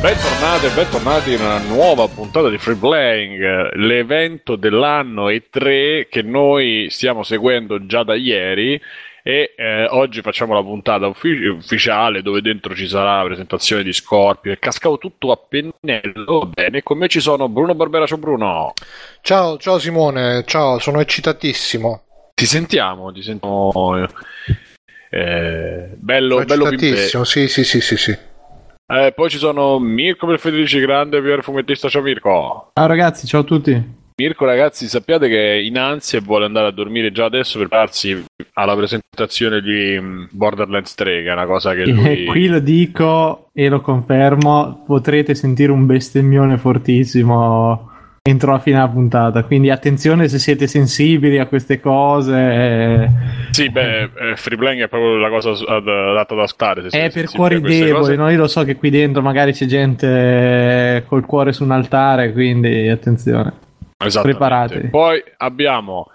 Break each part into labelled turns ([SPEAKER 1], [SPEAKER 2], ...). [SPEAKER 1] Bentornati e bentornati in una nuova puntata di Free Playing, l'evento dell'anno E3 che noi stiamo seguendo già da ieri e eh, oggi facciamo la puntata uffi- ufficiale dove dentro ci sarà la presentazione di Scorpio e cascavo tutto a pennello. Bene, con me ci sono Bruno Barbera, ciao Bruno.
[SPEAKER 2] Ciao, ciao Simone, ciao, sono eccitatissimo.
[SPEAKER 1] Ti sentiamo, ti sentiamo. Eh, bello,
[SPEAKER 2] Sono
[SPEAKER 1] bello pimpè.
[SPEAKER 2] eccitatissimo, sì, sì, sì, sì, sì.
[SPEAKER 1] Eh, poi ci sono Mirko per Federici Grande, PR Fumettista, ciao Mirko.
[SPEAKER 3] Ciao ragazzi, ciao a tutti.
[SPEAKER 1] Mirko, ragazzi, sappiate che è in ansia e vuole andare a dormire già adesso per prepararsi alla presentazione di mm, Borderlands 3, che è una cosa
[SPEAKER 3] E
[SPEAKER 1] che
[SPEAKER 3] Eh, qui
[SPEAKER 1] lui...
[SPEAKER 3] lo dico e lo confermo, potrete sentire un bestemmione fortissimo entro la fine della puntata, quindi attenzione se siete sensibili a queste cose. eh,
[SPEAKER 1] Sì, beh, eh, free playing è proprio la cosa s- ad- adatta da stare. se
[SPEAKER 3] È
[SPEAKER 1] siete
[SPEAKER 3] per
[SPEAKER 1] sensibili
[SPEAKER 3] cuori
[SPEAKER 1] a queste
[SPEAKER 3] deboli,
[SPEAKER 1] cose.
[SPEAKER 3] no? io lo so che qui dentro magari c'è gente col cuore su un altare, quindi attenzione.
[SPEAKER 1] Esattamente.
[SPEAKER 3] Preparatevi.
[SPEAKER 1] Poi abbiamo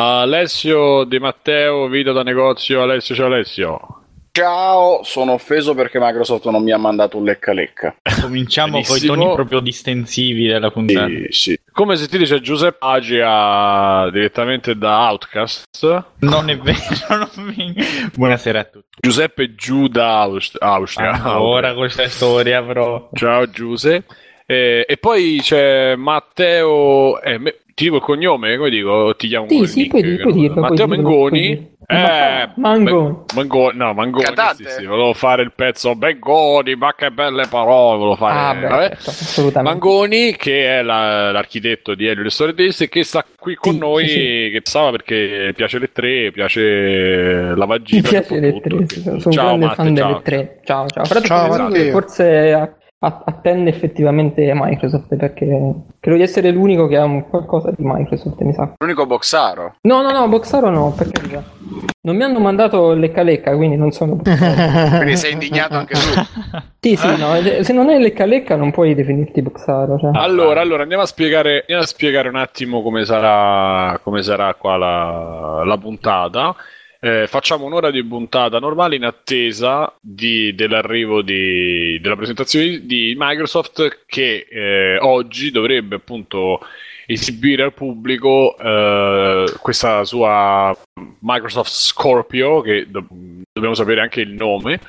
[SPEAKER 1] Alessio De Matteo, video da negozio. Alessio, ciao Alessio.
[SPEAKER 4] Ciao, sono offeso perché Microsoft non mi ha mandato un lecca lecca.
[SPEAKER 5] Cominciamo Diciamo con i
[SPEAKER 1] Benissimo.
[SPEAKER 5] toni proprio distensivi della puntata.
[SPEAKER 1] Sì, sì. Come si dice Giuseppe Agia direttamente da Outcast.
[SPEAKER 5] Non è vero, non mi- Buonasera a tutti.
[SPEAKER 1] Giuseppe Giù da Aust- Austria.
[SPEAKER 5] Ora questa storia, però.
[SPEAKER 1] Ciao Giuse. Eh, e poi c'è Matteo. eh, me- ti dico il cognome? Come dico? Ti chiamo
[SPEAKER 6] Sì,
[SPEAKER 1] col
[SPEAKER 6] sì,
[SPEAKER 1] nick,
[SPEAKER 6] puoi dire-
[SPEAKER 1] che
[SPEAKER 6] puoi
[SPEAKER 1] non-
[SPEAKER 6] dirlo,
[SPEAKER 1] Matteo
[SPEAKER 6] puoi dirlo,
[SPEAKER 1] Mengoni.
[SPEAKER 6] puoi dirlo.
[SPEAKER 1] Eh,
[SPEAKER 6] Mangoni.
[SPEAKER 1] Ben- Mangoni, no, Mangoni.
[SPEAKER 4] Cantate?
[SPEAKER 1] Sì, sì, volevo fare il pezzo Mengoni, ma che belle parole. Volevo fare.
[SPEAKER 6] Ah, beh,
[SPEAKER 1] vabbè.
[SPEAKER 6] certo, assolutamente.
[SPEAKER 1] Mangoni, che è la- l'architetto di Elio Stortesi, che sta qui con
[SPEAKER 6] Sì,
[SPEAKER 1] noi,
[SPEAKER 6] sì, sì.
[SPEAKER 1] che stava perché piace le tre, piace la
[SPEAKER 6] Mi
[SPEAKER 1] vagina.
[SPEAKER 6] piace le
[SPEAKER 1] tutto,
[SPEAKER 6] tre,
[SPEAKER 1] tutto.
[SPEAKER 6] sono un
[SPEAKER 1] Ciao,
[SPEAKER 6] grande
[SPEAKER 1] Matte,
[SPEAKER 6] fan
[SPEAKER 1] ciao.
[SPEAKER 6] delle tre. Ciao, ciao. Però
[SPEAKER 2] Ciao,
[SPEAKER 6] devo dire che
[SPEAKER 2] Matteo.
[SPEAKER 6] forse a- a- attende effettivamente Microsoft perché credo di essere l'unico che ha un qualcosa di Microsoft, mi sa.
[SPEAKER 4] L'unico boxaro.
[SPEAKER 6] No, no, no, Boxaro no, per carità. Non mi hanno mandato lecca lecca, quindi non sono Boxaro.
[SPEAKER 4] Quindi sei indignato anche tu.
[SPEAKER 6] sì, sì, no, eh, se non è lecca lecca non puoi definirti Boxaro, cioè.
[SPEAKER 1] Allora, allora andiamo, a spiegare, andiamo a spiegare un attimo come sarà, come sarà qua la, la puntata. Eh, facciamo un'ora di puntata normale in attesa di- dell'arrivo di- della presentazione di Microsoft che eh, oggi dovrebbe appunto esibire al pubblico eh, questa sua Microsoft Scorpio che do- dobbiamo sapere anche il nome.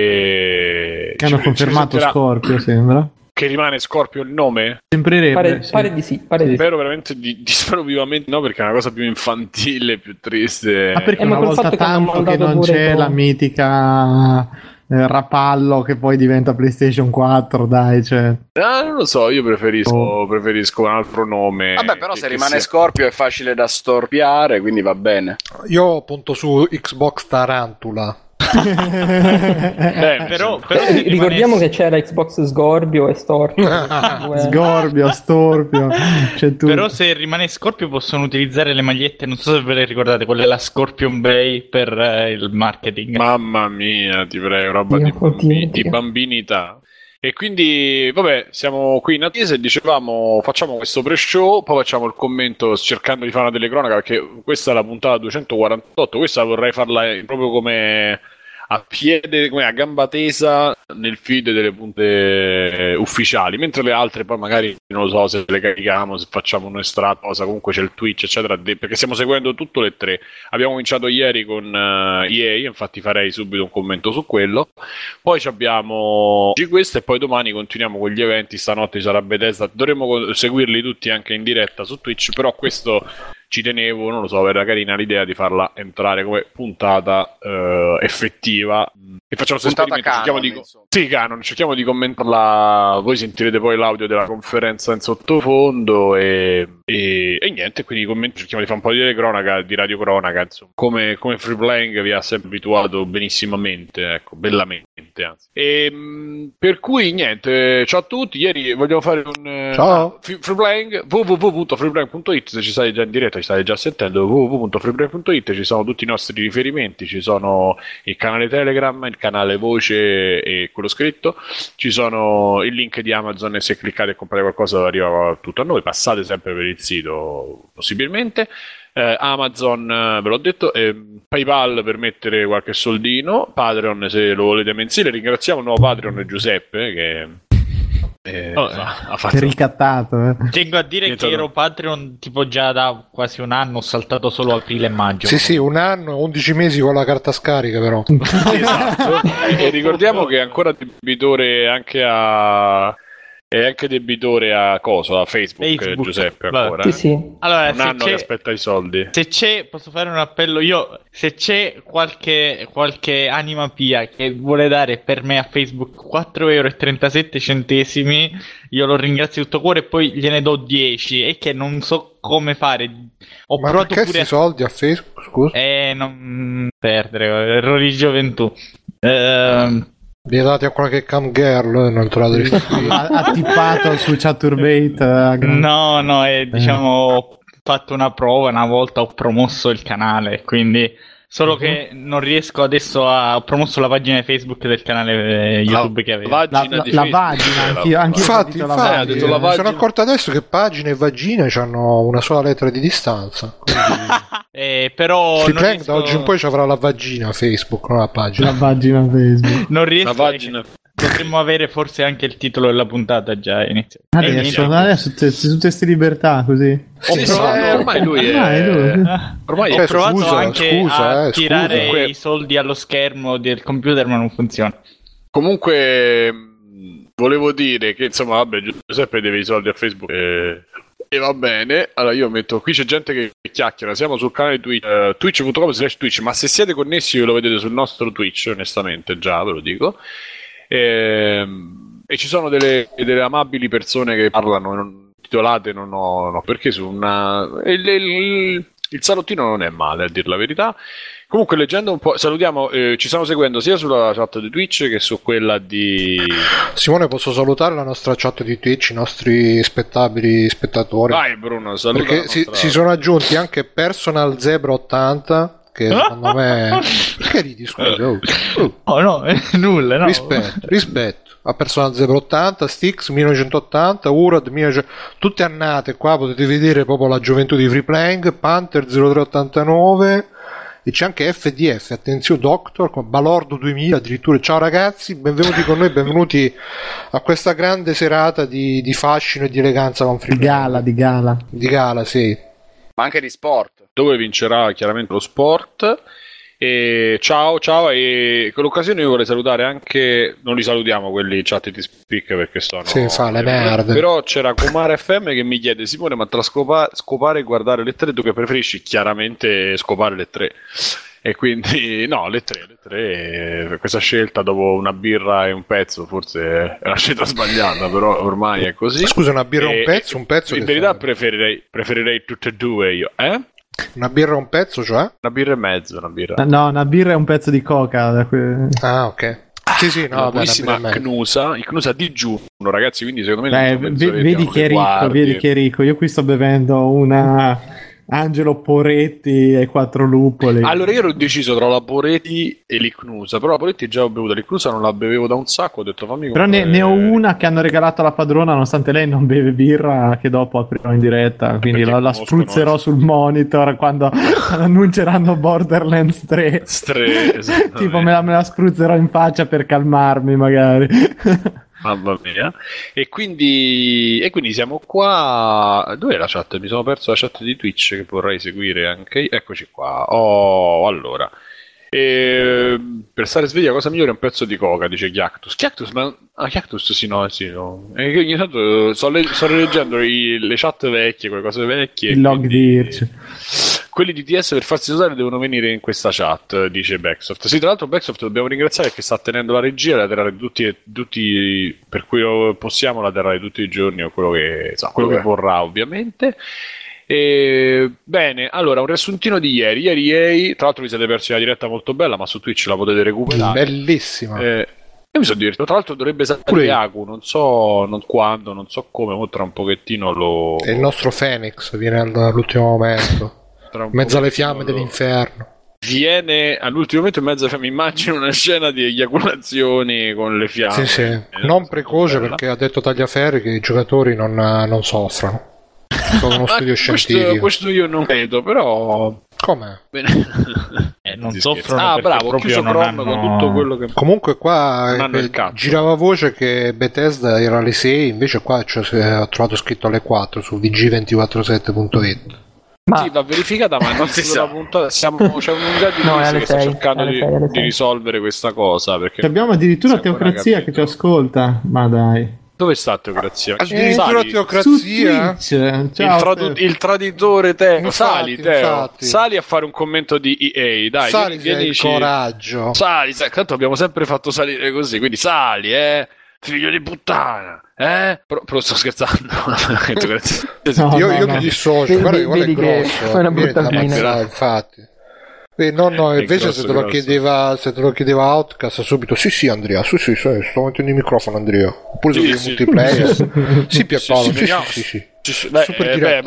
[SPEAKER 1] E
[SPEAKER 3] Che hanno
[SPEAKER 1] ci- ci
[SPEAKER 3] confermato
[SPEAKER 1] presenterà-
[SPEAKER 3] Scorpio, sembra.
[SPEAKER 1] che rimane Scorpio il nome?
[SPEAKER 3] Sembrerebbe.
[SPEAKER 6] pare,
[SPEAKER 3] sì.
[SPEAKER 6] pare di sì, pare di sì.
[SPEAKER 1] Spero veramente di, di spero vivamente no, perché è una cosa più infantile, più triste.
[SPEAKER 3] Ah, perché
[SPEAKER 6] Eh, ma
[SPEAKER 3] una
[SPEAKER 6] col
[SPEAKER 3] volta
[SPEAKER 6] fatto che hanno
[SPEAKER 3] tanto che
[SPEAKER 6] mandato
[SPEAKER 3] non
[SPEAKER 6] pure
[SPEAKER 3] c'è
[SPEAKER 6] con-
[SPEAKER 3] la mitica eh, Rapallo che poi diventa PlayStation 4, dai, cioè.
[SPEAKER 1] Ah, non lo so, io preferisco, preferisco un altro nome.
[SPEAKER 4] Vabbè, però se
[SPEAKER 1] che
[SPEAKER 4] rimane
[SPEAKER 1] sia-
[SPEAKER 4] Scorpio è facile da storpiare, quindi va bene.
[SPEAKER 2] Io punto su Xbox Tarantula.
[SPEAKER 1] Eh,
[SPEAKER 5] Però,
[SPEAKER 1] sì.
[SPEAKER 5] però se
[SPEAKER 6] Eh, Ricordiamo che
[SPEAKER 5] rimanesse-
[SPEAKER 6] c'era Xbox Sgorbio e Storpio. due-
[SPEAKER 3] Sgorbio, Storpio, c'è tutto.
[SPEAKER 5] Però se rimane Scorpio possono utilizzare le magliette, non so se ve le ricordate, quelle della Scorpion Bay per eh, il marketing.
[SPEAKER 1] Mamma mia, ti prego, roba
[SPEAKER 6] Dio,
[SPEAKER 1] di, bambi-
[SPEAKER 6] oddio,
[SPEAKER 1] di
[SPEAKER 6] Dio.
[SPEAKER 1] bambinità. E quindi, vabbè, siamo qui in attesa e dicevamo facciamo questo pre-show, poi facciamo il commento cercando di fare una telecronaca perché questa è la puntata 248, questa vorrei farla eh, proprio come a piede, come a gamba tesa nel feed delle punte eh, ufficiali, mentre le altre poi magari non lo so se le carichiamo, se facciamo un estratto, cosa, comunque c'è il Twitch, eccetera, de- perché stiamo seguendo tutte le tre. Abbiamo cominciato ieri con eh, EA, infatti farei subito un commento su quello. Poi ci abbiamo di questo e poi domani continuiamo con gli eventi, stanotte ci sarà Bethesda, dovremmo co- seguirli tutti anche in diretta su Twitch, però questo ci tenevo, non lo so, era carina l'idea di farla entrare come puntata eh, effettiva e facciamo questo
[SPEAKER 4] Puntata
[SPEAKER 1] esperimento, cerchiamo di
[SPEAKER 4] canon, insomma.
[SPEAKER 1] sì, Canon, cerchiamo di commentarla. Voi sentirete poi l'audio della conferenza in sottofondo e, e- e niente, quindi comment- cerchiamo di fare un po' di cronaca, di radio cronaca, insomma. Come, come free playing vi ha sempre abituato benissimamente, ecco, bellamente anzi. E, mh, per cui niente, ciao a tutti, ieri vogliamo fare un... eh,
[SPEAKER 2] Ciao.
[SPEAKER 1] Free Free Playing, www.freeplaying.it se ci stai già in diretta, ci stai già sentendo www.freeplaying.it ci sono tutti i nostri riferimenti, ci sono il canale Telegram, il canale voce e quello scritto, ci sono il link di Amazon e se cliccate e comprate qualcosa arriva tutto a noi, passate sempre per il sito possibilmente. Eh, Amazon, eh, ve l'ho detto, ehm, PayPal per mettere qualche soldino, Patreon se lo volete mensile. Ringraziamo il nuovo Patreon Giuseppe che Eh,
[SPEAKER 5] Vabbè,
[SPEAKER 1] fa- ha fatto-
[SPEAKER 3] ricattato. eh.
[SPEAKER 5] Tengo a dire
[SPEAKER 1] Niente,
[SPEAKER 5] che
[SPEAKER 1] no.
[SPEAKER 5] ero Patreon tipo già da quasi un anno, ho saltato solo aprile e maggio.
[SPEAKER 2] Sì, sì, un anno, 11 mesi con la carta scarica, però.
[SPEAKER 1] Esatto. e ricordiamo che è ancora debitore anche a è anche debitore a cosa? A Facebook,
[SPEAKER 5] Facebook.
[SPEAKER 1] Giuseppe
[SPEAKER 5] Vabbè.
[SPEAKER 1] ancora.
[SPEAKER 6] Sì,
[SPEAKER 1] eh.
[SPEAKER 6] sì.
[SPEAKER 5] Allora,
[SPEAKER 1] Un
[SPEAKER 5] se
[SPEAKER 1] anno che
[SPEAKER 5] c'è,
[SPEAKER 1] aspetta i soldi.
[SPEAKER 5] se c'è, posso fare un appello io, se c'è qualche, qualche anima pia che vuole dare per me a Facebook 4,37 euro, io lo ringrazio di tutto cuore e poi gliene do 10 e che non so come fare. Ho
[SPEAKER 2] Ma
[SPEAKER 5] provato
[SPEAKER 2] perché
[SPEAKER 5] pure
[SPEAKER 2] questi
[SPEAKER 5] a
[SPEAKER 2] soldi a Facebook? Scusa,
[SPEAKER 5] Eh, non perdere, errori di gioventù. Ehm,
[SPEAKER 2] li hai dati a qualche cam girl eh, non te la restituire.
[SPEAKER 3] ha, ha tippato su Chaturbate. eh,
[SPEAKER 5] no, no, eh, diciamo, ho fatto una prova una volta, ho promosso il canale, quindi solo
[SPEAKER 3] Mhm.
[SPEAKER 5] che non riesco adesso a... Ho promosso la pagina Facebook del canale eh, YouTube che avevo.
[SPEAKER 3] La,
[SPEAKER 1] vagina
[SPEAKER 3] la,
[SPEAKER 1] di
[SPEAKER 3] la
[SPEAKER 1] Facebook.
[SPEAKER 3] vagina,
[SPEAKER 1] Eh, la- eh,
[SPEAKER 3] anch'io, anch'io ho
[SPEAKER 2] infatti,
[SPEAKER 3] detto la
[SPEAKER 5] Eh,
[SPEAKER 2] infatti,
[SPEAKER 1] ha detto
[SPEAKER 3] vagina.
[SPEAKER 1] la
[SPEAKER 2] mi sono
[SPEAKER 1] vagina.
[SPEAKER 2] accorto adesso che pagine e vagine hanno una sola lettera di distanza.
[SPEAKER 5] Eh, però
[SPEAKER 2] Si
[SPEAKER 5] non
[SPEAKER 2] Frank da
[SPEAKER 5] riesco,
[SPEAKER 2] oggi in poi ci avrà la vagina Facebook, non la pagina.
[SPEAKER 3] La vagina
[SPEAKER 5] non
[SPEAKER 3] Facebook.
[SPEAKER 1] La
[SPEAKER 5] riesco...
[SPEAKER 1] vagina.
[SPEAKER 5] Potremmo avere forse anche il titolo della puntata già Eh, iniziato.
[SPEAKER 3] Adesso,
[SPEAKER 1] niente.
[SPEAKER 3] adesso t- su queste libertà così. Ah,
[SPEAKER 1] Ho
[SPEAKER 2] Sì,
[SPEAKER 1] provato-
[SPEAKER 2] sì.
[SPEAKER 1] eh, ormai lui è
[SPEAKER 3] Ormai lui-
[SPEAKER 1] ormai
[SPEAKER 2] Cioè,
[SPEAKER 5] ho provato
[SPEAKER 2] scusa,
[SPEAKER 5] anche
[SPEAKER 2] scusa,
[SPEAKER 5] a
[SPEAKER 2] eh,
[SPEAKER 5] tirare
[SPEAKER 1] scusa.
[SPEAKER 5] i soldi allo schermo del computer, ma non funziona.
[SPEAKER 1] Comunque, mh, volevo dire che insomma, vabbè, Giuseppe deve i soldi a Facebook. eh, E va bene, allora io metto qui c'è gente che chiacchiera, siamo sul canale Twitch, eh, twitch.com slash Twitch, ma se siete connessi ve lo vedete sul nostro Twitch, onestamente già ve lo dico. Ehm, E, ci sono delle, delle amabili persone che parlano, non, titolate non ho, no, perché su una... Il, il- il salottino non è male, a dir la verità. Comunque, leggendo un po', salutiamo, eh, ci stanno seguendo sia sulla chat di Twitch che su quella di.
[SPEAKER 2] Simone, posso salutare la nostra chat di Twitch, i nostri spettabili spettatori?
[SPEAKER 1] Vai, Bruno, saluta. la
[SPEAKER 2] perché si,
[SPEAKER 1] nostra-
[SPEAKER 2] si sono aggiunti anche Personal Zebra 80, che secondo me... Perché ridi, scusa? Oh, oh.
[SPEAKER 5] Oh no, nulla, no.
[SPEAKER 2] Rispetto, rispetto a Personal Zebra 80, Stix 1980, Urad 1900, tutte annate qua, potete vedere proprio la gioventù di Free Playing, Panther 0389 e c'è anche FDF, attenzione Doctor, con Balordo 2000 addirittura, ciao ragazzi, benvenuti con noi, benvenuti a questa grande serata di, di fascino e di eleganza con Free
[SPEAKER 3] Di gala, di gala.
[SPEAKER 2] Playing. Di gala, sì.
[SPEAKER 4] ma anche di sport.
[SPEAKER 1] dove vincerà chiaramente lo sport. E ciao, ciao. E con l'occasione io vorrei salutare anche. Non li salutiamo quelli in chat di Speak perché sono.
[SPEAKER 2] Sì, fa le merde.
[SPEAKER 1] Però c'era Kumar FM che mi chiede: Simone, ma tra scopa- scopare e guardare le tre, tu che preferisci? Chiaramente scopare le tre. E quindi, no, le tre, le tre. eh, Questa scelta dopo una birra e un pezzo, forse è una scelta sbagliata, però ormai è così.
[SPEAKER 2] Scusa, una birra e un
[SPEAKER 1] E-
[SPEAKER 2] pezzo, un pezzo
[SPEAKER 1] In
[SPEAKER 2] che
[SPEAKER 1] verità
[SPEAKER 2] fa?
[SPEAKER 1] preferirei, preferirei tutte e due io, eh?
[SPEAKER 2] Una birra e un pezzo, cioè?
[SPEAKER 1] Una birra e mezzo, una birra.
[SPEAKER 3] No, una birra e un pezzo di coca. da que-
[SPEAKER 2] Ah, ok. Sì, sì, no,
[SPEAKER 1] una
[SPEAKER 2] vabbè, una birra
[SPEAKER 1] buonissima
[SPEAKER 2] e mezzo.
[SPEAKER 1] Cnusa, il Cnusa digiuno, ragazzi, quindi secondo me...
[SPEAKER 3] Beh,
[SPEAKER 1] dentro
[SPEAKER 3] ve-
[SPEAKER 1] mezz'oretta
[SPEAKER 3] vedi
[SPEAKER 1] non
[SPEAKER 3] che
[SPEAKER 1] le
[SPEAKER 3] è ricco,
[SPEAKER 1] guardi.
[SPEAKER 3] vedi che è ricco. Io qui sto bevendo una Angelo Poretti e quattro lupoli.
[SPEAKER 1] Allora io ero deciso tra la Boretti e l'Icnusa, però la Boretti già l'ho bevuta, l'Icnusa non la bevevo da un sacco, ho detto fammi
[SPEAKER 3] Però ne,
[SPEAKER 1] comprare-
[SPEAKER 3] ne ho una che hanno regalato alla padrona, nonostante lei non beve birra, che dopo aprirò in diretta. Quindi
[SPEAKER 1] perché
[SPEAKER 3] la, la
[SPEAKER 1] conoscono,
[SPEAKER 3] spruzzerò
[SPEAKER 1] eh.
[SPEAKER 3] sul monitor quando annunceranno Borderlands 3.
[SPEAKER 1] Stre- esattamente.
[SPEAKER 3] tipo me la, me la spruzzerò in faccia per calmarmi, magari.
[SPEAKER 1] Mamma mia. E quindi, e quindi siamo qua. Dov'è la chat? Mi sono perso la chat di Twitch che vorrei seguire anche. Eccoci qua. Oh, allora. Ehm, per stare sveglia, la cosa migliore è un pezzo di coca, dice Chiactus. Chiactus, ma ah, Chiactus, sì, no, sì, no. E che ogni tanto sto, le- sto rileggendo i- le chat vecchie, quelle cose vecchie.
[SPEAKER 3] Il log
[SPEAKER 1] quindi-
[SPEAKER 3] di Irci.
[SPEAKER 1] Quelli di TS per farsi usare devono venire in questa chat, dice Backsoft. Sì, tra l'altro, Backsoft dobbiamo ringraziare perché sta tenendo la regia, la terrà tutti, tutti per cui possiamo, la terrà tutti i giorni o quello che, insomma, quello che
[SPEAKER 2] Vabbè.
[SPEAKER 1] vorrà, ovviamente. E, bene, allora un riassuntino di ieri. Ieri, ieri, tra l'altro, vi siete persi una diretta molto bella, ma su Twitch la potete recuperare.
[SPEAKER 2] Bellissima.
[SPEAKER 1] Eh, io mi sono divertito. Tra l'altro, dovrebbe
[SPEAKER 2] Pure
[SPEAKER 1] salire
[SPEAKER 2] io.
[SPEAKER 1] Aku, non so non quando, non so come, ma tra un pochettino lo.
[SPEAKER 2] E il nostro Phoenix viene al- all'ultimo momento,
[SPEAKER 1] tra un
[SPEAKER 2] in mezzo alle
[SPEAKER 1] pochettino
[SPEAKER 2] fiamme
[SPEAKER 1] lo-
[SPEAKER 2] dell'inferno.
[SPEAKER 1] viene all'ultimo momento in mezzo a mi immagino una scena di eiaculazioni con le fiamme
[SPEAKER 2] sì, sì.
[SPEAKER 1] Eh,
[SPEAKER 2] non precoce
[SPEAKER 1] bella.
[SPEAKER 2] perché ha detto Tagliaferri che i giocatori non, eh, non soffrano. Sono uno
[SPEAKER 1] Ma
[SPEAKER 2] studio
[SPEAKER 1] Ah, questo,
[SPEAKER 2] scientifico.
[SPEAKER 1] questo io non credo però
[SPEAKER 2] Com'è?
[SPEAKER 1] Bene.
[SPEAKER 5] Eh, non
[SPEAKER 1] Sì,
[SPEAKER 5] soffrono
[SPEAKER 1] scherzo. Ah,
[SPEAKER 5] perché
[SPEAKER 1] bravo,
[SPEAKER 5] proprio
[SPEAKER 1] chiuso
[SPEAKER 5] non
[SPEAKER 1] Chrome
[SPEAKER 5] hanno-
[SPEAKER 1] con tutto quello che
[SPEAKER 2] Comunque qua
[SPEAKER 1] Non hanno
[SPEAKER 2] eh,
[SPEAKER 1] il cazzo.
[SPEAKER 2] girava voce che Bethesda era alle 6, invece qua cioè, se- ho trovato scritto alle 4 su vg247.it.
[SPEAKER 6] Ma
[SPEAKER 1] Sì, va verificata, ma non si sa. Puntata, siamo, c'è un lunga di
[SPEAKER 6] No, è
[SPEAKER 1] mesi
[SPEAKER 6] alle
[SPEAKER 1] che sta
[SPEAKER 6] sei,
[SPEAKER 1] cercando
[SPEAKER 6] è alle
[SPEAKER 1] di,
[SPEAKER 6] sei, alle
[SPEAKER 1] di
[SPEAKER 6] sei.
[SPEAKER 1] risolvere questa cosa. Perché
[SPEAKER 3] Che Cioè, abbiamo addirittura
[SPEAKER 1] Siamo
[SPEAKER 3] Teocrazia che ci
[SPEAKER 1] ragazzi.
[SPEAKER 3] ascolta. Ma dai.
[SPEAKER 1] Dove sta Teocrazia?
[SPEAKER 2] Addirittura
[SPEAKER 1] Sali,
[SPEAKER 2] teocrazia?
[SPEAKER 3] Su Twitch.
[SPEAKER 1] il,
[SPEAKER 3] Ciao,
[SPEAKER 1] tradu-
[SPEAKER 3] Teo.
[SPEAKER 1] il traditore Teo.
[SPEAKER 2] Infatti,
[SPEAKER 1] sali, Teo.
[SPEAKER 2] infatti.
[SPEAKER 1] Sali a fare un commento di EA. Dai,
[SPEAKER 2] Sali, se hai il
[SPEAKER 1] vienici-
[SPEAKER 2] coraggio.
[SPEAKER 1] Sali, sai, tanto abbiamo sempre fatto salire così, quindi sali, eh, figlio di puttana, eh? Però, però sto scherzando. Grazie.
[SPEAKER 3] No,
[SPEAKER 2] io
[SPEAKER 3] no,
[SPEAKER 2] io
[SPEAKER 3] no.
[SPEAKER 2] mi
[SPEAKER 6] Vedi-
[SPEAKER 2] dissocio, guarda, che guarda è
[SPEAKER 6] vedi che
[SPEAKER 2] grosso.
[SPEAKER 6] fa una
[SPEAKER 2] Viene
[SPEAKER 6] brutta
[SPEAKER 2] da
[SPEAKER 1] fine.
[SPEAKER 2] ammazzare, infatti. Eh, no, no,
[SPEAKER 1] È
[SPEAKER 2] invece
[SPEAKER 1] grosso,
[SPEAKER 2] se, te lo
[SPEAKER 1] grosso.
[SPEAKER 2] chiedeva, se te lo chiedeva Outcast subito, sì sì Andrea, sì sì, sì sto mettendo il microfono Andrea, oppure
[SPEAKER 1] Sì,
[SPEAKER 2] se
[SPEAKER 1] sì.
[SPEAKER 2] sì. multiplayer, sì Pierpaolo, sì
[SPEAKER 1] Sì, sì,
[SPEAKER 2] sì,
[SPEAKER 1] veniamo.
[SPEAKER 2] sì, sì.
[SPEAKER 1] Ci- Beh,
[SPEAKER 2] Super
[SPEAKER 1] eh,
[SPEAKER 2] diretta,
[SPEAKER 1] beh,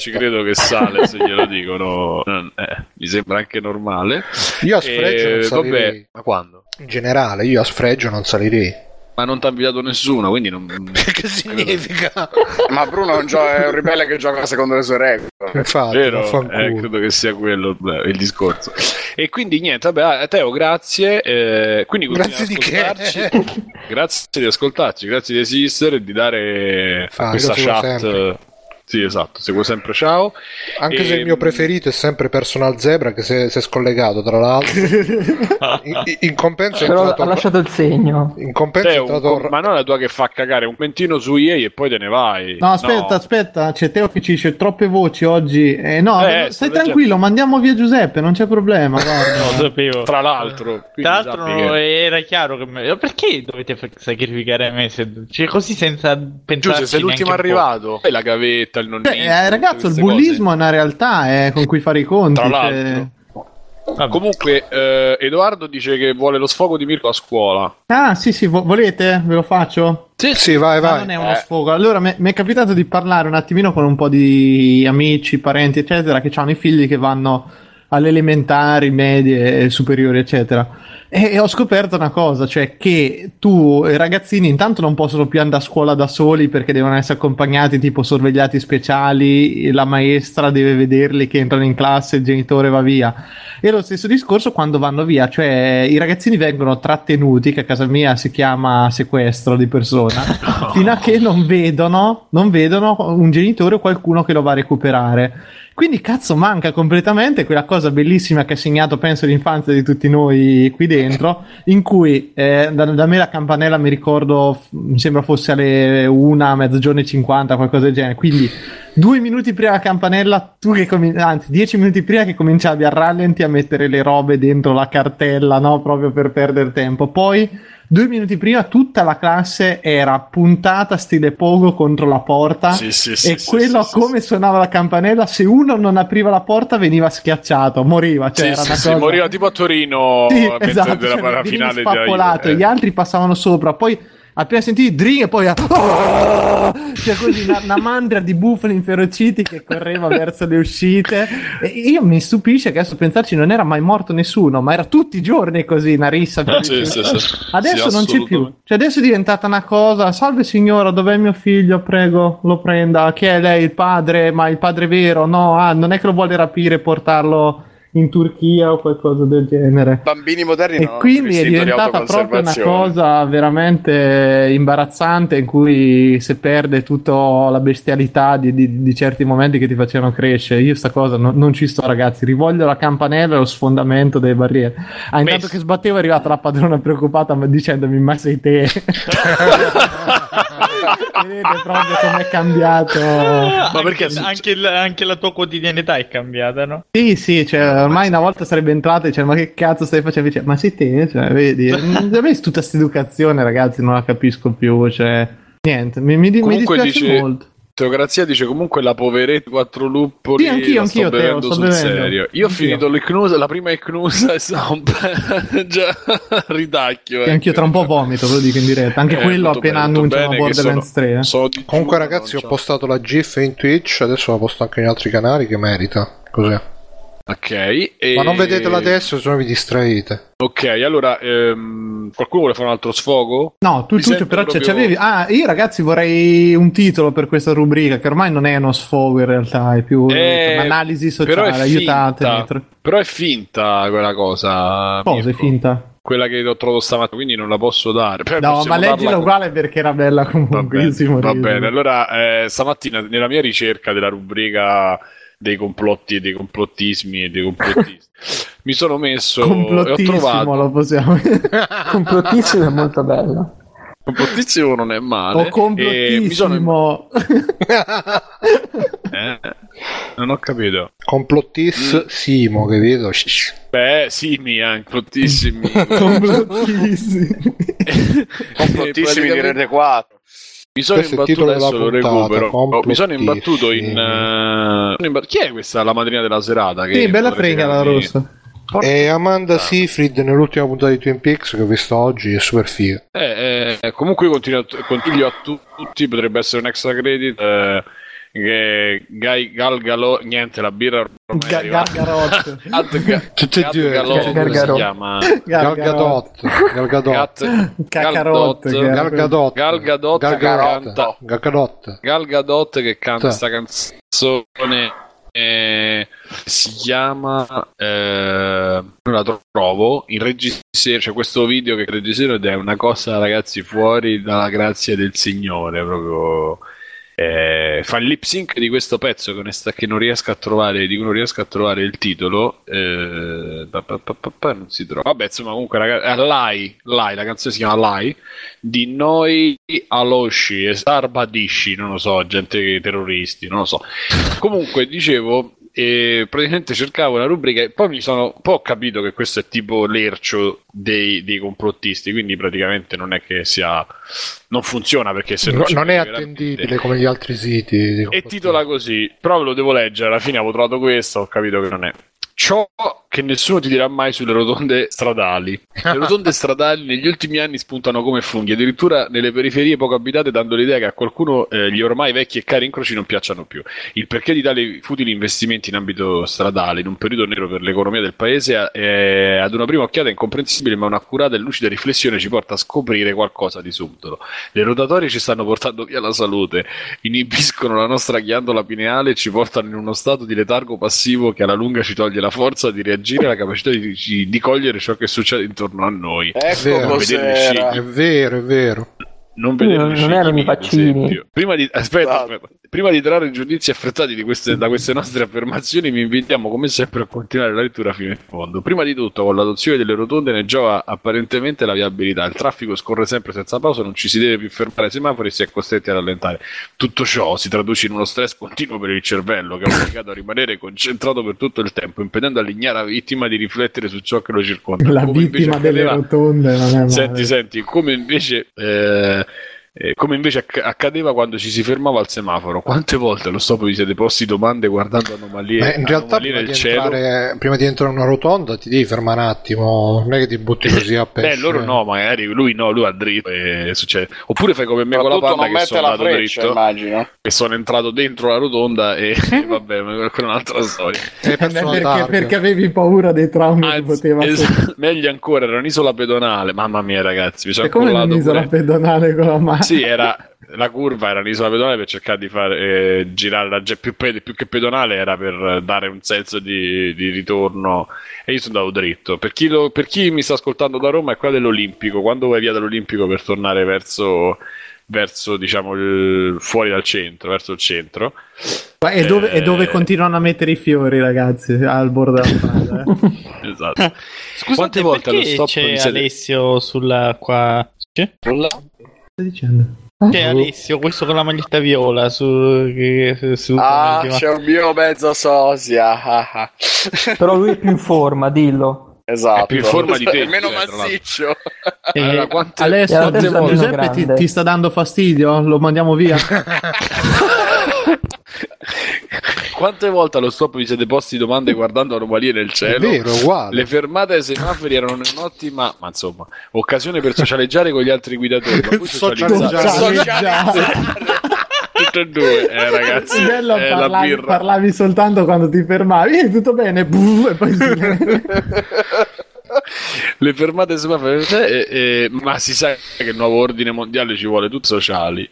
[SPEAKER 2] super
[SPEAKER 1] ci
[SPEAKER 2] diretta.
[SPEAKER 1] credo che sale se glielo dicono. Non- eh, mi sembra anche normale.
[SPEAKER 2] Io a sfregio non
[SPEAKER 1] Eh,
[SPEAKER 2] salirei.
[SPEAKER 1] vabbè, ma quando?
[SPEAKER 2] In generale, io a sfregio non salirei.
[SPEAKER 1] Ma non ti ha invitato nessuno, quindi non.
[SPEAKER 2] Che significa?
[SPEAKER 4] Ma Bruno è un, gio- è un ribelle che gioca secondo le sue regole.
[SPEAKER 2] Infatti,
[SPEAKER 1] Vero,
[SPEAKER 2] vaffanculo.
[SPEAKER 1] eh, credo che sia quello eh, il discorso. E quindi niente, vabbè, ah, Teo, grazie. eh, quindi continui
[SPEAKER 2] Grazie
[SPEAKER 1] ad
[SPEAKER 2] di che?
[SPEAKER 1] ascoltarci. grazie di ascoltarci, grazie di esistere, di dare
[SPEAKER 2] Infatti,
[SPEAKER 1] questa
[SPEAKER 2] lo Ah, seguo
[SPEAKER 1] chat.
[SPEAKER 2] sempre.
[SPEAKER 1] Sì, esatto, seguo sempre, ciao.
[SPEAKER 2] Anche se il
[SPEAKER 1] Ehm.
[SPEAKER 2] mio preferito è sempre Personal Zebra, che si è, si è scollegato tra l'altro. In, in compenso è
[SPEAKER 6] però
[SPEAKER 2] entrato.
[SPEAKER 6] ha lasciato il segno.
[SPEAKER 2] In compenso è
[SPEAKER 1] Teo, un
[SPEAKER 2] entrato.
[SPEAKER 1] com- ma non la tua che fa cagare un mentino su EA e poi te ne vai.
[SPEAKER 3] No, aspetta, aspetta, c'è Teo che ci dice troppe voci oggi. Eh, no,
[SPEAKER 1] Eh, sto
[SPEAKER 3] stai
[SPEAKER 1] leggendo.
[SPEAKER 3] tranquillo, mandiamo via Giuseppe, non c'è problema. guarda.
[SPEAKER 5] Lo sapevo.
[SPEAKER 1] Tra l'altro, quindi
[SPEAKER 5] Tra l'altro
[SPEAKER 1] sappi
[SPEAKER 5] non
[SPEAKER 1] che-
[SPEAKER 5] era chiaro che me- perché dovete fa- sacrificare me se... cioè, così senza pensare
[SPEAKER 1] Giuse, sei l'ultimo arrivato. Poi la gavetta, il nonnino.
[SPEAKER 3] Beh, eh, ragazzo, il
[SPEAKER 1] tutte queste
[SPEAKER 3] bullismo è una realtà eh, con cui fare i conti.
[SPEAKER 1] Tra
[SPEAKER 3] cioè-
[SPEAKER 1] l'altro. cose. Comunque, eh, Edoardo dice che vuole lo sfogo di Mirko a scuola.
[SPEAKER 3] Ah, sì, sì, vo- volete? Ve lo faccio?
[SPEAKER 2] Sì, vai,
[SPEAKER 3] Ma
[SPEAKER 2] vai. Eh.
[SPEAKER 3] non è uno sfogo. Allora, mi mi è capitato di parlare un attimino con un po' di amici, parenti, eccetera, che hanno i figli che vanno alle elementari, medie, superiori, eccetera. E, e ho scoperto una cosa, cioè che tu e i ragazzini intanto non possono più andare a scuola da soli perché devono essere accompagnati, tipo sorvegliati speciali, la maestra deve vederli che entrano in classe, il genitore va via. E lo stesso discorso quando vanno via, cioè i ragazzini vengono trattenuti, che a casa mia si chiama sequestro di persona, fino a che non vedono, non vedono un genitore o qualcuno che lo va a recuperare. Quindi cazzo manca completamente quella cosa bellissima che ha segnato, penso, l'infanzia di tutti noi qui dentro, in cui eh, da, da me la campanella mi ricordo, f- mi sembra fosse alle 1, mezzogiorno e 50, qualcosa del genere. Quindi due minuti prima della campanella, tu che comin- anzi, dieci minuti prima che cominciavi a rallenti a mettere le robe dentro la cartella, no? Proprio per perdere tempo. Poi, due minuti prima, tutta la classe era puntata stile pogo contro la porta.
[SPEAKER 1] Sì, sì, sì,
[SPEAKER 3] e
[SPEAKER 1] sì,
[SPEAKER 3] quello
[SPEAKER 1] sì, sì,
[SPEAKER 3] come suonava la campanella, se uno non apriva la porta veniva schiacciato, moriva. Cioè,
[SPEAKER 1] Sì,
[SPEAKER 3] era
[SPEAKER 1] sì,
[SPEAKER 3] una
[SPEAKER 1] sì,
[SPEAKER 3] cosa-
[SPEAKER 1] moriva tipo a Torino
[SPEAKER 3] sì,
[SPEAKER 1] mentre
[SPEAKER 3] esatto,
[SPEAKER 1] della
[SPEAKER 3] cioè,
[SPEAKER 1] la
[SPEAKER 3] venivi
[SPEAKER 1] finale eh.
[SPEAKER 3] spappolato,
[SPEAKER 1] della-
[SPEAKER 3] gli altri passavano sopra, poi appena sentivi Drin e poi ah! cioè così una, una mandria di bufali inferociti che correva verso le uscite e io mi stupisce che adesso pensarci non era mai morto nessuno ma era tutti i giorni così una rissa per
[SPEAKER 1] Sì,
[SPEAKER 3] il-
[SPEAKER 1] sì, sì.
[SPEAKER 3] adesso
[SPEAKER 1] Sì,
[SPEAKER 3] non c'è
[SPEAKER 1] assolutamente.
[SPEAKER 3] più cioè adesso è diventata una cosa salve signora dov'è mio figlio prego lo prenda chi è lei il padre ma il padre vero no ah, non è che lo vuole rapire e portarlo in Turchia o qualcosa del genere
[SPEAKER 4] Bambini moderni non
[SPEAKER 3] e
[SPEAKER 4] hanno
[SPEAKER 3] quindi è
[SPEAKER 4] più istinto di
[SPEAKER 3] diventata proprio una
[SPEAKER 4] autoconservazione.
[SPEAKER 3] cosa veramente imbarazzante in cui si perde tutta la bestialità di, di- di certi momenti che ti facevano crescere. Io sta cosa no- non ci sto ragazzi, rivoglio la campanella e lo sfondamento delle barriere. Ah, intanto
[SPEAKER 5] Beh,
[SPEAKER 3] che sbattevo è arrivata la padrona preoccupata ma- dicendomi ma sei te. Vedete proprio com'è cambiato.
[SPEAKER 5] Ma
[SPEAKER 1] perché-
[SPEAKER 5] perché Eh, anche, il- anche la tua quotidianità è cambiata, no?
[SPEAKER 3] Sì, sì,
[SPEAKER 1] Eh,
[SPEAKER 3] cioè, ormai una volta sarebbe entrata e diceva, ma che cazzo stai facendo? Dice, ma sei te? Cioè, vedi, Mm, a me tutta questa educazione, ragazzi, non la capisco più, cioè, niente, mi, mi, di- mi
[SPEAKER 1] Comunque
[SPEAKER 3] dispiace
[SPEAKER 1] dice-
[SPEAKER 3] molto.
[SPEAKER 1] Teocrazia dice comunque la poveretta quattro luppoli
[SPEAKER 3] Sì, anch'io,
[SPEAKER 1] la
[SPEAKER 3] anch'io, Teo,
[SPEAKER 1] sto bevendo
[SPEAKER 3] sto
[SPEAKER 1] sul
[SPEAKER 3] bevendo.
[SPEAKER 1] serio. Io
[SPEAKER 3] Anch'io.
[SPEAKER 1] ho finito l'Ecnusa, la prima Ecnusa e sono un po' già ridacchio. ecco.
[SPEAKER 3] E anch'io tra un po' vomito, ve lo dico in diretta, anche
[SPEAKER 1] Eh,
[SPEAKER 3] quello
[SPEAKER 1] tutto
[SPEAKER 3] appena
[SPEAKER 1] bene, tutto
[SPEAKER 3] annunciano
[SPEAKER 1] bene, che
[SPEAKER 3] Borderlands
[SPEAKER 1] sono-
[SPEAKER 3] 3. eh.
[SPEAKER 1] sono di
[SPEAKER 2] Comunque,
[SPEAKER 1] giorno,
[SPEAKER 2] ragazzi,
[SPEAKER 1] non
[SPEAKER 2] ho
[SPEAKER 1] c'ho-
[SPEAKER 2] postato la GIF in Twitch, adesso la posto anche in altri canali che merita. Così.
[SPEAKER 1] Ok, e-
[SPEAKER 2] Ma non vedetela adesso, se no vi distraete.
[SPEAKER 1] Ok, allora ehm, qualcuno vuole fare un altro sfogo?
[SPEAKER 3] No, tu,
[SPEAKER 1] Mi
[SPEAKER 3] Tuccio,
[SPEAKER 1] sento
[SPEAKER 3] però c'è-
[SPEAKER 1] proprio-
[SPEAKER 3] c'avevi. Ah, io ragazzi vorrei un titolo per questa rubrica, che ormai non è uno sfogo in realtà, è più
[SPEAKER 1] Eh,
[SPEAKER 3] un'analisi
[SPEAKER 1] però
[SPEAKER 3] sociale.
[SPEAKER 1] è
[SPEAKER 3] Aiutatemi. Boh,
[SPEAKER 1] finta.
[SPEAKER 3] tre-
[SPEAKER 1] Però è finta quella cosa.
[SPEAKER 3] Cosa è
[SPEAKER 1] Ah, Mirko.
[SPEAKER 3] finta?
[SPEAKER 1] Quella che ho trovato stamattina, quindi non la posso dare. Beh,
[SPEAKER 3] No,
[SPEAKER 1] Cioè, possiamo
[SPEAKER 3] ma
[SPEAKER 1] darla-
[SPEAKER 3] leggila uguale perché era bella
[SPEAKER 1] Va
[SPEAKER 3] comunque.
[SPEAKER 1] bene,
[SPEAKER 3] io si
[SPEAKER 1] va
[SPEAKER 3] morivo.
[SPEAKER 1] bene. allora eh, stamattina nella mia ricerca della rubrica dei complotti e dei complottismi e dei complottisti mi sono messo e ho
[SPEAKER 3] Complottissimo
[SPEAKER 1] trovato
[SPEAKER 3] lo possiamo.
[SPEAKER 6] Complottissimo è molto bello.
[SPEAKER 1] complottissimo non è male
[SPEAKER 3] o
[SPEAKER 1] e mi sono-
[SPEAKER 3] complottissimo.
[SPEAKER 1] eh, non ho capito Mm.
[SPEAKER 2] Complottissimo, capito?
[SPEAKER 1] beh sì mi anche complottissimi
[SPEAKER 3] complottissimo.
[SPEAKER 4] Complottissimi
[SPEAKER 1] Eh,
[SPEAKER 4] di Rete 4.
[SPEAKER 1] Mi
[SPEAKER 2] Questo è
[SPEAKER 1] sono
[SPEAKER 2] il
[SPEAKER 1] imbattuto
[SPEAKER 2] titolo della
[SPEAKER 1] adesso lo
[SPEAKER 2] puntata,
[SPEAKER 1] recupero. Oh, mi
[SPEAKER 2] complottissimi.
[SPEAKER 1] sono imbattuto in. eh, sono imba- Chi è questa la madrina della serata? Che
[SPEAKER 3] Sì, bella
[SPEAKER 1] potrei
[SPEAKER 3] frega la
[SPEAKER 1] chiamarmi?
[SPEAKER 3] rossa.
[SPEAKER 1] Porca-
[SPEAKER 2] E
[SPEAKER 1] Ah.
[SPEAKER 2] Amanda Seyfried nell'ultima puntata di Twin Peaks che ho visto oggi è super figa.
[SPEAKER 1] Eh, eh, comunque io continuo a- consiglio a tu- tutti, potrebbe essere un extra credit. eh, che Gai Galgalo, niente, la birra ormai è
[SPEAKER 3] Ga-
[SPEAKER 1] arrivata.
[SPEAKER 3] Gargarot.
[SPEAKER 1] Ad Ga-
[SPEAKER 2] Tutti e
[SPEAKER 1] Gat
[SPEAKER 2] due.
[SPEAKER 1] Galot, come
[SPEAKER 6] Gargarot.
[SPEAKER 1] si chiama?
[SPEAKER 2] Gal Gadot. Gal Gadot.
[SPEAKER 1] Gat-
[SPEAKER 3] Cacarot,
[SPEAKER 1] Gal
[SPEAKER 3] che
[SPEAKER 1] Gadot.
[SPEAKER 3] era-
[SPEAKER 2] Gal Gadot.
[SPEAKER 1] Gal Gadot
[SPEAKER 2] Gal
[SPEAKER 1] che
[SPEAKER 2] Gadot.
[SPEAKER 1] canta.
[SPEAKER 2] Gal Gadot.
[SPEAKER 1] Gal Gadot che canta
[SPEAKER 2] Sì.
[SPEAKER 1] questa canzone eh, si chiama eh, non la trovo in reggiseno c'è questo video che reggiseno ed è una cosa ragazzi fuori dalla grazia del signore proprio eh, fa il lip sync di questo pezzo che, onesta- che non riesco a trovare di cui non riesco a trovare il titolo eh, pa- pa- pa- pa- pa- non si trova vabbè insomma comunque ragazzi eh, Lai, Lai la canzone si chiama Lai di noi Aloshi e Sarbadisci, non lo so, gente che- terroristi, non lo so. Comunque, dicevo, eh, praticamente cercavo una rubrica e poi mi sono, poi ho capito che questo è tipo l'ercio dei, dei complottisti, quindi praticamente non è che sia, non funziona perché se
[SPEAKER 2] No-
[SPEAKER 1] ci
[SPEAKER 2] non è
[SPEAKER 1] metti
[SPEAKER 2] attendibile
[SPEAKER 1] veramente-
[SPEAKER 2] come gli altri siti. di
[SPEAKER 1] E
[SPEAKER 2] complotti.
[SPEAKER 1] titola così, però ve lo devo leggere, alla fine avevo trovato questo, ho capito che non è. Ciò che nessuno ti dirà mai sulle rotonde stradali. Le rotonde stradali negli ultimi anni spuntano come funghi, addirittura nelle periferie poco abitate, dando l'idea che a qualcuno eh, gli ormai vecchi e cari incroci non piacciono più. Il perché di tali futili investimenti in ambito stradale, in un periodo nero per l'economia del paese, è ad una prima occhiata incomprensibile, ma un'accurata e lucida riflessione ci porta a scoprire qualcosa di subdolo. Le rotatorie ci stanno portando via la salute, inibiscono la nostra ghiandola pineale e ci portano in uno stato di letargo passivo che alla lunga ci toglie la forza di reagire e la capacità di, di- di cogliere ciò che succede intorno a noi.
[SPEAKER 2] vero.
[SPEAKER 4] Ecco
[SPEAKER 1] Vederli
[SPEAKER 4] cos'era.
[SPEAKER 1] scegliere.
[SPEAKER 2] È vero, è vero.
[SPEAKER 1] Non vedere
[SPEAKER 6] Non-
[SPEAKER 1] le
[SPEAKER 6] non
[SPEAKER 1] scimmie,
[SPEAKER 6] erano i
[SPEAKER 1] ad
[SPEAKER 6] vaccini.
[SPEAKER 1] esempio. Prima di, aspetta,
[SPEAKER 4] Esatto.
[SPEAKER 1] aspetta. Prima di trarre giudizi affrettati di queste- da queste nostre affermazioni, vi invitiamo come sempre a continuare la lettura fino in fondo. Prima di tutto, con l'adozione delle rotonde ne giova apparentemente la viabilità. Il traffico scorre sempre senza pausa, non ci si deve più fermare ai semafori e si è costretti a rallentare. Tutto ciò si traduce in uno stress continuo per il cervello, che è obbligato a rimanere concentrato per tutto il tempo, impedendo all'ignara vittima di riflettere su ciò che lo circonda.
[SPEAKER 3] La
[SPEAKER 1] Come invece
[SPEAKER 3] vittima delle
[SPEAKER 1] accadeva-
[SPEAKER 3] rotonde non è
[SPEAKER 2] Eh,
[SPEAKER 3] male.
[SPEAKER 1] Senti, senti, come invece, eh, eh, come invece acc- accadeva quando ci si fermava al semaforo, quante volte allo stop vi siete posti domande guardando anomalie,
[SPEAKER 2] Ma in realtà
[SPEAKER 1] anomalie
[SPEAKER 2] prima
[SPEAKER 1] nel
[SPEAKER 2] di,
[SPEAKER 1] cielo?
[SPEAKER 2] entrare, prima di entrare in una rotonda ti devi fermare un attimo, non è che ti butti così a pesce. eh.
[SPEAKER 1] Beh, loro no, magari lui no, lui ha dritto e succede. Oppure fai come me con la
[SPEAKER 4] Soprattutto
[SPEAKER 1] panda
[SPEAKER 4] non
[SPEAKER 1] che
[SPEAKER 4] mette
[SPEAKER 1] sono
[SPEAKER 4] la
[SPEAKER 1] andato
[SPEAKER 4] freccia,
[SPEAKER 1] dritto
[SPEAKER 4] immagino.
[SPEAKER 1] e sono entrato dentro la rotonda e, e vabbè, ma quella è un'altra storia.
[SPEAKER 2] È
[SPEAKER 3] Eh, beh,
[SPEAKER 2] perso la
[SPEAKER 3] perché,
[SPEAKER 2] targa.
[SPEAKER 3] perché avevi paura dei traumi che
[SPEAKER 1] Anzi,
[SPEAKER 3] poteva
[SPEAKER 1] es-
[SPEAKER 3] essere.
[SPEAKER 1] meglio ancora, era un'isola pedonale. Mamma mia, ragazzi, mi sono
[SPEAKER 3] E come
[SPEAKER 1] collato
[SPEAKER 3] un'isola
[SPEAKER 1] pure.
[SPEAKER 3] pedonale con la mano?
[SPEAKER 1] sì, era la curva era un'isola pedonale per cercare di far eh, girare la ge- più, pe- più che pedonale era per eh, dare un senso di, di ritorno e io sono andato dritto per chi, lo- per chi mi sta ascoltando da Roma è quella dell'Olimpico quando vai via dall'Olimpico per tornare verso verso diciamo il- fuori dal centro verso il centro
[SPEAKER 3] E dove, e dove
[SPEAKER 1] Eh.
[SPEAKER 3] continuano a mettere i fiori, ragazzi, al bordo della strada. eh.
[SPEAKER 1] esatto
[SPEAKER 5] Scusate,
[SPEAKER 1] Quante volte allo
[SPEAKER 5] perché
[SPEAKER 1] stop
[SPEAKER 5] c'è
[SPEAKER 1] vi siete-
[SPEAKER 5] Alessio sulla qua c'è?
[SPEAKER 3] Sto dicendo?
[SPEAKER 5] C'è Alessio, questo con la maglietta viola su, che- su- su-
[SPEAKER 4] Ah,
[SPEAKER 5] come si
[SPEAKER 4] c'è un mio mezzo sosia. ah, ah.
[SPEAKER 6] Però lui è più in forma, dillo.
[SPEAKER 4] esatto.
[SPEAKER 1] È più in forma di te,
[SPEAKER 4] È meno
[SPEAKER 1] cioè, tra l'altro.
[SPEAKER 4] massiccio.
[SPEAKER 5] chiama?
[SPEAKER 1] Allora,
[SPEAKER 5] Eh,
[SPEAKER 1] quante-
[SPEAKER 3] Adesso
[SPEAKER 6] Era
[SPEAKER 3] Gius-
[SPEAKER 6] testa
[SPEAKER 3] Giuseppe ti,
[SPEAKER 6] grande.
[SPEAKER 3] ti sta dando fastidio? Lo mandiamo via?
[SPEAKER 1] Quante volte allo stop vi siete posti domande guardando anomalie nel
[SPEAKER 2] È
[SPEAKER 1] cielo?
[SPEAKER 2] vero, è uguale.
[SPEAKER 1] Le fermate ai semafori erano un'ottima, ma insomma, occasione per socialeggiare con gli altri guidatori. Ma poi socializzare-
[SPEAKER 2] Socializzare.
[SPEAKER 1] socializzare-
[SPEAKER 3] Già.
[SPEAKER 1] tutte e due. Eh, ragazzi,
[SPEAKER 3] bello
[SPEAKER 1] è la
[SPEAKER 3] parlavi,
[SPEAKER 1] birra.
[SPEAKER 3] parlavi soltanto quando ti fermavi, "Eh, tutto bene, Buh, e poi
[SPEAKER 1] Le fermate sbagliate, eh, eh, ma si sa che il nuovo ordine mondiale ci vuole tutti sociali.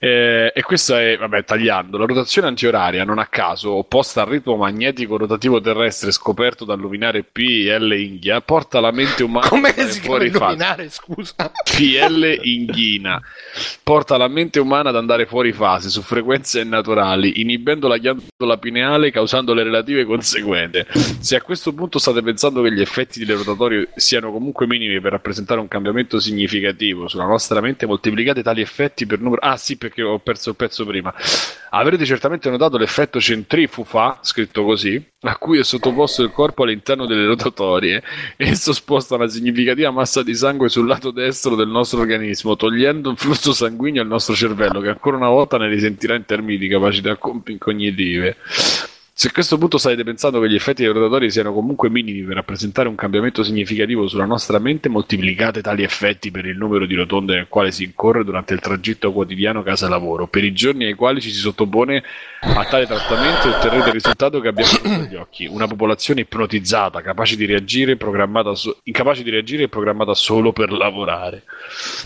[SPEAKER 1] Eh, e questa è, vabbè, tagliando, la rotazione antioraria non a caso, opposta al ritmo magnetico rotativo terrestre scoperto dal luminare PL Inghia, porta la mente umana
[SPEAKER 2] Come
[SPEAKER 1] dai
[SPEAKER 2] si può
[SPEAKER 1] fase.
[SPEAKER 2] illuminare? Scusa.
[SPEAKER 1] PL Inghina porta la mente umana ad andare fuori fase su frequenze naturali, inibendo la ghiandola pineale causando le relative conseguenze. Se a questo punto state pensando che gli effetti delle rotatorie siano comunque minimi per rappresentare un cambiamento significativo sulla nostra mente, moltiplicate tali effetti per numero. Ah, sì, perché ho perso il pezzo prima. Avrete certamente notato l'effetto centrifuga, scritto così, a cui è sottoposto il corpo all'interno delle rotatorie. eh, Esso sposta una significativa massa di sangue sul lato destro del nostro organismo, togliendo un flusso sanguigno al nostro cervello, che ancora una volta ne risentirà in termini di capacità comp- cognitive. Se a questo punto state pensando che gli effetti dei rotatori siano comunque minimi per rappresentare un cambiamento significativo sulla nostra mente, moltiplicate tali effetti per il numero di rotonde nel quale si incorre durante il tragitto quotidiano casa-lavoro, per i giorni ai quali ci si sottopone a tale trattamento otterrete il risultato che abbiamo sotto gli occhi, una popolazione ipnotizzata, capace di reagire e programmata so- incapace di reagire e programmata solo per lavorare.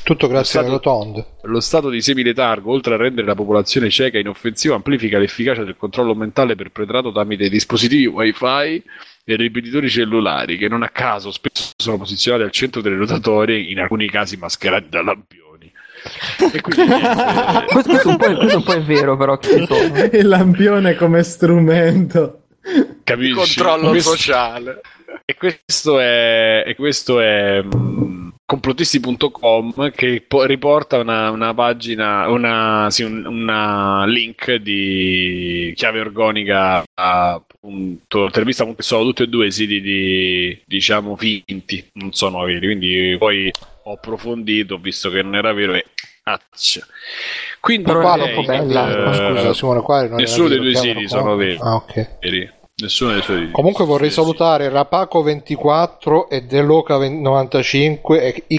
[SPEAKER 2] Tutto grazie
[SPEAKER 1] È
[SPEAKER 2] alle
[SPEAKER 1] stato-
[SPEAKER 2] rotonde.
[SPEAKER 1] Lo stato di semiletargo, oltre a rendere la popolazione cieca e inoffensiva, amplifica l'efficacia del controllo mentale perpetrato tramite dispositivi wifi e ripetitori cellulari, che non a caso spesso sono posizionati al centro delle rotatorie, in alcuni casi mascherati da lampioni. E quindi niente,
[SPEAKER 6] Questo, questo un po' è, questo un po' è vero, però che ci sono.
[SPEAKER 3] il lampione come strumento.
[SPEAKER 1] capisci?
[SPEAKER 4] Controllo
[SPEAKER 1] Questo-
[SPEAKER 4] sociale.
[SPEAKER 1] E questo è, e questo è mm, complottisti.com che po- riporta una, una pagina, una, sì, un una link di chiave organica a punto, intervista comunque sono tutti e due siti di, diciamo finti, non sono veri, quindi poi ho approfondito, ho visto che non era vero e ah, cioè, accia. Quindi
[SPEAKER 6] Però
[SPEAKER 2] Qua
[SPEAKER 6] è
[SPEAKER 1] direi
[SPEAKER 2] non può
[SPEAKER 1] che,
[SPEAKER 2] bella.
[SPEAKER 1] eh,
[SPEAKER 2] scusa, Simone, qua non
[SPEAKER 1] nessuno
[SPEAKER 2] era
[SPEAKER 1] dei due
[SPEAKER 2] vero,
[SPEAKER 1] siti
[SPEAKER 2] chiamano qua.
[SPEAKER 1] sono veri.
[SPEAKER 2] Ah, ok.
[SPEAKER 1] veri. Nessuno dei suoi
[SPEAKER 2] Comunque vorrei
[SPEAKER 1] sì, sì.
[SPEAKER 2] salutare Rapaco24 e Deloca95 e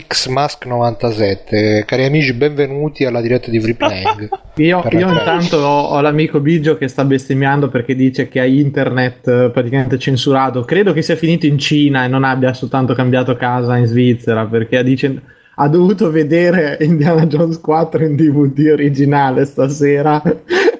[SPEAKER 2] Xmask97. Cari amici, benvenuti alla diretta di Freeplaying.
[SPEAKER 3] Io,
[SPEAKER 2] Per
[SPEAKER 3] io
[SPEAKER 2] la-
[SPEAKER 3] intanto ho, ho l'amico Biggio che sta bestemmiando perché dice che ha internet eh, praticamente censurato. Credo che sia finito in Cina e non abbia soltanto cambiato casa in Svizzera perché dice ha dovuto vedere Indiana Jones 4 in DVD originale stasera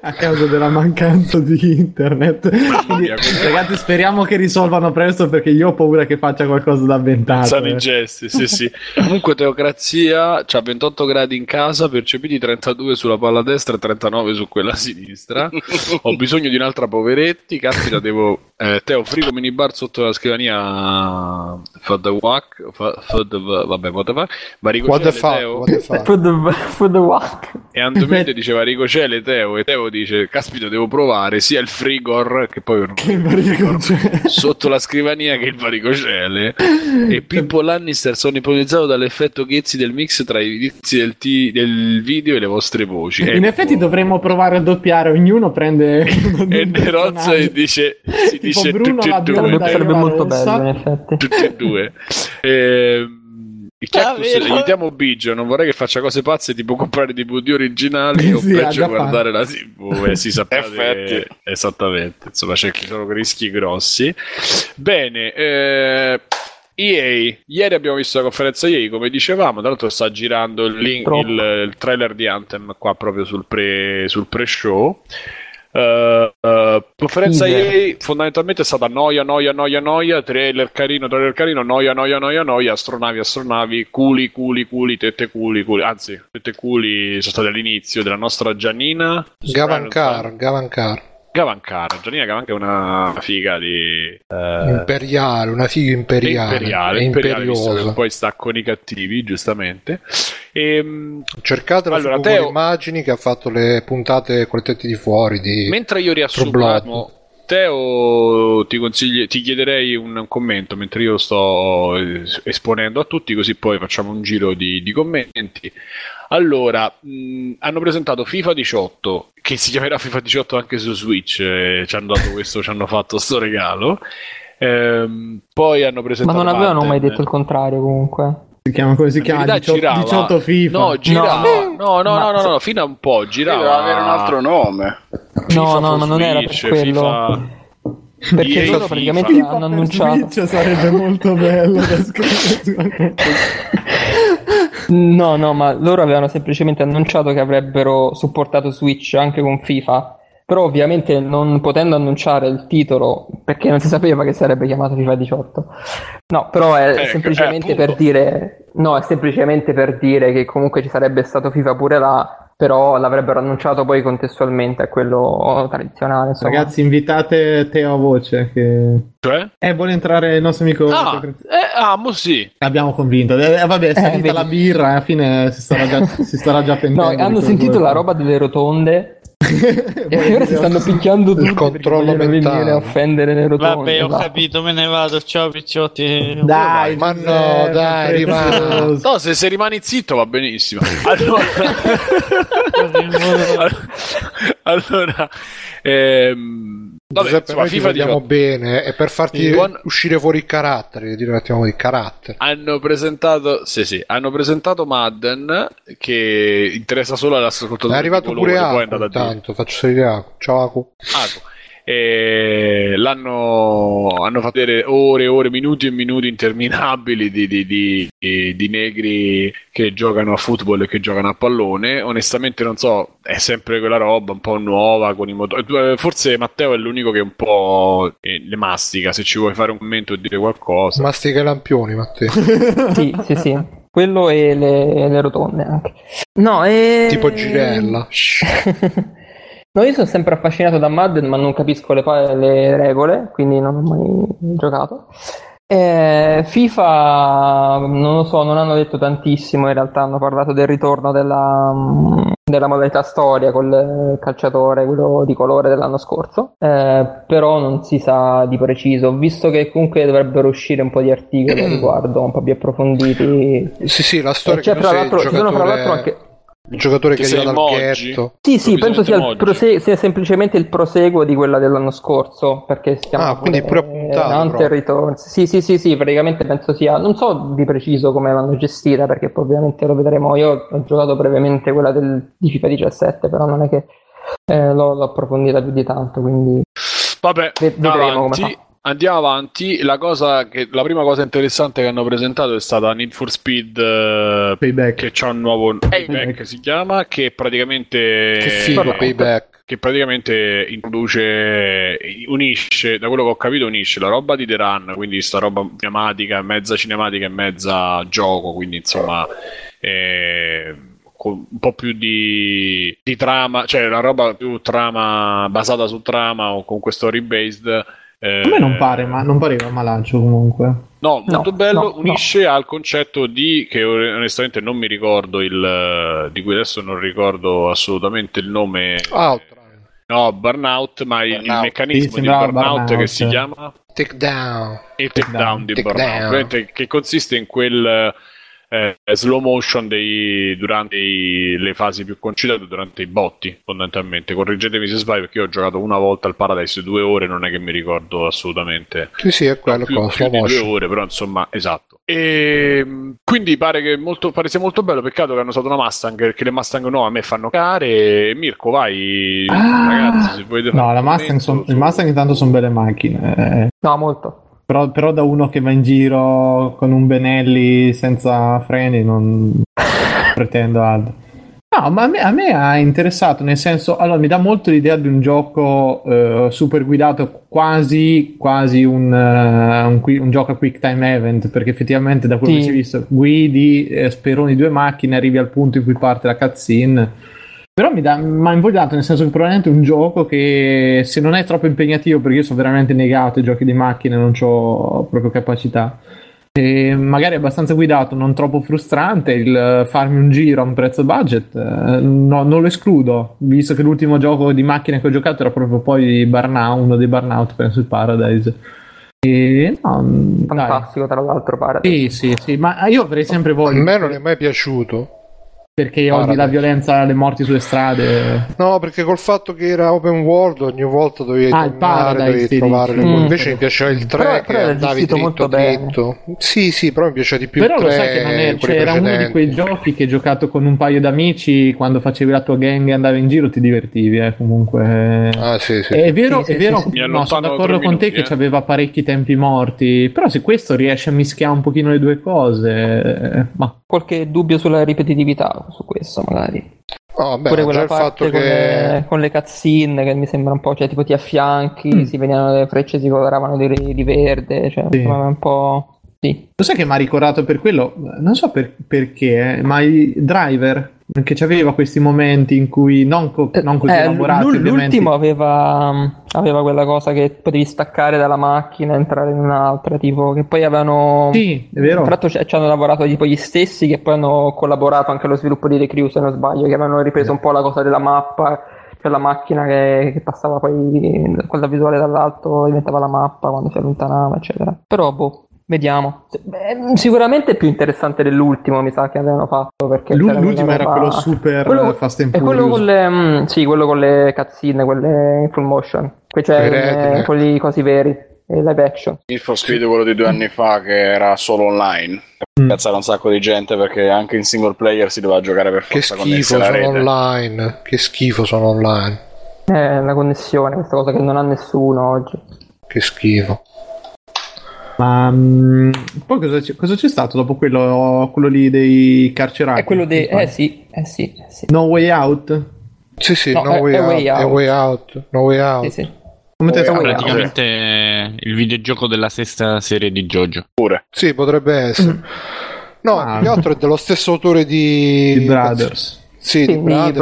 [SPEAKER 3] a causa della mancanza di internet.
[SPEAKER 1] Mamma
[SPEAKER 3] Quindi,
[SPEAKER 1] mia, questo-
[SPEAKER 3] ragazzi, speriamo che risolvano presto perché io ho paura che faccia qualcosa da eh." avventato.
[SPEAKER 1] Sono i gesti, sì, sì. Comunque, Teocrazia c'ha 28 gradi in casa, percepiti 32 sulla palla destra e 39 su quella sinistra. Ho bisogno di un'altra poveretti. Caspita, devo. Eh, Teo, frigo minibar sotto la scrivania. Fa the wack. Fa, fa the, vabbè, what the fuck. Ma
[SPEAKER 2] What the
[SPEAKER 1] Ricocele,
[SPEAKER 2] fuck?
[SPEAKER 1] Teo.
[SPEAKER 2] What the fuck?
[SPEAKER 6] For the, for the whack.
[SPEAKER 1] E Andomite diceva Ricocele, Teo. E Teo dice: Caspita, devo provare sia il frigor che poi non-
[SPEAKER 3] Che barriera c'è?
[SPEAKER 1] sotto la scrivania che il varicocele e Pippo Lannister sono ipnotizzato dall'effetto Ghezzi del mix tra i vizi del, ti- del video e le vostre voci
[SPEAKER 3] In effetti dovremmo provare a doppiare, ogniuno prende
[SPEAKER 1] e Nerozza e dice si
[SPEAKER 3] Tipo
[SPEAKER 1] dice
[SPEAKER 3] Bruno
[SPEAKER 1] tutti e
[SPEAKER 3] la
[SPEAKER 1] due
[SPEAKER 3] bionda.
[SPEAKER 6] Sarebbe, sarebbe
[SPEAKER 3] io la
[SPEAKER 6] molto
[SPEAKER 3] rossa.
[SPEAKER 6] bello, in effetti.
[SPEAKER 1] tutti e due Ehm, il cactus,
[SPEAKER 3] Ah,
[SPEAKER 5] Davvero?
[SPEAKER 1] aiutiamo Biggio non vorrei che faccia cose pazze tipo comprare dei DVD originali o
[SPEAKER 3] Sì, ha
[SPEAKER 1] peggio
[SPEAKER 3] già
[SPEAKER 1] guardare la tv eh, si sappiate
[SPEAKER 4] Effetti.
[SPEAKER 1] esattamente insomma c'è ci sono rischi grossi bene eh, EA ieri abbiamo visto la conferenza EA come dicevamo tra l'altro sta girando il, link,
[SPEAKER 6] Troppo.
[SPEAKER 1] il- il trailer di Anthem qua proprio sul, pre, sul pre-show eh, eh, conferenza
[SPEAKER 6] Sì,
[SPEAKER 1] EA fondamentalmente è stata noia, noia, noia, noia, trailer carino, trailer carino, noia, noia, noia, noia, astronavi, astronavi, culi, culi, culi, tette culi, culi. Anzi, tette culi sono state all'inizio della nostra Giannina
[SPEAKER 2] Gavancar, Gavancar.
[SPEAKER 1] Gavancar. Giannina Gavancar è una figa di eh,
[SPEAKER 2] Imperiale, una figa imperiale.
[SPEAKER 1] imperiale, imperiale, visto
[SPEAKER 2] imperiosa.
[SPEAKER 1] che poi sta con i cattivi, giustamente. Ehm,
[SPEAKER 2] Cercatela
[SPEAKER 1] Allora,
[SPEAKER 2] su Google
[SPEAKER 1] Teo-
[SPEAKER 2] Immagini che ha fatto le puntate con i tetti di fuori di...
[SPEAKER 1] Mentre io riassumiamo,
[SPEAKER 2] Troblati.
[SPEAKER 1] Teo, ti, consigli- ti chiederei un, un commento mentre io sto eh, esponendo a tutti, così poi facciamo un giro di, di commenti. Allora, mh, hanno presentato FIFA 18, che si chiamerà FIFA 18 anche su Switch, eh, ci hanno dato questo, ci hanno fatto sto regalo. Ehm, poi hanno
[SPEAKER 6] Ma
[SPEAKER 1] presentato
[SPEAKER 6] non avevano
[SPEAKER 1] Madden.
[SPEAKER 6] mai detto il contrario, comunque.
[SPEAKER 3] Si chiama come si chiama?
[SPEAKER 1] verità
[SPEAKER 3] 18,
[SPEAKER 1] girava.
[SPEAKER 3] 18 FIFA.
[SPEAKER 1] No, girava. No, no, no, no,
[SPEAKER 6] Ma-
[SPEAKER 1] no, no, fino a un po' girava.
[SPEAKER 4] Deve avere un altro nome.
[SPEAKER 1] FIFA
[SPEAKER 6] No, no,
[SPEAKER 1] for
[SPEAKER 6] ma non era per
[SPEAKER 1] Switch,
[SPEAKER 6] quello.
[SPEAKER 1] FIFA-
[SPEAKER 6] Perché
[SPEAKER 1] EA
[SPEAKER 6] loro
[SPEAKER 1] FIFA.
[SPEAKER 6] praticamente
[SPEAKER 3] FIFA
[SPEAKER 6] hanno
[SPEAKER 3] per
[SPEAKER 6] annunciato.
[SPEAKER 3] Switch sarebbe molto bello da scrivere.
[SPEAKER 6] No, no, ma loro avevano semplicemente annunciato che avrebbero supportato Switch anche con FIFA. Però ovviamente non potendo annunciare il titolo, perché non si sapeva che sarebbe chiamato FIFA 18. No, però è
[SPEAKER 1] Ecco,
[SPEAKER 6] semplicemente
[SPEAKER 1] eh,
[SPEAKER 6] per
[SPEAKER 1] appunto.
[SPEAKER 6] dire no, è semplicemente per dire che comunque ci sarebbe stato FIFA pure là, però l'avrebbero annunciato poi contestualmente a quello tradizionale, insomma.
[SPEAKER 3] Ragazzi, invitate Teo a voce che
[SPEAKER 1] Cioè?
[SPEAKER 3] eh, vuole entrare il nostro amico.
[SPEAKER 1] Ah, eh, ah, mo sì.
[SPEAKER 3] L'abbiamo convinto. Eh, eh, vabbè, è salita
[SPEAKER 6] vedi.
[SPEAKER 3] la birra e alla fine si starà già, si starà già
[SPEAKER 6] No,
[SPEAKER 3] pentendo. di
[SPEAKER 6] hanno
[SPEAKER 3] quello
[SPEAKER 6] sentito
[SPEAKER 3] che
[SPEAKER 6] la
[SPEAKER 3] vuole
[SPEAKER 6] roba delle rotonde
[SPEAKER 3] fare.
[SPEAKER 6] e ora si stanno picchiando tutti
[SPEAKER 2] Il controllo
[SPEAKER 6] perché vogliono
[SPEAKER 2] mentale.
[SPEAKER 6] venire a offendere le rotonde.
[SPEAKER 7] Vabbè, ho
[SPEAKER 6] esatto.
[SPEAKER 7] capito, me ne vado. Ciao, picciotti.
[SPEAKER 3] Dai,
[SPEAKER 2] Ma no,
[SPEAKER 3] Giuseppe,
[SPEAKER 2] dai, rimani.
[SPEAKER 1] No, se, se rimani zitto va benissimo. Allora, allora ehm, vabbè,
[SPEAKER 2] Giuseppe,
[SPEAKER 1] insomma,
[SPEAKER 2] noi ti
[SPEAKER 1] FIFA diciamo,
[SPEAKER 2] vogliamo
[SPEAKER 1] 18.
[SPEAKER 2] bene eh, e per farti
[SPEAKER 1] Il buon-
[SPEAKER 2] uscire fuori il carattere, che ti trattiamo di carattere.
[SPEAKER 1] hanno presentato, sì, sì, hanno presentato Madden che interessa solo all'ascoltatore.
[SPEAKER 2] è arrivato
[SPEAKER 1] di
[SPEAKER 2] pure
[SPEAKER 1] colore, poi
[SPEAKER 2] Aku,
[SPEAKER 1] è andato a dire.
[SPEAKER 2] intanto faccio salire Aku. Ciao Aku.
[SPEAKER 1] Aku. E Eh, l'hanno hanno fatto vedere ore e ore, minuti e minuti interminabili di, di- di- di- di negri che giocano a football e che giocano a pallone. Onestamente, non so, è sempre quella roba un po' nuova. Con i moto- eh, Forse Matteo è l'unico che un po' eh, le mastica. Se ci vuoi fare un commento o dire qualcosa,
[SPEAKER 2] Mastica i lampioni, Matteo.
[SPEAKER 6] Sì, sì, sì. Quello e le, le rotonde anche. No, e...
[SPEAKER 2] tipo Girella.
[SPEAKER 6] No, io sono sempre affascinato da Madden, ma non capisco le, pa- le regole, quindi non ho mai giocato. Eh, FIFA, non lo so, non hanno detto tantissimo, in realtà hanno parlato del ritorno della, mm, della modalità storia col eh, calciatore, quello di colore dell'anno scorso, Eh, però non si sa di preciso, visto che comunque dovrebbero uscire un po' di articoli a riguardo, un po' più approfonditi.
[SPEAKER 2] Mm. Sì, sì, la
[SPEAKER 6] E
[SPEAKER 2] storia
[SPEAKER 6] c'è
[SPEAKER 2] che
[SPEAKER 6] tra
[SPEAKER 2] tu sei
[SPEAKER 6] eh, cioè, l'altro,
[SPEAKER 2] il
[SPEAKER 6] ci sono tra
[SPEAKER 2] giocatore-
[SPEAKER 6] l'altro anche...
[SPEAKER 2] il giocatore che,
[SPEAKER 1] Che
[SPEAKER 2] è arrivato
[SPEAKER 1] sei
[SPEAKER 2] al
[SPEAKER 1] emoji?
[SPEAKER 2] ghetto.
[SPEAKER 6] Sì, sì, penso sia, il
[SPEAKER 1] Oggi.
[SPEAKER 6] prose- sia semplicemente il proseguo di quella dell'anno scorso, perché si chiama
[SPEAKER 2] Ah, quindi
[SPEAKER 6] pure,
[SPEAKER 2] pure appuntato,
[SPEAKER 6] eh, Hunter
[SPEAKER 2] proprio.
[SPEAKER 6] Returns. Sì, sì, sì, sì, praticamente penso sia, non so di preciso come l'hanno gestita, perché poi ovviamente lo vedremo. Io ho giocato brevemente quella del, di FIFA 17, però non è che eh, l'ho, l'ho approfondita più di tanto, quindi
[SPEAKER 1] vabbè,
[SPEAKER 6] ve- vedremo come
[SPEAKER 1] avanti.
[SPEAKER 6] fa.
[SPEAKER 1] Andiamo avanti. La, cosa che, la prima cosa interessante che hanno presentato è stata Need for Speed eh,
[SPEAKER 3] Payback.
[SPEAKER 1] che c'ha un nuovo payback si chiama che praticamente
[SPEAKER 2] Che figo, payback.
[SPEAKER 1] che praticamente introduce unisce da quello che ho capito unisce la roba di The Run quindi sta roba cinematica mezza cinematica e mezza gioco quindi insomma eh, con un po' più di, di trama cioè una roba più trama basata su trama o comunque story based eh,
[SPEAKER 3] A me non pare, ma non pareva malaccio comunque.
[SPEAKER 1] No, molto bello,
[SPEAKER 6] no,
[SPEAKER 1] unisce al concetto di che on- onestamente non mi ricordo il eh, di cui adesso non ricordo assolutamente il nome.
[SPEAKER 2] Outrun.
[SPEAKER 1] No, burnout, ma il- il
[SPEAKER 4] Burnout.
[SPEAKER 1] meccanismo
[SPEAKER 3] Sì,
[SPEAKER 1] di
[SPEAKER 3] sembrava
[SPEAKER 1] burnout,
[SPEAKER 3] burnout.
[SPEAKER 1] che si chiama
[SPEAKER 2] Take down.
[SPEAKER 1] il takedown di
[SPEAKER 2] Takedown.
[SPEAKER 1] burnout, praticamente che consiste in quel eh, slow motion dei- durante i- le fasi più concitate durante i botti, fondamentalmente. Correggetemi se sbaglio, perché io ho giocato una volta al Paradise due ore, non è che mi ricordo assolutamente
[SPEAKER 2] Sì, sì, è quello
[SPEAKER 1] più,
[SPEAKER 2] qua,
[SPEAKER 1] più
[SPEAKER 2] slow
[SPEAKER 1] di due
[SPEAKER 2] motion.
[SPEAKER 1] ore, però insomma, esatto. E, mh, quindi pare che molto, pare sia molto bello. Peccato che hanno usato una Mustang, perché le Mustang no, a me fanno care. Mirko, vai,
[SPEAKER 3] Ah!
[SPEAKER 1] ragazzi, se volete fare
[SPEAKER 3] No, la
[SPEAKER 1] un
[SPEAKER 3] Mustang, son-
[SPEAKER 1] commento
[SPEAKER 3] il
[SPEAKER 1] su-
[SPEAKER 3] Mustang intanto sono belle macchine. eh.
[SPEAKER 6] No, molto.
[SPEAKER 3] Però, però da uno che va in giro con un Benelli senza freni non pretendo altro. No, ma a me, a me ha interessato, nel senso, allora mi dà molto l'idea di un gioco eh, super guidato, quasi, quasi un, eh, un qui- un gioco a quick time event, perché effettivamente da quello
[SPEAKER 6] Sì.
[SPEAKER 3] che si è visto, guidi, eh, speroni due macchine, arrivi al punto in cui parte la cutscene. Però mi dà- mi ha invogliato, nel senso che probabilmente è un gioco che se non è troppo impegnativo, perché io sono veramente negato ai giochi di macchine, non ho proprio capacità. E magari abbastanza guidato, non troppo frustrante, il eh, farmi un giro a un prezzo budget, eh, no, non lo escludo, visto che l'ultimo gioco di macchine che ho giocato era proprio poi Burnout, uno dei Burnout, penso il Paradise. E no, mm, dai.
[SPEAKER 6] Fantastico, tra l'altro, pare.
[SPEAKER 3] Sì, sì, sì, ma eh, io avrei sempre
[SPEAKER 2] A
[SPEAKER 3] voglia.
[SPEAKER 2] me non è mai piaciuto.
[SPEAKER 3] perché
[SPEAKER 2] Paradise.
[SPEAKER 3] odi la violenza, le morti sulle strade.
[SPEAKER 2] No, perché col fatto che era open world ogni volta dovevi
[SPEAKER 3] Ah, il
[SPEAKER 2] tornare,
[SPEAKER 3] Paradise,
[SPEAKER 2] dovevi
[SPEAKER 3] ti
[SPEAKER 2] trovare
[SPEAKER 3] dici.
[SPEAKER 2] le cose.
[SPEAKER 6] Mm.
[SPEAKER 2] Invece mi piaceva il 3
[SPEAKER 6] Però-
[SPEAKER 2] che
[SPEAKER 6] però era
[SPEAKER 2] andavi
[SPEAKER 6] gestito
[SPEAKER 2] dritto
[SPEAKER 6] molto bene.
[SPEAKER 2] dritto. Sì, sì, però mi piace di più
[SPEAKER 3] Però
[SPEAKER 2] il
[SPEAKER 3] lo
[SPEAKER 2] 3
[SPEAKER 3] sai che non è,
[SPEAKER 2] quelli
[SPEAKER 3] cioè, era uno di
[SPEAKER 2] precedenti.
[SPEAKER 3] quei giochi che giocato con un paio d'amici, quando facevi la tua gang e andavi in giro ti divertivi, eh, comunque.
[SPEAKER 2] Ah, sì, sì.
[SPEAKER 3] È vero,
[SPEAKER 6] Sì,
[SPEAKER 3] è
[SPEAKER 6] sì,
[SPEAKER 3] vero
[SPEAKER 6] sì,
[SPEAKER 1] sì. Mi
[SPEAKER 3] no, sono
[SPEAKER 1] allontano
[SPEAKER 3] d'accordo
[SPEAKER 1] tre
[SPEAKER 3] con te
[SPEAKER 1] minuti,
[SPEAKER 3] che
[SPEAKER 1] eh.
[SPEAKER 3] aveva parecchi tempi morti, però se questo riesce a mischiare un pochino le due cose, eh, ma
[SPEAKER 6] Qualche dubbio sulla ripetitività su questo, magari.
[SPEAKER 2] No, Oh, beh,
[SPEAKER 6] Pure
[SPEAKER 2] già
[SPEAKER 6] quella
[SPEAKER 2] il fatto
[SPEAKER 6] parte con,
[SPEAKER 2] che
[SPEAKER 6] le, con le cutscene che mi sembra un po', cioè tipo ti affianchi,
[SPEAKER 2] Mm.
[SPEAKER 6] si venivano le frecce, si coloravano di, di verde, cioè
[SPEAKER 3] Sì.
[SPEAKER 6] insomma, un po'... Sì,
[SPEAKER 3] lo sai che mi ha ricordato per quello, non so per- perché, eh, ma i driver che c'aveva questi momenti in cui non, co- non così
[SPEAKER 6] Eh,
[SPEAKER 3] elaborati,
[SPEAKER 6] l'ul-
[SPEAKER 3] ovviamente.
[SPEAKER 6] l'ultimo aveva, aveva quella cosa che potevi staccare dalla macchina e entrare in un'altra, tipo che poi avevano...
[SPEAKER 3] Sì, è vero.
[SPEAKER 6] Tra l'altro cioè, ci ci hanno lavorato tipo gli stessi che poi hanno collaborato anche allo sviluppo di The Crew, se non sbaglio, che avevano ripreso un po' la cosa della mappa, cioè la macchina che, che passava poi con la visuale dall'alto diventava la mappa quando si allontanava, eccetera. Però boh, vediamo. Se- beh, sicuramente è più interessante dell'ultimo, mi sa che avevano fatto perché
[SPEAKER 3] L'u-
[SPEAKER 6] c'era quella
[SPEAKER 3] l'ultimo era
[SPEAKER 6] roba-
[SPEAKER 3] quello super
[SPEAKER 6] quello-
[SPEAKER 3] eh, Fast and
[SPEAKER 6] e quello con
[SPEAKER 3] Furious.
[SPEAKER 6] le, mm, sì, quello con le cazzine, quelle in full motion, que- cioè
[SPEAKER 2] I red,
[SPEAKER 6] eh,
[SPEAKER 2] eh.
[SPEAKER 6] quelli cosi veri, eh, live action.
[SPEAKER 4] Need for Speed, quello di due anni fa, che era solo online.
[SPEAKER 3] Mm.
[SPEAKER 4] Cazzare un sacco di gente perché anche in single player si doveva giocare per
[SPEAKER 2] che
[SPEAKER 4] forza
[SPEAKER 2] schifo
[SPEAKER 4] connessi alla
[SPEAKER 2] sono
[SPEAKER 4] rete.
[SPEAKER 2] online, che schifo sono online,
[SPEAKER 6] Eh, la connessione, questa cosa che non ha nessuno oggi.
[SPEAKER 2] che schifo.
[SPEAKER 3] Ma mm, poi cosa c'è, cosa c'è stato dopo quello, quello lì dei carcerati?
[SPEAKER 6] È quello dei...
[SPEAKER 3] mi sbaglio?
[SPEAKER 6] Eh sì, eh sì, eh sì.
[SPEAKER 3] No Way Out?
[SPEAKER 2] Sì, sì,
[SPEAKER 6] No,
[SPEAKER 2] no,
[SPEAKER 6] è-
[SPEAKER 2] way,
[SPEAKER 6] è
[SPEAKER 2] out,
[SPEAKER 6] way
[SPEAKER 2] è
[SPEAKER 6] out.
[SPEAKER 2] way out, no way out.
[SPEAKER 6] Sì, sì.
[SPEAKER 3] Come te
[SPEAKER 4] Way
[SPEAKER 3] sembra?
[SPEAKER 4] Out.
[SPEAKER 5] Praticamente eh, il videogioco della sesta serie di JoJo.
[SPEAKER 4] Pure.
[SPEAKER 2] Sì, potrebbe essere. No,
[SPEAKER 3] Mm. Ah.
[SPEAKER 2] più che altro è dello stesso autore di...
[SPEAKER 3] I Brothers.
[SPEAKER 2] Sì,
[SPEAKER 6] Sì,
[SPEAKER 2] di
[SPEAKER 6] di
[SPEAKER 2] Brothers.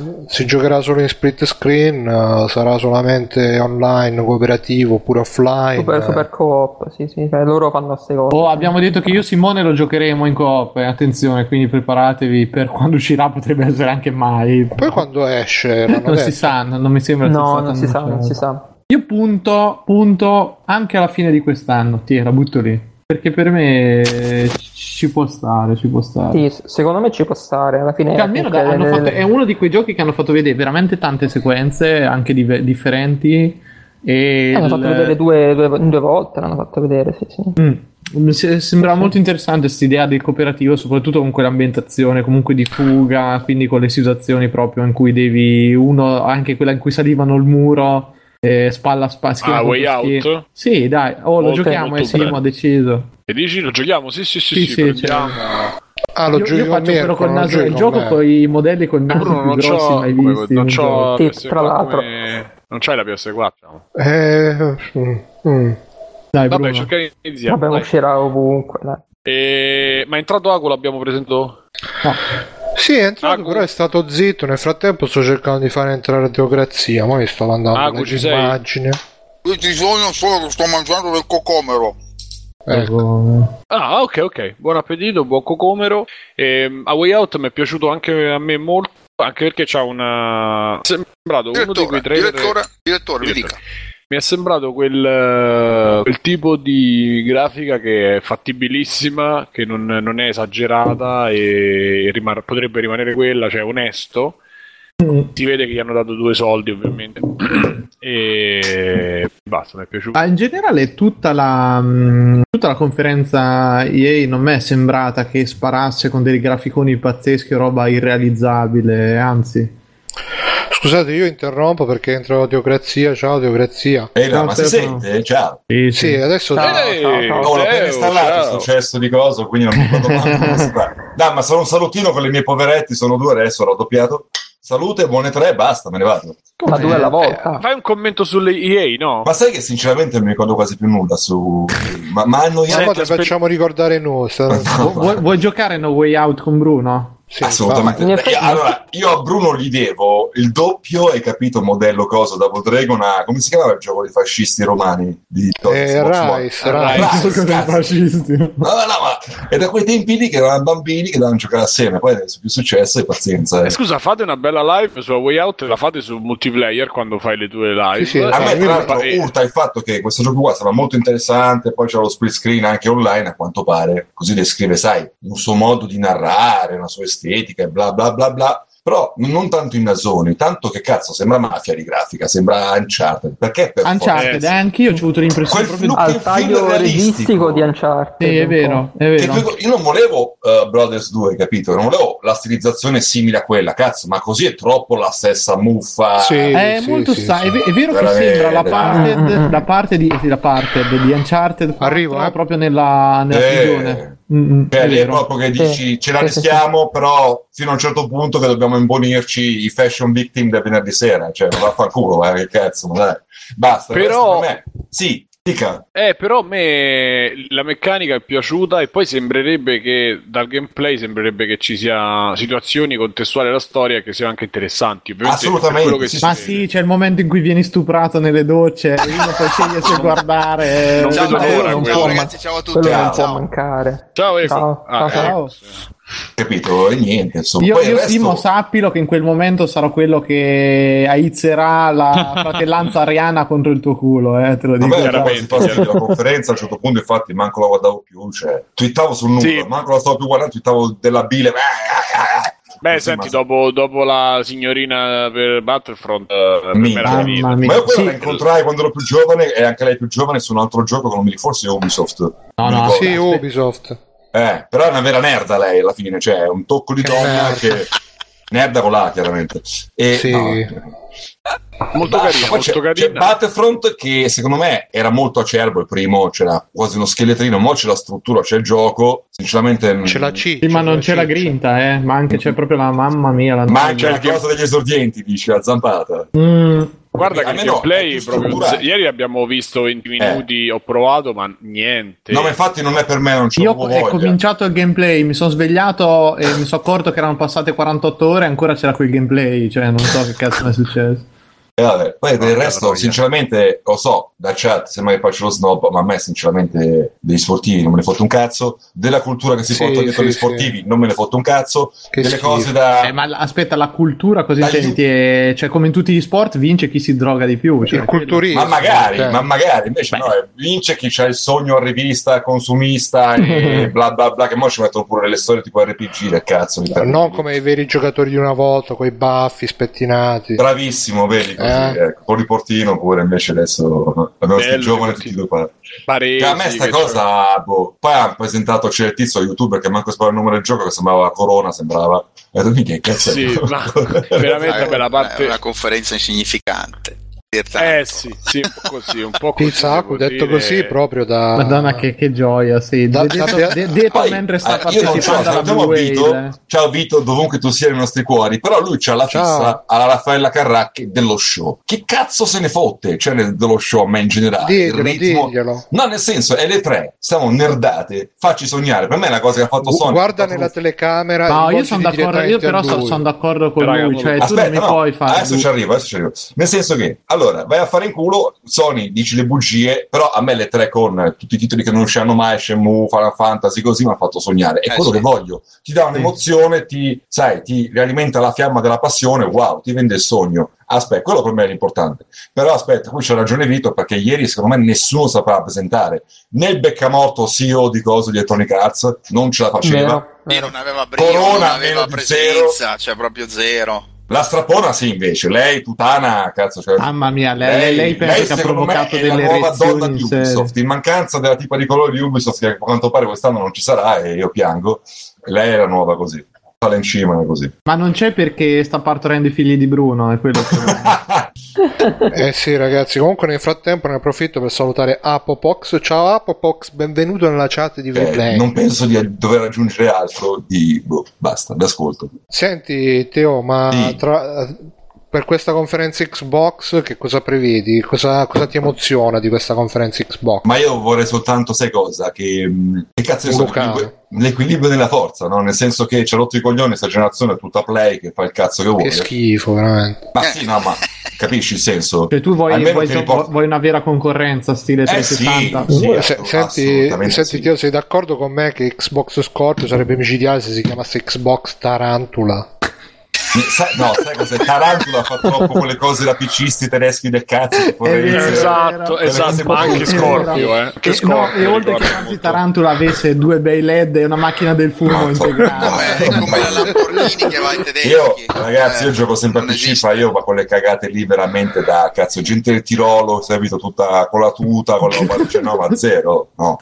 [SPEAKER 6] Brothers.
[SPEAKER 2] Si giocherà solo in split screen, eh, sarà solamente online, cooperativo oppure offline.
[SPEAKER 6] Super, super coop, sì, sì, cioè loro fanno queste cose.
[SPEAKER 3] Oh, abbiamo detto che io e Simone lo giocheremo in coop, eh, attenzione, quindi preparatevi per quando uscirà, potrebbe essere anche mai.
[SPEAKER 2] Poi quando esce, l'hanno
[SPEAKER 3] non si
[SPEAKER 2] detto.
[SPEAKER 3] sa, non non mi sembra sia
[SPEAKER 6] No,
[SPEAKER 3] stato
[SPEAKER 6] non si sa, non
[SPEAKER 3] annunciato.
[SPEAKER 6] si sa.
[SPEAKER 3] Io punto, punto anche alla fine di quest'anno, ti la butto lì. Perché per me eh, ci- ci può stare, ci può stare.
[SPEAKER 6] Sì, s- secondo me ci può stare, alla fine...
[SPEAKER 3] ah. Cioè, almeno da-
[SPEAKER 6] comunque
[SPEAKER 3] hanno
[SPEAKER 6] le-
[SPEAKER 3] fatto-
[SPEAKER 6] le-
[SPEAKER 3] è uno di quei giochi che hanno fatto vedere veramente tante sequenze, anche dive- differenti. E
[SPEAKER 6] L'hanno
[SPEAKER 3] il-
[SPEAKER 6] Eh, fatto vedere due, due, due volte, l'hanno fatto vedere, sì, sì.
[SPEAKER 3] Mm, se- Sembrava molto interessante questa idea del cooperativo, soprattutto con quell'ambientazione comunque di fuga, quindi con le situazioni proprio in cui devi uno, anche quella in cui salivano il muro, eh, spalla a spalla. schiena
[SPEAKER 1] Ah,
[SPEAKER 3] contro
[SPEAKER 1] Way Out?
[SPEAKER 3] schiena. Sì, dai, oh, lo
[SPEAKER 1] Molto,
[SPEAKER 3] giochiamo e
[SPEAKER 1] molto
[SPEAKER 3] Simo
[SPEAKER 1] bello.
[SPEAKER 3] ha deciso.
[SPEAKER 1] E dici, lo giochiamo? Sì, sì, sì,
[SPEAKER 3] Sì,
[SPEAKER 1] sì,
[SPEAKER 3] sì,
[SPEAKER 1] prendiamo.
[SPEAKER 2] Ah, lo
[SPEAKER 3] io,
[SPEAKER 2] giochi
[SPEAKER 3] io
[SPEAKER 2] con
[SPEAKER 3] faccio
[SPEAKER 2] Mirko,
[SPEAKER 3] quello col
[SPEAKER 2] non lo
[SPEAKER 3] naso,
[SPEAKER 2] giochi
[SPEAKER 3] il
[SPEAKER 2] con
[SPEAKER 3] gioco
[SPEAKER 2] me.
[SPEAKER 3] con i modelli col naso
[SPEAKER 1] Bruno,
[SPEAKER 3] più
[SPEAKER 1] non
[SPEAKER 3] grossi
[SPEAKER 1] c'ho,
[SPEAKER 3] mai
[SPEAKER 1] come-
[SPEAKER 3] visti.
[SPEAKER 1] non
[SPEAKER 3] in un
[SPEAKER 1] c'ho
[SPEAKER 3] gioco.
[SPEAKER 6] Sì,
[SPEAKER 1] la PS4
[SPEAKER 6] tra l'altro.
[SPEAKER 1] come- non c'hai la PS4. diciamo.
[SPEAKER 2] Eh, mm, mm.
[SPEAKER 3] Dai,
[SPEAKER 1] Vabbè,
[SPEAKER 3] Bruno.
[SPEAKER 1] ci organizziamo.
[SPEAKER 6] Vabbè,
[SPEAKER 1] dai.
[SPEAKER 6] uscirà ovunque. dai.
[SPEAKER 1] E- Ma è entrato Ago, l'abbiamo presentato?
[SPEAKER 2] Sì, è entrato,
[SPEAKER 1] Agu.
[SPEAKER 2] però è stato zitto. Nel frattempo sto cercando di fare entrare Teocrazia. Ma io sto andando
[SPEAKER 1] Agu,
[SPEAKER 2] a
[SPEAKER 1] ci sei?
[SPEAKER 2] immagini.
[SPEAKER 8] Io ci sono solo, sto mangiando del cocomero.
[SPEAKER 2] Ecco.
[SPEAKER 3] Ecco.
[SPEAKER 1] Ah, ok, ok. Buon appetito, buon cocomero. Ehm, a Way Out mi è piaciuto anche a me molto, anche perché c'ha una... Sembrato uno di
[SPEAKER 8] Direttore,
[SPEAKER 1] quei trailer...
[SPEAKER 8] direttore, direttore, mi
[SPEAKER 1] Direttore.
[SPEAKER 8] dica.
[SPEAKER 1] Mi è sembrato quel, eh, quel tipo di grafica che è fattibilissima, che non, non è esagerata e rimar- potrebbe rimanere quella, cioè onesto. Si vede che gli hanno dato due soldi ovviamente. e basta, mi è piaciuto.
[SPEAKER 3] Ma in generale tutta la, mh, tutta la conferenza EA non mi è sembrata che sparasse con dei graficoni pazzeschi o roba irrealizzabile, anzi.
[SPEAKER 2] Scusate, io interrompo perché entra Teocrazia. Ciao, Teocrazia.
[SPEAKER 9] Eh, là,
[SPEAKER 3] No,
[SPEAKER 9] ma si
[SPEAKER 3] Stefano.
[SPEAKER 9] sente? Ciao.
[SPEAKER 3] Sì,
[SPEAKER 2] Sì, adesso.
[SPEAKER 6] Ciao.
[SPEAKER 9] No, l'ho appena installato sto cesso di coso, quindi non mi ricordo manco come si fa. No, ma sono un salutino con le mie poveretti, sono due adesso, l'ho doppiato. Salute, buone tre, basta, me ne vado.
[SPEAKER 6] Ma due
[SPEAKER 9] Eh,
[SPEAKER 6] alla volta.
[SPEAKER 1] Fai un commento sulle EA, no?
[SPEAKER 9] Ma sai che sinceramente non mi ricordo quasi più nulla su... Ma, ma
[SPEAKER 2] No,
[SPEAKER 9] annoiato...
[SPEAKER 2] ma te facciamo ricordare noi. sta-
[SPEAKER 3] Vu- vuoi, vuoi giocare No Way Out con Bruno?
[SPEAKER 2] sì,
[SPEAKER 9] Assolutamente.
[SPEAKER 6] In
[SPEAKER 9] Beh,
[SPEAKER 6] effetti-
[SPEAKER 9] io- allora, io a Bruno gli devo il doppio, hai capito, modello cosa, Double Dragon a... Come si chiamava il gioco dei fascisti romani? Di
[SPEAKER 2] infatti. Eh,
[SPEAKER 9] Smoke Smoke?
[SPEAKER 2] Rice,
[SPEAKER 1] Ah,
[SPEAKER 2] Rice.
[SPEAKER 9] Rice.
[SPEAKER 3] Con i
[SPEAKER 9] cazzo.
[SPEAKER 3] fascisti.
[SPEAKER 9] No, no, no, ma E da quei tempi lì che erano bambini che dovevano giocare assieme, poi adesso è più successo e pazienza.
[SPEAKER 1] Eh, scusa, fate una bella live sulla Way Out e la fate su multiplayer quando fai le tue live. Eh,
[SPEAKER 2] Sì, sì,
[SPEAKER 9] a me,
[SPEAKER 2] io
[SPEAKER 9] tra
[SPEAKER 2] mi
[SPEAKER 9] l'altro,
[SPEAKER 1] pare-
[SPEAKER 9] urta il fatto che questo gioco qua sarà molto interessante. Poi c'è lo split screen anche online, a quanto pare. Così descrive, sai, un suo modo di narrare, una sua estetica, e bla bla bla bla. Però non tanto in nasoni, tanto che cazzo, sembra mafia di grafica, sembra Uncharted. Perché per
[SPEAKER 3] Uncharted,
[SPEAKER 1] Eh, sì.
[SPEAKER 3] anche io ho avuto l'impressione
[SPEAKER 9] Quel
[SPEAKER 3] proprio di...
[SPEAKER 9] look-
[SPEAKER 6] al
[SPEAKER 9] film
[SPEAKER 6] taglio
[SPEAKER 9] realistico. ecco.
[SPEAKER 6] registico di Uncharted.
[SPEAKER 3] Sì, è
[SPEAKER 6] un
[SPEAKER 3] vero, è
[SPEAKER 9] Che
[SPEAKER 3] vero.
[SPEAKER 9] tu- io non volevo eh, Brothers 2, capito? Non volevo la stilizzazione simile a quella, cazzo, ma così è troppo la stessa muffa. Eh,
[SPEAKER 2] Sì.
[SPEAKER 3] Eh, È
[SPEAKER 2] sì,
[SPEAKER 3] molto
[SPEAKER 2] sì,
[SPEAKER 3] sa-
[SPEAKER 2] sì.
[SPEAKER 3] è, ve- è vero che
[SPEAKER 9] Veramente.
[SPEAKER 3] sembra la parte,
[SPEAKER 6] Mm, mm, mm.
[SPEAKER 3] la parte di sì, la parte di Uncharted 4,
[SPEAKER 2] Arrivo, eh.
[SPEAKER 3] proprio nella, nella
[SPEAKER 9] Eh.
[SPEAKER 3] prigione. Mm, mm,
[SPEAKER 9] Cioè,
[SPEAKER 3] è
[SPEAKER 9] lì è
[SPEAKER 3] vero.
[SPEAKER 9] proprio che
[SPEAKER 6] Sì.
[SPEAKER 9] dici ce la
[SPEAKER 6] Sì, sì, sì.
[SPEAKER 9] rischiamo, però fino a un certo punto che dobbiamo imbonirci i fashion victim del venerdì sera. Cioè, ma vaffanculo, eh, che cazzo, ma dai. Basta,
[SPEAKER 1] Però-
[SPEAKER 9] questo per me. Sì, dica.
[SPEAKER 1] Eh, però a me la meccanica è piaciuta e poi sembrerebbe che dal gameplay sembrerebbe che ci sia situazioni contestuali alla storia che siano anche interessanti. Ovviamente per
[SPEAKER 9] Assolutamente,
[SPEAKER 1] quello che
[SPEAKER 9] sì,
[SPEAKER 1] si
[SPEAKER 3] Ma
[SPEAKER 1] vede.
[SPEAKER 3] sì, c'è il momento in cui vieni stuprato nelle docce e uno poi sceglie se guardare. eh,
[SPEAKER 1] Non vedo
[SPEAKER 8] Ciao,
[SPEAKER 1] l'ora,
[SPEAKER 8] ciao,
[SPEAKER 1] quello.
[SPEAKER 8] ciao
[SPEAKER 3] può
[SPEAKER 8] ragazzi, ciao a
[SPEAKER 6] Quello
[SPEAKER 8] tutti.
[SPEAKER 6] non può
[SPEAKER 8] Ciao.
[SPEAKER 6] mancare.
[SPEAKER 1] Ciao Eco.
[SPEAKER 6] Ciao,
[SPEAKER 1] Ah,
[SPEAKER 6] ciao,
[SPEAKER 1] ecco.
[SPEAKER 9] Capito? E niente, insomma.
[SPEAKER 3] Io,
[SPEAKER 9] Poi il
[SPEAKER 3] io
[SPEAKER 9] resto-
[SPEAKER 3] Simo, sappilo che in quel momento sarò quello che aizzerà la fratellanza ariana contro il tuo culo, eh, te lo dico.
[SPEAKER 9] Vabbè, era
[SPEAKER 1] Veramente,
[SPEAKER 9] quasi fastidio la conferenza, a un certo punto infatti manco la guardavo più, cioè, twittavo sul nulla,
[SPEAKER 1] Sì.
[SPEAKER 9] manco la stavo più guardando, twittavo della bile.
[SPEAKER 1] Beh,
[SPEAKER 9] Così,
[SPEAKER 1] senti,
[SPEAKER 9] ma-
[SPEAKER 1] dopo, dopo la signorina per Battlefront, eh, per me
[SPEAKER 9] Minchia.
[SPEAKER 1] era finita.
[SPEAKER 3] Mamma mia.
[SPEAKER 9] Ma io quella
[SPEAKER 3] Sì.
[SPEAKER 9] la incontrai quando ero più giovane e anche lei più giovane su un altro gioco, che non mi ricordo, forse Ubisoft.
[SPEAKER 3] No,
[SPEAKER 9] Mi
[SPEAKER 3] no,
[SPEAKER 9] ricordo.
[SPEAKER 2] Sì, Ubisoft.
[SPEAKER 9] Eh, però è una vera nerda lei alla fine, cioè è un tocco di donna
[SPEAKER 2] nerda.
[SPEAKER 9] che... Nerda con l'A chiaramente. E, eh,
[SPEAKER 2] Sì.
[SPEAKER 1] Molto
[SPEAKER 9] Basta,
[SPEAKER 1] carina,
[SPEAKER 9] poi
[SPEAKER 1] molto
[SPEAKER 9] c'è,
[SPEAKER 1] carina.
[SPEAKER 9] c'è Battlefront che secondo me era molto acerbo il primo, c'era quasi uno scheletrino, mo c'è la struttura, c'è il gioco, sinceramente... mm,
[SPEAKER 2] C'è la C.
[SPEAKER 3] Sì, ma non c'è
[SPEAKER 1] Cioè,
[SPEAKER 3] la
[SPEAKER 2] ciccia.
[SPEAKER 3] grinta, eh, ma anche c'è proprio la mamma mia. La
[SPEAKER 9] Ma anche la
[SPEAKER 1] Perché-
[SPEAKER 9] cosa degli esordienti, dice la zampata. Eh,
[SPEAKER 3] Mm,
[SPEAKER 1] Guarda che il
[SPEAKER 9] Almeno è
[SPEAKER 1] gameplay
[SPEAKER 9] più
[SPEAKER 1] proprio
[SPEAKER 9] strutturato.
[SPEAKER 1] ieri abbiamo visto 20 minuti, ho provato, ma niente.
[SPEAKER 9] No, ma infatti non è per me, non c'è
[SPEAKER 3] io
[SPEAKER 9] proprio
[SPEAKER 3] ho
[SPEAKER 9] voglia.
[SPEAKER 3] cominciato il gameplay, mi sono svegliato e mi sono accorto che erano passate 48 ore e ancora c'era quel gameplay, cioè non so che cazzo mi è successo.
[SPEAKER 9] E eh, vabbè, poi del
[SPEAKER 1] Porca
[SPEAKER 9] resto,
[SPEAKER 1] troia.
[SPEAKER 9] sinceramente, lo so, da chat sembra che faccio lo snob, ma a me, sinceramente, degli sportivi non me ne fotto un cazzo. Della cultura che si
[SPEAKER 2] Sì,
[SPEAKER 9] porta dietro
[SPEAKER 2] sì,
[SPEAKER 9] gli
[SPEAKER 2] sì.
[SPEAKER 9] sportivi non me ne fotto un cazzo.
[SPEAKER 2] Che
[SPEAKER 9] delle
[SPEAKER 2] schifo.
[SPEAKER 9] cose da.
[SPEAKER 3] Eh, ma l- aspetta, la cultura cosa
[SPEAKER 9] Dai,
[SPEAKER 3] intendi? È- cioè, come in tutti gli sport, vince chi si droga di più. Cioè,
[SPEAKER 2] Il culturismo.
[SPEAKER 9] Ma magari,
[SPEAKER 2] cioè.
[SPEAKER 9] ma magari, invece no, eh, vince chi c'ha il sogno a rivista, consumista e bla bla bla, che mo ci mettono pure le storie tipo RPG, del cazzo. mi pare.
[SPEAKER 2] Non come i veri giocatori di una volta, coi baffi spettinati.
[SPEAKER 9] Bravissimo, vedi, così,
[SPEAKER 2] Eh.
[SPEAKER 9] ecco, con riportino pure, invece adesso abbiamo sti
[SPEAKER 1] Bello,
[SPEAKER 9] giovani
[SPEAKER 1] Riportino.
[SPEAKER 9] tutti due parti.
[SPEAKER 1] Paresi,
[SPEAKER 9] Che a me sta
[SPEAKER 1] che-
[SPEAKER 9] cosa, boh, poi ha presentato c'è il tizio youtuber che manco sapeva il numero del gioco che sembrava Corona, sembrava. Ho detto, "Minchia, che cazzo è?"
[SPEAKER 1] Sì, ma veramente
[SPEAKER 8] Dai,
[SPEAKER 1] beh, la
[SPEAKER 8] È
[SPEAKER 1] parte...
[SPEAKER 8] una conferenza insignificante.
[SPEAKER 1] Eh
[SPEAKER 8] Pertanto.
[SPEAKER 1] sì, sì, un po' così, un po' così.
[SPEAKER 2] Pizzaku,
[SPEAKER 1] devo
[SPEAKER 2] detto
[SPEAKER 1] dire.
[SPEAKER 2] così, proprio da...
[SPEAKER 3] Madonna, che, che gioia, sì.
[SPEAKER 2] Da-
[SPEAKER 3] detto,
[SPEAKER 2] da-
[SPEAKER 3] de- detto
[SPEAKER 9] Poi,
[SPEAKER 3] mentre
[SPEAKER 9] eh,
[SPEAKER 3] sta
[SPEAKER 9] io non so,
[SPEAKER 3] partecipando alla Blue
[SPEAKER 9] salutiamo
[SPEAKER 3] Whale. eh.
[SPEAKER 9] Vito, ciao Vito, dovunque tu sia nei nostri cuori, però lui c'ha la
[SPEAKER 2] Ciao.
[SPEAKER 9] fissa alla Raffaella Carracchi dello show. Che cazzo se ne fotte? Cioè nel- dello show a me in generale,
[SPEAKER 2] Diglielo,
[SPEAKER 9] il ritmo.
[SPEAKER 2] diglielo.
[SPEAKER 9] No, nel senso, è le tre, siamo nerdate, facci sognare. Per me è una cosa che ha fatto
[SPEAKER 2] Gu-
[SPEAKER 9] Sony.
[SPEAKER 2] Guarda
[SPEAKER 9] ha fatto-
[SPEAKER 2] nella telecamera.
[SPEAKER 3] Ma
[SPEAKER 2] i
[SPEAKER 3] io
[SPEAKER 2] volti
[SPEAKER 3] sono
[SPEAKER 2] di
[SPEAKER 3] d'accordo, io
[SPEAKER 2] direttamente a
[SPEAKER 3] però so-
[SPEAKER 2] lui.
[SPEAKER 3] sono d'accordo con
[SPEAKER 1] Raga,
[SPEAKER 3] lui,
[SPEAKER 1] non-
[SPEAKER 3] cioè tu
[SPEAKER 9] Aspetta,
[SPEAKER 3] non mi
[SPEAKER 9] no,
[SPEAKER 3] puoi fare...
[SPEAKER 9] adesso ci arrivo, adesso ci arrivo. Nel senso che, allora, vai a fare in culo, Sony dici le bugie, però a me le tre con eh, tutti i titoli che non usciranno mai, Shenmue, Final Fantasy, così mi ha fatto sognare. È
[SPEAKER 8] Eh,
[SPEAKER 9] quello
[SPEAKER 8] sì.
[SPEAKER 9] che voglio. Ti dà un'emozione, ti, sai, ti rialimenta la fiamma della passione, wow, ti vende il sogno. Aspetta, quello per me è l'importante. Però aspetta, qui c'è ragione Vito, perché ieri secondo me nessuno saprà presentare. Né il Beccamorto, CEO di coso di Electronic Arts, non ce la faceva.
[SPEAKER 6] Vero,
[SPEAKER 8] E
[SPEAKER 6] vero.
[SPEAKER 8] non aveva brio, non
[SPEAKER 9] Corona,
[SPEAKER 8] aveva
[SPEAKER 9] meno di zero.
[SPEAKER 8] presenza, cioè proprio zero.
[SPEAKER 9] La strappona sì, invece, lei tutana, cazzo, cioè,
[SPEAKER 6] Ah,
[SPEAKER 3] Mamma mia, lei, lei, penso che ha
[SPEAKER 9] secondo me,
[SPEAKER 3] provocato
[SPEAKER 9] è
[SPEAKER 3] delle
[SPEAKER 9] la nuova donna
[SPEAKER 3] reazioni
[SPEAKER 9] di
[SPEAKER 3] in serie.
[SPEAKER 9] Ubisoft, in mancanza della tipa di colore di Ubisoft che a quanto pare quest'anno non ci sarà e io piango. Lei era nuova così, sale in cima così.
[SPEAKER 3] Ma non c'è perché sta partorendo i figli di Bruno, è quello che...
[SPEAKER 2] Eh sì, ragazzi. Comunque, nel frattempo, ne approfitto per salutare Apopox. Ciao, Apopox, benvenuto nella chat di
[SPEAKER 9] Eh,
[SPEAKER 2] Replay.
[SPEAKER 9] non penso di dover aggiungere altro di boh, basta, d'ascolto.
[SPEAKER 2] Senti, Teo, ma
[SPEAKER 9] Sì.
[SPEAKER 2] tra- per questa conferenza Xbox che cosa prevedi? Cosa, cosa ti emoziona di questa conferenza Xbox?
[SPEAKER 9] Ma io vorrei soltanto, sai cosa? Che, mh, che cazzo ne
[SPEAKER 2] Un
[SPEAKER 9] so,
[SPEAKER 2] locale.
[SPEAKER 9] l'equilibrio, l'equilibrio della forza, no? Nel senso che c'è rotto i coglioni, questa generazione è tutta play che fa il cazzo che vuole.
[SPEAKER 2] Che schifo, veramente.
[SPEAKER 9] ma sì, no, ma capisci il senso?
[SPEAKER 3] Cioè, tu vuoi,
[SPEAKER 9] Almeno
[SPEAKER 3] vuoi-
[SPEAKER 9] ti riporta-
[SPEAKER 3] vuoi una vera concorrenza stile
[SPEAKER 9] Eh sì,
[SPEAKER 3] 360?
[SPEAKER 9] sì,
[SPEAKER 2] Se-
[SPEAKER 9] assolut-
[SPEAKER 2] senti,
[SPEAKER 9] assolutamente
[SPEAKER 2] senti,
[SPEAKER 9] sì.
[SPEAKER 2] Teo, sei d'accordo con me che Xbox Scorpio sarebbe micidiale se si chiamasse Xbox Tarantula?
[SPEAKER 9] Mi- sai- no, sai cos'è? Tarantula fa troppo quelle cose da picisti tedeschi del cazzo. Cioè, tipo
[SPEAKER 3] È vero,
[SPEAKER 9] Renzi.
[SPEAKER 1] Esatto,
[SPEAKER 9] Quelle cose
[SPEAKER 1] esatto, ma
[SPEAKER 9] proprio
[SPEAKER 1] anche
[SPEAKER 9] che-
[SPEAKER 1] Scorpio, eh.
[SPEAKER 3] E,
[SPEAKER 1] Anche Scorpio,
[SPEAKER 3] no, e oltre che
[SPEAKER 1] ricordo
[SPEAKER 3] anzi
[SPEAKER 1] molto.
[SPEAKER 3] Tarantula avesse due bei LED e una macchina del fumo
[SPEAKER 9] Madonna.
[SPEAKER 3] integrata.
[SPEAKER 8] Come, è come la Lamborghini che va ai tedeschi.
[SPEAKER 9] Io, ragazzi, io
[SPEAKER 8] Eh,
[SPEAKER 9] gioco sempre a
[SPEAKER 8] non
[SPEAKER 9] PC,
[SPEAKER 8] esiste.
[SPEAKER 9] ma io ma quelle cagate lì veramente da cazzo, gente del Tirolo, servito tutta con la tuta, con la roba, cioè no, ma zero, no.
[SPEAKER 6] Eh,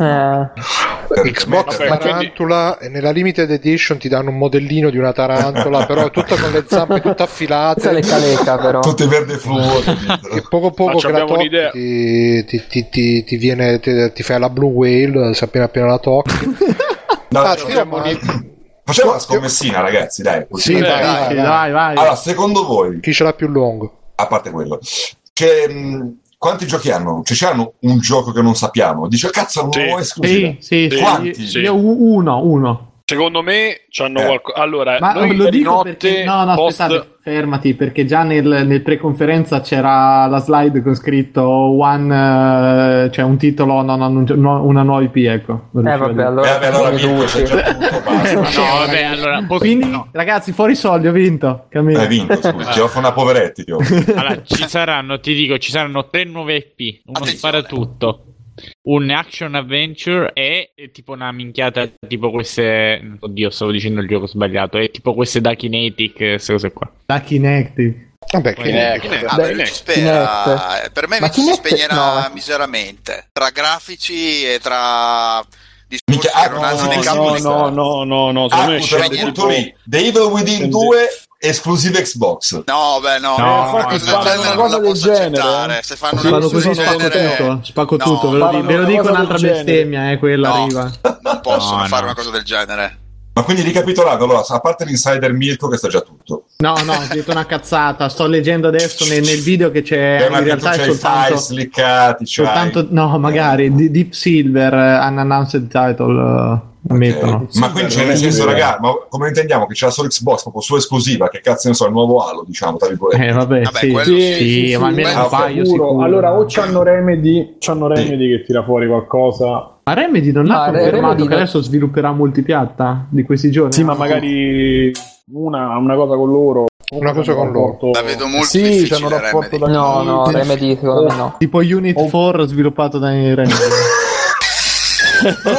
[SPEAKER 9] Per-
[SPEAKER 2] Xbox
[SPEAKER 1] Vabbè,
[SPEAKER 2] Tarantula e nella limited edition ti danno un modellino di una tarantola, però tutta con le zampe tutte
[SPEAKER 6] questa è
[SPEAKER 2] affilate.
[SPEAKER 6] lecca lecca però.
[SPEAKER 9] Tutti verde fluo,
[SPEAKER 2] Che poco poco
[SPEAKER 1] Ma
[SPEAKER 2] che la
[SPEAKER 1] abbiamo
[SPEAKER 2] tocchi
[SPEAKER 1] un'idea.
[SPEAKER 2] ti, ti, ti, ti, ti viene, ti, ti fai la blue whale se appena appena la tocchi.
[SPEAKER 9] No,
[SPEAKER 2] Ah,
[SPEAKER 9] cioè,
[SPEAKER 2] Teo, ma-
[SPEAKER 9] Facciamo una scommessina, ragazzi, dai. così.
[SPEAKER 2] Sì,
[SPEAKER 1] Eh,
[SPEAKER 2] vai,
[SPEAKER 3] Dai,
[SPEAKER 2] vai, vai.
[SPEAKER 3] dai, vai.
[SPEAKER 9] Allora, secondo voi,
[SPEAKER 2] Chi ce l'ha più lungo?
[SPEAKER 9] a parte quello, che, mh, quanti giochi hanno? Cioè, c'hanno un gioco che non sappiamo? Dice, cazzo, non
[SPEAKER 1] Sì.
[SPEAKER 9] ho
[SPEAKER 3] sì,
[SPEAKER 9] esclusiva.
[SPEAKER 3] sì, sì.
[SPEAKER 9] Quanti?
[SPEAKER 1] Sì.
[SPEAKER 3] Io u- uno, uno.
[SPEAKER 1] Secondo me c'hanno
[SPEAKER 9] Eh.
[SPEAKER 1] qualcosa. Allora,
[SPEAKER 3] Ma
[SPEAKER 1] noi
[SPEAKER 3] lo
[SPEAKER 1] ieri
[SPEAKER 3] dico
[SPEAKER 1] notte
[SPEAKER 3] perché no, no,
[SPEAKER 1] post-
[SPEAKER 3] aspettate, fermati, perché già nel, nel pre-conferenza c'era la slide con scritto one, eh, cioè un titolo non annunci- no- una nuova IP, ecco. Non
[SPEAKER 6] Eh
[SPEAKER 3] riuscivo a
[SPEAKER 6] vabbè,
[SPEAKER 3] dire.
[SPEAKER 9] Eh,
[SPEAKER 6] allora...
[SPEAKER 9] vabbè, allora, Mirko, c'è già tutto, basta.
[SPEAKER 5] No, vabbè, allora, posso-
[SPEAKER 3] Quindi,
[SPEAKER 5] no.
[SPEAKER 3] ragazzi, fuori soldi, ho vinto. Cammino.
[SPEAKER 9] Hai vinto, scusa, ti offro una poveretti, io.
[SPEAKER 5] Allora, ci saranno, ti dico, ci saranno tre nuove IP, uno
[SPEAKER 8] Attenzione.
[SPEAKER 5] sparatutto, un action adventure e e tipo una minchiata tipo queste oddio, stavo dicendo il gioco sbagliato, è tipo queste da Kinetic, queste cose qua.
[SPEAKER 3] Da Kinective.
[SPEAKER 2] Vabbè, chi-
[SPEAKER 1] Eh,
[SPEAKER 2] chi-
[SPEAKER 1] chi ne-
[SPEAKER 8] Ah,
[SPEAKER 1] beh,
[SPEAKER 8] beh,
[SPEAKER 1] ne-
[SPEAKER 8] ci spera.
[SPEAKER 6] Kinect.
[SPEAKER 8] Per me
[SPEAKER 6] Ma
[SPEAKER 8] invece si
[SPEAKER 6] Kinect-
[SPEAKER 8] spegnerà
[SPEAKER 6] no.
[SPEAKER 8] miseramente tra grafici e tra discorsi
[SPEAKER 9] Minchia, ah,
[SPEAKER 8] che non hanno
[SPEAKER 9] no,
[SPEAKER 8] né
[SPEAKER 9] no,
[SPEAKER 8] capo né
[SPEAKER 9] no,
[SPEAKER 8] coda.
[SPEAKER 7] no, no, no,
[SPEAKER 9] Ah,
[SPEAKER 8] me
[SPEAKER 9] appunto, era
[SPEAKER 8] scende
[SPEAKER 9] appunto
[SPEAKER 8] tipo-
[SPEAKER 9] lì. The Evil Within
[SPEAKER 7] Quindi-
[SPEAKER 9] 2, esclusiva Xbox.
[SPEAKER 8] No, beh, no, Eh,
[SPEAKER 5] No,
[SPEAKER 8] una
[SPEAKER 5] infatti,
[SPEAKER 8] cosa del
[SPEAKER 5] fanno
[SPEAKER 8] genere
[SPEAKER 5] una
[SPEAKER 8] non
[SPEAKER 7] cosa
[SPEAKER 8] la
[SPEAKER 7] del
[SPEAKER 8] posso
[SPEAKER 7] genere,
[SPEAKER 8] accettare.
[SPEAKER 7] eh.
[SPEAKER 8] Se fanno
[SPEAKER 7] Sì,
[SPEAKER 8] una
[SPEAKER 3] Fanno
[SPEAKER 8] cosa
[SPEAKER 3] così
[SPEAKER 8] del
[SPEAKER 3] spacco tutto.
[SPEAKER 8] genere,
[SPEAKER 3] Spacco
[SPEAKER 8] No,
[SPEAKER 3] tutto, ve lo
[SPEAKER 7] fanno
[SPEAKER 3] dico, ve lo
[SPEAKER 7] una
[SPEAKER 3] dico
[SPEAKER 7] cosa del
[SPEAKER 3] un'altra
[SPEAKER 7] genere.
[SPEAKER 3] bestemmia, eh, quella
[SPEAKER 8] No.
[SPEAKER 3] arriva.
[SPEAKER 8] non possono
[SPEAKER 5] No,
[SPEAKER 8] fare
[SPEAKER 5] no.
[SPEAKER 8] una cosa del genere.
[SPEAKER 9] Ma quindi ricapitolando, allora, a parte l'insider Mirko che sa già tutto,
[SPEAKER 3] No, no, ho detto una cazzata. Sto leggendo adesso nel, nel video che c'è.
[SPEAKER 9] Eh, ma
[SPEAKER 3] in realtà
[SPEAKER 9] dentro c'hai
[SPEAKER 3] è
[SPEAKER 9] i file
[SPEAKER 3] soltanto.
[SPEAKER 9] sliccati, c'hai-
[SPEAKER 3] soltanto no, magari di- Deep Silver eh, Unannounced Title eh, mettono.
[SPEAKER 9] ma quindi c'è nel senso, raga, ma come intendiamo che c'è la solo Xbox, proprio sua esclusiva, che cazzo ne so, il nuovo Halo, diciamo, tra virgolette.
[SPEAKER 3] Eh, vabbè,
[SPEAKER 8] Vabbè,
[SPEAKER 3] sì,
[SPEAKER 8] quello
[SPEAKER 3] sì,
[SPEAKER 8] sì.
[SPEAKER 3] sì, ma almeno
[SPEAKER 8] quello
[SPEAKER 3] un paio sicuro.
[SPEAKER 7] Allora, o c'hanno Remedy, c'hanno Remedy che tira fuori qualcosa.
[SPEAKER 3] Ma Remedy non
[SPEAKER 6] Ma
[SPEAKER 3] ha confermato
[SPEAKER 6] Remedy
[SPEAKER 3] che
[SPEAKER 6] non-
[SPEAKER 3] adesso svilupperà multipiatta di questi giorni?
[SPEAKER 7] Sì, ma
[SPEAKER 3] No?
[SPEAKER 7] magari una, una cosa con loro.
[SPEAKER 2] Una cosa con loro.
[SPEAKER 8] La vedo molto
[SPEAKER 7] Sì,
[SPEAKER 8] difficile,
[SPEAKER 7] c'hanno un rapporto
[SPEAKER 8] Remedy.
[SPEAKER 7] da
[SPEAKER 6] No, no, Remedy secondo me no.
[SPEAKER 3] Oh, Tipo Unit 4 sviluppato da Remedy.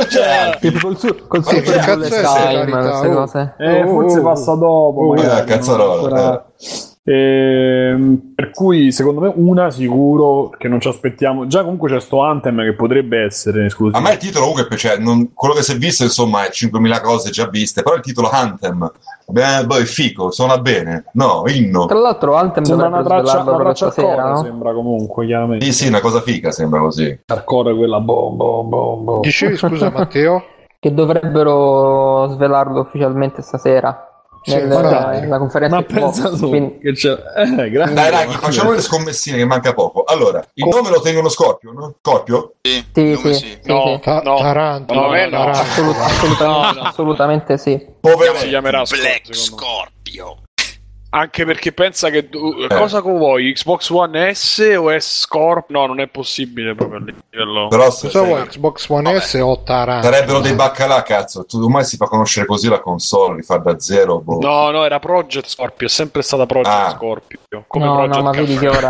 [SPEAKER 9] Cioè,
[SPEAKER 6] Tipo col, su- col
[SPEAKER 9] Ma che
[SPEAKER 6] Super
[SPEAKER 9] cazzo
[SPEAKER 6] Bullet
[SPEAKER 9] è sta
[SPEAKER 6] Time,
[SPEAKER 2] rarità?
[SPEAKER 6] queste
[SPEAKER 2] Oh.
[SPEAKER 6] cose.
[SPEAKER 7] Eh,
[SPEAKER 2] Oh,
[SPEAKER 7] forse
[SPEAKER 2] oh,
[SPEAKER 7] passa dopo.
[SPEAKER 2] oh.
[SPEAKER 7] magari,
[SPEAKER 9] Eh, cazzarola,
[SPEAKER 7] non sarà- Ehm, per cui secondo me una sicuro che non ci aspettiamo. Già comunque c'è sto Anthem che potrebbe essere esclusivo.
[SPEAKER 9] a me il titolo comunque, cioè, non- quello che si è visto, insomma, è 5.000 cose già viste, però il titolo Anthem, beh, boh, è fico, suona bene, no, inno.
[SPEAKER 6] Tra l'altro Anthem
[SPEAKER 7] Sembra una
[SPEAKER 6] dovrebbe
[SPEAKER 7] traccia,
[SPEAKER 6] svelarlo
[SPEAKER 7] una
[SPEAKER 6] proprio
[SPEAKER 7] traccia
[SPEAKER 6] stasera,
[SPEAKER 7] hardcore,
[SPEAKER 6] no?
[SPEAKER 7] sembra comunque, chiaramente.
[SPEAKER 9] Sì, sì, una cosa figa sembra così.
[SPEAKER 7] Hardcore quella boh, bom bom bom bom.
[SPEAKER 2] Dicevi scusa Matteo?
[SPEAKER 6] Che dovrebbero svelarlo ufficialmente stasera.
[SPEAKER 2] Sì,
[SPEAKER 6] nel-
[SPEAKER 2] ma
[SPEAKER 7] dai.
[SPEAKER 6] nella conferenza
[SPEAKER 7] Ma
[SPEAKER 6] di-
[SPEAKER 7] pensa
[SPEAKER 6] boh,
[SPEAKER 7] tu
[SPEAKER 6] quindi-
[SPEAKER 7] che c'è. Eh, grazie.
[SPEAKER 9] Dai, ragazzi, facciamo le scommessine che manca poco. Allora, il nome lo tengono Scorpio, no? Scorpio?
[SPEAKER 6] sì,
[SPEAKER 8] Nome
[SPEAKER 6] sì,
[SPEAKER 8] sì.
[SPEAKER 6] sì,
[SPEAKER 1] No.
[SPEAKER 6] sì.
[SPEAKER 2] Ta- Tarantula.
[SPEAKER 1] No, no, no.
[SPEAKER 2] Tarantula.
[SPEAKER 6] Assolut- assolutamente, assolutamente sì.
[SPEAKER 1] si
[SPEAKER 9] Povero.
[SPEAKER 1] chiamerà Scorpio,
[SPEAKER 8] Black
[SPEAKER 1] secondo me.
[SPEAKER 8] Scorpio.
[SPEAKER 1] Anche perché pensa che tu-
[SPEAKER 7] Eh.
[SPEAKER 1] cosa co- vuoi? Xbox One S o è Scorp? No, non è possibile proprio a livello.
[SPEAKER 9] Però se-
[SPEAKER 2] Cosa
[SPEAKER 9] se-
[SPEAKER 2] vuoi? Xbox One
[SPEAKER 8] Vabbè.
[SPEAKER 2] S o Tarantula?
[SPEAKER 9] sarebbero Ah. dei baccalà, cazzo. Tu ormai si fa conoscere così la console, li fa da zero. Boh.
[SPEAKER 1] No, no, era Project Scorpio, è sempre stata Project
[SPEAKER 9] Ah.
[SPEAKER 1] Scorpio. Come
[SPEAKER 6] no,
[SPEAKER 1] Project
[SPEAKER 6] no, ma vedi che
[SPEAKER 1] Caffè.
[SPEAKER 6] ora...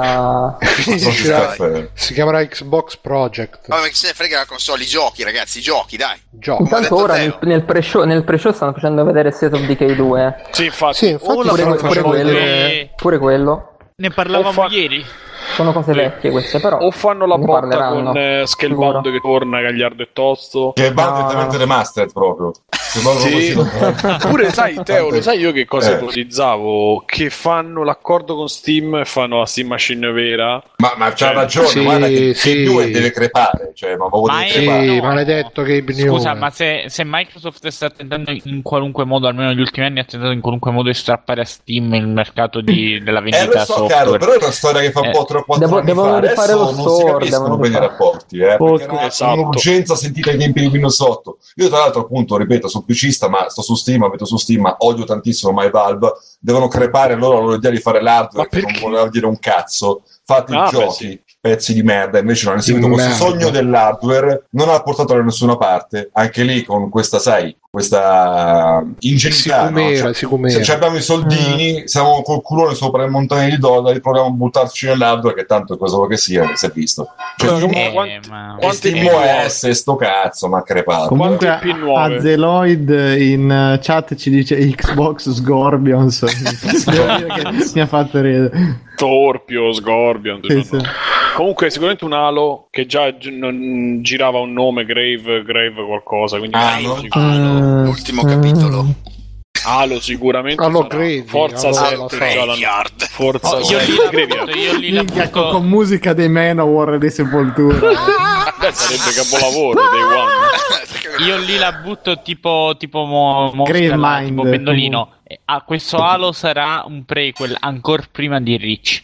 [SPEAKER 9] Ma so
[SPEAKER 2] si,
[SPEAKER 9] che
[SPEAKER 2] chiamerà,
[SPEAKER 9] caffè.
[SPEAKER 2] si chiamerà Xbox Project.
[SPEAKER 8] Vabbè, che se ne frega la console, i giochi, ragazzi, i giochi, dai.
[SPEAKER 2] Gioco.
[SPEAKER 8] Come ha
[SPEAKER 6] Intanto
[SPEAKER 8] detto
[SPEAKER 6] ora nel,
[SPEAKER 8] Teo.
[SPEAKER 6] nel pre-show, nel pre-show stanno facendo vedere State of Decay 2. eh.
[SPEAKER 1] Sì, infatti.
[SPEAKER 2] Sì, infatti
[SPEAKER 1] O la
[SPEAKER 2] stanno
[SPEAKER 1] fanno
[SPEAKER 6] pure
[SPEAKER 2] facendo
[SPEAKER 1] vedere-
[SPEAKER 6] quello.
[SPEAKER 2] vedere-
[SPEAKER 6] Pure quello.
[SPEAKER 5] Ne parlavamo
[SPEAKER 1] Ho fa-
[SPEAKER 5] ieri.
[SPEAKER 6] Sono cose vecchie queste, però.
[SPEAKER 1] O fanno la
[SPEAKER 6] ne
[SPEAKER 1] botta
[SPEAKER 6] parleranno.
[SPEAKER 1] con eh, Schelbando che torna, Gagliardo e Tosto.
[SPEAKER 9] Che va
[SPEAKER 6] No,
[SPEAKER 9] direttamente
[SPEAKER 6] no.
[SPEAKER 9] remastered proprio. Che va
[SPEAKER 1] Sì.
[SPEAKER 9] proprio così.
[SPEAKER 1] Oppure sai, Teo, lo sai io che cosa
[SPEAKER 9] Eh.
[SPEAKER 1] ipotizzavo? Che fanno l'accordo con Steam e fanno la Steam Machine vera.
[SPEAKER 9] Ma, ma c'ha
[SPEAKER 1] Cioè,
[SPEAKER 9] ragione,
[SPEAKER 2] sì,
[SPEAKER 9] guarda che
[SPEAKER 2] sì.
[SPEAKER 9] il 2 deve crepare, cioè, ma proprio
[SPEAKER 5] Ma
[SPEAKER 9] deve
[SPEAKER 5] è-
[SPEAKER 9] crepare.
[SPEAKER 2] Sì,
[SPEAKER 5] no.
[SPEAKER 2] maledetto Gabe
[SPEAKER 5] Scusa,
[SPEAKER 2] Newell.
[SPEAKER 5] ma se, se Microsoft sta tentando in qualunque modo, almeno negli ultimi anni, ha tentato in qualunque modo di strappare a Steam il mercato di- della
[SPEAKER 9] Eh,
[SPEAKER 5] vendita
[SPEAKER 9] lo so,
[SPEAKER 5] software.
[SPEAKER 9] caro, però è una storia che fa un
[SPEAKER 5] Eh,
[SPEAKER 9] po' troppo anni
[SPEAKER 6] devo-
[SPEAKER 9] fa.
[SPEAKER 6] devono rifare lo
[SPEAKER 9] Adesso non si
[SPEAKER 6] store,
[SPEAKER 9] capiscono
[SPEAKER 6] devono
[SPEAKER 9] bene i
[SPEAKER 6] rifare.
[SPEAKER 9] rapporti, eh,
[SPEAKER 1] Oh,
[SPEAKER 9] perché era
[SPEAKER 1] esatto.
[SPEAKER 9] un'urgenza sentita ai tempi di Windows 8. Io tra l'altro, appunto, ripeto, sono pcista, ma sto su Steam, abito su Steam, ma odio tantissimo My Valve, devono crepare loro l'idea di fare l'hardware
[SPEAKER 1] Ma
[SPEAKER 9] che non
[SPEAKER 1] perché?
[SPEAKER 9] voleva dire un cazzo. Fate
[SPEAKER 1] Ah,
[SPEAKER 9] i
[SPEAKER 1] beh,
[SPEAKER 9] giochi, pezzi di merda, invece no, hanno inseguito
[SPEAKER 2] Di
[SPEAKER 9] questo
[SPEAKER 2] merda.
[SPEAKER 9] sogno dell'hardware, non ha portato da nessuna parte, anche lì con questa, sai, questa ingenuità, no?
[SPEAKER 2] Sicumera,
[SPEAKER 9] Cioè,
[SPEAKER 2] sicumera.
[SPEAKER 9] se ci abbiamo i
[SPEAKER 2] Mm.
[SPEAKER 9] soldini, siamo col culone sopra le montagne di dollari, proviamo a buttarci nell'hardware che tanto è cosa che sia, si è visto. Cioè,
[SPEAKER 1] Cioè,
[SPEAKER 5] Eh,
[SPEAKER 1] quanti-
[SPEAKER 5] ma-
[SPEAKER 9] eh,
[SPEAKER 1] quanti
[SPEAKER 9] Steam OS, sto cazzo, ma crepato.
[SPEAKER 3] Comunque,
[SPEAKER 1] P nuove.
[SPEAKER 3] a Zeloid in eh, chat ci dice Xbox Scorpions. Devo dire che mi ha fatto ridere.
[SPEAKER 1] Torpio, Scorpion.
[SPEAKER 3] Sì,
[SPEAKER 1] tutto-
[SPEAKER 3] sì.
[SPEAKER 1] Comunque, sicuramente un Halo che già gi- non girava un nome, Grave, Grave qualcosa. Quindi
[SPEAKER 9] Ah,
[SPEAKER 1] Halo,
[SPEAKER 9] no?
[SPEAKER 1] sic-
[SPEAKER 8] Halo,
[SPEAKER 3] Eh,
[SPEAKER 8] l'ultimo
[SPEAKER 3] eh.
[SPEAKER 8] capitolo.
[SPEAKER 1] Halo sicuramente.
[SPEAKER 3] Ah,
[SPEAKER 2] Halo
[SPEAKER 1] sarà.
[SPEAKER 2] Grave,
[SPEAKER 1] Forza
[SPEAKER 2] Halo
[SPEAKER 1] 7. già la-
[SPEAKER 8] Graveyard.
[SPEAKER 1] Forza
[SPEAKER 5] Oh, io
[SPEAKER 1] 7.
[SPEAKER 5] lì l'appunto, io lì
[SPEAKER 3] Minchia, con,
[SPEAKER 5] l'appunto-
[SPEAKER 3] con musica dei Manowar e dei Sepoltura.
[SPEAKER 1] Beh, Ah, sarebbe capolavoro dei One.
[SPEAKER 5] Io lì la butto tipo, tipo mo- mosca,
[SPEAKER 3] Grave
[SPEAKER 5] là,
[SPEAKER 3] Mind.
[SPEAKER 5] tipo pendolino. Eh, ah, questo Halo sarà un prequel ancora prima di Rich.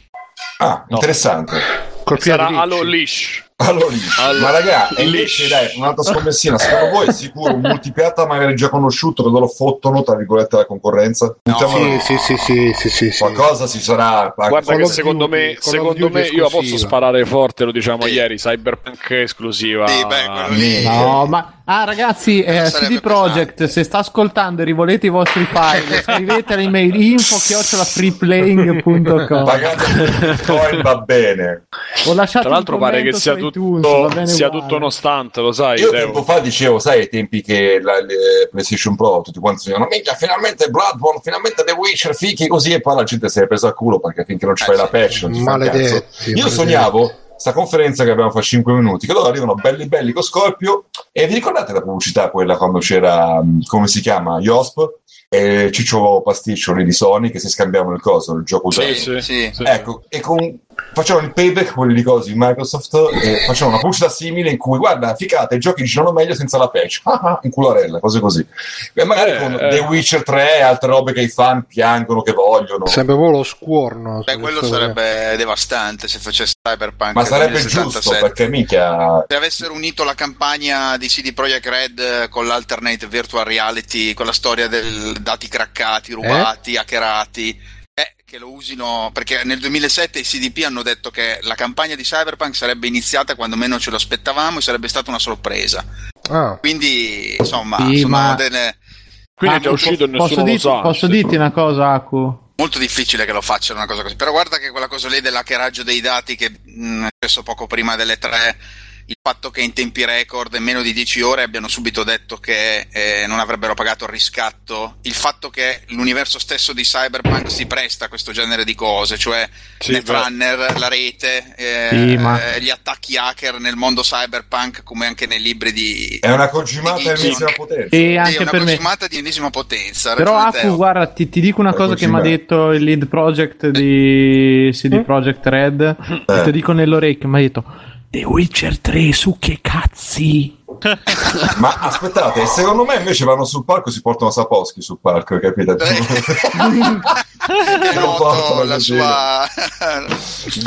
[SPEAKER 9] Ah, interessante.
[SPEAKER 2] Colpire
[SPEAKER 1] Sarà
[SPEAKER 2] Ricci.
[SPEAKER 1] Halo Leash.
[SPEAKER 9] Allora, lì.
[SPEAKER 1] Allora,
[SPEAKER 9] ma raga, e
[SPEAKER 1] lì.
[SPEAKER 9] invece dai, un'altra scommessina, secondo voi sicuro un multipiatta magari già conosciuto che loro fottono tra virgolette la concorrenza? Mettiamolo-
[SPEAKER 2] Sì, sì, sì, sì, sì, sì, sì.
[SPEAKER 9] Qualcosa ci sarà.
[SPEAKER 1] Guarda
[SPEAKER 2] Call
[SPEAKER 1] che
[SPEAKER 2] of
[SPEAKER 1] secondo
[SPEAKER 2] Duty,
[SPEAKER 1] me,
[SPEAKER 2] Call of
[SPEAKER 1] secondo
[SPEAKER 2] Duty
[SPEAKER 1] me io la posso
[SPEAKER 2] esclusiva.
[SPEAKER 1] sparare forte, lo diciamo ieri, Cyberpunk esclusiva.
[SPEAKER 8] Sì, beh, quello lì.
[SPEAKER 3] No, ma ah, ragazzi, eh,
[SPEAKER 8] Sarebbe
[SPEAKER 3] CD Projekt,
[SPEAKER 8] pesante.
[SPEAKER 3] se sta ascoltando e rivolete i vostri file, scrivete all'email info chiocciolafreeplaying.com
[SPEAKER 9] Pagate Bitcoin va bene.
[SPEAKER 3] o lasciate
[SPEAKER 1] Tra l'altro
[SPEAKER 3] un
[SPEAKER 1] pare che
[SPEAKER 3] commento
[SPEAKER 1] sia
[SPEAKER 3] su iTunes, va
[SPEAKER 1] tutto,
[SPEAKER 3] bene
[SPEAKER 1] sia
[SPEAKER 3] uguale.
[SPEAKER 1] tutto nonostante, lo sai,
[SPEAKER 9] Io
[SPEAKER 1] Teo.
[SPEAKER 9] tempo fa dicevo, sai, ai tempi che la, le PlayStation Pro tutti quanti dicevano minchia, finalmente Bloodborne, finalmente The Witcher, fichi così e poi la gente si è presa al culo perché finché non ci fai la patch non ci fa un
[SPEAKER 2] Eh Maledetti,
[SPEAKER 9] cazzo. Io
[SPEAKER 2] maledetti.
[SPEAKER 9] sognavo sta conferenza che abbiamo fatto 5 minuti, che loro arrivano belli belli con Scorpio e vi ricordate la pubblicità quella quando c'era, mh, come si chiama, Yosp? E Ciccio Pasticcio lì di Sony che si scambiavano il coso, il gioco usato.
[SPEAKER 8] Sì,
[SPEAKER 1] Sì,
[SPEAKER 8] sì.
[SPEAKER 1] sì.
[SPEAKER 9] Ecco, e con... facevano il payback quelli di cose di Microsoft e facevano una pubblicità simile in cui guarda, ficate, i giochi girano meglio senza la patch. Ah, ah, in cularella, cose così. E magari
[SPEAKER 1] Eh,
[SPEAKER 9] con
[SPEAKER 1] eh.
[SPEAKER 9] The Witcher 3 e altre robe che i fan piangono, che vogliono.
[SPEAKER 2] Sembra proprio lo scuorno.
[SPEAKER 8] Beh, quello sarebbe devastante se facesse Cyberpunk.
[SPEAKER 9] Ma sarebbe
[SPEAKER 8] 2077.
[SPEAKER 9] giusto perché minchia
[SPEAKER 8] Se avessero unito la campagna di CD Projekt Red eh, con l'alternate virtual reality, con la storia del dati
[SPEAKER 3] Eh?
[SPEAKER 8] craccati, rubati, hackerati, eh, che lo usino perché nel 2007 i CDP hanno detto che la campagna di Cyberpunk sarebbe iniziata quando meno ce lo aspettavamo e sarebbe stata una sorpresa.
[SPEAKER 2] Ah,
[SPEAKER 8] Quindi, insomma,
[SPEAKER 3] Sì,
[SPEAKER 8] sono
[SPEAKER 3] ma-
[SPEAKER 8] delle-
[SPEAKER 1] Quindi
[SPEAKER 3] Ah,
[SPEAKER 1] è già
[SPEAKER 3] po-
[SPEAKER 1] uscito e nessuno
[SPEAKER 3] posso
[SPEAKER 1] lo
[SPEAKER 3] dirti,
[SPEAKER 1] sa.
[SPEAKER 3] Posso
[SPEAKER 1] Sì.
[SPEAKER 3] dirti una cosa, Aku?
[SPEAKER 8] molto difficile che lo facciano una cosa così. Però guarda che quella cosa lì dell'hackeraggio dei dati che mh, è successo poco prima delle tre, il fatto che in tempi record, in meno di 10 ore, abbiano subito detto che eh, non avrebbero pagato il riscatto, il fatto che l'universo stesso di Cyberpunk si presta a questo genere di cose, cioè
[SPEAKER 1] Sì,
[SPEAKER 8] Netrunner, la rete, eh,
[SPEAKER 3] Sì, ma-
[SPEAKER 8] eh, gli attacchi hacker nel mondo Cyberpunk come anche nei libri di...
[SPEAKER 9] è una cogimata
[SPEAKER 8] Sì, sì.
[SPEAKER 9] ennesima potenza.
[SPEAKER 3] E
[SPEAKER 8] Sì, è
[SPEAKER 3] anche
[SPEAKER 8] una
[SPEAKER 3] per me.
[SPEAKER 8] consumata di ennesima potenza. ha
[SPEAKER 3] Però
[SPEAKER 8] ragione
[SPEAKER 3] Aku,
[SPEAKER 8] Teo.
[SPEAKER 3] guarda, ti, ti dico una
[SPEAKER 9] Per
[SPEAKER 3] cosa che mi ha
[SPEAKER 9] conciliare.
[SPEAKER 3] detto il lead project di CD Projekt Red, e te lo dico nell'orecchio, mi ha detto The Witcher 3 su che cazzi?
[SPEAKER 9] Ma aspettate, secondo me invece vanno sul palco e si portano Sapowski sul palco, capite?
[SPEAKER 8] è noto
[SPEAKER 9] Portalo
[SPEAKER 8] Eh. la
[SPEAKER 9] così.
[SPEAKER 8] sua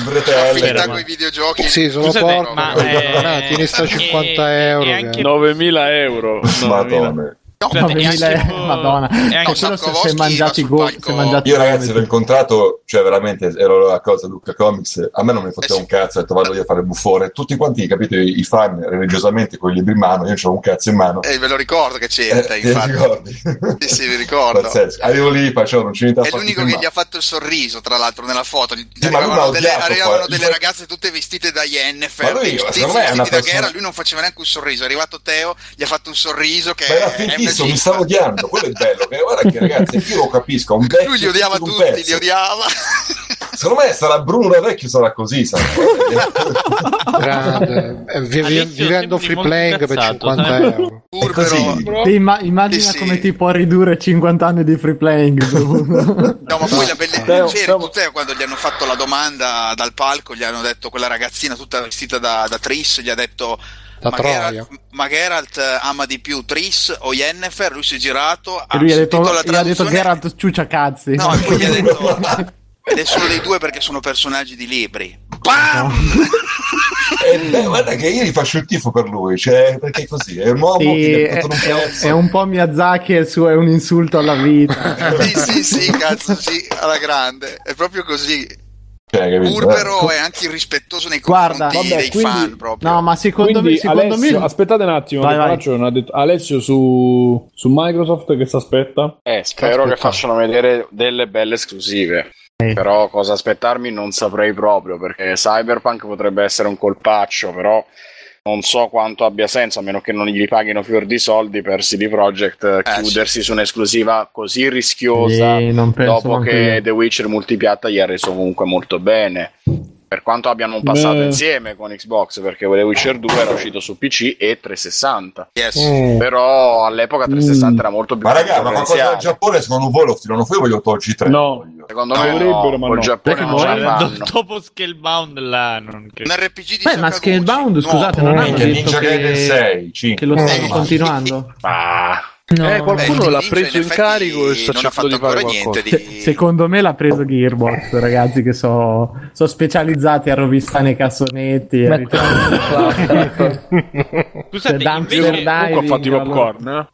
[SPEAKER 9] Bretelle.
[SPEAKER 8] affinità con i videogiochi.
[SPEAKER 2] sì, sono
[SPEAKER 5] Scusate,
[SPEAKER 2] porco.
[SPEAKER 5] ma,
[SPEAKER 2] perdonati,
[SPEAKER 5] eh,
[SPEAKER 2] ne sta
[SPEAKER 5] e-
[SPEAKER 2] 50
[SPEAKER 5] e
[SPEAKER 2] euro.
[SPEAKER 5] anche-
[SPEAKER 2] che-
[SPEAKER 1] 9.000 euro. 9.000.
[SPEAKER 9] Madonna.
[SPEAKER 8] No,
[SPEAKER 5] Cioè,
[SPEAKER 8] perché-
[SPEAKER 3] 9000
[SPEAKER 5] anche-
[SPEAKER 3] euro, madonna.
[SPEAKER 5] e anche
[SPEAKER 3] No, quello se,
[SPEAKER 8] Sapkowski
[SPEAKER 3] se mangiati
[SPEAKER 8] va sul
[SPEAKER 3] go,
[SPEAKER 8] palco.
[SPEAKER 3] se mangiati
[SPEAKER 9] Io ragazzi l'ho
[SPEAKER 3] gomiti.
[SPEAKER 9] incontrato, cioè veramente ero la cosa Luca Comics, a me non mi fotteva
[SPEAKER 8] Eh sì.
[SPEAKER 9] un cazzo, ho detto vado io a fare il buffone, tutti quanti, capite, i fan religiosamente con i libri in mano, io c'ho un cazzo in mano.
[SPEAKER 8] eh, ve lo ricordo che
[SPEAKER 9] Eh,
[SPEAKER 8] c'entra,
[SPEAKER 9] ti
[SPEAKER 8] infatti.
[SPEAKER 9] ricordi?
[SPEAKER 8] Sì, sì, vi ricordo.
[SPEAKER 9] Pazzesco. Arrivo lì, faccio non c'è niente da
[SPEAKER 8] È
[SPEAKER 9] fare,
[SPEAKER 8] l'unico
[SPEAKER 9] tutti
[SPEAKER 8] che
[SPEAKER 9] in
[SPEAKER 8] gli ha fatto il sorriso, tra l'altro, nella foto. Gli
[SPEAKER 9] Sì, ma lui l'ha
[SPEAKER 8] arrivavano delle,
[SPEAKER 9] odiato,
[SPEAKER 8] arrivavano
[SPEAKER 9] poi.
[SPEAKER 8] delle
[SPEAKER 9] Lui-
[SPEAKER 8] ragazze tutte vestite da INF,
[SPEAKER 9] Ma lui,
[SPEAKER 8] tutti
[SPEAKER 9] secondo me, è
[SPEAKER 8] vestiti
[SPEAKER 9] una
[SPEAKER 8] da
[SPEAKER 9] persona-
[SPEAKER 8] guerra, lui non faceva neanche un sorriso. È arrivato Teo, gli ha fatto un sorriso che
[SPEAKER 9] mano. Ma era
[SPEAKER 8] è una
[SPEAKER 9] fighissimo, mi
[SPEAKER 8] gifta.
[SPEAKER 9] stavo odiando, quello è il bello, che guarda che ragazzi, io lo capisco, un vecchio
[SPEAKER 8] Lui li odiava
[SPEAKER 9] tutto d'un
[SPEAKER 8] tutti,
[SPEAKER 9] pezzo.
[SPEAKER 8] li odiava.
[SPEAKER 9] Secondo me sarà Bruno da vecchio, sarà così. Sarà.
[SPEAKER 2] Grande. Eh, vi- vi-
[SPEAKER 5] Alessio, sembri
[SPEAKER 2] vivendo free
[SPEAKER 5] molto
[SPEAKER 2] playing per
[SPEAKER 5] incazzato,
[SPEAKER 2] 50
[SPEAKER 5] sai?
[SPEAKER 2] euro.
[SPEAKER 9] È così.
[SPEAKER 3] Te imma- immagina
[SPEAKER 8] Eh, Sì, sì.
[SPEAKER 3] come ti può ridurre 50 anni di free playing. Bruno.
[SPEAKER 8] No, ma poi la belle...
[SPEAKER 7] Teo,
[SPEAKER 8] c'era
[SPEAKER 7] Teo-
[SPEAKER 8] tu, Teo, quando gli hanno fatto la domanda dal palco, gli hanno detto quella ragazzina tutta vestita da, da Tris, gli ha detto
[SPEAKER 2] Da
[SPEAKER 8] ma,
[SPEAKER 2] Troia.
[SPEAKER 8] Geralt, ma Geralt ama di più Tris o Yennefer, lui si è girato, ha
[SPEAKER 3] e lui gli ha detto,
[SPEAKER 8] sentito
[SPEAKER 3] gli
[SPEAKER 8] la
[SPEAKER 3] ha detto
[SPEAKER 8] traduzione-
[SPEAKER 3] Geralt ciuccia cazzi.
[SPEAKER 8] No, e poi gli ha detto "Ah, ed è solo dei due perché sono personaggi di libri. Bam!
[SPEAKER 9] Eh, beh, guarda che io gli faccio il tifo per lui, cioè, perché è così, è un uomo
[SPEAKER 3] Sì, eh,
[SPEAKER 9] che gli
[SPEAKER 3] è,
[SPEAKER 9] ha fatto un
[SPEAKER 3] è-
[SPEAKER 9] pezzo.
[SPEAKER 3] è un po' Miyazaki e il suo è un insulto alla vita.
[SPEAKER 8] sì, sì, sì, cazzo, sì, alla grande. È proprio così.
[SPEAKER 9] Cioè, capito?
[SPEAKER 8] Urbero è anche irrispettoso nei confronti
[SPEAKER 3] Guarda,
[SPEAKER 7] vabbè,
[SPEAKER 8] dei
[SPEAKER 7] quindi-
[SPEAKER 8] fan proprio.
[SPEAKER 3] No, ma secondo
[SPEAKER 7] Quindi
[SPEAKER 3] me, secondo
[SPEAKER 7] Alessio-
[SPEAKER 3] me
[SPEAKER 7] aspettate un attimo,
[SPEAKER 3] Vai,
[SPEAKER 7] che
[SPEAKER 3] vai.
[SPEAKER 7] Palacio non ha detto- Alessio su, su Microsoft che si aspetta?
[SPEAKER 4] Eh, spero
[SPEAKER 2] Aspetta.
[SPEAKER 4] che facciano vedere delle belle esclusive. Però cosa aspettarmi non saprei proprio, perché Cyberpunk potrebbe essere un colpaccio, però non so quanto abbia senso, a meno che non gli paghino fior di soldi per CD Projekt eh,
[SPEAKER 8] sì.
[SPEAKER 4] chiudersi su un'esclusiva così rischiosa
[SPEAKER 3] Sì, non penso
[SPEAKER 4] dopo
[SPEAKER 3] manco
[SPEAKER 4] che
[SPEAKER 3] io.
[SPEAKER 4] The Witcher multipiatta gli ha reso comunque molto bene. Per quanto abbiano un passato
[SPEAKER 7] Beh.
[SPEAKER 4] insieme con Xbox, perché The Witcher 2 era uscito su PC e 360.
[SPEAKER 8] Yes.
[SPEAKER 3] Eh.
[SPEAKER 4] Però all'epoca 360
[SPEAKER 7] Mm.
[SPEAKER 4] era molto più
[SPEAKER 9] Ma raga, ma qualcosa
[SPEAKER 4] concorrenziale.
[SPEAKER 9] dal Giappone secondo voi lo tirano fuori o voglio tolgi 3?
[SPEAKER 7] No.
[SPEAKER 4] Secondo
[SPEAKER 7] No,
[SPEAKER 4] me
[SPEAKER 7] dovrebbero,
[SPEAKER 4] no,
[SPEAKER 7] ma
[SPEAKER 4] col
[SPEAKER 7] no.
[SPEAKER 4] Giappone
[SPEAKER 3] Perché
[SPEAKER 4] non ce
[SPEAKER 3] poi-
[SPEAKER 4] la fanno.
[SPEAKER 5] dopo Scalebound là non credo.
[SPEAKER 8] Un RPG di
[SPEAKER 3] Beh, ma
[SPEAKER 8] Sakaguchi,
[SPEAKER 3] Scalebound,
[SPEAKER 8] nuovo.
[SPEAKER 3] scusate, non hanno
[SPEAKER 9] Minchia,
[SPEAKER 3] detto
[SPEAKER 9] Ninja Gaiden
[SPEAKER 3] che,
[SPEAKER 9] 6, 5.
[SPEAKER 3] che lo
[SPEAKER 2] Eh,
[SPEAKER 3] stanno
[SPEAKER 2] ma-
[SPEAKER 3] continuando.
[SPEAKER 4] Ah,
[SPEAKER 6] No,
[SPEAKER 10] eh, qualcuno
[SPEAKER 8] Beh,
[SPEAKER 10] l'ha
[SPEAKER 8] Ninja,
[SPEAKER 10] preso
[SPEAKER 8] in
[SPEAKER 10] in,
[SPEAKER 8] effetti,
[SPEAKER 10] carico e sta
[SPEAKER 8] non ha
[SPEAKER 10] cercando di
[SPEAKER 8] fatto
[SPEAKER 10] fare
[SPEAKER 8] ancora
[SPEAKER 10] qualcosa.
[SPEAKER 8] niente
[SPEAKER 3] Se- secondo me l'ha preso Gearbox, ragazzi, che so, so specializzati a rovistare i cassonetti. e a
[SPEAKER 6] Ma-
[SPEAKER 3] ritirare-
[SPEAKER 5] Scusate,
[SPEAKER 2] Cioè,
[SPEAKER 3] Dumpster
[SPEAKER 5] invece
[SPEAKER 3] diving,
[SPEAKER 1] Comunque ho fatto i
[SPEAKER 3] allora.
[SPEAKER 1] popcorn. eh.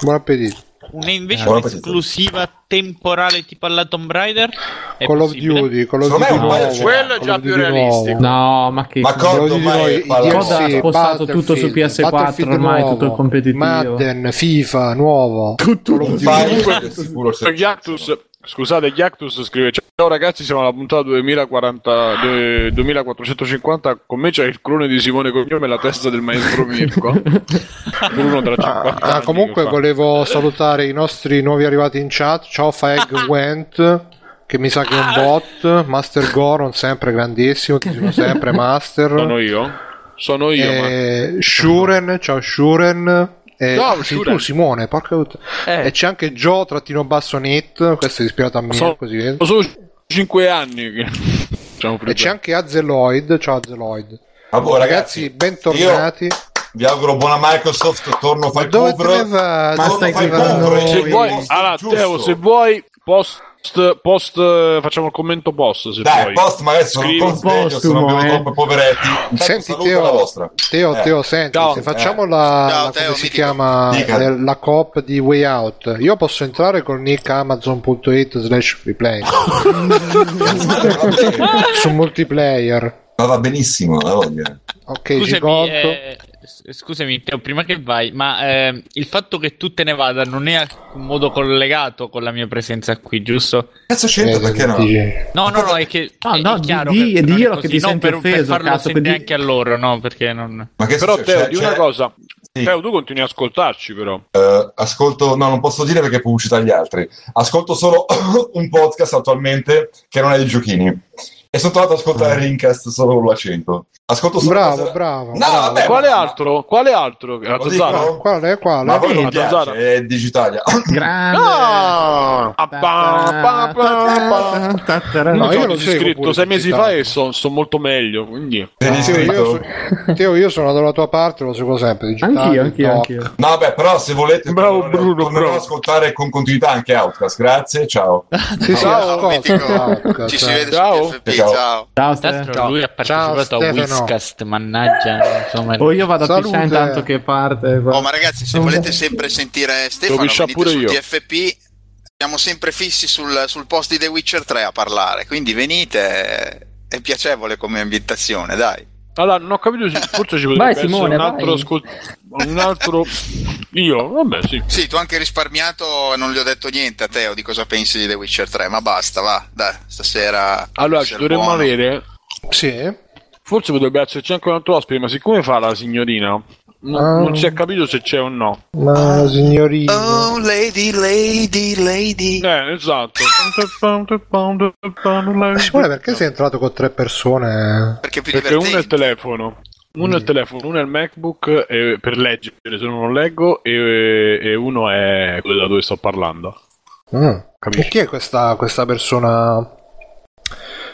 [SPEAKER 2] Buon appetito.
[SPEAKER 5] una invece
[SPEAKER 9] Allora,
[SPEAKER 5] un'esclusiva temporale tipo alla Tomb Raider è
[SPEAKER 2] Call of
[SPEAKER 5] possibile?
[SPEAKER 2] Duty, Call of
[SPEAKER 9] Secondo me
[SPEAKER 2] Duty
[SPEAKER 9] un paio
[SPEAKER 2] nuovo,
[SPEAKER 9] c'è.
[SPEAKER 1] Quello è
[SPEAKER 2] Call
[SPEAKER 1] già
[SPEAKER 2] of
[SPEAKER 1] più
[SPEAKER 2] Duty nuovo.
[SPEAKER 1] realistico.
[SPEAKER 3] No, ma che
[SPEAKER 9] Ma
[SPEAKER 2] Call
[SPEAKER 9] Accordo,
[SPEAKER 2] of Duty
[SPEAKER 9] ormai
[SPEAKER 2] nuovo,
[SPEAKER 9] è
[SPEAKER 2] i
[SPEAKER 9] parlato.
[SPEAKER 2] DLC,
[SPEAKER 3] Cosa ha spostato
[SPEAKER 2] Battlefield,
[SPEAKER 3] tutto su PS4
[SPEAKER 2] Battlefield
[SPEAKER 3] ormai,
[SPEAKER 2] nuovo,
[SPEAKER 3] tutto il competitivo.
[SPEAKER 2] Madden, FIFA, nuovo. Tutto Ah,
[SPEAKER 9] Fai sicuro c'è.
[SPEAKER 1] Giactus, scusate, Giactus scrive: Ciao ragazzi, siamo alla puntata 2040, due- 2450. Con me c'è il clone di Simone Cognome e la testa del maestro Mirko. Bruno tra 50
[SPEAKER 2] Ah,
[SPEAKER 1] anni
[SPEAKER 2] comunque
[SPEAKER 1] che fa.
[SPEAKER 2] volevo salutare i nostri nuovi arrivati in chat. Ciao
[SPEAKER 1] Ah.
[SPEAKER 2] Fag Went, che mi sa che è un bot. Master Goron, sempre grandissimo, ti sono sempre Master.
[SPEAKER 1] Sono io? Sono io, ma.
[SPEAKER 2] Eh, Shuren, ciao Shuren. Eh,
[SPEAKER 1] Ciao,
[SPEAKER 2] sei
[SPEAKER 1] Shuren.
[SPEAKER 2] tu Simone, porca putt-
[SPEAKER 10] Eh.
[SPEAKER 2] E c'è anche Joe trattino basso net, questo è ispirato a me,
[SPEAKER 1] Sono,
[SPEAKER 2] così vedo.
[SPEAKER 1] sono 5 anni che. Diciamo,
[SPEAKER 2] E c'è anche Azeloid, ciao Azeloid.
[SPEAKER 9] Vabbè,
[SPEAKER 2] Ragazzi,
[SPEAKER 9] Ah, boh, ragazzi,
[SPEAKER 2] bentornati.
[SPEAKER 9] io vi auguro buona Microsoft, torno fai
[SPEAKER 2] Dove
[SPEAKER 9] cover.
[SPEAKER 2] te ne vai?
[SPEAKER 9] torno
[SPEAKER 2] Stai
[SPEAKER 9] fai
[SPEAKER 2] guardando
[SPEAKER 9] cover.
[SPEAKER 2] noi.
[SPEAKER 1] se
[SPEAKER 2] Sì,
[SPEAKER 1] vuoi,
[SPEAKER 9] Posto
[SPEAKER 1] allora,
[SPEAKER 9] giusto.
[SPEAKER 1] Teo, se vuoi, post, post, eh, facciamo il commento post. Se
[SPEAKER 9] Dai,
[SPEAKER 1] vuoi.
[SPEAKER 9] post, ma adesso non
[SPEAKER 1] Scrivi.
[SPEAKER 9] sveglio, sono
[SPEAKER 3] Postumo,
[SPEAKER 9] abbiamo
[SPEAKER 3] eh.
[SPEAKER 9] troppo poveretti. Intanto
[SPEAKER 2] Senti
[SPEAKER 9] saluto
[SPEAKER 2] Teo,
[SPEAKER 9] la vostra.
[SPEAKER 2] Teo,
[SPEAKER 9] Eh.
[SPEAKER 2] Teo, senti,
[SPEAKER 1] Ciao.
[SPEAKER 2] se facciamo la,
[SPEAKER 8] Ciao,
[SPEAKER 2] la-
[SPEAKER 8] Teo,
[SPEAKER 2] come
[SPEAKER 8] mi
[SPEAKER 2] si
[SPEAKER 8] dica.
[SPEAKER 2] chiama
[SPEAKER 9] Dica.
[SPEAKER 2] eh, la coop di Way Out, io posso entrare col nick amazon.it slash replay
[SPEAKER 9] Va bene,
[SPEAKER 2] su multiplayer.
[SPEAKER 9] Ma va benissimo, la voglia.
[SPEAKER 2] Ok,
[SPEAKER 5] Scusami,
[SPEAKER 2] Gigonto.
[SPEAKER 5] eh, s- scusami Teo, prima che vai, ma ehm, il fatto che tu te ne vada non è in alcun modo collegato con la mia presenza qui, giusto?
[SPEAKER 9] Cazzo c'entra,
[SPEAKER 2] Eh,
[SPEAKER 9] perché no?
[SPEAKER 2] dici-
[SPEAKER 5] No, no, no, è che
[SPEAKER 3] No,
[SPEAKER 5] è,
[SPEAKER 3] no,
[SPEAKER 5] è
[SPEAKER 3] di-
[SPEAKER 5] chiaro
[SPEAKER 3] di-
[SPEAKER 5] che non è
[SPEAKER 3] diglielo
[SPEAKER 5] così,
[SPEAKER 3] che ti
[SPEAKER 5] non
[SPEAKER 3] senti
[SPEAKER 5] per, per
[SPEAKER 3] offeso,
[SPEAKER 5] farlo
[SPEAKER 3] cazzo,
[SPEAKER 5] sentire
[SPEAKER 3] per di-
[SPEAKER 5] anche a loro, no, perché non...
[SPEAKER 9] Ma che
[SPEAKER 1] Però,
[SPEAKER 9] succede?
[SPEAKER 1] Teo,
[SPEAKER 9] Cioè,
[SPEAKER 1] di una
[SPEAKER 9] cioè,
[SPEAKER 1] cosa.
[SPEAKER 9] sì.
[SPEAKER 1] Teo, tu continui a ascoltarci, però.
[SPEAKER 9] Eh, ascolto, no, non posso dire perché è pubblicità agli altri. Ascolto solo un podcast attualmente che non è di giochini. E sono tornato ad
[SPEAKER 1] Ah.
[SPEAKER 9] ascoltare Rincast solo con l'accento. Ascolto solo
[SPEAKER 2] Bravo,
[SPEAKER 9] cose-
[SPEAKER 2] bravo,
[SPEAKER 9] No,
[SPEAKER 2] bravo.
[SPEAKER 9] vabbè,
[SPEAKER 1] Quale
[SPEAKER 9] ma-
[SPEAKER 1] altro? Quale altro? La
[SPEAKER 9] Lo
[SPEAKER 1] Zanzara?
[SPEAKER 9] dico?
[SPEAKER 2] Quale, quale?
[SPEAKER 9] Ma a voi non
[SPEAKER 1] Vita.
[SPEAKER 9] piace, eh, è digitale.
[SPEAKER 3] Grande.
[SPEAKER 1] Ah! Ah, pa, pa, pa, pa.
[SPEAKER 2] No,
[SPEAKER 1] Non so,
[SPEAKER 2] io lo
[SPEAKER 1] ti
[SPEAKER 2] seguo
[SPEAKER 1] scritto
[SPEAKER 2] pure
[SPEAKER 1] sei mesi fa
[SPEAKER 2] digitale.
[SPEAKER 1] e sono molto meglio. Quindi.
[SPEAKER 2] Teo, io, so- Teo, io sono dalla tua parte, lo seguo sempre. digitale,
[SPEAKER 3] Anch'io, anch'io,
[SPEAKER 2] no.
[SPEAKER 3] anch'io.
[SPEAKER 9] No, vabbè, però se volete
[SPEAKER 1] Bravo,
[SPEAKER 9] tornerò-
[SPEAKER 1] Bruno,
[SPEAKER 9] tornerò
[SPEAKER 1] bravo.
[SPEAKER 9] ad ascoltare con continuità anche Outcast. Grazie, ciao.
[SPEAKER 2] Sì, sì,
[SPEAKER 1] Ciao,
[SPEAKER 2] ascolta,
[SPEAKER 8] mitico.
[SPEAKER 2] ascolta,
[SPEAKER 8] Ci si
[SPEAKER 2] ciao.
[SPEAKER 8] vede
[SPEAKER 1] Ciao.
[SPEAKER 8] su TFP,
[SPEAKER 9] Ciao.
[SPEAKER 8] ciao.
[SPEAKER 3] Ciao,
[SPEAKER 5] Tra
[SPEAKER 3] Ste.
[SPEAKER 5] l'altro lui ha partecipato a
[SPEAKER 2] Stefano.
[SPEAKER 5] Whiskast, mannaggia, insomma...
[SPEAKER 3] O Oh, io vado a
[SPEAKER 2] Salute.
[SPEAKER 3] pisciare intanto che parte. guarda.
[SPEAKER 8] Oh, ma ragazzi, se volete sempre sentire Stefano,
[SPEAKER 1] Lo piscia
[SPEAKER 8] venite
[SPEAKER 1] pure
[SPEAKER 8] su
[SPEAKER 1] io.
[SPEAKER 8] TFP. Siamo sempre fissi sul, sul post di The Witcher 3 a parlare, quindi venite, è piacevole come ambientazione, dai.
[SPEAKER 1] Allora, non ho capito se forse ci potrebbe
[SPEAKER 6] Vai,
[SPEAKER 1] essere
[SPEAKER 6] Simone,
[SPEAKER 1] un altro
[SPEAKER 6] vai.
[SPEAKER 1] ascol- un altro io, vabbè, sì.
[SPEAKER 8] Sì, tu anche risparmiato, non gli ho detto niente a Teo di cosa pensi di The Witcher 3, ma basta, va, dai, stasera.
[SPEAKER 1] Allora, ci
[SPEAKER 8] essere
[SPEAKER 1] dovremmo
[SPEAKER 8] buono.
[SPEAKER 1] avere
[SPEAKER 2] Sì,
[SPEAKER 1] Forse potrebbe esserci anche un altro ospite, ma siccome fa la signorina, n- non si è capito se c'è o no.
[SPEAKER 2] Ma signorina.
[SPEAKER 8] Oh, lady, lady, lady.
[SPEAKER 1] Eh, esatto.
[SPEAKER 2] Simone, perché sei entrato con tre persone?
[SPEAKER 8] Perché è più
[SPEAKER 1] Perché uno è il
[SPEAKER 8] divertente.
[SPEAKER 1] telefono. Uno
[SPEAKER 8] Mm.
[SPEAKER 1] è il telefono, uno è il MacBook eh, per leggere se non leggo e, e uno è quello da dove sto parlando.
[SPEAKER 2] Mm. E
[SPEAKER 1] Capisci?
[SPEAKER 2] chi è questa, questa persona?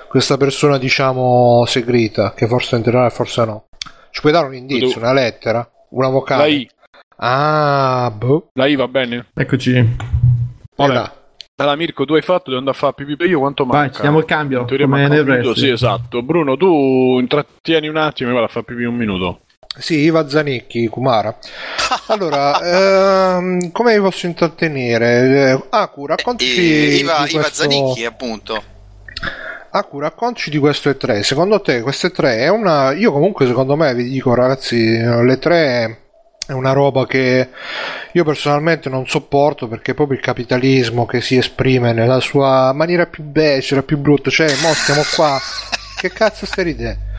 [SPEAKER 2] Questa persona, diciamo, segreta, che forse entrerà e forse no. Ci puoi dare un indizio, una lettera, una vocale?
[SPEAKER 1] La I,
[SPEAKER 2] Ah, boh.
[SPEAKER 1] la I va bene?
[SPEAKER 3] Eccoci.
[SPEAKER 2] Eh,
[SPEAKER 1] Vabbè.
[SPEAKER 2] là.
[SPEAKER 1] Allora Mirko, tu hai fatto, devo andare a fare pipì per io quanto
[SPEAKER 3] Vai,
[SPEAKER 1] manca?
[SPEAKER 3] ci diamo il cambio.
[SPEAKER 1] In teoria
[SPEAKER 3] Come
[SPEAKER 1] manca
[SPEAKER 3] nel
[SPEAKER 1] un minuto,
[SPEAKER 3] resto.
[SPEAKER 1] sì, esatto. Bruno, tu intrattieni un attimo e vado a fare pipì un minuto.
[SPEAKER 2] Sì, Iva Zanicchi, Kumara. Allora, ehm, come vi posso intrattenere? Eh, Aku,
[SPEAKER 8] E-
[SPEAKER 2] raccontaci
[SPEAKER 8] Iva,
[SPEAKER 2] di
[SPEAKER 8] Iva
[SPEAKER 2] questo...
[SPEAKER 8] Zanicchi, appunto.
[SPEAKER 2] Aku, raccontaci di questo E3. Secondo te, queste tre è una. Io, comunque, secondo me, vi dico, ragazzi, le tre è una roba che io personalmente non sopporto perché è proprio il capitalismo che si esprime nella sua maniera più becera, più brutta. Cioè, mo stiamo qua. Che cazzo stai ridendo?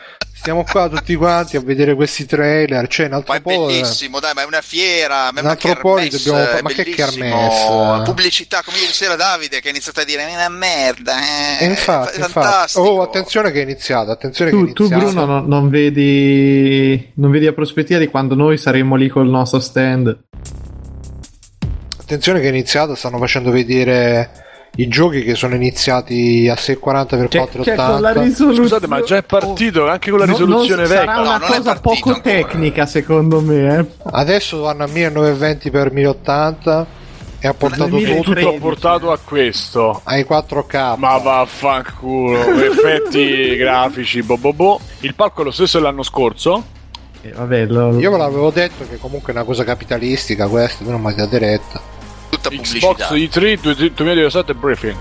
[SPEAKER 2] Stiamo qua tutti quanti a vedere questi trailer. Cioè, in altro
[SPEAKER 8] Ma è
[SPEAKER 2] po', eh,
[SPEAKER 8] bellissimo, dai, ma è una fiera. Ma è
[SPEAKER 2] Un
[SPEAKER 8] una
[SPEAKER 2] altro poi
[SPEAKER 8] kermesse,
[SPEAKER 2] dobbiamo fa-
[SPEAKER 8] è
[SPEAKER 2] ma che
[SPEAKER 8] bellissimo.
[SPEAKER 2] kermesse? eh?
[SPEAKER 8] Pubblicità, come ieri sera Davide che ha iniziato a dire è una merda. Eh.
[SPEAKER 2] E infatti,
[SPEAKER 8] è
[SPEAKER 2] infatti.
[SPEAKER 8] fantastico.
[SPEAKER 2] Oh, attenzione che è iniziata. Attenzione che è
[SPEAKER 3] Tu, tu,
[SPEAKER 2] iniziata.
[SPEAKER 3] Bruno, non, non vedi non vedi la prospettiva di quando noi saremo lì col nostro stand.
[SPEAKER 8] Eh,
[SPEAKER 2] Attenzione che è iniziata, stanno facendo vedere i giochi che sono iniziati a 640 x
[SPEAKER 3] Cioè, cioè, con la
[SPEAKER 2] 480.
[SPEAKER 3] risoluzione...
[SPEAKER 1] Scusate, ma già è partito anche con la
[SPEAKER 3] No, non-
[SPEAKER 1] risoluzione vecchia.
[SPEAKER 3] Sarà una
[SPEAKER 8] No, non è
[SPEAKER 3] cosa
[SPEAKER 8] partito
[SPEAKER 3] poco
[SPEAKER 8] ancora.
[SPEAKER 3] tecnica, secondo me. Eh.
[SPEAKER 2] Adesso vanno a 1920 x 1080 e ha portato
[SPEAKER 1] E
[SPEAKER 2] tutto
[SPEAKER 3] 1013.
[SPEAKER 1] tutto ha portato a questo.
[SPEAKER 2] ai 4K.
[SPEAKER 1] Ma vaffanculo, effetti grafici, boh boh boh. Il palco è lo stesso dell'anno scorso.
[SPEAKER 3] Eh, vabbè, lo-
[SPEAKER 2] Io ve l'avevo detto che comunque è una cosa capitalistica questa, voi non mi date retta.
[SPEAKER 8] Tutta
[SPEAKER 1] Xbox
[SPEAKER 8] pubblicità.
[SPEAKER 1] i3 2017 briefing.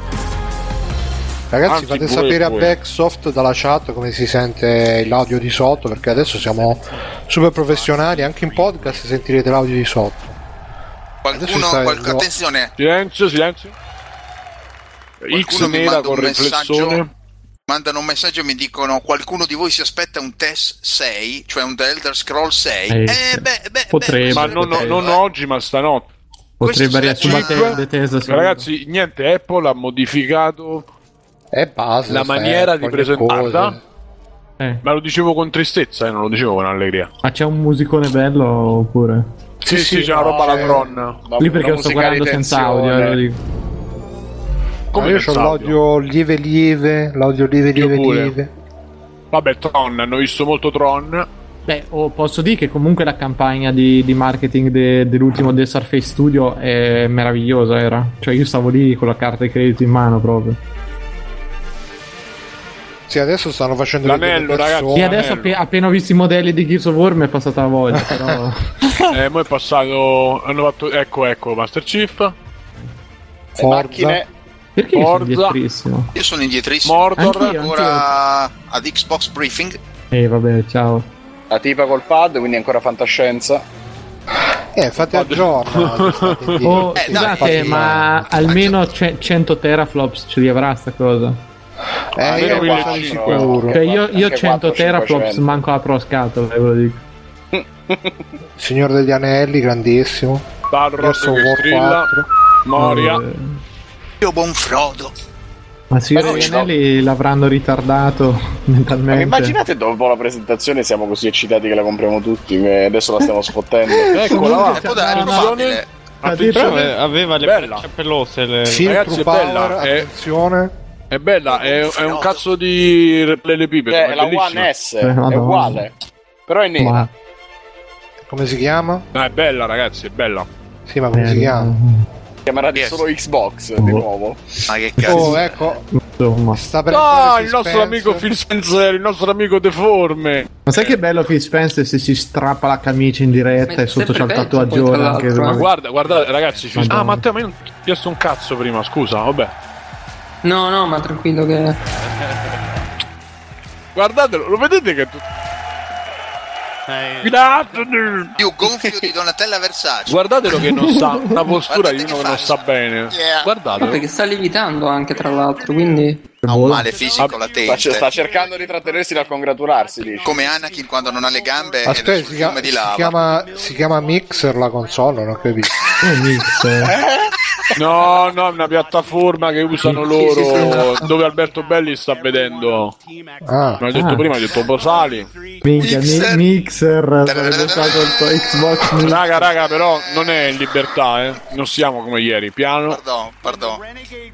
[SPEAKER 2] Ragazzi,
[SPEAKER 1] Anzi,
[SPEAKER 2] fate
[SPEAKER 1] pure
[SPEAKER 2] sapere a
[SPEAKER 1] voi.
[SPEAKER 2] Backsoft dalla chat come si sente l'audio di sotto, perché adesso siamo super professionali, anche in podcast sentirete l'audio di sotto. adesso
[SPEAKER 8] Qualcuno,
[SPEAKER 2] sta-
[SPEAKER 8] qualc-
[SPEAKER 2] no.
[SPEAKER 8] attenzione,
[SPEAKER 1] Silenzio, silenzio. X
[SPEAKER 8] Qualcuno mi
[SPEAKER 1] nera
[SPEAKER 8] manda
[SPEAKER 1] con
[SPEAKER 8] un messaggio.
[SPEAKER 1] riflessone.
[SPEAKER 8] mandano un messaggio e mi dicono qualcuno di voi si aspetta un test 6, cioè un The Elder Scroll 6.
[SPEAKER 3] Eh,
[SPEAKER 8] Eh, beh, beh,
[SPEAKER 3] potrebbe,
[SPEAKER 8] beh,
[SPEAKER 1] Ma
[SPEAKER 3] Eh,
[SPEAKER 1] non,
[SPEAKER 3] potrebbe,
[SPEAKER 1] non oggi, ma stanotte.
[SPEAKER 3] potrebbe
[SPEAKER 8] questo
[SPEAKER 3] riassumere
[SPEAKER 8] sarebbe-
[SPEAKER 3] te- Bethesda, secondo me.
[SPEAKER 1] Ragazzi, niente, Apple ha modificato,
[SPEAKER 2] È base.
[SPEAKER 1] La maniera di presentarla.
[SPEAKER 3] Eh,
[SPEAKER 1] ma lo dicevo con tristezza e non lo dicevo con allegria.
[SPEAKER 3] ma c'è un musicone bello oppure?
[SPEAKER 1] Sì, sì,
[SPEAKER 2] sì,
[SPEAKER 1] c'è una
[SPEAKER 2] no, eh.
[SPEAKER 1] roba alla
[SPEAKER 2] c'è-
[SPEAKER 4] Eh,
[SPEAKER 1] cronna.
[SPEAKER 3] Lì perché
[SPEAKER 4] la
[SPEAKER 3] lo sto
[SPEAKER 4] musica di
[SPEAKER 3] guardando senza
[SPEAKER 4] tensione.
[SPEAKER 3] audio. eh, lo dico.
[SPEAKER 1] Come
[SPEAKER 2] io ho
[SPEAKER 1] senza audio?
[SPEAKER 2] l'audio lieve lieve, l'audio lieve
[SPEAKER 1] Io
[SPEAKER 2] lieve
[SPEAKER 1] pure.
[SPEAKER 2] lieve.
[SPEAKER 1] Vabbè, Tron, hanno visto molto Tron.
[SPEAKER 3] Beh, oh, posso dire che comunque la campagna di, di marketing de- dell'ultimo del Surface Studio è meravigliosa, era. Cioè io stavo lì con la carta di credito in mano proprio.
[SPEAKER 2] Sì, adesso stanno facendo
[SPEAKER 1] L'anello,
[SPEAKER 2] vedere
[SPEAKER 1] ragazzi.
[SPEAKER 2] persone.
[SPEAKER 3] E
[SPEAKER 1] Oh,
[SPEAKER 3] adesso
[SPEAKER 1] bello.
[SPEAKER 3] appe- appena ho visto i modelli di Gears of War mi è passata la voglia, però...
[SPEAKER 1] Eh, mo è passato. Hanno fatto. Ecco, ecco, Master Chief.
[SPEAKER 4] Le
[SPEAKER 2] Forza.
[SPEAKER 4] macchine
[SPEAKER 3] Perché io sono
[SPEAKER 1] Forza.
[SPEAKER 3] dietrissimo?
[SPEAKER 8] Io sono indietrissimo.
[SPEAKER 1] Mordor.
[SPEAKER 3] Anch'io.
[SPEAKER 8] Ancora ad Xbox Briefing.
[SPEAKER 3] Eh vabbè, ciao.
[SPEAKER 4] la tipa col pad, quindi ancora fantascienza.
[SPEAKER 2] Eh, fate a giorno. state indietro.
[SPEAKER 3] Oh,
[SPEAKER 8] Eh, dai,
[SPEAKER 3] scusate,
[SPEAKER 2] infatti-
[SPEAKER 3] ma almeno ce- 100 teraflops ce li avrà sta cosa.
[SPEAKER 2] Eh, io
[SPEAKER 1] almeno
[SPEAKER 2] ne sono
[SPEAKER 1] 1500.
[SPEAKER 2] sicuro.
[SPEAKER 3] Cioè io, io 100
[SPEAKER 4] Anche 400,
[SPEAKER 3] teraflops
[SPEAKER 4] 500.
[SPEAKER 3] manco apro la scatola, eh, ve lo dico.
[SPEAKER 2] Signore degli Anelli, grandissimo.
[SPEAKER 1] Balrog
[SPEAKER 2] Gears of
[SPEAKER 1] che
[SPEAKER 2] War
[SPEAKER 1] strilla.
[SPEAKER 2] 4.
[SPEAKER 1] Moria.
[SPEAKER 3] Eh,
[SPEAKER 8] Io buon Frodo.
[SPEAKER 3] Ma sì,
[SPEAKER 4] Però
[SPEAKER 3] i
[SPEAKER 4] ci no.
[SPEAKER 3] anelli l'avranno ritardato
[SPEAKER 4] Ma
[SPEAKER 3] mentalmente.
[SPEAKER 4] immaginate dopo la presentazione siamo così eccitati che la compriamo tutti, che adesso la stiamo sfottendo.
[SPEAKER 1] Eccola
[SPEAKER 8] Eh,
[SPEAKER 1] va.
[SPEAKER 8] può dare, è probabile.
[SPEAKER 5] Però
[SPEAKER 1] Attenzione,
[SPEAKER 5] ave- aveva le
[SPEAKER 1] Bella.
[SPEAKER 5] braccia pelose. Le...
[SPEAKER 2] Film True
[SPEAKER 1] ragazzi, è
[SPEAKER 2] Power,
[SPEAKER 1] bella, eh.
[SPEAKER 2] attenzione.
[SPEAKER 1] è bella, è, è un cazzo di
[SPEAKER 4] Cioè,
[SPEAKER 1] replelepipedo.
[SPEAKER 4] è
[SPEAKER 1] È
[SPEAKER 4] la
[SPEAKER 1] bellissima.
[SPEAKER 4] One S,
[SPEAKER 3] Eh,
[SPEAKER 4] è
[SPEAKER 3] madonna.
[SPEAKER 4] uguale. Però è nera.
[SPEAKER 3] Ma-
[SPEAKER 2] Come si chiama?
[SPEAKER 1] No, è bella, ragazzi, è bella.
[SPEAKER 2] Sì, ma come si
[SPEAKER 3] eh,
[SPEAKER 2] chiama?
[SPEAKER 4] Chiamerà di
[SPEAKER 8] Yes.
[SPEAKER 4] solo Xbox di nuovo.
[SPEAKER 8] Ma che cazzo.
[SPEAKER 2] Oh, ecco,
[SPEAKER 3] Insomma.
[SPEAKER 2] sta per
[SPEAKER 1] Ah,
[SPEAKER 2] entrare
[SPEAKER 1] il
[SPEAKER 2] Phil
[SPEAKER 1] nostro
[SPEAKER 2] Spencer.
[SPEAKER 1] amico Phil Spencer, il nostro amico deforme.
[SPEAKER 3] Ma sai che bello Phil Spencer se si strappa la camicia in diretta
[SPEAKER 6] Ma
[SPEAKER 3] e sotto c'è il
[SPEAKER 6] sempre peggio,
[SPEAKER 3] tatuaggione
[SPEAKER 6] poi, tra
[SPEAKER 3] anche
[SPEAKER 6] l'altro, eh.
[SPEAKER 1] Ma
[SPEAKER 6] Sì.
[SPEAKER 1] guarda, guardate, ragazzi. Phil-
[SPEAKER 3] Madonna.
[SPEAKER 1] Ah, Matteo, ma io non ti ho chiesto un cazzo prima, scusa, vabbè.
[SPEAKER 6] No, no, ma tranquillo che...
[SPEAKER 8] Eh.
[SPEAKER 1] Guardatelo, lo vedete che è tutto. Good afternoon.
[SPEAKER 8] Più gonfio di Donatella Versace.
[SPEAKER 1] Guardatelo che non sta, una postura
[SPEAKER 8] Guardate
[SPEAKER 1] di uno
[SPEAKER 8] che
[SPEAKER 1] che non
[SPEAKER 8] faccia.
[SPEAKER 1] sta bene.
[SPEAKER 8] Yeah.
[SPEAKER 1] Guardatelo.
[SPEAKER 6] No, perché sta lievitando anche tra l'altro, quindi...
[SPEAKER 8] Ha un male
[SPEAKER 1] Boh.
[SPEAKER 8] fisico
[SPEAKER 4] Sta,
[SPEAKER 8] latente.
[SPEAKER 4] sta cercando di trattenersi dal congratularsi. Dice.
[SPEAKER 8] Come Anakin quando non ha le gambe ed è
[SPEAKER 2] Aspetta,
[SPEAKER 8] sul
[SPEAKER 2] si, chiama-
[SPEAKER 8] fiume di
[SPEAKER 2] si
[SPEAKER 8] lava.
[SPEAKER 2] chiama, si chiama Mixer la console, non ho capito.
[SPEAKER 3] Eh,
[SPEAKER 1] Eh?
[SPEAKER 8] Eh?
[SPEAKER 1] No, no, è una piattaforma che usano loro dove Alberto Belli sta vedendo.
[SPEAKER 2] Ah,
[SPEAKER 1] Non ho detto
[SPEAKER 3] Ah.
[SPEAKER 1] prima, ho detto Bosali.
[SPEAKER 3] Minchia, mi-
[SPEAKER 8] Mixer.
[SPEAKER 3] mixer, sarebbe stato il tuo Xbox Mixer.
[SPEAKER 1] Raga, raga, però non è in libertà, eh. Non siamo come ieri, piano.
[SPEAKER 8] Pardon, pardon.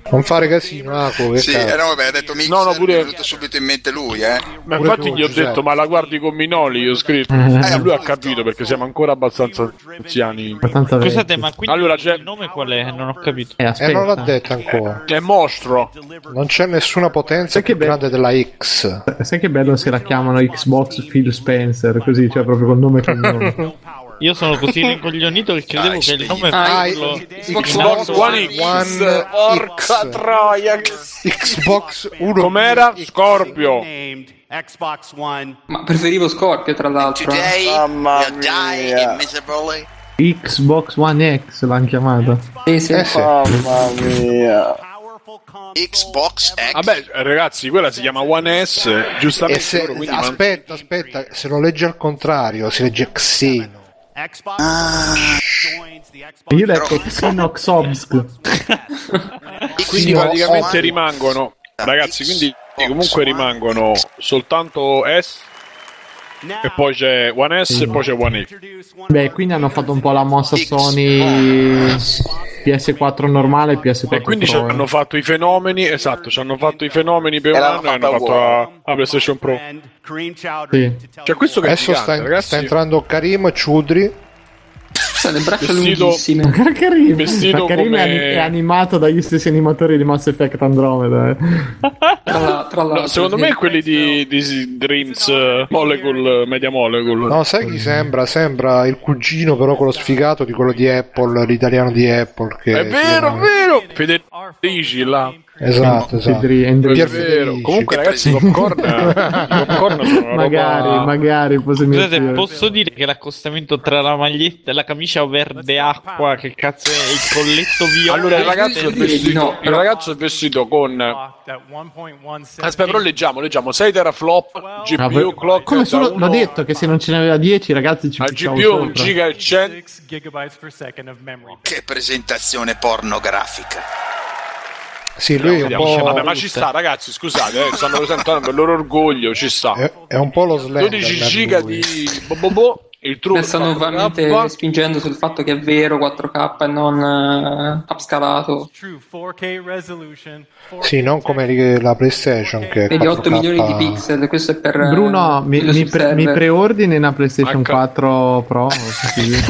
[SPEAKER 2] non fare casino, Aco, che
[SPEAKER 8] Sì,
[SPEAKER 2] cazzo.
[SPEAKER 8] eh, no, vabbè, ha detto Mixer,
[SPEAKER 1] No, no, pure-
[SPEAKER 8] mi è venuto subito in mente lui, eh.
[SPEAKER 1] Ma
[SPEAKER 2] Pure
[SPEAKER 1] infatti
[SPEAKER 2] tu,
[SPEAKER 1] gli ho
[SPEAKER 2] Giuseppe.
[SPEAKER 1] detto, ma la guardi con Minoli, gli ho scritto.
[SPEAKER 8] Eh,
[SPEAKER 1] Eh, lui ha
[SPEAKER 8] appunto.
[SPEAKER 1] capito perché siamo ancora abbastanza anziani.
[SPEAKER 3] Abbastanza
[SPEAKER 5] Scusate,
[SPEAKER 3] vecchio.
[SPEAKER 5] ma quindi
[SPEAKER 1] Allora, c'è-
[SPEAKER 5] il nome qual è? Non ho capito.
[SPEAKER 3] Eh,
[SPEAKER 2] E
[SPEAKER 3] aspetta.
[SPEAKER 2] non l'ha detto ancora.
[SPEAKER 1] È mostro.
[SPEAKER 2] Non c'è nessuna potenza
[SPEAKER 3] Sai che
[SPEAKER 2] più
[SPEAKER 3] bello.
[SPEAKER 2] grande della X.
[SPEAKER 3] Sai che bello se la chiamano Xbox Phil Spencer, così, cioè proprio col nome e cognome.
[SPEAKER 5] Io sono così rincoglionito che credevo che il nome
[SPEAKER 2] Ah,
[SPEAKER 5] fosse
[SPEAKER 1] Xbox
[SPEAKER 5] No,
[SPEAKER 1] One, One X.
[SPEAKER 2] One
[SPEAKER 1] Porca
[SPEAKER 2] X.
[SPEAKER 1] troia.
[SPEAKER 2] Xbox 1
[SPEAKER 1] Com'era? Scorpio.
[SPEAKER 10] Xbox One.
[SPEAKER 6] Ma preferivo Scorpio, tra l'altro. eh.
[SPEAKER 8] Today,
[SPEAKER 4] Mamma
[SPEAKER 8] you die
[SPEAKER 4] mia.
[SPEAKER 8] miserably.
[SPEAKER 3] Xbox One X l'hanno chiamata.
[SPEAKER 6] Sì, sì.
[SPEAKER 2] Eh sì.
[SPEAKER 4] Mamma mia.
[SPEAKER 8] Xbox X.
[SPEAKER 1] Vabbè, ragazzi, quella si chiama One S,
[SPEAKER 2] E
[SPEAKER 1] giustamente.
[SPEAKER 2] se-
[SPEAKER 1] loro, quindi man-
[SPEAKER 2] aspetta, aspetta, se lo leggi al contrario, si legge Xeno.
[SPEAKER 10] Xbox joins the Xbox.
[SPEAKER 3] Io ho detto Xenoxobsk.
[SPEAKER 1] quindi
[SPEAKER 2] Sì, no,
[SPEAKER 1] praticamente
[SPEAKER 2] oh.
[SPEAKER 1] rimangono. Ragazzi, quindi comunque rimangono soltanto S e poi c'è One S e poi c'è One X.
[SPEAKER 3] Beh, quindi hanno fatto un po' la mossa Sony PS4 normale e PS4
[SPEAKER 1] E quindi ci
[SPEAKER 3] Pro. eh.
[SPEAKER 1] hanno fatto i fenomeni, esatto, ci hanno fatto i fenomeni per
[SPEAKER 4] E
[SPEAKER 1] un
[SPEAKER 4] l'hanno
[SPEAKER 1] anno e hanno
[SPEAKER 4] fatta
[SPEAKER 1] fatto
[SPEAKER 4] uovo.
[SPEAKER 1] la, la PlayStation Pro.
[SPEAKER 3] Sì.
[SPEAKER 1] Cioè questo che è
[SPEAKER 2] Adesso
[SPEAKER 1] gigante,
[SPEAKER 2] sta,
[SPEAKER 1] ragazzi,
[SPEAKER 2] sta entrando Karim Ciudri.
[SPEAKER 6] Sono le braccia
[SPEAKER 1] Vestito-
[SPEAKER 6] lunghissime.
[SPEAKER 3] Guarda Karim,
[SPEAKER 1] Vestito
[SPEAKER 3] ma Karim è,
[SPEAKER 1] come-
[SPEAKER 3] ani- è animato dagli stessi animatori di Mass Effect Andromeda. eh.
[SPEAKER 6] Tra l'altro. tra l'altro,
[SPEAKER 1] No, secondo
[SPEAKER 6] sì.
[SPEAKER 1] me quelli di, di Dreams eh, Molecule, eh, Media Molecule.
[SPEAKER 2] No, sai chi sembra? Sembra il cugino, però quello sfigato di quello di Apple, l'italiano di Apple. Che
[SPEAKER 1] È vero, è vero! Federici là.
[SPEAKER 2] Esatto, esatto.
[SPEAKER 3] Pedri- Andri-
[SPEAKER 1] È
[SPEAKER 2] Pier
[SPEAKER 1] vero.
[SPEAKER 2] Federici.
[SPEAKER 1] Comunque, ragazzi, i popcorn, i Eh, popcorn sono una
[SPEAKER 3] magari,
[SPEAKER 1] roba...
[SPEAKER 3] magari, posso
[SPEAKER 5] Scusate,
[SPEAKER 3] dire.
[SPEAKER 5] posso dire che l'accostamento tra la maglietta e la camicia verde acqua, che cazzo è, il colletto viola?
[SPEAKER 1] Allora, il ragazzo, è
[SPEAKER 6] Io direi di
[SPEAKER 1] vestito,
[SPEAKER 6] no,
[SPEAKER 1] il
[SPEAKER 6] però-
[SPEAKER 1] ragazzo è vestito con. Aspetta, però leggiamo, leggiamo 6 teraflop, GPU
[SPEAKER 3] Ah, beh,
[SPEAKER 1] clock.
[SPEAKER 3] come
[SPEAKER 1] da
[SPEAKER 3] solo l'ho
[SPEAKER 1] uno
[SPEAKER 3] detto che se non ce ne aveva 10 ragazzi ci
[SPEAKER 1] Al
[SPEAKER 3] picchiavo
[SPEAKER 1] GPU un
[SPEAKER 3] sopra.
[SPEAKER 1] giga e 100.
[SPEAKER 8] Che presentazione pornografica.
[SPEAKER 2] Sì, lui è un,
[SPEAKER 1] Vediamo, cioè, vabbè,
[SPEAKER 2] po',
[SPEAKER 1] ma ci sta, ragazzi, scusate, eh, stanno presentando per loro orgoglio, ci sta.
[SPEAKER 2] è, è un po' lo Slender.
[SPEAKER 1] 12 giga
[SPEAKER 2] lui.
[SPEAKER 1] di bo- bo- bo, Boh, il trucco
[SPEAKER 6] Mi stanno veramente spingendo sul fatto che è vero 4K e non eh, upscalato.
[SPEAKER 2] Sì, non come ri- la PlayStation che è
[SPEAKER 6] Vedi 8
[SPEAKER 2] 4K.
[SPEAKER 6] milioni di pixel, questo è per... eh,
[SPEAKER 3] Bruno mi,
[SPEAKER 6] quello
[SPEAKER 3] mi
[SPEAKER 6] sul
[SPEAKER 3] pre-
[SPEAKER 6] server.
[SPEAKER 3] mi preordini una PlayStation
[SPEAKER 1] H.
[SPEAKER 3] 4 Pro così.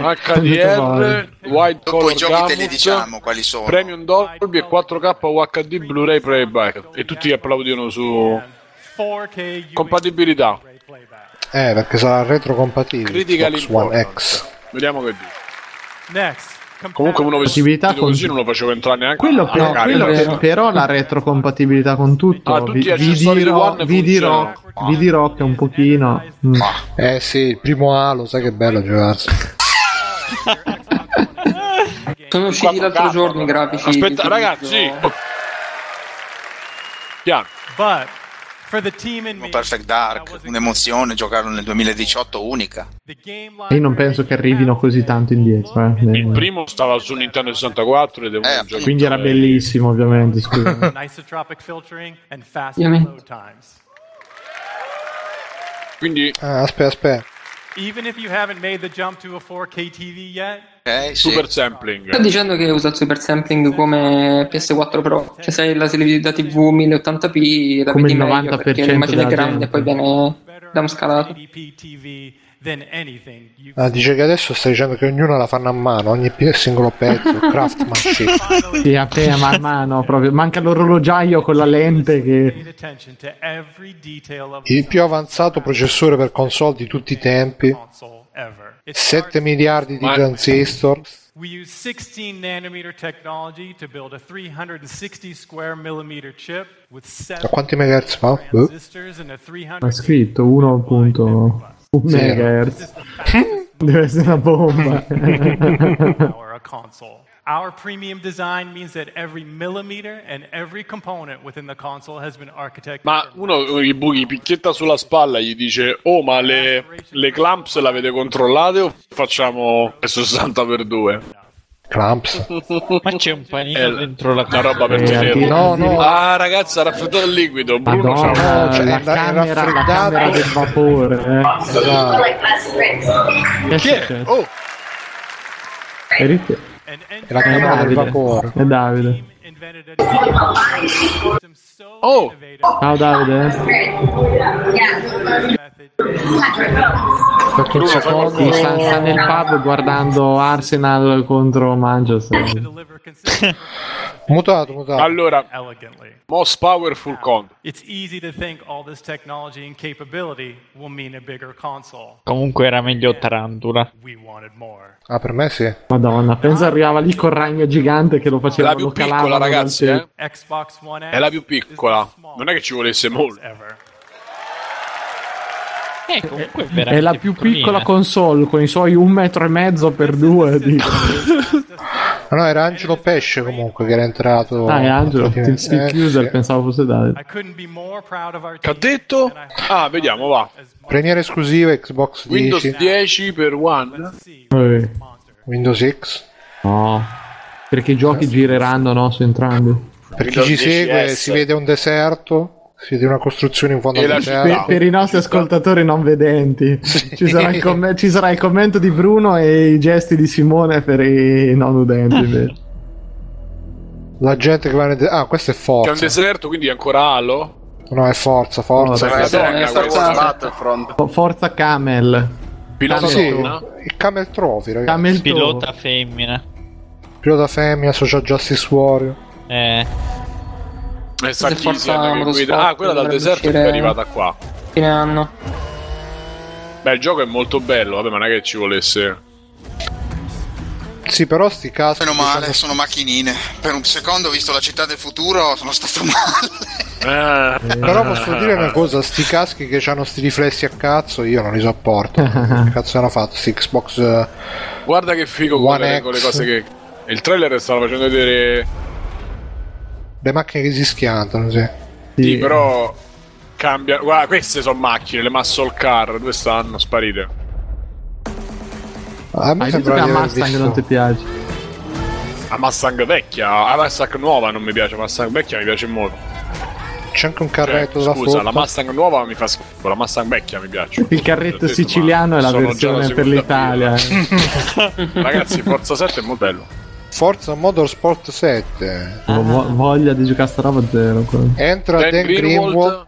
[SPEAKER 1] HDR, wide
[SPEAKER 8] Dopo
[SPEAKER 1] color
[SPEAKER 8] i giochi te
[SPEAKER 1] gamut,
[SPEAKER 8] li diciamo quali sono.
[SPEAKER 1] Premium Dolby e 4K UHD Blu-ray playback e tutti applaudono su compatibilità.
[SPEAKER 2] Eh, perché sarà retrocompatibile.
[SPEAKER 1] Critica
[SPEAKER 2] Xbox One X.
[SPEAKER 1] l'importance. Vediamo che dice. Comunque uno
[SPEAKER 3] Compatibilità
[SPEAKER 1] vestito
[SPEAKER 3] con-
[SPEAKER 1] così non lo facevo entrare neanche
[SPEAKER 3] quello,
[SPEAKER 1] a
[SPEAKER 3] però,
[SPEAKER 1] cagare,
[SPEAKER 3] quello
[SPEAKER 1] però.
[SPEAKER 3] per- però la retrocompatibilità con tutto
[SPEAKER 1] Ah, tutti
[SPEAKER 3] vi,
[SPEAKER 1] gli
[SPEAKER 3] vi
[SPEAKER 1] accessori di
[SPEAKER 3] dirò,
[SPEAKER 1] One
[SPEAKER 3] vi, dirò,
[SPEAKER 1] funzionano.
[SPEAKER 3] vi dirò che un pochino mm.
[SPEAKER 2] Eh sì, il primo Halo, sai che bello giocarsi.
[SPEAKER 6] Sono usciti l'altro giorno i grafici. di
[SPEAKER 1] Aspetta,
[SPEAKER 6] utilizzo.
[SPEAKER 1] ragazzi. oh. Piano.
[SPEAKER 8] Primo Perfect Dark, un'emozione giocarlo nel 2018 unica.
[SPEAKER 3] e io non penso che arrivino così tanto indietro eh.
[SPEAKER 1] Il primo stava su Nintendo 64 ed è un
[SPEAKER 8] Eh,
[SPEAKER 1] gioco.
[SPEAKER 3] quindi era bellissimo ovviamente scusa.
[SPEAKER 10] Isotropic filtering and fast
[SPEAKER 6] Ovviamente.
[SPEAKER 10] load times.
[SPEAKER 1] Quindi
[SPEAKER 2] Ah, aspetta, aspetta.
[SPEAKER 10] Even if you haven't made the jump to a 4K TV yet,
[SPEAKER 8] Ok, sì.
[SPEAKER 1] super
[SPEAKER 6] Sto
[SPEAKER 1] sampling.
[SPEAKER 6] dicendo che usa il super sampling come PS4 Pro, cioè se hai la televisione da TV 1080p la
[SPEAKER 3] Come
[SPEAKER 6] vedi
[SPEAKER 3] il
[SPEAKER 6] meglio perché
[SPEAKER 3] 90%
[SPEAKER 6] l'immagine è
[SPEAKER 3] della
[SPEAKER 6] grande e
[SPEAKER 3] gente.
[SPEAKER 6] poi viene
[SPEAKER 10] better
[SPEAKER 6] downscalato.
[SPEAKER 10] 1080p TV than anything you
[SPEAKER 2] Ah, dice che adesso stai dicendo che ognuna la fanno a mano, ogni pi- singolo pezzo, craftsmanship.
[SPEAKER 3] sì, a te, ma a mano proprio manca l'orologiaio con la lente che
[SPEAKER 10] paid attention to every detail of
[SPEAKER 2] Il più avanzato processore per console di tutti i tempi,
[SPEAKER 10] console ever. It
[SPEAKER 2] 7 miliardi di
[SPEAKER 1] Ma-
[SPEAKER 2] transistor.
[SPEAKER 10] We use 16 nanometer technology to build a 360 square millimeter chip with
[SPEAKER 2] A
[SPEAKER 10] seven
[SPEAKER 2] quanti megahertz fa? Boh.
[SPEAKER 10] transistors and a
[SPEAKER 3] ha
[SPEAKER 10] 300
[SPEAKER 3] scritto 1.1 megahertz deve essere una bomba
[SPEAKER 10] power a console. Our premium design means that every millimeter and every component within the console has been architected.
[SPEAKER 1] Ma uno gli, bu- gli picchietta sulla spalla e gli dice: Oh, ma le, le clamps le avete controllate o facciamo 60 per 2
[SPEAKER 2] Clamps.
[SPEAKER 5] Ma c'è un panino dentro la
[SPEAKER 1] Una roba per
[SPEAKER 2] Eh,
[SPEAKER 1] tenerlo.
[SPEAKER 2] no, no.
[SPEAKER 1] Ah, ragazza, ha raffreddato il liquido. Bruno,
[SPEAKER 3] Madonna, Eh.
[SPEAKER 1] ciao.
[SPEAKER 2] No, cioè,
[SPEAKER 3] la,
[SPEAKER 2] è- è
[SPEAKER 3] camera, la
[SPEAKER 2] raffreddato.
[SPEAKER 3] camera del vapore. eh. Che è
[SPEAKER 1] Chi è?
[SPEAKER 3] successo?
[SPEAKER 1] Oh,
[SPEAKER 3] È Rick-
[SPEAKER 10] An
[SPEAKER 2] È la camera del vapore.
[SPEAKER 3] È Davide.
[SPEAKER 10] invented a system so
[SPEAKER 1] Oh.
[SPEAKER 10] innovative
[SPEAKER 3] Ciao Davide.
[SPEAKER 10] method
[SPEAKER 3] Aspetta un secondo. Sta, sta nel pub guardando Arsenal contro
[SPEAKER 10] to
[SPEAKER 3] Manchester.
[SPEAKER 10] deliver consistent
[SPEAKER 2] Mutato, mutato.
[SPEAKER 1] allora,
[SPEAKER 10] elegantly.
[SPEAKER 1] most powerful content.
[SPEAKER 10] It's easy to think all this technology and capability will mean a bigger console.
[SPEAKER 5] Comunque era meglio Tarantula.
[SPEAKER 10] We wanted more.
[SPEAKER 2] Ah, per me sì.
[SPEAKER 3] Madonna, pensa arrivava lì col ragno gigante che lo
[SPEAKER 1] È
[SPEAKER 3] faceva
[SPEAKER 1] la più piccola, ragazzi, eh?
[SPEAKER 10] Xbox One X
[SPEAKER 1] È la più piccola.
[SPEAKER 10] is the
[SPEAKER 1] Non è che ci volesse
[SPEAKER 10] smallest
[SPEAKER 1] molto.
[SPEAKER 10] ever.
[SPEAKER 5] Eh, comunque
[SPEAKER 3] È la più piccola console con i suoi un metro e mezzo per due. Di...
[SPEAKER 2] Ma Ah, no, era Angelo Pesce comunque che era entrato.
[SPEAKER 3] Ah, è Angelo,
[SPEAKER 2] Eh,
[SPEAKER 3] Team Steve User,
[SPEAKER 2] sì.
[SPEAKER 3] pensavo fosse Davide.
[SPEAKER 10] I couldn't be more proud of our
[SPEAKER 1] Che ha
[SPEAKER 10] team.
[SPEAKER 1] detto?
[SPEAKER 10] and I hope
[SPEAKER 1] Ah, vediamo, va.
[SPEAKER 10] as much
[SPEAKER 2] Premiere esclusiva Xbox
[SPEAKER 1] Windows
[SPEAKER 2] 10,
[SPEAKER 1] 10 per One.
[SPEAKER 10] as see
[SPEAKER 3] Eh,
[SPEAKER 10] monster.
[SPEAKER 2] Windows X.
[SPEAKER 3] No, perché i giochi gireranno no, su entrambi.
[SPEAKER 2] Per chi ci segue si vede un deserto, si vede una costruzione in fondo
[SPEAKER 1] E
[SPEAKER 2] al
[SPEAKER 1] la
[SPEAKER 2] deserto.
[SPEAKER 1] città.
[SPEAKER 3] Cioè, Per, per i nostri ascoltatori non vedenti ci, sarà il comm- ci sarà il commento di Bruno e i gesti di Simone per i non udenti. invece.
[SPEAKER 2] La gente che va nel deserto. Ah, questo è
[SPEAKER 1] C'è un
[SPEAKER 2] forza.
[SPEAKER 1] deserto, quindi è ancora Halo.
[SPEAKER 2] No, è forza, forza.
[SPEAKER 3] Forza.
[SPEAKER 1] Eh,
[SPEAKER 4] Sì,
[SPEAKER 1] donna,
[SPEAKER 4] è stato
[SPEAKER 1] questa.
[SPEAKER 4] Battlefront.
[SPEAKER 3] Forza Camel,
[SPEAKER 1] Pilota
[SPEAKER 2] Sì,
[SPEAKER 1] donna.
[SPEAKER 2] il Camel Trophy, ragazzi.
[SPEAKER 3] Camel Toe.
[SPEAKER 5] Pilota femmina.
[SPEAKER 2] Pilota femmina, Social Justice Warrior.
[SPEAKER 5] Eh,
[SPEAKER 1] E sa
[SPEAKER 6] Se
[SPEAKER 1] chi
[SPEAKER 6] forza
[SPEAKER 1] sia che
[SPEAKER 6] Motorsport
[SPEAKER 1] guida. Ah, quella dal
[SPEAKER 6] dovrebbe
[SPEAKER 1] deserto che
[SPEAKER 6] uscire-
[SPEAKER 1] è arrivata qua.
[SPEAKER 6] Fine anno.
[SPEAKER 1] Beh, il gioco è molto bello, vabbè, ma non è che ci volesse.
[SPEAKER 2] Sì, però sti casi.
[SPEAKER 8] Meno male, sono macchinine. Per un secondo ho visto la città del futuro, sono stato male.
[SPEAKER 1] Ah.
[SPEAKER 2] Però posso dire una cosa, sti caschi che hanno sti riflessi a cazzo, io non li sopporto. che cazzo hanno fatto? Sti Xbox. eh,
[SPEAKER 1] Guarda che figo con
[SPEAKER 2] One
[SPEAKER 1] le,
[SPEAKER 2] X.
[SPEAKER 1] con le cose che. Il trailer stava facendo vedere.
[SPEAKER 2] le macchine che si schiantano, sì.
[SPEAKER 1] Sì, però. Cambia. Guarda, queste sono macchine, le muscle car. Dove stanno? Sparite.
[SPEAKER 2] A me
[SPEAKER 3] Hai visto
[SPEAKER 2] sembra
[SPEAKER 3] che
[SPEAKER 2] di
[SPEAKER 3] la
[SPEAKER 2] aver
[SPEAKER 3] Mustang
[SPEAKER 2] visto-
[SPEAKER 3] non ti piace?
[SPEAKER 1] La Mustang vecchia. La Mustang nuova non mi piace. La Mustang vecchia mi piace molto.
[SPEAKER 2] C'è anche un
[SPEAKER 1] Cioè,
[SPEAKER 2] carretto
[SPEAKER 1] scusa,
[SPEAKER 2] da frutta.
[SPEAKER 1] la Mustang nuova mi fa schifo. La Mustang vecchia mi piace.
[SPEAKER 3] Il
[SPEAKER 1] Ho detto,
[SPEAKER 3] carretto
[SPEAKER 1] ma
[SPEAKER 3] siciliano è la
[SPEAKER 1] sono già
[SPEAKER 3] versione per
[SPEAKER 1] seconda
[SPEAKER 3] l'Italia. eh.
[SPEAKER 1] fila. Ragazzi, Forza 7 è molto bello.
[SPEAKER 2] Forza Motorsport 7.
[SPEAKER 3] Ho vo- voglia di giocare sta roba zero. quello.
[SPEAKER 2] Entra Dan,
[SPEAKER 1] Dan
[SPEAKER 2] Greenwald,
[SPEAKER 1] Greenwald.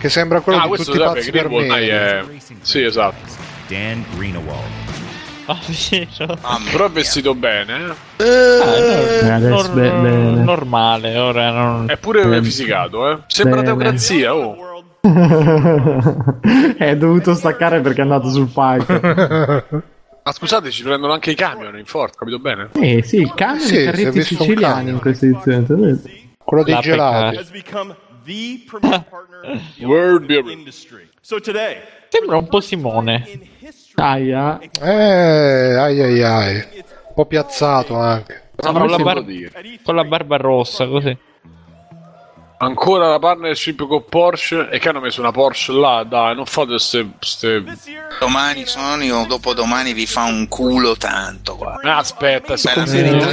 [SPEAKER 2] che sembra quello
[SPEAKER 1] Ah,
[SPEAKER 2] di
[SPEAKER 1] questo
[SPEAKER 2] tutti i
[SPEAKER 1] sarebbe
[SPEAKER 2] pazzi per
[SPEAKER 1] Greenwald.
[SPEAKER 2] me.
[SPEAKER 1] Dai, è... Sì, esatto.
[SPEAKER 11] Dan Greenwald.
[SPEAKER 5] va vero.
[SPEAKER 8] Mamma
[SPEAKER 1] Ah, Però è
[SPEAKER 8] mia.
[SPEAKER 1] vestito bene.
[SPEAKER 3] Eh, adesso, beh, bene.
[SPEAKER 5] Ah, normale, ora non...
[SPEAKER 1] È pure fisicato, eh. Sembra
[SPEAKER 3] Bene.
[SPEAKER 1] teocrazia, oh.
[SPEAKER 3] è dovuto staccare perché è andato sul palco.
[SPEAKER 1] Ma scusate, ci prendono anche i camion in Ford, capito bene?
[SPEAKER 3] eh sì, il camion
[SPEAKER 2] Sì,
[SPEAKER 3] e i
[SPEAKER 2] si è
[SPEAKER 3] carretti
[SPEAKER 2] visto un
[SPEAKER 3] siciliani
[SPEAKER 2] camion.
[SPEAKER 3] in questa edizione. te l'ho detto.
[SPEAKER 2] Quello dei
[SPEAKER 5] La
[SPEAKER 3] Uh.
[SPEAKER 2] gelati.
[SPEAKER 5] pecca.
[SPEAKER 10] become the premier partner in the
[SPEAKER 1] World
[SPEAKER 10] automotive
[SPEAKER 1] Bureau.
[SPEAKER 10] industry. So today,
[SPEAKER 1] eh.
[SPEAKER 5] Sembra un po' Simone.
[SPEAKER 10] in history,
[SPEAKER 3] Aia.
[SPEAKER 2] Eh, ai ai ai. Un po' piazzato anche.
[SPEAKER 5] Con la, bar-
[SPEAKER 10] at E3,
[SPEAKER 5] con la barba rossa, così.
[SPEAKER 1] Ancora la partnership con Porsche. E che hanno messo una Porsche là, dai, non fate queste.
[SPEAKER 10] this year,
[SPEAKER 8] Domani Sony o dopodomani vi fa un culo tanto, guarda.
[SPEAKER 1] Aspetta,
[SPEAKER 8] Beh, la
[SPEAKER 1] scusi.
[SPEAKER 8] verità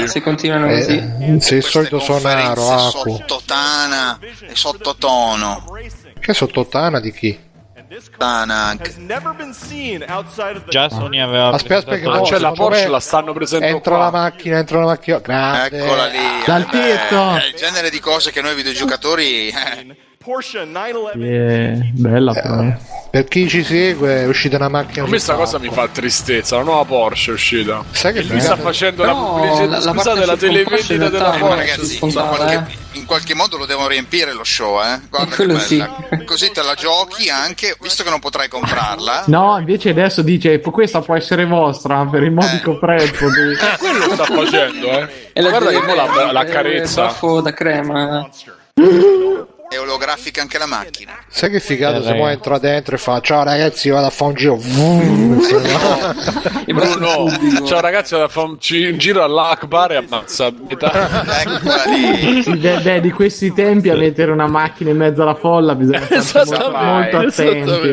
[SPEAKER 3] Eh,
[SPEAKER 8] è
[SPEAKER 6] Se continuano così.
[SPEAKER 2] Eh, sei il
[SPEAKER 8] queste
[SPEAKER 2] solito sonaro,
[SPEAKER 8] conferenze
[SPEAKER 2] acqua.
[SPEAKER 8] sottotana e sottotono.
[SPEAKER 10] racing,
[SPEAKER 2] Che sottotana di chi?
[SPEAKER 10] and this
[SPEAKER 8] Tana
[SPEAKER 10] has
[SPEAKER 8] anche.
[SPEAKER 10] never been seen outside of the
[SPEAKER 5] Già Sony aveva...
[SPEAKER 2] Aspetta, aspetta, che
[SPEAKER 5] presentato-
[SPEAKER 1] Ah,
[SPEAKER 2] mo-
[SPEAKER 1] cioè la
[SPEAKER 2] secondo
[SPEAKER 1] Porsche
[SPEAKER 2] me-
[SPEAKER 1] la stanno presentando
[SPEAKER 2] Entra la
[SPEAKER 1] qua.
[SPEAKER 2] macchina, entra la macchina. Oh, Grande.
[SPEAKER 8] Eccola lì.
[SPEAKER 3] Dal
[SPEAKER 8] eh,
[SPEAKER 3] tetto.
[SPEAKER 8] È il genere di cose che noi videogiocatori eh,
[SPEAKER 10] Porsche 911.
[SPEAKER 3] Eh, bella però. eh.
[SPEAKER 2] Per chi ci segue è uscita una macchina.
[SPEAKER 1] A me sta cosa mi fa tristezza, la nuova Porsce è uscita.
[SPEAKER 2] Sai che
[SPEAKER 1] E lui sta
[SPEAKER 2] figata?
[SPEAKER 1] facendo la
[SPEAKER 6] No,
[SPEAKER 1] pubblicità,
[SPEAKER 6] la- la
[SPEAKER 1] scusate, la
[SPEAKER 6] partnership con Porsche in
[SPEAKER 1] televendita della eh.
[SPEAKER 6] realtà è una
[SPEAKER 8] Eh, Ma
[SPEAKER 1] Porsche.
[SPEAKER 8] ragazzi, in
[SPEAKER 6] Spontanea,
[SPEAKER 8] qualche, in qualche modo lo devo riempire lo show, eh. Guarda che
[SPEAKER 6] Quello
[SPEAKER 8] bella.
[SPEAKER 6] sì.
[SPEAKER 8] Così te la giochi anche, visto che non potrai comprarla.
[SPEAKER 3] No, invece adesso dice "Pu- questa può essere vostra per il modico prezzo di
[SPEAKER 1] Quello sta facendo, eh.
[SPEAKER 6] E la
[SPEAKER 1] Guarda che
[SPEAKER 6] gente-
[SPEAKER 1] mo la, la
[SPEAKER 6] eh,
[SPEAKER 1] carezza.
[SPEAKER 6] baffo da crema.
[SPEAKER 8] È olografica anche la macchina.
[SPEAKER 2] Sai che figata
[SPEAKER 5] Eh,
[SPEAKER 2] se
[SPEAKER 5] raga.
[SPEAKER 2] mo entra dentro e fa ciao ragazzi vado a fare un giro. Vroom.
[SPEAKER 1] Bruno, ciao ragazzi, vado a fare un, gi- un giro all'Akbar e ammazza
[SPEAKER 6] Ecco,
[SPEAKER 1] a metà.
[SPEAKER 8] Eccola lì.
[SPEAKER 3] Beh, beh, di questi tempi a mettere una macchina in mezzo alla folla bisogna
[SPEAKER 8] Esatto,
[SPEAKER 3] stare molto,
[SPEAKER 1] Esattamente,
[SPEAKER 3] molto attenti.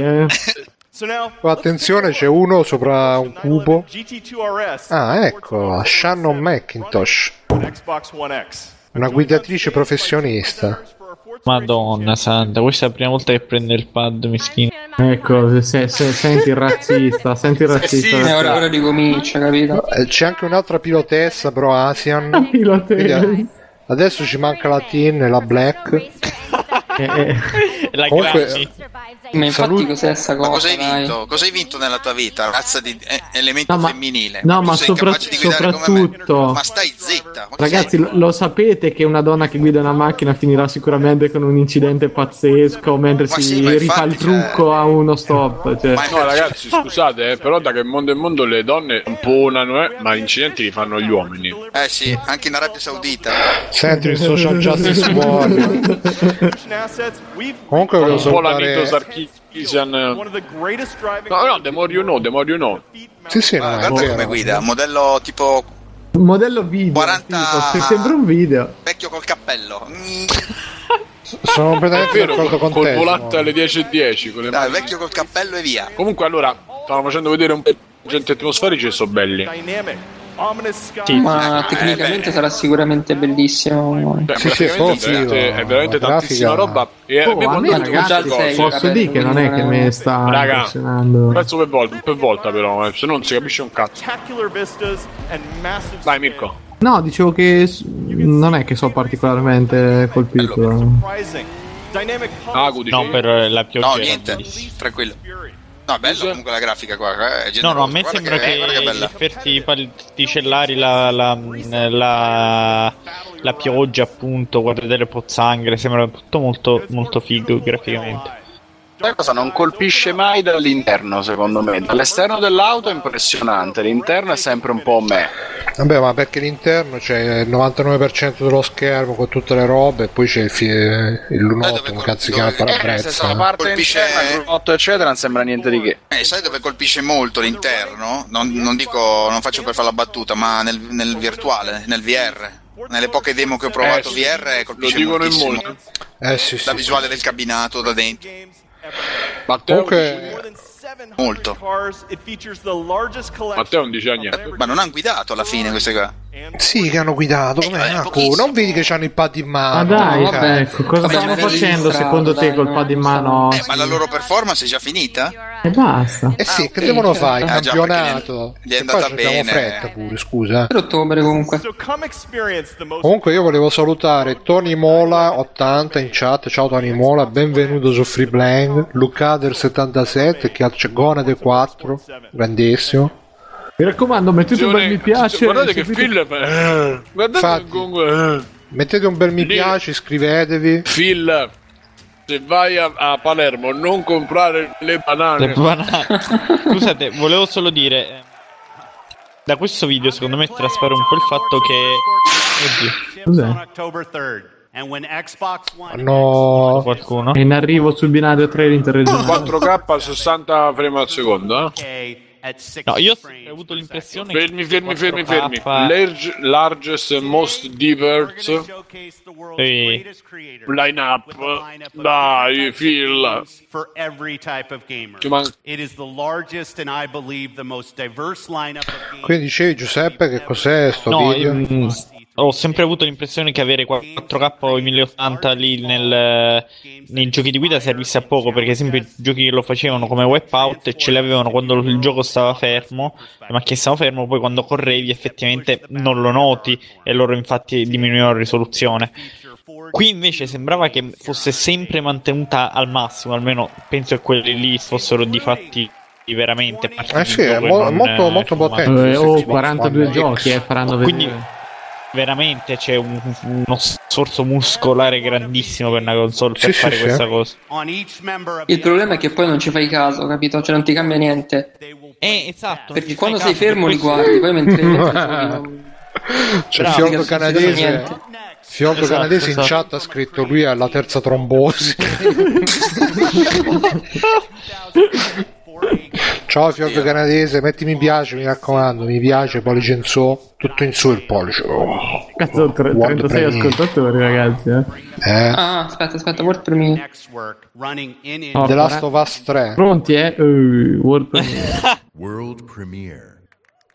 [SPEAKER 3] eh.
[SPEAKER 10] So now,
[SPEAKER 2] Oh, attenzione c'è uno sopra un cubo.
[SPEAKER 10] 911 GT2 RS.
[SPEAKER 2] Ah ecco, la Shannon McIntosh,
[SPEAKER 10] Xbox One X.
[SPEAKER 2] una guidatrice professionista.
[SPEAKER 5] Madonna santa, questa è la prima volta che prende il pad, mischino.
[SPEAKER 3] Ecco, se, se- senti il razzista, senti il razzista.
[SPEAKER 6] Eh, ora, ora ricomincia, capito?
[SPEAKER 2] Eh, C'è anche un'altra pilotessa però Asian.
[SPEAKER 3] Pilota-
[SPEAKER 2] Vedi, Adesso ci manca la Tin e la Black.
[SPEAKER 3] eh, eh.
[SPEAKER 5] La
[SPEAKER 2] Comunque-
[SPEAKER 5] Grammy.
[SPEAKER 6] Ma infatti
[SPEAKER 2] Saluti.
[SPEAKER 6] cos'è sta cosa?
[SPEAKER 8] Ma cosa hai
[SPEAKER 6] dai?
[SPEAKER 8] vinto? Cosa hai vinto nella tua vita? Razza di eh, elemento
[SPEAKER 3] No, ma-
[SPEAKER 8] femminile.
[SPEAKER 3] no,
[SPEAKER 8] Tu
[SPEAKER 3] ma
[SPEAKER 8] sei
[SPEAKER 3] sopra-
[SPEAKER 8] capace di guidare come me?
[SPEAKER 3] soprattutto-
[SPEAKER 8] Ma stai zitta. ma chi
[SPEAKER 3] Ragazzi,
[SPEAKER 8] sei?
[SPEAKER 3] lo, lo sapete che una donna che guida una macchina finirà sicuramente con un incidente pazzesco mentre
[SPEAKER 8] Ma
[SPEAKER 3] si
[SPEAKER 8] sì, ma
[SPEAKER 3] rifà
[SPEAKER 8] infatti, cioè-
[SPEAKER 3] il trucco a uno stop. Cioè.
[SPEAKER 8] Ma è
[SPEAKER 1] No, ragazzi, scusate, eh, però da che mondo è mondo le donne tamponano, eh, ma gli incidenti li fanno gli uomini.
[SPEAKER 8] Eh sì, anche in Arabia Saudita.
[SPEAKER 2] Senti il social justice warrior.
[SPEAKER 10] Assets, we've
[SPEAKER 2] Comunque volevo
[SPEAKER 1] Un po' la Nito
[SPEAKER 2] salutare...
[SPEAKER 1] Sarkisian.
[SPEAKER 10] one
[SPEAKER 1] No,
[SPEAKER 10] of the greatest driving
[SPEAKER 1] no, The More You Know, The More You Know.
[SPEAKER 2] Sì, sì, no,
[SPEAKER 8] Ma
[SPEAKER 2] è
[SPEAKER 8] guarda come
[SPEAKER 2] vero.
[SPEAKER 8] guida, modello tipo
[SPEAKER 3] Modello video.
[SPEAKER 8] 40
[SPEAKER 3] tipo, se sembra un video.
[SPEAKER 8] vecchio col cappello. Mm,
[SPEAKER 2] Sono
[SPEAKER 1] È
[SPEAKER 2] completamente
[SPEAKER 1] vero,
[SPEAKER 2] d'accordo con
[SPEAKER 1] col col
[SPEAKER 2] te.
[SPEAKER 1] volante
[SPEAKER 2] Simone.
[SPEAKER 1] alle 10.10. Con le
[SPEAKER 8] Dai,
[SPEAKER 1] mani.
[SPEAKER 8] vecchio col cappello e via.
[SPEAKER 1] Comunque, allora, stavamo facendo vedere un po' di gente atmosferici e sono belli.
[SPEAKER 10] dynamic, ominous sky.
[SPEAKER 6] Ma tecnicamente sarà sicuramente bellissimo.
[SPEAKER 1] Beh,
[SPEAKER 2] Sì, sì, è
[SPEAKER 1] praticamente
[SPEAKER 2] sportivo,
[SPEAKER 1] è veramente- è veramente
[SPEAKER 2] la
[SPEAKER 1] tantissima
[SPEAKER 2] grafica-
[SPEAKER 1] roba. E
[SPEAKER 3] Oh,
[SPEAKER 1] abbiamo
[SPEAKER 3] a me,
[SPEAKER 1] detto
[SPEAKER 6] già
[SPEAKER 3] ragazzi,
[SPEAKER 1] questa cosa.
[SPEAKER 6] sei-
[SPEAKER 3] posso dire che non è che mi sta
[SPEAKER 1] Raga.
[SPEAKER 3] impressionando.
[SPEAKER 1] Un pezzo per volta, per volta però, eh, se non si capisce un cazzo.
[SPEAKER 10] spectacular vistas and massive
[SPEAKER 1] Vai
[SPEAKER 10] scale.
[SPEAKER 1] Mirko.
[SPEAKER 3] No, dicevo che s- non è che sono particolarmente colpito.
[SPEAKER 10] Surprising. Dynamic
[SPEAKER 1] Agu dice.
[SPEAKER 5] No, per eh, la pioggia.
[SPEAKER 8] No,
[SPEAKER 5] era
[SPEAKER 8] niente,
[SPEAKER 5] bellissima.
[SPEAKER 8] tranquillo. No, è bella comunque la grafica qua. eh, è
[SPEAKER 5] No, no, a
[SPEAKER 8] generosa.
[SPEAKER 5] me
[SPEAKER 8] Guarda
[SPEAKER 5] sembra
[SPEAKER 8] che,
[SPEAKER 5] che,
[SPEAKER 8] guarda che
[SPEAKER 5] gli
[SPEAKER 8] bella.
[SPEAKER 5] offerti particellari, la, la, la, la pioggia, appunto, guardate le pozzanghere, sembra tutto molto, molto figo graficamente.
[SPEAKER 4] Sai cosa non colpisce mai dall'interno, secondo me? Dall'esterno dell'auto è impressionante, l'interno è sempre un po' me.
[SPEAKER 2] Vabbè, ma perché l'interno c'è il 99% dello schermo con tutte le robe, e poi c'è il, fi- il
[SPEAKER 8] Eh,
[SPEAKER 2] lunotto,
[SPEAKER 8] dove-
[SPEAKER 2] come cazzo si
[SPEAKER 8] dove-
[SPEAKER 2] chiama,
[SPEAKER 8] eh, nel
[SPEAKER 4] senso,
[SPEAKER 2] parabrezza.
[SPEAKER 4] la parte
[SPEAKER 8] Colpisce-
[SPEAKER 5] Cioè,
[SPEAKER 4] interna, il grotto, eccetera, non sembra niente di che.
[SPEAKER 8] Cioè, Eh, sai dove colpisce molto l'interno? Non, non dico, non faccio per fare la battuta, ma nel, nel virtuale, nel VR. Nelle poche demo che ho provato
[SPEAKER 1] Eh, sì.
[SPEAKER 8] VR
[SPEAKER 1] Lo
[SPEAKER 8] colpisce
[SPEAKER 1] dicono in
[SPEAKER 8] moltissimo.
[SPEAKER 1] molti.
[SPEAKER 2] Eh sì, sì.
[SPEAKER 8] La visuale del cabinato da dentro.
[SPEAKER 1] Matteo,
[SPEAKER 2] Comunque-
[SPEAKER 1] dice-
[SPEAKER 10] More than 700
[SPEAKER 8] Molto. Eh,
[SPEAKER 10] cars, it features the largest collection
[SPEAKER 1] Matteo non dice niente.
[SPEAKER 8] Ma non hanno guidato alla fine queste qua.
[SPEAKER 10] and
[SPEAKER 2] Sì, che hanno guidato,
[SPEAKER 8] Eh,
[SPEAKER 2] come
[SPEAKER 8] vabbè,
[SPEAKER 2] Aku?
[SPEAKER 8] pochissimo.
[SPEAKER 2] Non vedi che c'hanno il pad in
[SPEAKER 3] Ma
[SPEAKER 2] mano? cioè,
[SPEAKER 3] dai,
[SPEAKER 2] cazzo.
[SPEAKER 6] vabbè.
[SPEAKER 3] ecco, cosa
[SPEAKER 8] Vabbè, cioè,
[SPEAKER 3] stiamo
[SPEAKER 8] non è
[SPEAKER 3] facendo
[SPEAKER 6] registrato,
[SPEAKER 3] secondo te
[SPEAKER 6] dai,
[SPEAKER 3] col
[SPEAKER 6] non
[SPEAKER 3] pad
[SPEAKER 6] è
[SPEAKER 3] in mano?
[SPEAKER 8] Eh, ma la loro performance è già finita?
[SPEAKER 3] E basta.
[SPEAKER 2] Eh sì, che
[SPEAKER 6] ok,
[SPEAKER 2] devono
[SPEAKER 6] certo.
[SPEAKER 2] fare? Il
[SPEAKER 8] Ah, già, Eh,
[SPEAKER 2] campionato.
[SPEAKER 8] perché gli è- gli è
[SPEAKER 2] E poi
[SPEAKER 8] andata
[SPEAKER 2] ci abbiamo
[SPEAKER 8] bene.
[SPEAKER 2] fretta pure, scusa.
[SPEAKER 6] Per ottobre comunque.
[SPEAKER 10] so come experience the most
[SPEAKER 2] Comunque io volevo salutare Tony Mola 80 in chat, ciao Tony Mola, benvenuto su Freeblank, Lucader 77, che c'è Gonade 4, grandissimo.
[SPEAKER 3] Mi raccomando, mettete un bel mi piace.
[SPEAKER 1] Guardate che
[SPEAKER 3] seguite-
[SPEAKER 1] Phil. eh, guardate
[SPEAKER 2] Infatti.
[SPEAKER 1] comunque. eh.
[SPEAKER 2] Mettete un bel mi
[SPEAKER 1] Lì.
[SPEAKER 2] piace, iscrivetevi.
[SPEAKER 1] Phil, se vai a, a Palermo, non comprare le banane.
[SPEAKER 5] Le banane. Scusate, volevo solo dire. eh, Da questo video, secondo me, traspare un po' il fatto che. Oddio,
[SPEAKER 3] Cos'è?
[SPEAKER 11] October 3rd. And when Xbox One
[SPEAKER 2] No,
[SPEAKER 5] qualcuno.
[SPEAKER 3] È in arrivo sul binario 3
[SPEAKER 5] eh,
[SPEAKER 3] interregionale.
[SPEAKER 1] 4K 60 frame al secondo. Eh?
[SPEAKER 11] K at 60
[SPEAKER 5] No, io
[SPEAKER 11] frames
[SPEAKER 5] ho avuto
[SPEAKER 11] per
[SPEAKER 5] l'impressione. che
[SPEAKER 1] Fermi, fermi, fermi,
[SPEAKER 5] 4K
[SPEAKER 1] fermi. Large, largest, most diverse
[SPEAKER 11] second. Showcase the world's
[SPEAKER 5] Sì.
[SPEAKER 11] greatest creators
[SPEAKER 1] lineup.
[SPEAKER 11] with a lineup of
[SPEAKER 1] Dai,
[SPEAKER 11] different types of
[SPEAKER 1] Phil.
[SPEAKER 11] games for every type of gamer.
[SPEAKER 1] Ci manca-
[SPEAKER 11] It is the largest and I believe the most diverse lineup of games.
[SPEAKER 2] quindi dicevi Giuseppe che cos'è sto
[SPEAKER 5] No, io,
[SPEAKER 2] video?
[SPEAKER 5] mm, ho sempre avuto l'impressione che avere 4K o 1080 lì nel, nei giochi di guida servisse a poco perché, ad esempio, i giochi che lo facevano come Wipeout ce li avevano quando il gioco stava fermo, ma che stava fermo poi quando correvi effettivamente non lo noti e loro infatti diminuivano la risoluzione. Qui invece sembrava che fosse sempre mantenuta al massimo, almeno penso che quelli lì fossero di fatti veramente parte
[SPEAKER 2] Eh
[SPEAKER 5] di
[SPEAKER 2] sì, è
[SPEAKER 5] gioco e
[SPEAKER 2] mo-
[SPEAKER 5] non,
[SPEAKER 2] molto,
[SPEAKER 5] eh,
[SPEAKER 2] molto
[SPEAKER 5] formati.
[SPEAKER 2] potente.
[SPEAKER 3] Eh, oh,
[SPEAKER 2] Xbox
[SPEAKER 3] 42
[SPEAKER 2] One
[SPEAKER 3] giochi,
[SPEAKER 2] X.
[SPEAKER 3] eh, faranno
[SPEAKER 5] Quindi-
[SPEAKER 3] vedere.
[SPEAKER 5] veramente c'è un- uno sforzo muscolare grandissimo per una console
[SPEAKER 2] Sì,
[SPEAKER 5] per
[SPEAKER 2] sì,
[SPEAKER 5] fare
[SPEAKER 2] sì.
[SPEAKER 5] questa cosa.
[SPEAKER 11] On each member of
[SPEAKER 6] Il
[SPEAKER 11] the
[SPEAKER 6] problema è che poi non ci fai caso, capito? Cioè non ti cambia niente.
[SPEAKER 11] they will
[SPEAKER 5] Eh, esatto.
[SPEAKER 6] Perché quando sei fermo li guardi, poi mentre, mentre giochi non-
[SPEAKER 2] C'è il
[SPEAKER 5] Bravo,
[SPEAKER 2] fiordo
[SPEAKER 6] ragazzi,
[SPEAKER 2] Cioè, canadese
[SPEAKER 6] niente.
[SPEAKER 11] Up next,
[SPEAKER 2] Fiordo
[SPEAKER 5] Esatto,
[SPEAKER 2] Canadese in
[SPEAKER 5] esatto.
[SPEAKER 2] chat ha scritto lui ha la terza trombosi. Ciao Fiordo Canadese, metti mi piace, mi raccomando, mi piace, pollice in su, tutto in su il pollice. Oh,
[SPEAKER 3] Cazzo, tre-
[SPEAKER 2] World
[SPEAKER 3] 36
[SPEAKER 2] Premier.
[SPEAKER 3] ascoltatori, ragazzi. Eh.
[SPEAKER 2] Eh.
[SPEAKER 6] Ah, aspetta, aspetta, Word per me.
[SPEAKER 3] Porca
[SPEAKER 2] The Last of
[SPEAKER 3] ra-
[SPEAKER 2] Us 3.
[SPEAKER 3] Pronti, eh? Uh, World Premiere.
[SPEAKER 12] World Premiere.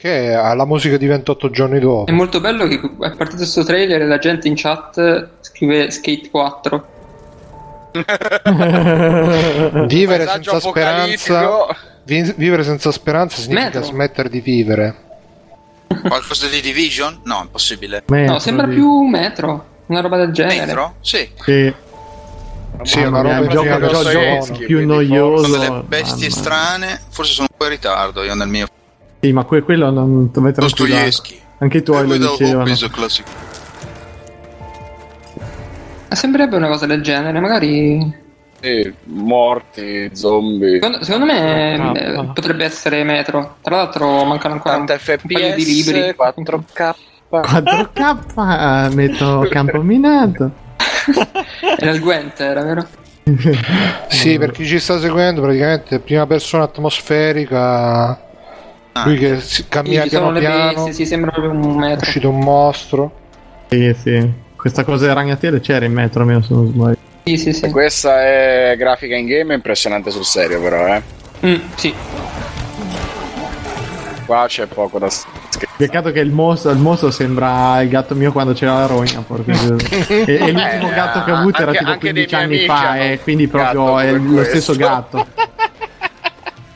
[SPEAKER 2] Che ha la musica di 28 giorni dopo.
[SPEAKER 6] È molto bello che è partito questo trailer e la gente in chat scrive Skate 4.
[SPEAKER 2] vivere
[SPEAKER 6] Paesaggio
[SPEAKER 2] senza speranza. vi- vivere senza speranza significa
[SPEAKER 8] Metro.
[SPEAKER 2] smettere di vivere.
[SPEAKER 8] Qualcosa di Division? No, impossibile.
[SPEAKER 2] Metro,
[SPEAKER 6] no, sembra
[SPEAKER 2] dico.
[SPEAKER 6] più Metro, una roba del genere.
[SPEAKER 8] Metro? Sì.
[SPEAKER 3] Sì.
[SPEAKER 2] Sì, è una roba
[SPEAKER 3] il
[SPEAKER 2] in
[SPEAKER 3] gioco,
[SPEAKER 2] prima
[SPEAKER 3] il gioco
[SPEAKER 2] persona.
[SPEAKER 3] più
[SPEAKER 8] Sono
[SPEAKER 3] noioso.
[SPEAKER 8] delle bestie
[SPEAKER 3] Mamma.
[SPEAKER 8] strane. Forse sono un po' in ritardo io nel mio.
[SPEAKER 3] Sì, ma que- quello non dovete
[SPEAKER 8] Dostoevsky.
[SPEAKER 3] Anche i tuoi lo
[SPEAKER 8] Guido ho
[SPEAKER 3] dicevano.
[SPEAKER 8] preso il classico.
[SPEAKER 6] Ma Sembrerebbe una cosa del genere, magari.
[SPEAKER 4] Sì, morti, zombie.
[SPEAKER 6] Secondo, secondo me
[SPEAKER 4] Ah,
[SPEAKER 6] eh,
[SPEAKER 4] ah.
[SPEAKER 6] potrebbe essere Metro. Tra l'altro, mancano ancora un, un paio di libri.
[SPEAKER 4] 4K.
[SPEAKER 3] 4K, eh, metto campo minato.
[SPEAKER 6] Era il Gwent, era vero?
[SPEAKER 2] Sì, per chi ci sta seguendo, praticamente prima persona atmosferica.
[SPEAKER 3] Ah.
[SPEAKER 2] Lui che si-
[SPEAKER 6] Sì,
[SPEAKER 2] cammina
[SPEAKER 6] ci
[SPEAKER 2] piano
[SPEAKER 6] sono le
[SPEAKER 2] piano.
[SPEAKER 6] bestie, sì, sembra proprio un
[SPEAKER 2] È
[SPEAKER 6] Metro.
[SPEAKER 2] uscito un mostro.
[SPEAKER 3] Sì, sì. Questa cosa delle ragnatele c'era in metro, almeno se non sbaglio.
[SPEAKER 6] Sì, sì, sì.
[SPEAKER 4] Questa è grafica in game, è impressionante sul serio, però, eh.
[SPEAKER 6] Mm, sì.
[SPEAKER 4] Qua c'è poco da scherzare.
[SPEAKER 3] Peccato che il mostro, il mostro sembra il gatto mio quando c'era la rogna. porca miseria. e, e l'ultimo
[SPEAKER 4] Eh,
[SPEAKER 3] gatto che ho avuto era
[SPEAKER 4] anche-
[SPEAKER 3] tipo
[SPEAKER 4] anche
[SPEAKER 3] 15
[SPEAKER 4] dei miei
[SPEAKER 3] anni
[SPEAKER 4] amici
[SPEAKER 3] fa,
[SPEAKER 4] hanno
[SPEAKER 3] e quindi proprio è lo
[SPEAKER 4] questo.
[SPEAKER 3] stesso gatto.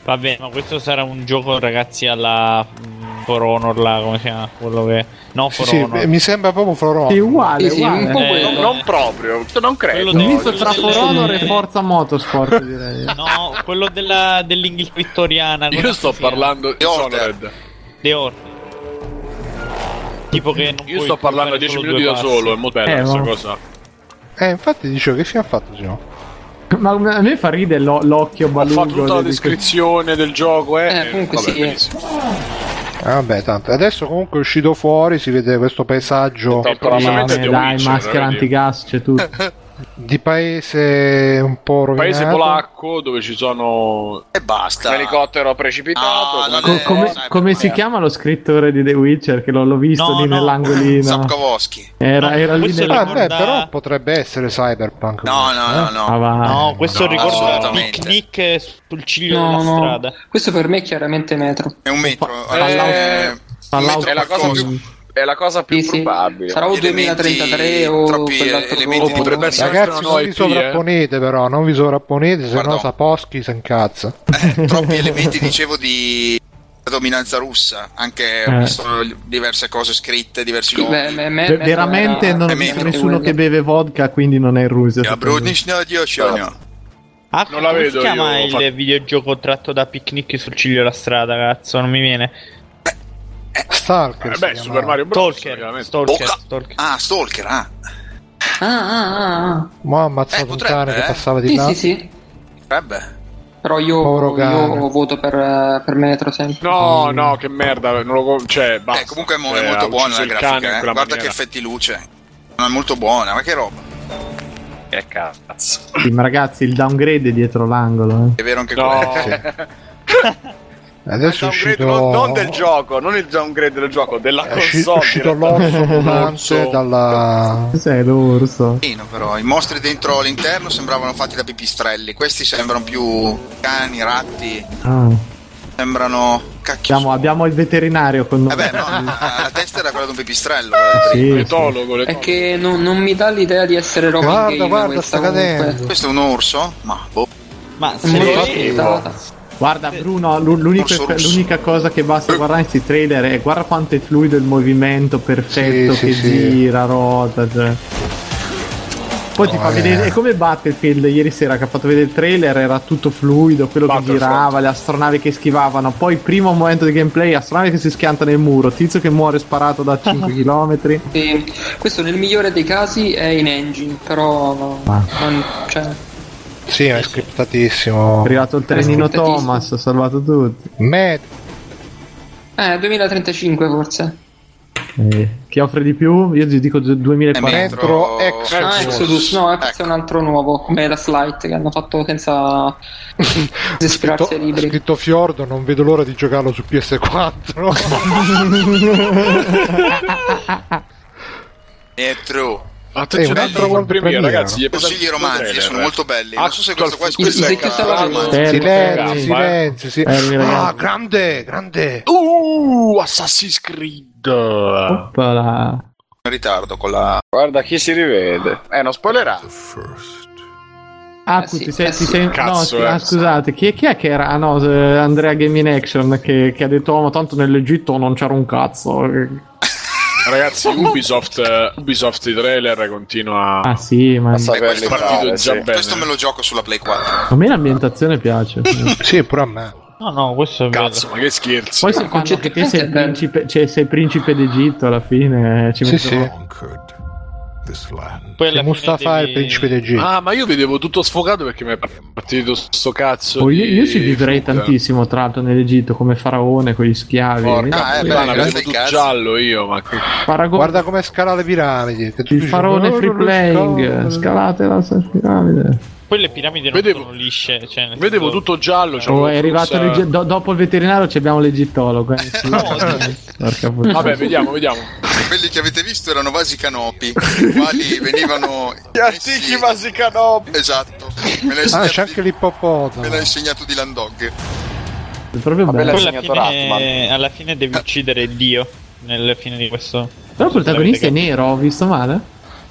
[SPEAKER 5] Vabbè, ma questo sarà un gioco, ragazzi, alla mm, For Honor, là, come si chiama? Quello che... No,
[SPEAKER 2] Sì,
[SPEAKER 5] For
[SPEAKER 2] sì,
[SPEAKER 5] Honor.
[SPEAKER 2] beh, mi sembra proprio Florone.
[SPEAKER 3] Sì, uguale, uguale.
[SPEAKER 5] quello.
[SPEAKER 4] non proprio, non credo.
[SPEAKER 3] Un eh. misto tra
[SPEAKER 5] quello
[SPEAKER 3] For
[SPEAKER 5] delle-
[SPEAKER 3] Honor e Forza Motorsport, direi.
[SPEAKER 5] No, quello della, dell'Inghilterra vittoriana.
[SPEAKER 1] Io sto parlando di Dishonored.
[SPEAKER 5] The Order. Tipo che non
[SPEAKER 1] Io
[SPEAKER 5] puoi
[SPEAKER 1] sto parlando
[SPEAKER 5] fare
[SPEAKER 1] 10
[SPEAKER 5] solo
[SPEAKER 1] minuti
[SPEAKER 5] due
[SPEAKER 1] da
[SPEAKER 5] passi.
[SPEAKER 1] solo, è molto bella
[SPEAKER 3] Eh,
[SPEAKER 1] questa
[SPEAKER 3] ma-
[SPEAKER 1] cosa.
[SPEAKER 2] Eh, infatti dicevo che fine ha fatto Gino?
[SPEAKER 3] Ma a me fa ridere l'o- l'occhio
[SPEAKER 1] Ho fatto
[SPEAKER 3] balungo.
[SPEAKER 1] tutta la
[SPEAKER 3] di-
[SPEAKER 1] descrizione del gioco, eh.
[SPEAKER 6] Eh, comunque
[SPEAKER 1] Vabbè,
[SPEAKER 6] sì,
[SPEAKER 1] benissimo.
[SPEAKER 2] Ah, Vabbè, tanto. Adesso comunque è uscito fuori, si vede questo paesaggio
[SPEAKER 3] Madonna,
[SPEAKER 1] Probabilmente The
[SPEAKER 3] dai,
[SPEAKER 1] Witcher,
[SPEAKER 3] maschera
[SPEAKER 1] vedi.
[SPEAKER 3] antigas, c'è tutto.
[SPEAKER 2] di paese un po' rovinato.
[SPEAKER 1] Paese polacco dove ci sono.
[SPEAKER 8] E basta.
[SPEAKER 4] L'elicottero precipitato.
[SPEAKER 8] Ah, non
[SPEAKER 3] Co-
[SPEAKER 8] è-
[SPEAKER 3] come
[SPEAKER 8] sai,
[SPEAKER 3] come si chiama lo scrittore di The Witcher? Che l'ho, l'ho visto
[SPEAKER 5] No,
[SPEAKER 3] lì
[SPEAKER 5] no.
[SPEAKER 3] nell'angolino.
[SPEAKER 8] Sapkowski.
[SPEAKER 3] Era,
[SPEAKER 5] No,
[SPEAKER 3] era lì
[SPEAKER 5] questo
[SPEAKER 2] Ah,
[SPEAKER 3] nell'angolino.
[SPEAKER 2] beh,
[SPEAKER 5] Guarda-
[SPEAKER 2] però potrebbe essere cyberpunk.
[SPEAKER 8] No, no, no,
[SPEAKER 2] eh?
[SPEAKER 8] no.
[SPEAKER 3] Ah, va.
[SPEAKER 5] No, questo
[SPEAKER 1] No,
[SPEAKER 5] ricorda un
[SPEAKER 8] assolutamente.
[SPEAKER 5] picnic sul ciglio
[SPEAKER 6] No,
[SPEAKER 5] della
[SPEAKER 6] no.
[SPEAKER 5] strada.
[SPEAKER 6] Questo per me è chiaramente Metro.
[SPEAKER 8] È un metro.
[SPEAKER 3] Fallout-
[SPEAKER 8] eh, un
[SPEAKER 3] Fallout
[SPEAKER 8] metro
[SPEAKER 4] È la cosa
[SPEAKER 8] qualcosa.
[SPEAKER 4] più, è la cosa più
[SPEAKER 6] Sì, sì.
[SPEAKER 4] probabile.
[SPEAKER 6] Sarà o
[SPEAKER 8] Gli elementi-
[SPEAKER 6] 2033 o
[SPEAKER 8] troppi
[SPEAKER 6] quell'altro
[SPEAKER 8] elementi
[SPEAKER 6] gioco.
[SPEAKER 8] di
[SPEAKER 1] potrebbe
[SPEAKER 8] Ragazzi,
[SPEAKER 1] essere
[SPEAKER 2] Ragazzi,
[SPEAKER 1] una
[SPEAKER 2] non
[SPEAKER 6] eh.
[SPEAKER 2] vi sovrapponete, però, non vi sovrapponete, se no
[SPEAKER 8] Pardon.
[SPEAKER 2] Saposchi si incazza.
[SPEAKER 8] Eh, troppi elementi, dicevo, di dominanza russa. Anche ho
[SPEAKER 3] Eh.
[SPEAKER 8] visto diverse cose scritte, diversi
[SPEAKER 6] Beh,
[SPEAKER 8] nomi.
[SPEAKER 6] me- me-
[SPEAKER 3] Ver-
[SPEAKER 6] Metro
[SPEAKER 3] veramente
[SPEAKER 6] era-
[SPEAKER 3] non
[SPEAKER 8] è
[SPEAKER 3] c'è
[SPEAKER 8] Metro.
[SPEAKER 3] nessuno
[SPEAKER 6] quello.
[SPEAKER 3] che beve vodka, quindi non è in Russia.
[SPEAKER 8] Ja
[SPEAKER 3] secondo me.
[SPEAKER 8] brudnična dioščanja.
[SPEAKER 5] Ah,
[SPEAKER 1] Non la
[SPEAKER 5] come
[SPEAKER 1] vedo
[SPEAKER 5] Si chiama
[SPEAKER 1] io,
[SPEAKER 5] il
[SPEAKER 1] fa-
[SPEAKER 5] videogioco tratto da picnic sul ciglio della strada, cazzo, non mi viene.
[SPEAKER 2] Stalker.
[SPEAKER 1] Eh
[SPEAKER 2] si
[SPEAKER 1] beh,
[SPEAKER 2] chiamava.
[SPEAKER 1] Super Mario Bros.
[SPEAKER 5] Stalker,
[SPEAKER 1] chiaramente.
[SPEAKER 5] Stalker,
[SPEAKER 8] Bocca.
[SPEAKER 5] Stalker.
[SPEAKER 8] Ah, Stalker, ah.
[SPEAKER 6] Ah, ah, ah,
[SPEAKER 2] Mo' ha ammazzato
[SPEAKER 8] Eh, potrebbe,
[SPEAKER 2] un cane che
[SPEAKER 8] eh.
[SPEAKER 2] passava
[SPEAKER 6] ah.
[SPEAKER 2] di
[SPEAKER 6] Sì,
[SPEAKER 2] là.
[SPEAKER 6] sì, sì.
[SPEAKER 8] Potrebbe.
[SPEAKER 6] Però io,
[SPEAKER 2] Povero cane.
[SPEAKER 6] io voto per, eh, per Metro sempre.
[SPEAKER 3] Mm.
[SPEAKER 6] Mm.
[SPEAKER 1] No, no, che merda, non lo co- cioè, basta.
[SPEAKER 8] Eh, comunque è mo-
[SPEAKER 1] Cioè,
[SPEAKER 8] è
[SPEAKER 1] ha
[SPEAKER 8] molto buona
[SPEAKER 1] ucciso
[SPEAKER 8] la
[SPEAKER 1] il cane in
[SPEAKER 8] grafica. eh.
[SPEAKER 1] quella
[SPEAKER 8] Guarda che
[SPEAKER 1] maniera.
[SPEAKER 8] effetti luce. No, È molto buona, ma che roba.
[SPEAKER 4] Che cazzo.
[SPEAKER 3] Sì, ma ragazzi, il downgrade è dietro l'angolo. eh.
[SPEAKER 8] È vero anche
[SPEAKER 1] No,
[SPEAKER 8] quello.
[SPEAKER 2] Adesso è
[SPEAKER 4] Il
[SPEAKER 2] uscito...
[SPEAKER 4] downgrade non, non del gioco, non il downgrade del gioco, della
[SPEAKER 2] È usci-
[SPEAKER 4] console.
[SPEAKER 2] uscito l'orso volante
[SPEAKER 1] L'orso.
[SPEAKER 2] dalla...
[SPEAKER 3] Cos'è l'orso?
[SPEAKER 8] Carino, però. I mostri dentro l'interno sembravano fatti da pipistrelli. Questi sembrano più cani, ratti.
[SPEAKER 3] Ah.
[SPEAKER 8] Sembrano cacchio.
[SPEAKER 3] Abbiamo, abbiamo il veterinario con noi.
[SPEAKER 8] Vabbè, no, la testa era quella di un pipistrello. eh. quella di prima.
[SPEAKER 3] Sì, sì.
[SPEAKER 1] l'etologo,
[SPEAKER 6] È
[SPEAKER 1] l'etologo.
[SPEAKER 6] che non, non mi dà l'idea di essere roba in
[SPEAKER 2] Guarda,
[SPEAKER 6] game
[SPEAKER 2] guarda,
[SPEAKER 6] questa,
[SPEAKER 2] sta
[SPEAKER 6] comunque.
[SPEAKER 2] cadendo.
[SPEAKER 8] Questo è un orso? Ma boh. Eh,
[SPEAKER 5] Ma
[SPEAKER 6] È molto
[SPEAKER 5] se
[SPEAKER 6] affidata.
[SPEAKER 3] Guarda Bruno, l'u- l'unico
[SPEAKER 8] Orso
[SPEAKER 3] effe-
[SPEAKER 8] russo.
[SPEAKER 3] l'unica cosa che basta guardare in questi trailer è guarda quanto è fluido il movimento perfetto
[SPEAKER 2] Sì,
[SPEAKER 3] che
[SPEAKER 2] sì, sì.
[SPEAKER 3] gira, rota. cioè. Poi ti fa
[SPEAKER 2] Oh,
[SPEAKER 3] vedere,
[SPEAKER 2] eh.
[SPEAKER 3] è come Battlefield ieri sera che ha fatto vedere il trailer, era tutto fluido, quello che
[SPEAKER 1] Battlefront.
[SPEAKER 3] girava, le astronavi che schivavano, poi primo momento di gameplay, astronavi che si schianta nel muro, tizio che muore sparato da 5 km.
[SPEAKER 2] Oh.
[SPEAKER 6] Sì, questo nel migliore dei casi è in engine, però no,
[SPEAKER 3] Ah.
[SPEAKER 6] non, cioè,
[SPEAKER 2] Sì, è scriptatissimo.
[SPEAKER 3] È arrivato il trenino
[SPEAKER 6] Aspettatissimo.
[SPEAKER 3] Thomas, ha salvato tutti.
[SPEAKER 2] Met-
[SPEAKER 6] eh, 2035 forse.
[SPEAKER 3] Eh, chi offre di più? Io ti dico 2040.
[SPEAKER 2] Metro Exodus.
[SPEAKER 6] Ah, Exodus, Eh, no, Exodus è un altro nuovo, come la Slite che hanno fatto senza ispirarsi ai libri.
[SPEAKER 2] Scritto Fiordo, non vedo l'ora di giocarlo su PS4.
[SPEAKER 8] È true.
[SPEAKER 2] Attenzione, Eh, un altro altro world premiere, premiere. ragazzi, gli è passato
[SPEAKER 8] consigli
[SPEAKER 2] il
[SPEAKER 8] romantici
[SPEAKER 2] trailer.
[SPEAKER 8] sono molto belli.
[SPEAKER 2] Ah,
[SPEAKER 8] non so se questo qua è
[SPEAKER 2] sì, sì, sì, che stava
[SPEAKER 8] questo
[SPEAKER 2] parlando. Silenzio,
[SPEAKER 1] eh.
[SPEAKER 2] silenzio, sì.
[SPEAKER 1] Fermi,
[SPEAKER 2] Ah,
[SPEAKER 1] ragazzi.
[SPEAKER 2] grande, grande.
[SPEAKER 1] Uh, Assassin's Creed.
[SPEAKER 8] in ritardo con la. Guarda chi si rivede. Eh, non spoilerà.
[SPEAKER 3] Ah, tu ti sei, ti sei- no,
[SPEAKER 8] Cazzo,
[SPEAKER 3] sì,
[SPEAKER 8] eh.
[SPEAKER 3] ah, scusate, chi, chi è che era? Ah, no, eh, Andrea Game in Action che, che ha detto: "Oh, ma tanto nell'Egitto non c'era un cazzo.
[SPEAKER 1] Ragazzi, Ubisoft, eh, Ubisoft i trailer continua
[SPEAKER 3] Ah, sì, ma.
[SPEAKER 1] a saperli
[SPEAKER 8] Questo,
[SPEAKER 1] fare,
[SPEAKER 8] partito-
[SPEAKER 1] sì.
[SPEAKER 8] questo me lo gioco sulla Play 4.
[SPEAKER 3] A me l'ambientazione piace.
[SPEAKER 2] sì, pure a me.
[SPEAKER 5] No, no, questo è
[SPEAKER 1] Cazzo, ma che scherzi.
[SPEAKER 3] Poi se fanno che te sei principe, cioè, sei principe d'Egitto alla fine. eh, Ci
[SPEAKER 1] Sì, sì.
[SPEAKER 3] mettono...
[SPEAKER 5] Poi alla
[SPEAKER 2] Mustafa è il principe d'Egitto.
[SPEAKER 1] Ah, ma io vedevo tutto sfogato perché mi è partito sto cazzo.
[SPEAKER 3] Oh,
[SPEAKER 1] di...
[SPEAKER 3] io, io ci vivrei
[SPEAKER 1] frutta.
[SPEAKER 3] tantissimo, tra l'altro, nell'Egitto come faraone con gli schiavi.
[SPEAKER 1] Porca,
[SPEAKER 3] Io-
[SPEAKER 1] ah, eh,
[SPEAKER 3] io-
[SPEAKER 1] beh, vedevo tutto giallo io, ma che...
[SPEAKER 3] Paragon-
[SPEAKER 2] Guarda come scala le piramidi. Che tu
[SPEAKER 3] il
[SPEAKER 2] dici,
[SPEAKER 3] faraone
[SPEAKER 2] "Oh,
[SPEAKER 3] free
[SPEAKER 2] non
[SPEAKER 3] playing, scalate la piramide.
[SPEAKER 5] Poi le piramidi non sono lisce. Cioè, vedevo
[SPEAKER 1] tutto giallo.
[SPEAKER 3] Oh, è arrivato l'Eg- do- dopo il veterinario ci abbiamo l'egittologo. eh. Porca puttana.
[SPEAKER 1] Vabbè, vediamo, vediamo.
[SPEAKER 8] Quelli che avete visto erano vasi canopi, i quali venivano. Gli antichi vasi canopi! Esatto, me l'ha
[SPEAKER 2] Ah,
[SPEAKER 8] insegnato,
[SPEAKER 2] c'è anche
[SPEAKER 8] me
[SPEAKER 2] l'ippopotamo.
[SPEAKER 8] l'ha insegnato Dylan Dog.
[SPEAKER 3] È proprio
[SPEAKER 5] Poi
[SPEAKER 3] bello.
[SPEAKER 5] alla fine, alla fine devi uccidere Dio. Nel fine di questo.
[SPEAKER 3] Però il protagonista è
[SPEAKER 5] L'avete
[SPEAKER 3] nero, ho visto male?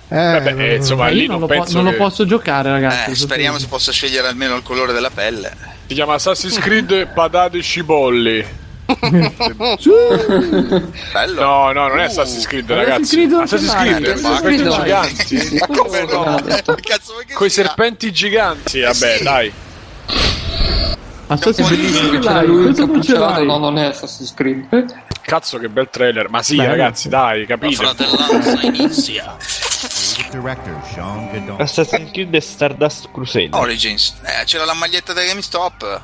[SPEAKER 2] Vabbè,
[SPEAKER 1] eh, insomma,
[SPEAKER 3] Ma
[SPEAKER 1] lì
[SPEAKER 3] io non,
[SPEAKER 1] non
[SPEAKER 3] lo,
[SPEAKER 1] penso
[SPEAKER 3] non lo
[SPEAKER 1] che-
[SPEAKER 3] posso giocare, ragazzi.
[SPEAKER 8] Eh, speriamo si possa scegliere almeno il colore della pelle.
[SPEAKER 1] Si chiama Assassin's Creed Patate e Cibolli.
[SPEAKER 4] Mm.
[SPEAKER 8] Bello.
[SPEAKER 1] No, no, non è Assassin's Creed,
[SPEAKER 8] Assassin's
[SPEAKER 1] ragazzi.
[SPEAKER 8] Creed non
[SPEAKER 1] Assassin's
[SPEAKER 8] c'è
[SPEAKER 1] Creed,
[SPEAKER 8] male.
[SPEAKER 1] Assassin's
[SPEAKER 8] Ma
[SPEAKER 1] Creed
[SPEAKER 8] no.
[SPEAKER 1] giganti.
[SPEAKER 8] Ma come no?
[SPEAKER 1] Coi serpenti giganti, vabbè, dai.
[SPEAKER 3] Assassin's
[SPEAKER 1] Creed non ce
[SPEAKER 6] c'era
[SPEAKER 1] l'hai,
[SPEAKER 6] lui
[SPEAKER 1] questo non ce
[SPEAKER 6] incappucciato,
[SPEAKER 1] l'hai.
[SPEAKER 6] Cioè, no, non è Assassin's Creed.
[SPEAKER 1] Cazzo, che bel trailer. Ma sì,
[SPEAKER 6] Bello.
[SPEAKER 1] ragazzi, dai, capite.
[SPEAKER 8] inizia.
[SPEAKER 12] Director Jean Gadon.
[SPEAKER 5] Assassin's Creed e Stardust Crusade.
[SPEAKER 8] Origins, eh, c'era la maglietta da GameStop.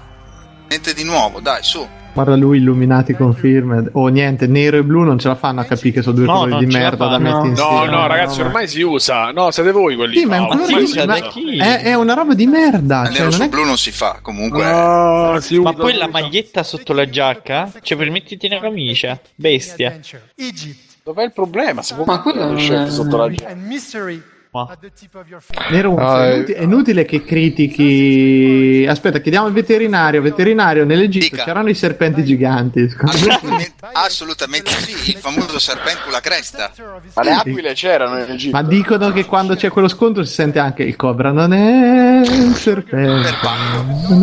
[SPEAKER 8] Niente di nuovo, dai, su.
[SPEAKER 3] Guarda lui, illuminati confirmed. Oh, niente, nero e blu non ce la fanno a capire che sono due colori di merda da mettere
[SPEAKER 1] No,
[SPEAKER 3] insieme.
[SPEAKER 1] no, ragazzi, ormai si usa. No, siete voi quelli.
[SPEAKER 3] Sì, ma è un
[SPEAKER 1] No,
[SPEAKER 3] colore
[SPEAKER 1] ormai
[SPEAKER 3] di-
[SPEAKER 1] si usa.
[SPEAKER 3] ma- è, è una roba di merda.
[SPEAKER 8] Nero
[SPEAKER 3] Cioè, non
[SPEAKER 8] su
[SPEAKER 3] è...
[SPEAKER 8] blu non si fa, comunque.
[SPEAKER 5] Ma poi la maglietta sotto la giacca? Cioè, per metterti una camicia, bestia.
[SPEAKER 1] Dov'è il problema? Se
[SPEAKER 5] Ma quello non è-
[SPEAKER 1] sotto la giacca.
[SPEAKER 10] And mystery at the tip of your finger.
[SPEAKER 3] Nero,
[SPEAKER 1] Ah,
[SPEAKER 3] è,
[SPEAKER 1] eh.
[SPEAKER 3] inutile, è inutile che critichi. Aspetta, chiediamo al veterinario. Veterinario, nell'Egitto c'erano i serpenti giganti.
[SPEAKER 1] Ah,
[SPEAKER 8] Assolutamente, assolutamente sì, il famoso serpente con la cresta.
[SPEAKER 3] Ma le aquile
[SPEAKER 8] c'erano in Egitto.
[SPEAKER 3] Ma dicono che quando c'è quello scontro si sente anche il cobra non è il serpente.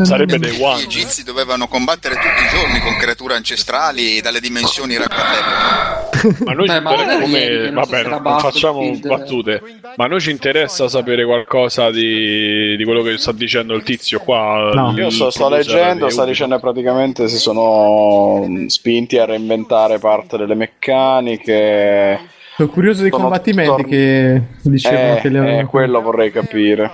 [SPEAKER 1] Sarebbe dei
[SPEAKER 8] Gli egizi dovevano combattere tutti i giorni con creature ancestrali dalle dimensioni raccontevoli.
[SPEAKER 1] Ma noi
[SPEAKER 8] Beh,
[SPEAKER 1] ci
[SPEAKER 8] ma
[SPEAKER 1] interessa
[SPEAKER 8] magari
[SPEAKER 1] come...
[SPEAKER 8] ieri, che non so
[SPEAKER 1] Vabbè,
[SPEAKER 8] se
[SPEAKER 1] non,
[SPEAKER 8] era
[SPEAKER 1] non
[SPEAKER 8] Battlefield,
[SPEAKER 1] facciamo
[SPEAKER 8] eh.
[SPEAKER 1] battute. Ma a noi ci interessa sapere qualcosa di, di quello che sta dicendo il tizio qua. il-
[SPEAKER 4] Io sto,
[SPEAKER 1] il
[SPEAKER 4] sto
[SPEAKER 1] producer
[SPEAKER 4] leggendo,
[SPEAKER 1] di
[SPEAKER 4] sta
[SPEAKER 1] Ubisoft.
[SPEAKER 4] dicendo che praticamente si sono mm, spinti a reinventare parte delle meccaniche.
[SPEAKER 3] Sono curioso dei
[SPEAKER 4] Sono
[SPEAKER 3] combattimenti
[SPEAKER 4] torn-
[SPEAKER 3] che dicevano
[SPEAKER 4] Eh,
[SPEAKER 3] che le avevano
[SPEAKER 4] eh, quello vorrei capire.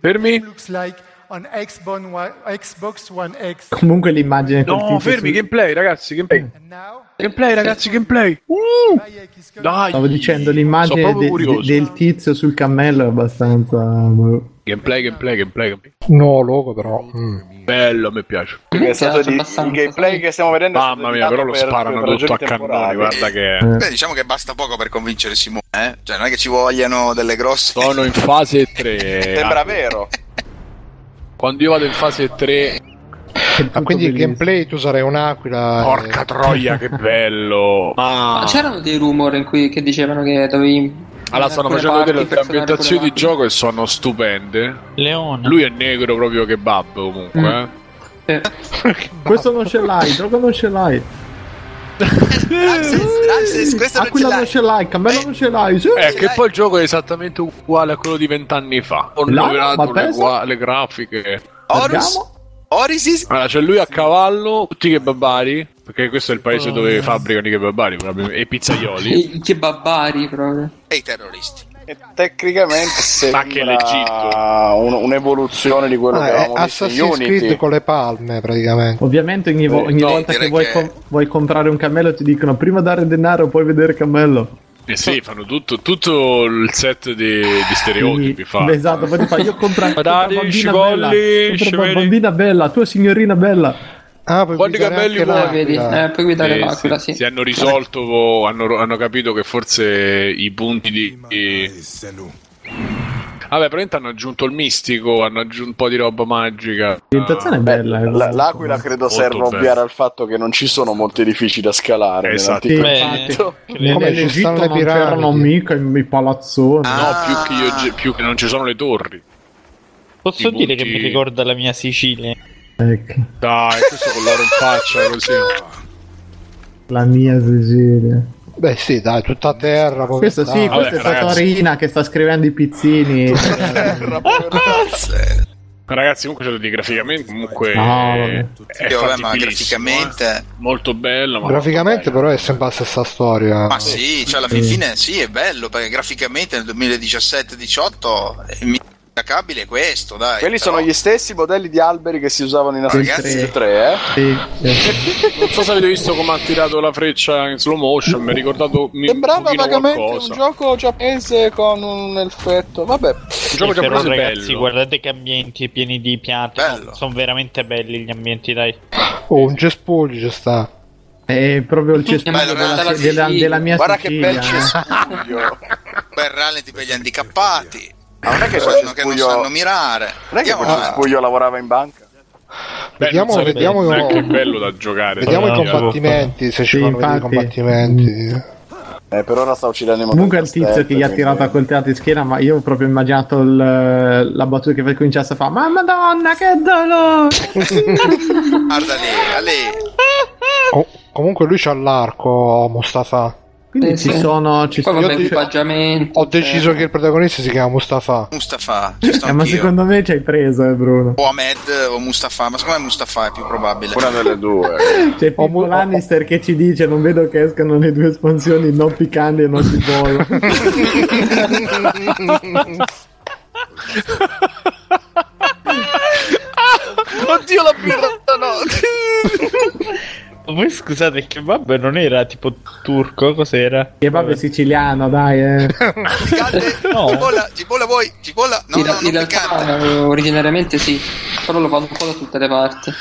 [SPEAKER 1] Fermi.
[SPEAKER 10] Looks like on Xbox One, Xbox One
[SPEAKER 2] Ah,
[SPEAKER 10] X.
[SPEAKER 3] Comunque l'immagine col
[SPEAKER 1] No,
[SPEAKER 3] tizio
[SPEAKER 1] fermi,
[SPEAKER 3] su- Eh.
[SPEAKER 1] gameplay, ragazzi, gameplay. Gameplay, ragazzi, gameplay. Uh! Dai.
[SPEAKER 3] Stavo dicendo
[SPEAKER 1] Sono
[SPEAKER 3] l'immagine
[SPEAKER 1] proprio
[SPEAKER 3] de-
[SPEAKER 1] curioso.
[SPEAKER 3] de- del tizio sul cammello è abbastanza. boh.
[SPEAKER 1] Gameplay, gameplay, gameplay, gameplay.
[SPEAKER 2] No, logo però. Mm.
[SPEAKER 1] Bello, mi piace.
[SPEAKER 4] È stato di- il gameplay che stiamo vedendo. è stato
[SPEAKER 1] Mamma mia,
[SPEAKER 4] editato
[SPEAKER 1] però lo
[SPEAKER 4] per-
[SPEAKER 1] sparano
[SPEAKER 4] per
[SPEAKER 1] tutto a
[SPEAKER 4] ragioni
[SPEAKER 1] cannoni,
[SPEAKER 4] temporali.
[SPEAKER 1] guarda che...
[SPEAKER 2] Eh.
[SPEAKER 8] Beh, diciamo che basta poco per convincere Simone, eh? Cioè, non è che ci vogliano delle grosse.
[SPEAKER 1] Sono in fase 3.
[SPEAKER 8] Sembra
[SPEAKER 4] vero.
[SPEAKER 1] Quando io vado in fase 3...
[SPEAKER 2] Ma quindi il gameplay tu sarai un'aquila.
[SPEAKER 1] Porca troia, che bello. Ma...
[SPEAKER 6] Ma c'erano dei rumor in cui che dicevano che dovevi.
[SPEAKER 4] Eh,
[SPEAKER 1] Allora stanno
[SPEAKER 6] alcune
[SPEAKER 1] facendo
[SPEAKER 6] parti
[SPEAKER 1] delle
[SPEAKER 6] per suonare
[SPEAKER 1] ambientazioni
[SPEAKER 6] alcune
[SPEAKER 1] di gioco e sono stupende.
[SPEAKER 5] Leone.
[SPEAKER 1] Lui è negro proprio kebab comunque.
[SPEAKER 3] Mm.
[SPEAKER 1] eh.
[SPEAKER 3] Questo non ce l'hai, droga non ce l'hai. Aquila non ce l'hai, cammello non ce l'hai. sì.
[SPEAKER 1] Eh, che poi il gioco è esattamente uguale a quello di vent'anni fa. Ho
[SPEAKER 3] Là,
[SPEAKER 1] nominato
[SPEAKER 3] ma
[SPEAKER 1] le,
[SPEAKER 3] pensa-
[SPEAKER 1] gua- le grafiche.
[SPEAKER 3] Orus-
[SPEAKER 8] Orisis?
[SPEAKER 1] Allora, c'è lui a cavallo, tutti che babari. Perché questo è il paese dove fabbricano i kebabari probabilmente, e i
[SPEAKER 6] parti.
[SPEAKER 1] pizzaioli.
[SPEAKER 6] I- Che babbari proprio.
[SPEAKER 8] E i terroristi.
[SPEAKER 4] Tecnicamente sembra
[SPEAKER 1] che l'Egitto.
[SPEAKER 4] un- un'evoluzione di quello che
[SPEAKER 2] Ah, è
[SPEAKER 4] avevamo visto in
[SPEAKER 2] Assassin's
[SPEAKER 4] Unity.
[SPEAKER 2] Creed con le palme praticamente.
[SPEAKER 3] Ovviamente ogni, vo-
[SPEAKER 2] Eh,
[SPEAKER 3] ogni
[SPEAKER 2] no,
[SPEAKER 3] volta che
[SPEAKER 2] direi
[SPEAKER 3] vuoi,
[SPEAKER 2] che-
[SPEAKER 3] com- vuoi comprare un cammello ti dicono prima dare denaro poi vedere cammello.
[SPEAKER 1] Eh sì, fanno tutto, tutto il set di, di stereotipi. Fa.
[SPEAKER 3] Esatto, poi ti fa io compro anche una
[SPEAKER 1] Guardate,
[SPEAKER 3] bambina
[SPEAKER 1] scivolli,
[SPEAKER 3] bella, compra una
[SPEAKER 1] scivoli.
[SPEAKER 3] bambina bella, tua signorina bella.
[SPEAKER 2] Ah, puoi
[SPEAKER 1] Quanti capelli vuoi?
[SPEAKER 6] Eh,
[SPEAKER 3] Eh,
[SPEAKER 6] puoi guidare
[SPEAKER 1] Sì,
[SPEAKER 6] l'aquila, sì.
[SPEAKER 1] Si hanno risolto, vo- hanno, hanno capito che forse i punti di... di- Vabbè, praticamente hanno aggiunto il mistico, hanno aggiunto un po' di roba magica.
[SPEAKER 3] L'ambientazione è bella. eh.
[SPEAKER 4] L- L'aquila credo
[SPEAKER 1] Molto
[SPEAKER 4] serva a
[SPEAKER 1] bello.
[SPEAKER 4] ovviare al fatto che non ci sono molti edifici da scalare.
[SPEAKER 1] Esatto.
[SPEAKER 4] nell'antico Egitto.
[SPEAKER 3] Come l'Egitto non c'erano mica i, i palazzoni.
[SPEAKER 5] Ah,
[SPEAKER 1] No, più che, io, ge- più che non ci sono le torri.
[SPEAKER 5] Posso
[SPEAKER 1] I
[SPEAKER 5] dire che
[SPEAKER 1] buchi-
[SPEAKER 5] mi ricorda la mia Sicilia?
[SPEAKER 3] Ecco,
[SPEAKER 1] Dai, questo con l'oro in faccia così.
[SPEAKER 3] la mia Sicilia.
[SPEAKER 2] Beh sì, dai, tutta a terra. come
[SPEAKER 3] Questa
[SPEAKER 2] sta.
[SPEAKER 3] sì, questa è Satorina che sta scrivendo i pizzini. Eh, Ah,
[SPEAKER 1] Ragazzi, comunque c'è da dire graficamente, comunque
[SPEAKER 3] No, vabbè.
[SPEAKER 1] è
[SPEAKER 8] Sì, vabbè, ma
[SPEAKER 1] fattibilissimo, eh. molto bello, ma
[SPEAKER 2] Graficamente però è sempre la stessa storia.
[SPEAKER 8] Ma sì, cioè alla fin fine sì, è bello perché graficamente nel 2017-18 il immancabile è questo, dai.
[SPEAKER 4] Quelli
[SPEAKER 8] però-
[SPEAKER 4] sono gli stessi modelli di alberi che si usavano in Assassin's Creed 3, eh?
[SPEAKER 1] non so se avete visto come ha tirato la freccia in slow motion, mi ha ricordato mi- un
[SPEAKER 4] Sembrava
[SPEAKER 1] pochino
[SPEAKER 4] vagamente
[SPEAKER 1] qualcosa.
[SPEAKER 4] un gioco giapponese con un effetto. Vabbè,
[SPEAKER 5] Però,
[SPEAKER 1] gioco giapponese
[SPEAKER 5] ragazzi,
[SPEAKER 1] bello.
[SPEAKER 5] guardate che ambienti pieni di piante. no, sono veramente belli gli ambienti, dai.
[SPEAKER 2] Oh, un cespuglio ci sta.
[SPEAKER 3] È proprio il cespuglio
[SPEAKER 8] Bello,
[SPEAKER 3] della,
[SPEAKER 8] della
[SPEAKER 3] della-
[SPEAKER 8] Sicilia.
[SPEAKER 3] della mia
[SPEAKER 8] Guarda che
[SPEAKER 3] Sicilia. eh.
[SPEAKER 8] bel cespuglio. bel rallenti per gli handicappati.
[SPEAKER 4] non è che c'è
[SPEAKER 8] Quello che non
[SPEAKER 4] cespuglio-
[SPEAKER 8] sanno mirare.
[SPEAKER 4] non è che
[SPEAKER 8] Andiamo
[SPEAKER 4] questo
[SPEAKER 8] avanti.
[SPEAKER 4] spuglio lavorava in banca?
[SPEAKER 2] Vediamo,
[SPEAKER 1] non so
[SPEAKER 2] vediamo,
[SPEAKER 1] se- non è che è bello da giocare.
[SPEAKER 2] vediamo i
[SPEAKER 1] tra l'altro.
[SPEAKER 2] combattimenti, se ci
[SPEAKER 3] Sì,
[SPEAKER 2] fanno vedere i
[SPEAKER 3] infatti.
[SPEAKER 2] combattimenti.
[SPEAKER 4] Eh, per ora sta uccidendo i modelli
[SPEAKER 3] Comunque il tizio che gli ha
[SPEAKER 4] quindi-
[SPEAKER 3] tirato a coltellate in schiena, ma io ho proprio immaginato il- la battuta che poi cominciasse a fare Ma madonna che dolore!
[SPEAKER 8] Guarda lì, a lei.
[SPEAKER 2] Com- comunque lui c'ha l'arco, Mustafa.
[SPEAKER 3] Quindi
[SPEAKER 6] Eh,
[SPEAKER 3] ci
[SPEAKER 6] sì.
[SPEAKER 3] sono... Ci
[SPEAKER 6] Poi
[SPEAKER 3] sono
[SPEAKER 6] vabbè, equipaggiamento.
[SPEAKER 2] Ho deciso che il protagonista si chiama Mustafa.
[SPEAKER 8] Mustafa, ci sto
[SPEAKER 3] Eh, ma
[SPEAKER 8] anch'io.
[SPEAKER 3] secondo me ci hai preso, eh, Bruno.
[SPEAKER 8] O Ahmed o Mustafa, ma secondo me Mustafa è più probabile.
[SPEAKER 4] Una delle due.
[SPEAKER 3] C'è Pippo Lannister che ci dice: Non vedo che escano le due espansioni non piccante e non di bollo.
[SPEAKER 4] Oddio la birra no.
[SPEAKER 5] Ma Voi scusate, il kebab non era tipo turco, cos'era?
[SPEAKER 3] Che vabbè, siciliano, dai, eh.
[SPEAKER 8] Cipolla, cipolla vuoi? Cipolla? No,
[SPEAKER 6] in,
[SPEAKER 8] no,
[SPEAKER 6] ra- in
[SPEAKER 8] non piccante.
[SPEAKER 6] realtà eh, originariamente sì, però lo fanno un po' da tutte le parti.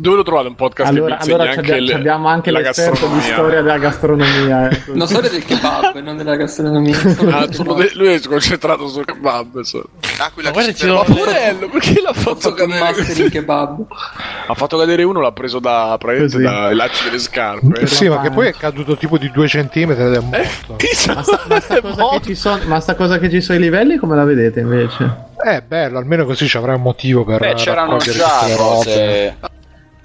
[SPEAKER 1] Dove lo trovate un podcast
[SPEAKER 3] Allora,
[SPEAKER 1] che vi insegna
[SPEAKER 3] allora c'abbia-
[SPEAKER 1] anche le-
[SPEAKER 3] c'abbiamo anche
[SPEAKER 1] la
[SPEAKER 3] l'esperto di
[SPEAKER 1] gastronomia?
[SPEAKER 3] storia della gastronomia. eh.
[SPEAKER 6] La storia del kebab, non della gastronomia.
[SPEAKER 1] Ah, solo de- lui è concentrato sul kebab. so.
[SPEAKER 8] Aquila
[SPEAKER 5] guarda,
[SPEAKER 8] Ah, che
[SPEAKER 5] ci sono-
[SPEAKER 1] Porello, perché l'ha
[SPEAKER 6] con
[SPEAKER 1] fatto cadere?
[SPEAKER 6] master in kebab.
[SPEAKER 1] Ha fatto cadere uno, l'ha preso da, praticamente
[SPEAKER 3] Così.
[SPEAKER 1] dai lacci delle scarpe.
[SPEAKER 2] Eh Sì, ma che poi è caduto tipo di 2 cm ed è
[SPEAKER 1] Eh,
[SPEAKER 2] morto.
[SPEAKER 3] Ma sta, ma sta cosa che ci sono, ma sta cosa che ci sono i livelli, come la vedete invece?
[SPEAKER 2] È Eh, bello, almeno così ci avrà un motivo per
[SPEAKER 4] Beh, c'erano
[SPEAKER 2] raccogliere tutte
[SPEAKER 4] già
[SPEAKER 2] le robe.
[SPEAKER 4] cose.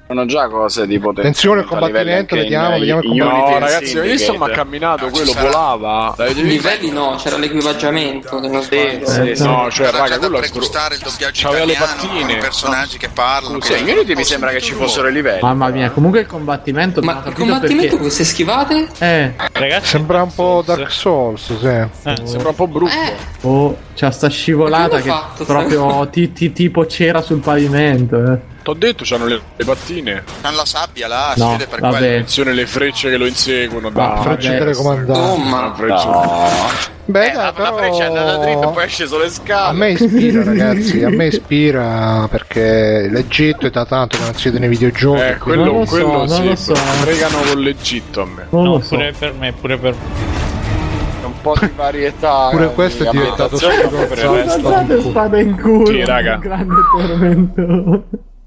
[SPEAKER 4] C'erano già cose di potenza.
[SPEAKER 2] Attenzione al combattimento,
[SPEAKER 3] Ah,
[SPEAKER 2] vediamo, vediamo il
[SPEAKER 1] No,
[SPEAKER 2] combattimento.
[SPEAKER 1] ragazzi, ho visto ma ha
[SPEAKER 6] Ah,
[SPEAKER 1] camminato, quello
[SPEAKER 8] ci sarà.
[SPEAKER 1] volava. Ah, Dai,
[SPEAKER 6] I livelli no, c'era l'equipaggiamento, se non sbaglio.
[SPEAKER 3] Eh,
[SPEAKER 4] Sì, sì.
[SPEAKER 3] certo.
[SPEAKER 1] No, cioè,
[SPEAKER 8] Era
[SPEAKER 1] raga,
[SPEAKER 8] già da
[SPEAKER 1] quello è sgro-
[SPEAKER 8] pregustare il doppiaggio
[SPEAKER 1] C'aveva le
[SPEAKER 8] italiano con
[SPEAKER 1] pattine.
[SPEAKER 8] i personaggi che parlano.
[SPEAKER 1] Scusa,
[SPEAKER 8] che-
[SPEAKER 1] in Unity
[SPEAKER 4] Mi sembra che ci fossero i livelli.
[SPEAKER 3] Mamma mia, comunque il combattimento. non ho
[SPEAKER 6] Ma il
[SPEAKER 3] capito
[SPEAKER 6] combattimento con queste schivate?
[SPEAKER 3] perché- Eh,
[SPEAKER 5] Ragazzi,
[SPEAKER 2] Sembra un po' Dark Souls, sì.
[SPEAKER 1] Sembra un po' brutto.
[SPEAKER 3] oh, c'è sta scivolata
[SPEAKER 6] Ma
[SPEAKER 3] che
[SPEAKER 6] che l'ho fatto,
[SPEAKER 3] proprio ti- ti- tipo c'era sul pavimento. eh.
[SPEAKER 1] T'ho detto, c'hanno le, le pattine.
[SPEAKER 8] Hanno la sabbia là, si
[SPEAKER 3] No,
[SPEAKER 8] vede per quello.
[SPEAKER 3] vabbè.
[SPEAKER 1] Attenzione, le frecce che lo inseguono.
[SPEAKER 3] Ah,
[SPEAKER 1] Da...
[SPEAKER 2] Frecce
[SPEAKER 3] vabbè.
[SPEAKER 2] telecomandate.
[SPEAKER 1] Ah,
[SPEAKER 6] Insomma,
[SPEAKER 1] frecce-
[SPEAKER 2] Beh,
[SPEAKER 4] Eh, la,
[SPEAKER 2] dai,
[SPEAKER 4] la freccia è andata dritta e poi è sceso le
[SPEAKER 2] A
[SPEAKER 1] Ah.
[SPEAKER 4] scale.
[SPEAKER 2] me ispira, ragazzi, a me ispira perché l'Egitto è da tanto che non siete nei videogiochi.
[SPEAKER 1] Eh,
[SPEAKER 2] quindi-
[SPEAKER 1] quello,
[SPEAKER 3] lo so,
[SPEAKER 1] quello
[SPEAKER 3] non
[SPEAKER 1] sì,
[SPEAKER 3] lo so.
[SPEAKER 1] fregano con l'Egitto a me.
[SPEAKER 3] Non
[SPEAKER 5] No,
[SPEAKER 3] lo so.
[SPEAKER 5] pure per me, pure per me.
[SPEAKER 4] Un po' di varietà.
[SPEAKER 2] Pure questo è
[SPEAKER 4] di
[SPEAKER 2] diventato
[SPEAKER 4] ambientazione, per il resto.
[SPEAKER 3] Alzate spada in culo.
[SPEAKER 1] Sì, raga.
[SPEAKER 3] Un grande tormento.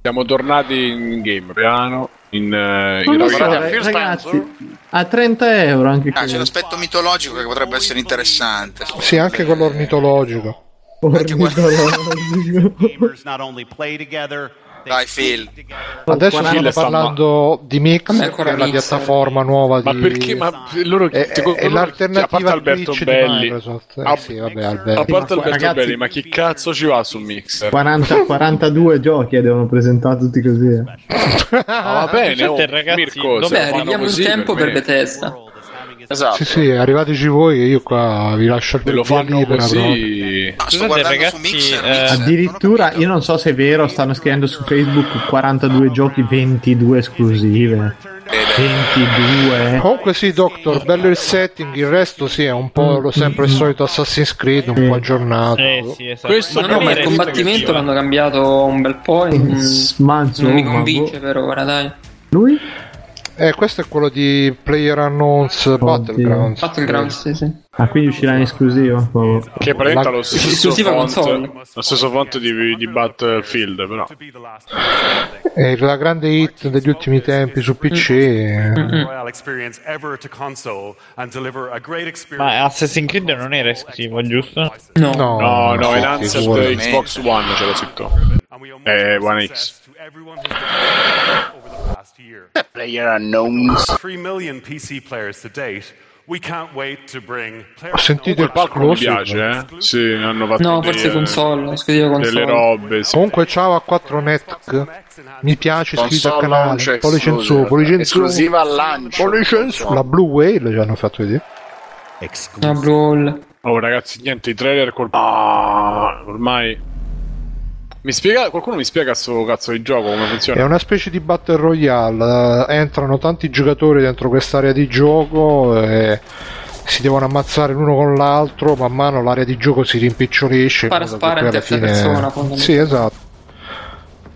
[SPEAKER 1] Siamo tornati in game piano. In, eh, in
[SPEAKER 3] Non lo so,
[SPEAKER 1] realtà-
[SPEAKER 3] rag- ragazzi, a 30 euro anche
[SPEAKER 8] Ah, c'è
[SPEAKER 3] qui.
[SPEAKER 8] l'aspetto mitologico che potrebbe essere interessante.
[SPEAKER 2] Sì, anche quello ornitologico.
[SPEAKER 3] Ornitologico.
[SPEAKER 11] Gamers not only play together, they
[SPEAKER 8] Dai,
[SPEAKER 11] sleep
[SPEAKER 8] Phil.
[SPEAKER 11] together.
[SPEAKER 2] Adesso
[SPEAKER 1] Guarda,
[SPEAKER 2] stiamo
[SPEAKER 1] sta
[SPEAKER 2] parlando di Mix,
[SPEAKER 6] me
[SPEAKER 2] che
[SPEAKER 6] ancora
[SPEAKER 2] è la
[SPEAKER 6] Mixer.
[SPEAKER 2] piattaforma nuova
[SPEAKER 1] Ma
[SPEAKER 2] di...
[SPEAKER 1] perché? Ma loro
[SPEAKER 4] Eh,
[SPEAKER 2] È, è-
[SPEAKER 1] secondo
[SPEAKER 2] è
[SPEAKER 1] loro- a parte
[SPEAKER 2] l'alternativa a
[SPEAKER 1] Alberto
[SPEAKER 2] Twitch di
[SPEAKER 1] Belli,
[SPEAKER 2] Microsoft. Eh,
[SPEAKER 1] a-
[SPEAKER 2] sì, vabbè,
[SPEAKER 1] a
[SPEAKER 2] Alberto.
[SPEAKER 1] parte Alberto
[SPEAKER 3] ragazzi-
[SPEAKER 1] Belli, ma chi cazzo ci va su Mixer?
[SPEAKER 3] 40, 42 giochi e devono presentare tutti così. eh.
[SPEAKER 1] Ah, va bene,
[SPEAKER 5] Infatti,
[SPEAKER 1] oh,
[SPEAKER 5] ragazzi,
[SPEAKER 1] Mirko, se
[SPEAKER 5] dove-
[SPEAKER 1] lo
[SPEAKER 6] beh,
[SPEAKER 1] fanno
[SPEAKER 6] arriviamo in
[SPEAKER 1] così,
[SPEAKER 6] tempo per
[SPEAKER 1] me-
[SPEAKER 6] Bethesda.
[SPEAKER 11] World is having
[SPEAKER 2] Sì, sì, arrivateci voi che io qua vi lascio il
[SPEAKER 1] Te lo
[SPEAKER 2] via
[SPEAKER 1] fanno
[SPEAKER 2] libera, proprio.
[SPEAKER 1] così.
[SPEAKER 5] Scusate ragazzi, eh,
[SPEAKER 3] Addirittura, io non so se è vero, stanno scrivendo su Facebook 42 giochi, 22 esclusive. 22.
[SPEAKER 2] Comunque sì, Doctor, bello il setting, il resto sì, è un po'
[SPEAKER 3] Mm.
[SPEAKER 2] lo sempre il solito Assassin's Creed, un po' aggiornato.
[SPEAKER 6] Esatto. Questo no, no, ma il combattimento l'hanno cambiato un bel po'. e non-
[SPEAKER 3] Ma
[SPEAKER 6] non mi
[SPEAKER 2] insomma,
[SPEAKER 6] convince per ora, dai.
[SPEAKER 3] Lui?
[SPEAKER 2] Eh, questo è quello di Player Unknowns Battlegrounds.
[SPEAKER 6] Battlegrounds, sì, sì.
[SPEAKER 3] Ah, quindi uscirà in Oh. esclusiva?
[SPEAKER 1] Che presenta lo stesso
[SPEAKER 6] Esclusiva
[SPEAKER 1] font,
[SPEAKER 6] console.
[SPEAKER 1] lo stesso font di, di Battlefield, però.
[SPEAKER 2] È Eh, la grande hit degli ultimi tempi su PC.
[SPEAKER 6] Mm,
[SPEAKER 2] eh.
[SPEAKER 10] Royale experience ever to console and deliver a great experience.
[SPEAKER 5] ma Assassin's Creed non era esclusivo, giusto?
[SPEAKER 6] No,
[SPEAKER 1] No, no, in Answer
[SPEAKER 2] sicuro.
[SPEAKER 1] Xbox One c'era scritto. Eh, One X.
[SPEAKER 4] eh, Player unknowns.
[SPEAKER 10] 3 million PC players to date. We can't wait to bring player
[SPEAKER 2] Sentite il palco
[SPEAKER 1] Mi piace, eh? Sì, hanno fatto
[SPEAKER 6] No,
[SPEAKER 1] dei,
[SPEAKER 6] forse
[SPEAKER 1] eh,
[SPEAKER 6] console, esclusiva console.
[SPEAKER 1] delle robe. sì.
[SPEAKER 2] Comunque ciao a 4 netc Mi piace iscriviti al
[SPEAKER 4] Console
[SPEAKER 2] canale.
[SPEAKER 4] launch
[SPEAKER 2] Policenzo,
[SPEAKER 4] exclusive.
[SPEAKER 2] policenzo.
[SPEAKER 4] Esclusiva al lancio.
[SPEAKER 2] Policenzo. La Blue Whale ci hanno fatto vedere.
[SPEAKER 1] No,
[SPEAKER 6] Brawl.
[SPEAKER 1] Oh, ragazzi, niente, i trailer col. Ah, ormai. Mi spiega, qualcuno mi spiega sto cazzo di gioco come funziona?
[SPEAKER 2] È una specie di battle royale. eh, Entrano tanti giocatori dentro quest'area di gioco e si devono ammazzare l'uno con l'altro. Man mano l'area di gioco si rimpicciolisce. in
[SPEAKER 6] Spara,
[SPEAKER 2] modo che
[SPEAKER 6] spara
[SPEAKER 2] poi
[SPEAKER 6] in
[SPEAKER 2] alla
[SPEAKER 6] terza persona, fondamentalmente.
[SPEAKER 2] Sì, esatto.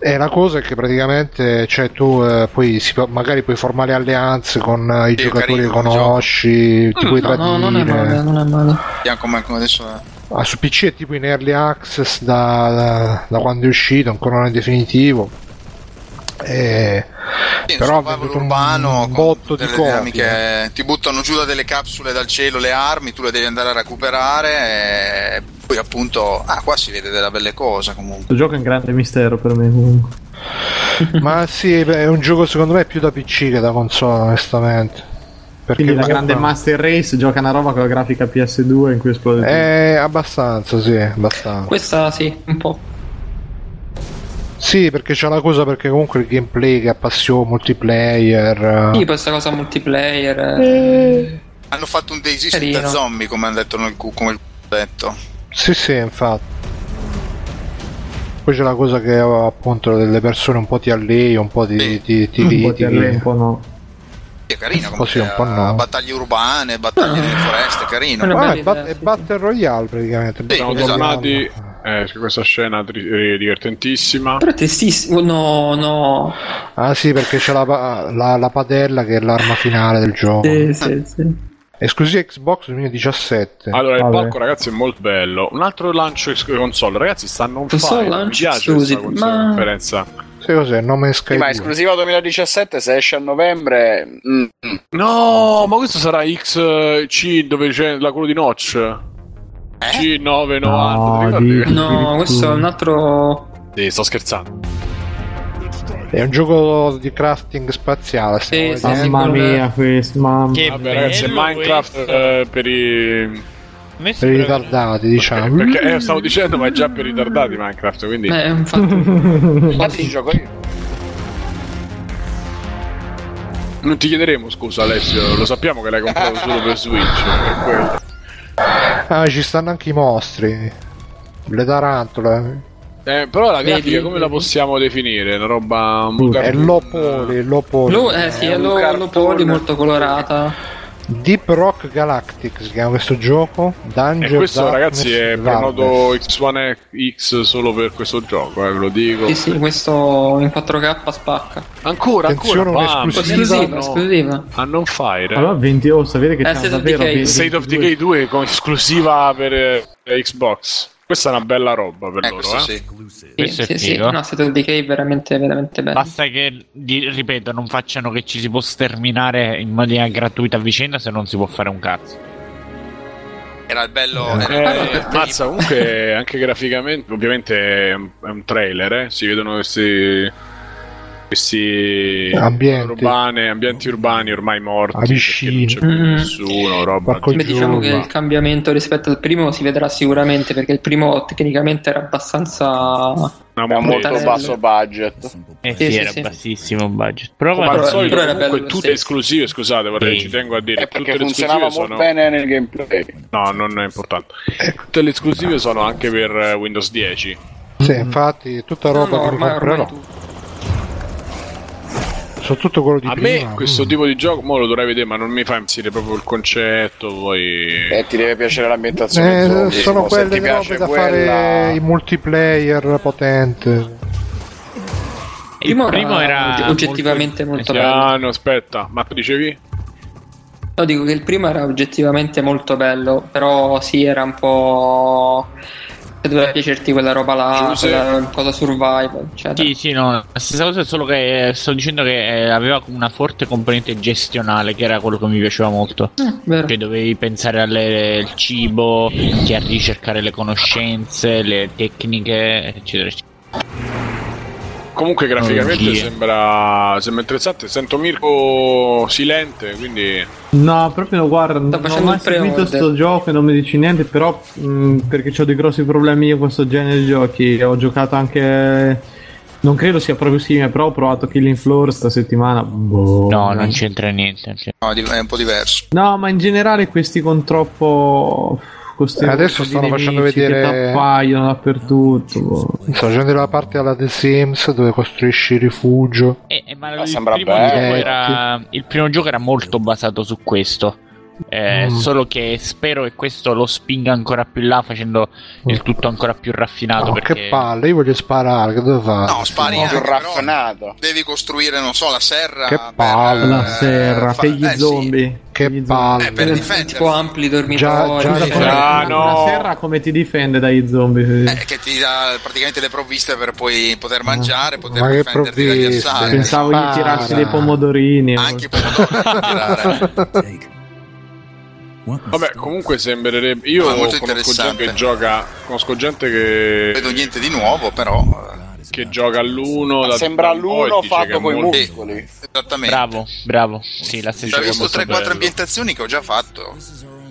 [SPEAKER 2] E la cosa è che praticamente cioè, tu eh, poi si può- magari puoi formare alleanze con eh, i giocatori che conosci, ti puoi
[SPEAKER 6] Mm, No, no,
[SPEAKER 2] tradire.
[SPEAKER 6] non è male, non è male.
[SPEAKER 8] Vediamo come, come adesso. eh,
[SPEAKER 2] Ah, su PC è tipo in early access da, da- da quando è uscito, ancora non è definitivo. Eh, però ha venduto un,
[SPEAKER 8] urbano
[SPEAKER 2] un botto di
[SPEAKER 8] delle
[SPEAKER 2] copie.
[SPEAKER 8] dinamiche
[SPEAKER 4] eh.
[SPEAKER 8] ti buttano giù da delle capsule dal cielo le armi tu le devi andare a recuperare e poi appunto ah qua si vede della belle cosa comunque
[SPEAKER 3] Questo gioco è un grande mistero per me. comunque.
[SPEAKER 2] Ma sì, beh, è un gioco secondo me più da PC che da console, onestamente. Perché
[SPEAKER 3] Quindi la
[SPEAKER 2] comunque-
[SPEAKER 3] grande Master Race gioca una roba con la grafica PS2 in cui esplode. tutto.
[SPEAKER 2] Eh, abbastanza, sì, abbastanza.
[SPEAKER 6] Questa sì, un po'.
[SPEAKER 2] Sì, perché c'è la cosa perché comunque il gameplay che ha passione multiplayer. eh.
[SPEAKER 6] Sì, questa cosa multiplayer. eh,
[SPEAKER 8] hanno fatto un desist
[SPEAKER 6] Carino.
[SPEAKER 8] da zombie come hanno detto nel cu- come il cu- detto
[SPEAKER 2] Sì, sì, infatti. Poi c'è la cosa che eh, appunto delle persone un po' ti allei, un po' ti, ti, ti
[SPEAKER 3] Un po' ti
[SPEAKER 2] litighi.
[SPEAKER 3] alleni, un po' no.
[SPEAKER 8] è carino
[SPEAKER 2] Un po'
[SPEAKER 8] come
[SPEAKER 2] sì, un po' no.
[SPEAKER 8] battaglie urbane battaglie nelle foreste carino
[SPEAKER 6] Una
[SPEAKER 2] Ah,
[SPEAKER 6] bella
[SPEAKER 2] è,
[SPEAKER 6] idea,
[SPEAKER 2] bat- è
[SPEAKER 6] sì.
[SPEAKER 2] Battle Royale praticamente.
[SPEAKER 1] Siamo
[SPEAKER 4] esatto.
[SPEAKER 2] Battle
[SPEAKER 1] tornati.
[SPEAKER 2] Royale.
[SPEAKER 1] Eh, su questa scena tri- eh, divertentissima.
[SPEAKER 6] Però è tristissimo. No, no.
[SPEAKER 2] Ah sì, perché c'è la, pa- la- la padella che è l'arma finale del gioco.
[SPEAKER 6] Sì, sì, sì.
[SPEAKER 2] Esclusiva Xbox 2017.
[SPEAKER 1] Allora, il
[SPEAKER 3] Vabbè.
[SPEAKER 1] palco, ragazzi, è molto bello. Un altro lancio ex- console, ragazzi, stanno un
[SPEAKER 6] Console
[SPEAKER 1] file. Mi
[SPEAKER 6] lancio
[SPEAKER 1] piace questa
[SPEAKER 6] esclusive,
[SPEAKER 1] console
[SPEAKER 6] ma-
[SPEAKER 1] conferenza.
[SPEAKER 2] Sai cos'è? Nome Sky
[SPEAKER 4] Sì, ma
[SPEAKER 2] 2.
[SPEAKER 4] esclusiva 2017 se esce a novembre. mm, mm.
[SPEAKER 1] No, ma questo sarà XC dove c'è la quello di Notch.
[SPEAKER 4] Eh?
[SPEAKER 1] C990. ti ricordi?
[SPEAKER 3] di-
[SPEAKER 6] No, questo è un altro.
[SPEAKER 1] Sì, sto scherzando.
[SPEAKER 2] È un gioco di crafting spaziale. stiamo
[SPEAKER 6] Sì,
[SPEAKER 2] vedendo.
[SPEAKER 6] sì,
[SPEAKER 3] Mamma
[SPEAKER 6] quel-
[SPEAKER 3] mia, questo, mamma.
[SPEAKER 5] Che
[SPEAKER 1] Vabbè, ragazzi, è
[SPEAKER 5] bello
[SPEAKER 1] Minecraft
[SPEAKER 5] questo.
[SPEAKER 1] eh, per i.
[SPEAKER 5] A me
[SPEAKER 2] Per i
[SPEAKER 5] sembra-
[SPEAKER 2] ritardati, diciamo.
[SPEAKER 1] Perché eh, stavo dicendo, ma è già per i ritardati Minecraft. Quindi.
[SPEAKER 6] Eh, infatti.
[SPEAKER 4] Infatti ci gioco io.
[SPEAKER 1] Non ti chiederemo scusa, Alessio. Lo sappiamo che l'hai comprato solo per Switch. Per quello.
[SPEAKER 2] Ah, ci stanno anche i mostri. Le tarantole.
[SPEAKER 1] Eh, però la grafica
[SPEAKER 6] Vedi?
[SPEAKER 1] come la possiamo definire? Una roba un po'
[SPEAKER 2] È l'Opoli, l'Opoli.
[SPEAKER 6] Lo, eh sì, è
[SPEAKER 4] un
[SPEAKER 6] lo, lo poli
[SPEAKER 4] cartone.
[SPEAKER 6] molto colorata.
[SPEAKER 2] Deep Rock Galactic si chiama questo gioco.
[SPEAKER 1] E
[SPEAKER 2] Danger
[SPEAKER 1] Eh, questo ragazzi è
[SPEAKER 2] Darkness Valves.
[SPEAKER 1] prenoto X1 X solo per questo gioco, eh, ve lo dico.
[SPEAKER 6] Sì, sì, questo in 4K spacca.
[SPEAKER 1] Ancora,
[SPEAKER 2] Attenzione,
[SPEAKER 1] ancora, bam,
[SPEAKER 2] un'esclusiva.
[SPEAKER 6] Esclusiva,
[SPEAKER 1] no.
[SPEAKER 6] esclusiva.
[SPEAKER 1] A non fire.
[SPEAKER 3] Allora 20 oh, sapete che
[SPEAKER 6] Eh,
[SPEAKER 3] c'è
[SPEAKER 6] State of
[SPEAKER 3] davvero
[SPEAKER 6] Decay.
[SPEAKER 3] 20
[SPEAKER 1] State of Decay 2 con esclusiva per eh, Xbox. Questa è una bella roba per
[SPEAKER 8] eh
[SPEAKER 1] loro,
[SPEAKER 8] questo
[SPEAKER 1] eh.
[SPEAKER 8] sì
[SPEAKER 6] Sì,
[SPEAKER 5] Questo è
[SPEAKER 6] sì, sì.
[SPEAKER 5] figo.
[SPEAKER 6] No, State of Decay è veramente, veramente bello.
[SPEAKER 5] Basta che, di- ripeto, non facciano che ci si può sterminare in maniera gratuita a vicenda se non si può fare un cazzo.
[SPEAKER 8] era il bello era il bello-
[SPEAKER 1] Eh, mazza, comunque anche graficamente, ovviamente è un, è un trailer, eh. si vedono questi questi
[SPEAKER 2] Ambienti.
[SPEAKER 1] urbane- ambienti urbani ormai morti,
[SPEAKER 2] A
[SPEAKER 1] perché
[SPEAKER 2] piscine.
[SPEAKER 1] non c'è più
[SPEAKER 6] Mm.
[SPEAKER 1] nessuno, roba.
[SPEAKER 6] Beh, diciamo che il cambiamento rispetto al primo si vedrà sicuramente perché il primo tecnicamente era abbastanza
[SPEAKER 1] Era
[SPEAKER 4] molto
[SPEAKER 6] Montanello.
[SPEAKER 4] basso budget.
[SPEAKER 5] Eh
[SPEAKER 6] Sì,
[SPEAKER 5] sì,
[SPEAKER 6] sì,
[SPEAKER 5] era
[SPEAKER 6] sì.
[SPEAKER 5] bassissimo budget. Però
[SPEAKER 1] Come
[SPEAKER 5] guarda-
[SPEAKER 1] al solito,
[SPEAKER 6] però era
[SPEAKER 1] comunque,
[SPEAKER 6] bello lo
[SPEAKER 1] tutte
[SPEAKER 6] stesso.
[SPEAKER 1] esclusive, scusate, vorrei ci tengo a dire, tutte
[SPEAKER 4] Perché
[SPEAKER 1] le
[SPEAKER 4] funzionava
[SPEAKER 1] esclusive
[SPEAKER 4] molto
[SPEAKER 1] sono...
[SPEAKER 4] bene nel gameplay.
[SPEAKER 1] No, non è importante.
[SPEAKER 2] Ecco.
[SPEAKER 1] Tutte le esclusive sono anche per eh, Windows 10.
[SPEAKER 2] Sì, infatti è tutta roba che mi comprerò. Soprattutto quello di
[SPEAKER 1] A
[SPEAKER 2] prima.
[SPEAKER 1] me questo tipo di gioco, mo lo dovrei vedere, ma non mi fa impazzire proprio il concetto, poi...
[SPEAKER 4] E Eh, ti deve piacere l'ambientazione.
[SPEAKER 2] Eh,
[SPEAKER 4] zombie,
[SPEAKER 2] sono
[SPEAKER 4] se
[SPEAKER 2] quelle
[SPEAKER 4] ti
[SPEAKER 2] le robe
[SPEAKER 4] piace
[SPEAKER 2] da
[SPEAKER 4] quella-
[SPEAKER 2] fare in multiplayer potente.
[SPEAKER 1] Il
[SPEAKER 6] primo primo era era oggettivamente molto- molto
[SPEAKER 1] Ah, no, aspetta, ma tu dicevi?
[SPEAKER 6] No, dico che il primo era oggettivamente molto bello, però sì, era un po'. cioè, doveva piacerti quella roba là,
[SPEAKER 1] Giuseppe.
[SPEAKER 6] quella cosa survival, eccetera.
[SPEAKER 5] Sì, sì, no, la stessa cosa, solo che eh, sto dicendo che eh, aveva una forte componente gestionale, che era quello che mi piaceva molto.
[SPEAKER 2] Ah,
[SPEAKER 6] vero.
[SPEAKER 5] Cioè, dovevi pensare alle- al cibo, chi- a ricercare le conoscenze, le tecniche, eccetera, eccetera.
[SPEAKER 1] Comunque graficamente
[SPEAKER 5] Oddio.
[SPEAKER 1] sembra, sembra interessante, sento Mirko silente, quindi...
[SPEAKER 3] No, proprio no, guarda, non ho
[SPEAKER 6] facendo
[SPEAKER 3] mai
[SPEAKER 6] il pre-order.
[SPEAKER 3] seguito sto gioco e non mi dici niente, però mh, perché ho dei grossi problemi io con questo genere di giochi. Ho giocato anche. Non credo sia proprio simile, però ho provato Killing Floor sta settimana.
[SPEAKER 5] No,
[SPEAKER 3] Boh,
[SPEAKER 5] non
[SPEAKER 2] Mm.
[SPEAKER 3] ragazzi.
[SPEAKER 5] c'entra niente. non c'entra-
[SPEAKER 8] No, di- è un po' diverso.
[SPEAKER 3] No, ma in generale questi con troppo. con sti
[SPEAKER 2] Eh, adesso
[SPEAKER 3] di
[SPEAKER 2] stanno
[SPEAKER 3] nemici
[SPEAKER 2] facendo
[SPEAKER 3] Che
[SPEAKER 2] vedere-
[SPEAKER 3] t'appaiono dappertutto. boh.
[SPEAKER 2] Sto facendo la parte alla The Sims dove costruisci il rifugio.
[SPEAKER 5] Eh, eh, ma
[SPEAKER 4] Ah,
[SPEAKER 5] il
[SPEAKER 4] sembra
[SPEAKER 5] primo,
[SPEAKER 4] bello.
[SPEAKER 5] gioco
[SPEAKER 2] Eh,
[SPEAKER 5] era, il primo gioco era molto basato su questo. Eh,
[SPEAKER 2] Mm.
[SPEAKER 5] Solo che spero che questo lo spinga ancora più in là, facendo il tutto ancora più raffinato.
[SPEAKER 2] No,
[SPEAKER 5] esatto, perché
[SPEAKER 2] Mm. Ah, Oh, Che palle, io voglio sparare, che devo fare?
[SPEAKER 8] No, spari
[SPEAKER 4] Più
[SPEAKER 8] anche, però
[SPEAKER 4] raffinato.
[SPEAKER 8] devi costruire, non so, la serra.
[SPEAKER 2] Che
[SPEAKER 8] per,
[SPEAKER 2] palle.
[SPEAKER 8] eh,
[SPEAKER 3] La serra,
[SPEAKER 8] fa-
[SPEAKER 3] per gli
[SPEAKER 8] eh, sì.
[SPEAKER 3] zombie.
[SPEAKER 2] che
[SPEAKER 3] gli zombie.
[SPEAKER 2] palle.
[SPEAKER 8] Eh, per
[SPEAKER 6] Tipo
[SPEAKER 8] difendersi.
[SPEAKER 6] ampli dormitori.
[SPEAKER 2] Già- già-
[SPEAKER 3] Scusa,
[SPEAKER 6] eccetera.
[SPEAKER 3] come-
[SPEAKER 1] Ah,
[SPEAKER 3] la-
[SPEAKER 1] no.
[SPEAKER 3] la serra come ti difende dagli zombie?
[SPEAKER 8] Eh, che ti dà praticamente le provviste per poi poter mangiare, poter
[SPEAKER 2] ma che
[SPEAKER 8] difenderti dagli
[SPEAKER 2] provviste?
[SPEAKER 8] assali.
[SPEAKER 3] Pensavo
[SPEAKER 2] spara.
[SPEAKER 3] gli tirassi dei pomodorini.
[SPEAKER 8] Anche i pomodori da tirare.
[SPEAKER 1] Vabbè, comunque sembrerebbe... Io
[SPEAKER 8] Ma è Ah, molto
[SPEAKER 1] conosco gente
[SPEAKER 8] interessante.
[SPEAKER 1] che gioca... Conosco gente che...
[SPEAKER 8] vedo niente di nuovo, però. eh,
[SPEAKER 1] che gioca all'uno... da-
[SPEAKER 4] Sembra
[SPEAKER 1] da un po' e
[SPEAKER 4] l'uno
[SPEAKER 1] dice che è
[SPEAKER 4] fatto con i
[SPEAKER 1] molto-
[SPEAKER 4] muscoli.
[SPEAKER 8] Esattamente.
[SPEAKER 5] Bravo, bravo. Sì, la stessa
[SPEAKER 8] Ho
[SPEAKER 5] cosa.
[SPEAKER 8] visto 3-4 ambientazioni che ho già fatto.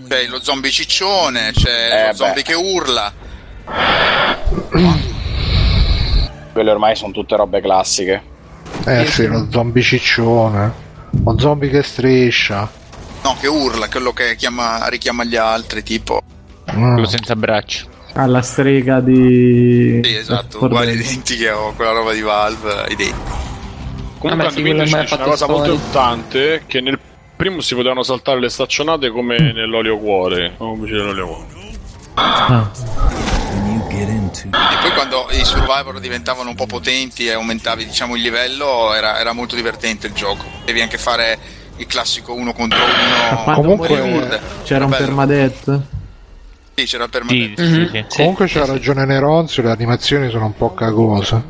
[SPEAKER 8] C'è lo zombie ciccione, c'è
[SPEAKER 4] Eh,
[SPEAKER 8] lo
[SPEAKER 4] beh.
[SPEAKER 8] zombie che urla.
[SPEAKER 4] Quelle ormai sono tutte robe classiche.
[SPEAKER 2] Eh sì, lo zombie ciccione. Lo zombie che striscia.
[SPEAKER 8] No, che urla, quello che chiama- richiama gli altri, tipo.
[SPEAKER 2] Mm.
[SPEAKER 5] Quello senza braccio.
[SPEAKER 3] Alla strega di.
[SPEAKER 8] Sì, esatto,
[SPEAKER 3] For
[SPEAKER 8] uguali
[SPEAKER 3] Dead.
[SPEAKER 8] identiche o quella roba di Valve, eh, identiche.
[SPEAKER 1] Comunque
[SPEAKER 6] Vabbè,
[SPEAKER 1] a
[SPEAKER 6] sì,
[SPEAKER 1] 2015
[SPEAKER 6] quello
[SPEAKER 1] c'è
[SPEAKER 6] ormai
[SPEAKER 1] una
[SPEAKER 6] ha
[SPEAKER 1] cosa
[SPEAKER 6] fatto
[SPEAKER 1] molto
[SPEAKER 6] storia.
[SPEAKER 1] importante che nel primo si potevano saltare le staccionate come nell'olio cuore. Come invece nell'olio cuore.
[SPEAKER 8] E poi quando i survivor diventavano un po' potenti e aumentavi diciamo il livello, era, era molto divertente il gioco. Devi anche fare il classico uno contro uno.
[SPEAKER 3] Cioè, Quando
[SPEAKER 2] Comunque-
[SPEAKER 3] morivi c'era un
[SPEAKER 8] Bello.
[SPEAKER 3] permadeath.
[SPEAKER 8] Sì, c'era il
[SPEAKER 5] Sì,
[SPEAKER 8] permanente.
[SPEAKER 5] sì,
[SPEAKER 6] Mhm.
[SPEAKER 5] sì.
[SPEAKER 2] Comunque c'ha ragione Neronzio, le animazioni sono un po' cagose.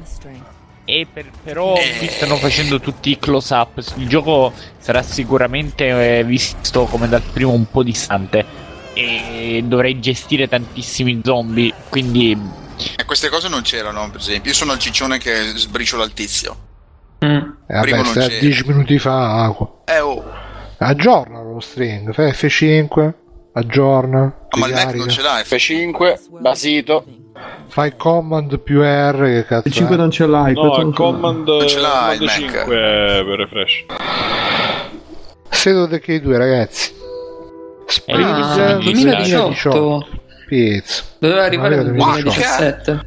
[SPEAKER 5] E per- però
[SPEAKER 8] Eh.
[SPEAKER 5] qui stanno facendo tutti i close up. Il gioco sarà sicuramente eh, visto come dal primo un po' distante. E dovrei gestire tantissimi zombie. Quindi
[SPEAKER 8] E Eh, queste cose non c'erano, per esempio. Io sono il ciccione che sbriciola il tizio.
[SPEAKER 6] Mm.
[SPEAKER 2] E Eh, vabbè,
[SPEAKER 8] Primo non
[SPEAKER 2] stai a
[SPEAKER 8] c'era.
[SPEAKER 2] 10 minuti fa. ah,
[SPEAKER 8] Eh oh,
[SPEAKER 2] Aggiorna lo string, fai F5, aggiorna,
[SPEAKER 5] Ah,
[SPEAKER 8] ma il Mac
[SPEAKER 2] ricarica,
[SPEAKER 8] Eh, non ce l'hai.
[SPEAKER 4] F5, basito.
[SPEAKER 2] fai command più R che cazzo.
[SPEAKER 3] Il 5
[SPEAKER 2] è?
[SPEAKER 3] non ce l'hai.
[SPEAKER 1] No,
[SPEAKER 3] questo
[SPEAKER 1] il
[SPEAKER 3] non ce l'hai.
[SPEAKER 1] command,
[SPEAKER 8] Non ce l'ha il
[SPEAKER 1] command
[SPEAKER 8] Mac.
[SPEAKER 1] 5 per refresh.
[SPEAKER 2] Sedo The K2
[SPEAKER 6] Eh,
[SPEAKER 2] ragazzi. Spring
[SPEAKER 6] Ah, 2018
[SPEAKER 2] Pizzo.
[SPEAKER 6] doveva arrivare nel
[SPEAKER 2] Guarda,
[SPEAKER 6] 2017.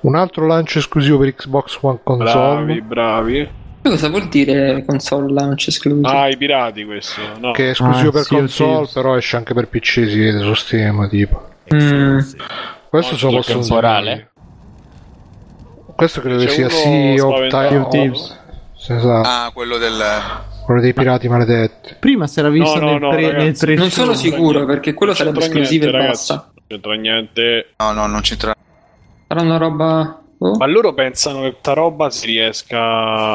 [SPEAKER 2] Un altro lancio esclusivo per Xbox One console.
[SPEAKER 1] Bravi, bravi.
[SPEAKER 6] Poi Cosa vuol dire console launch esclusive?
[SPEAKER 1] Ah, i pirati questo. No.
[SPEAKER 2] Che è esclusivo
[SPEAKER 3] Ah,
[SPEAKER 2] per
[SPEAKER 3] sì,
[SPEAKER 2] console,
[SPEAKER 3] sì.
[SPEAKER 2] però esce anche per PC, si vede su Steam, tipo.
[SPEAKER 6] Mm.
[SPEAKER 1] Ah,
[SPEAKER 2] Questo solo posso
[SPEAKER 5] temporale.
[SPEAKER 2] dire. Questo credo che
[SPEAKER 1] C'è
[SPEAKER 2] sia
[SPEAKER 1] uno
[SPEAKER 2] Sea of Ti-
[SPEAKER 1] spaventato.
[SPEAKER 2] Thieves. Sì, esatto,
[SPEAKER 8] Ah, quello del...
[SPEAKER 2] quello dei pirati maledetti.
[SPEAKER 3] Prima si era visto
[SPEAKER 1] no,
[SPEAKER 3] nel,
[SPEAKER 1] no,
[SPEAKER 3] pre-
[SPEAKER 1] ragazzi.
[SPEAKER 3] nel tre-
[SPEAKER 6] Non sono sicuro perché quello
[SPEAKER 1] Non
[SPEAKER 6] sarebbe
[SPEAKER 1] c'entra
[SPEAKER 6] esclusivo e
[SPEAKER 1] niente,
[SPEAKER 6] basta.
[SPEAKER 1] Non c'entra niente.
[SPEAKER 8] No, no, non c'entra.
[SPEAKER 6] Sarà una roba. boh.
[SPEAKER 1] Ma loro pensano che questa roba si riesca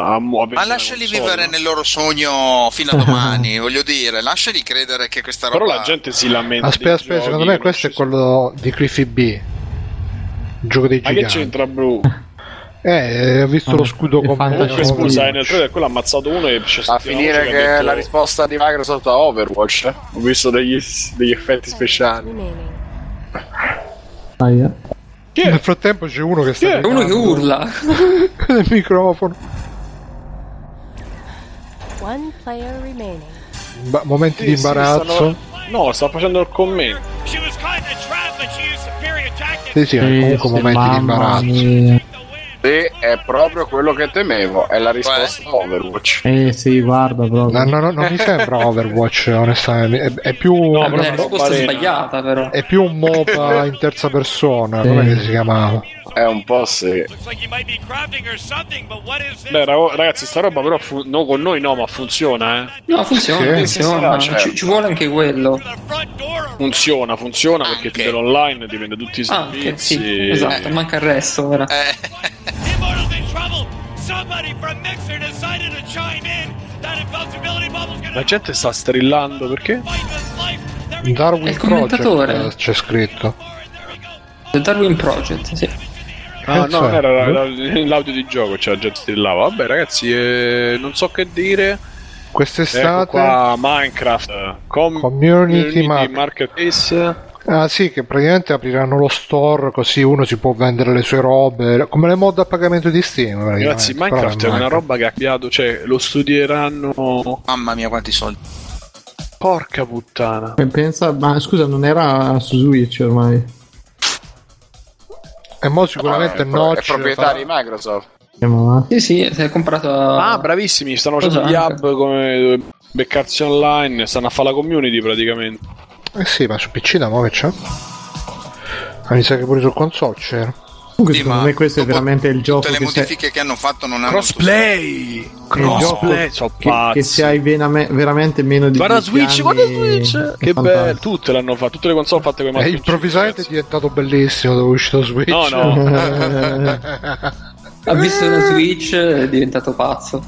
[SPEAKER 1] a muovere.
[SPEAKER 8] Ma lasciali vivere nel loro sogno fino a domani, voglio dire. Lasciali credere che questa roba...
[SPEAKER 1] Però la gente si lamenta.
[SPEAKER 2] Aspetta,
[SPEAKER 1] dei
[SPEAKER 2] aspetta,
[SPEAKER 1] giochi
[SPEAKER 2] secondo
[SPEAKER 1] che
[SPEAKER 2] me
[SPEAKER 1] non
[SPEAKER 2] questo
[SPEAKER 1] ci
[SPEAKER 2] è quello di Cliffy B. Il gioco dei
[SPEAKER 1] sono. Ma che
[SPEAKER 2] giganti.
[SPEAKER 1] c'entra, Bru?
[SPEAKER 2] Eh, Eh, ha
[SPEAKER 3] Ah.
[SPEAKER 2] visto lo scudo comune.
[SPEAKER 1] Comunque, scusa, eh, nel trailer quello ha ammazzato uno e c'è
[SPEAKER 4] A
[SPEAKER 1] stato una
[SPEAKER 4] finire
[SPEAKER 1] voce
[SPEAKER 4] che
[SPEAKER 1] ha detto-
[SPEAKER 4] la risposta di Microsoft a Overwatch, eh. ho visto degli, degli effetti speciali.
[SPEAKER 2] Nel frattempo c'è uno che sta.
[SPEAKER 4] Chi è?
[SPEAKER 2] gridando.
[SPEAKER 4] Uno che urla.
[SPEAKER 2] Con il microfono.
[SPEAKER 13] One player remaining.
[SPEAKER 2] Ba- momenti di
[SPEAKER 1] Sì, sì,
[SPEAKER 2] imbarazzo.
[SPEAKER 1] stanno- No, sta facendo il commento.
[SPEAKER 2] Sì, sì, comunque momenti di imbarazzo.
[SPEAKER 4] Sì, è proprio quello che temevo, è la risposta a Overwatch.
[SPEAKER 3] Eh sì, guarda proprio.
[SPEAKER 2] No, no, no, non mi sembra Overwatch, onestamente. È, è più.
[SPEAKER 4] No, però è la risposta sbagliata,
[SPEAKER 2] però. È più un MOBA in terza persona.
[SPEAKER 4] Sì.
[SPEAKER 2] Come si chiamava?
[SPEAKER 4] È un po' sì.
[SPEAKER 1] Beh, rago- ragazzi, sta roba però fu- no, con noi no, ma funziona, eh.
[SPEAKER 14] No, funziona,
[SPEAKER 1] Sì.
[SPEAKER 14] funziona.
[SPEAKER 1] Sì, sì, sì, no,
[SPEAKER 14] Ci,
[SPEAKER 1] certo.
[SPEAKER 14] ci vuole anche quello.
[SPEAKER 1] Funziona, funziona perché ti vede online, ti vende tutti i
[SPEAKER 6] Ah,
[SPEAKER 1] servizi.
[SPEAKER 14] Anche, sì, esatto, manca il resto
[SPEAKER 8] Eh,
[SPEAKER 14] ora.
[SPEAKER 1] La gente sta strillando perché?
[SPEAKER 2] Darwin
[SPEAKER 14] il commentatore.
[SPEAKER 2] Project, eh, c'è scritto.
[SPEAKER 14] The Darwin Project, sì.
[SPEAKER 1] Ah,
[SPEAKER 2] Cazzo
[SPEAKER 1] no, non
[SPEAKER 2] è?
[SPEAKER 1] era la- la- l'audio di gioco, cioè la gente strillava. Vabbè, ragazzi, eh, non so che dire.
[SPEAKER 2] Quest'estate-
[SPEAKER 1] Ecco qua Minecraft eh, com-
[SPEAKER 2] Community Market-
[SPEAKER 1] Marketplace.
[SPEAKER 2] Ah sì, che praticamente apriranno lo store così uno si può vendere le sue robe, come le mod a pagamento di Steam.
[SPEAKER 1] Ragazzi,
[SPEAKER 2] praticamente, però
[SPEAKER 1] Minecraft è una
[SPEAKER 2] Minecraft.
[SPEAKER 1] roba che ha cambiato, cioè lo studieranno.
[SPEAKER 8] Mamma mia, quanti soldi!
[SPEAKER 1] Porca puttana.
[SPEAKER 3] E Pensa, ma scusa, non era su Switch ormai.
[SPEAKER 2] E mo
[SPEAKER 8] Ah,
[SPEAKER 4] Sicuramente
[SPEAKER 3] no,
[SPEAKER 4] È proprietà di Microsoft.
[SPEAKER 14] Sì, sì, si è comprato.
[SPEAKER 1] Ah, bravissimi, stanno
[SPEAKER 14] Cosa
[SPEAKER 1] facendo gli
[SPEAKER 14] anche?
[SPEAKER 1] hub come dove beccarsi online, stanno a fare la community praticamente.
[SPEAKER 2] Eh sì, ma su PC da mo che c'è? Ma mi sa che pure sul console c'era.
[SPEAKER 3] Comunque, secondo me questo è veramente il gioco
[SPEAKER 8] Tutte le
[SPEAKER 3] che se,
[SPEAKER 8] modifiche che hanno fatto non hanno.
[SPEAKER 1] Crossplay!
[SPEAKER 3] è il gioco
[SPEAKER 1] Crossplay! so
[SPEAKER 3] che, che
[SPEAKER 1] pazzi.
[SPEAKER 3] se hai vename- veramente meno di
[SPEAKER 1] Guarda
[SPEAKER 3] 10
[SPEAKER 1] Switch,
[SPEAKER 3] anni
[SPEAKER 1] guarda
[SPEAKER 3] è
[SPEAKER 1] Switch! Che
[SPEAKER 3] fantastico.
[SPEAKER 1] bello, tutte l'hanno fatto, tutte le console fatte con i
[SPEAKER 2] E
[SPEAKER 1] marchi.
[SPEAKER 2] Eh, improvvisamente è diventato bellissimo dopo è uscito Switch.
[SPEAKER 1] No, no.
[SPEAKER 14] Ha visto la Switch è diventato pazzo.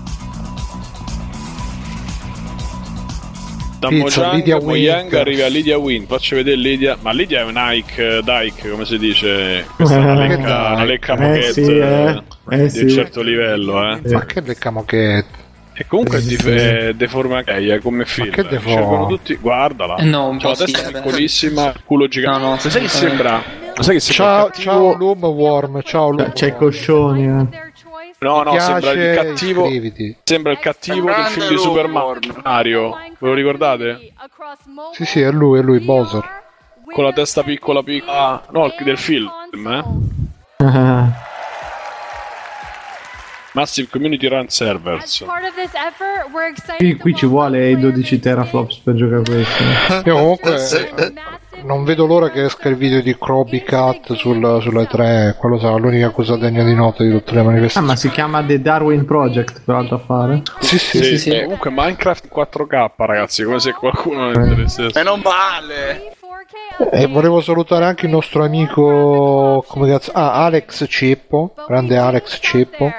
[SPEAKER 1] Da
[SPEAKER 2] Pizza,
[SPEAKER 1] Mojang,
[SPEAKER 2] Lydia
[SPEAKER 1] Mojang
[SPEAKER 2] Wink.
[SPEAKER 1] arriva Lydia Win, faccio vedere Lydia, ma Lydia è un Ike, eh, Dyke, come si dice, questa è
[SPEAKER 2] Eh,
[SPEAKER 1] una lecca, una
[SPEAKER 2] Dyke.
[SPEAKER 1] lecca
[SPEAKER 2] Eh,
[SPEAKER 1] moquette,
[SPEAKER 2] sì, eh. Eh,
[SPEAKER 1] di
[SPEAKER 2] sì.
[SPEAKER 1] un certo livello, eh.
[SPEAKER 2] Ma che eh, leccamo che...
[SPEAKER 1] E comunque è dif- è deforme anche lei, è come film.
[SPEAKER 2] che deforme?
[SPEAKER 1] Cercano tutti, guardala.
[SPEAKER 14] Eh no, un
[SPEAKER 1] C'ha
[SPEAKER 14] po'
[SPEAKER 1] la
[SPEAKER 14] sì,
[SPEAKER 1] testa
[SPEAKER 14] eh, beh.
[SPEAKER 1] piccolissima, il culo gigante.
[SPEAKER 14] No, no,
[SPEAKER 1] Ma sai che
[SPEAKER 14] assolutamente.
[SPEAKER 1] sembra? Ma sai che sembra?
[SPEAKER 2] Ciao, ciao Loom Worm, ciao Loom.
[SPEAKER 3] Cioè, C'è Coscioni. eh.
[SPEAKER 1] No, no,
[SPEAKER 2] Mi
[SPEAKER 1] sembra il
[SPEAKER 2] piace,
[SPEAKER 1] cattivo. Sembra il cattivo del film di Super Mario. Ve lo ricordate?
[SPEAKER 2] Sì, sì, è lui, è lui, Bowser.
[SPEAKER 1] Con la testa piccola
[SPEAKER 8] Ah,
[SPEAKER 1] piccola. No, il- del film, eh? Massive Community Run Servers.
[SPEAKER 13] Part of this effort, we're excited.
[SPEAKER 3] Qui, qui ci vuole i 12 teraflops per giocare a questo. eh.
[SPEAKER 2] Io comunque eh, non vedo l'ora che esca il video di Croby Cat sul, sulle tre, quello sarà l'unica cosa degna di nota di tutte le
[SPEAKER 3] Ah,
[SPEAKER 2] manifestazioni.
[SPEAKER 3] ma si chiama The Darwin Project, peraltro a fare.
[SPEAKER 2] Sì,
[SPEAKER 1] Sì, eh, Comunque Minecraft in 4K, ragazzi, come se qualcuno ne interessasse.
[SPEAKER 4] Meno male!
[SPEAKER 2] E Eh, volevo salutare anche il nostro amico, come cazzo, ah, Alex Cippo, grande Alex Cippo.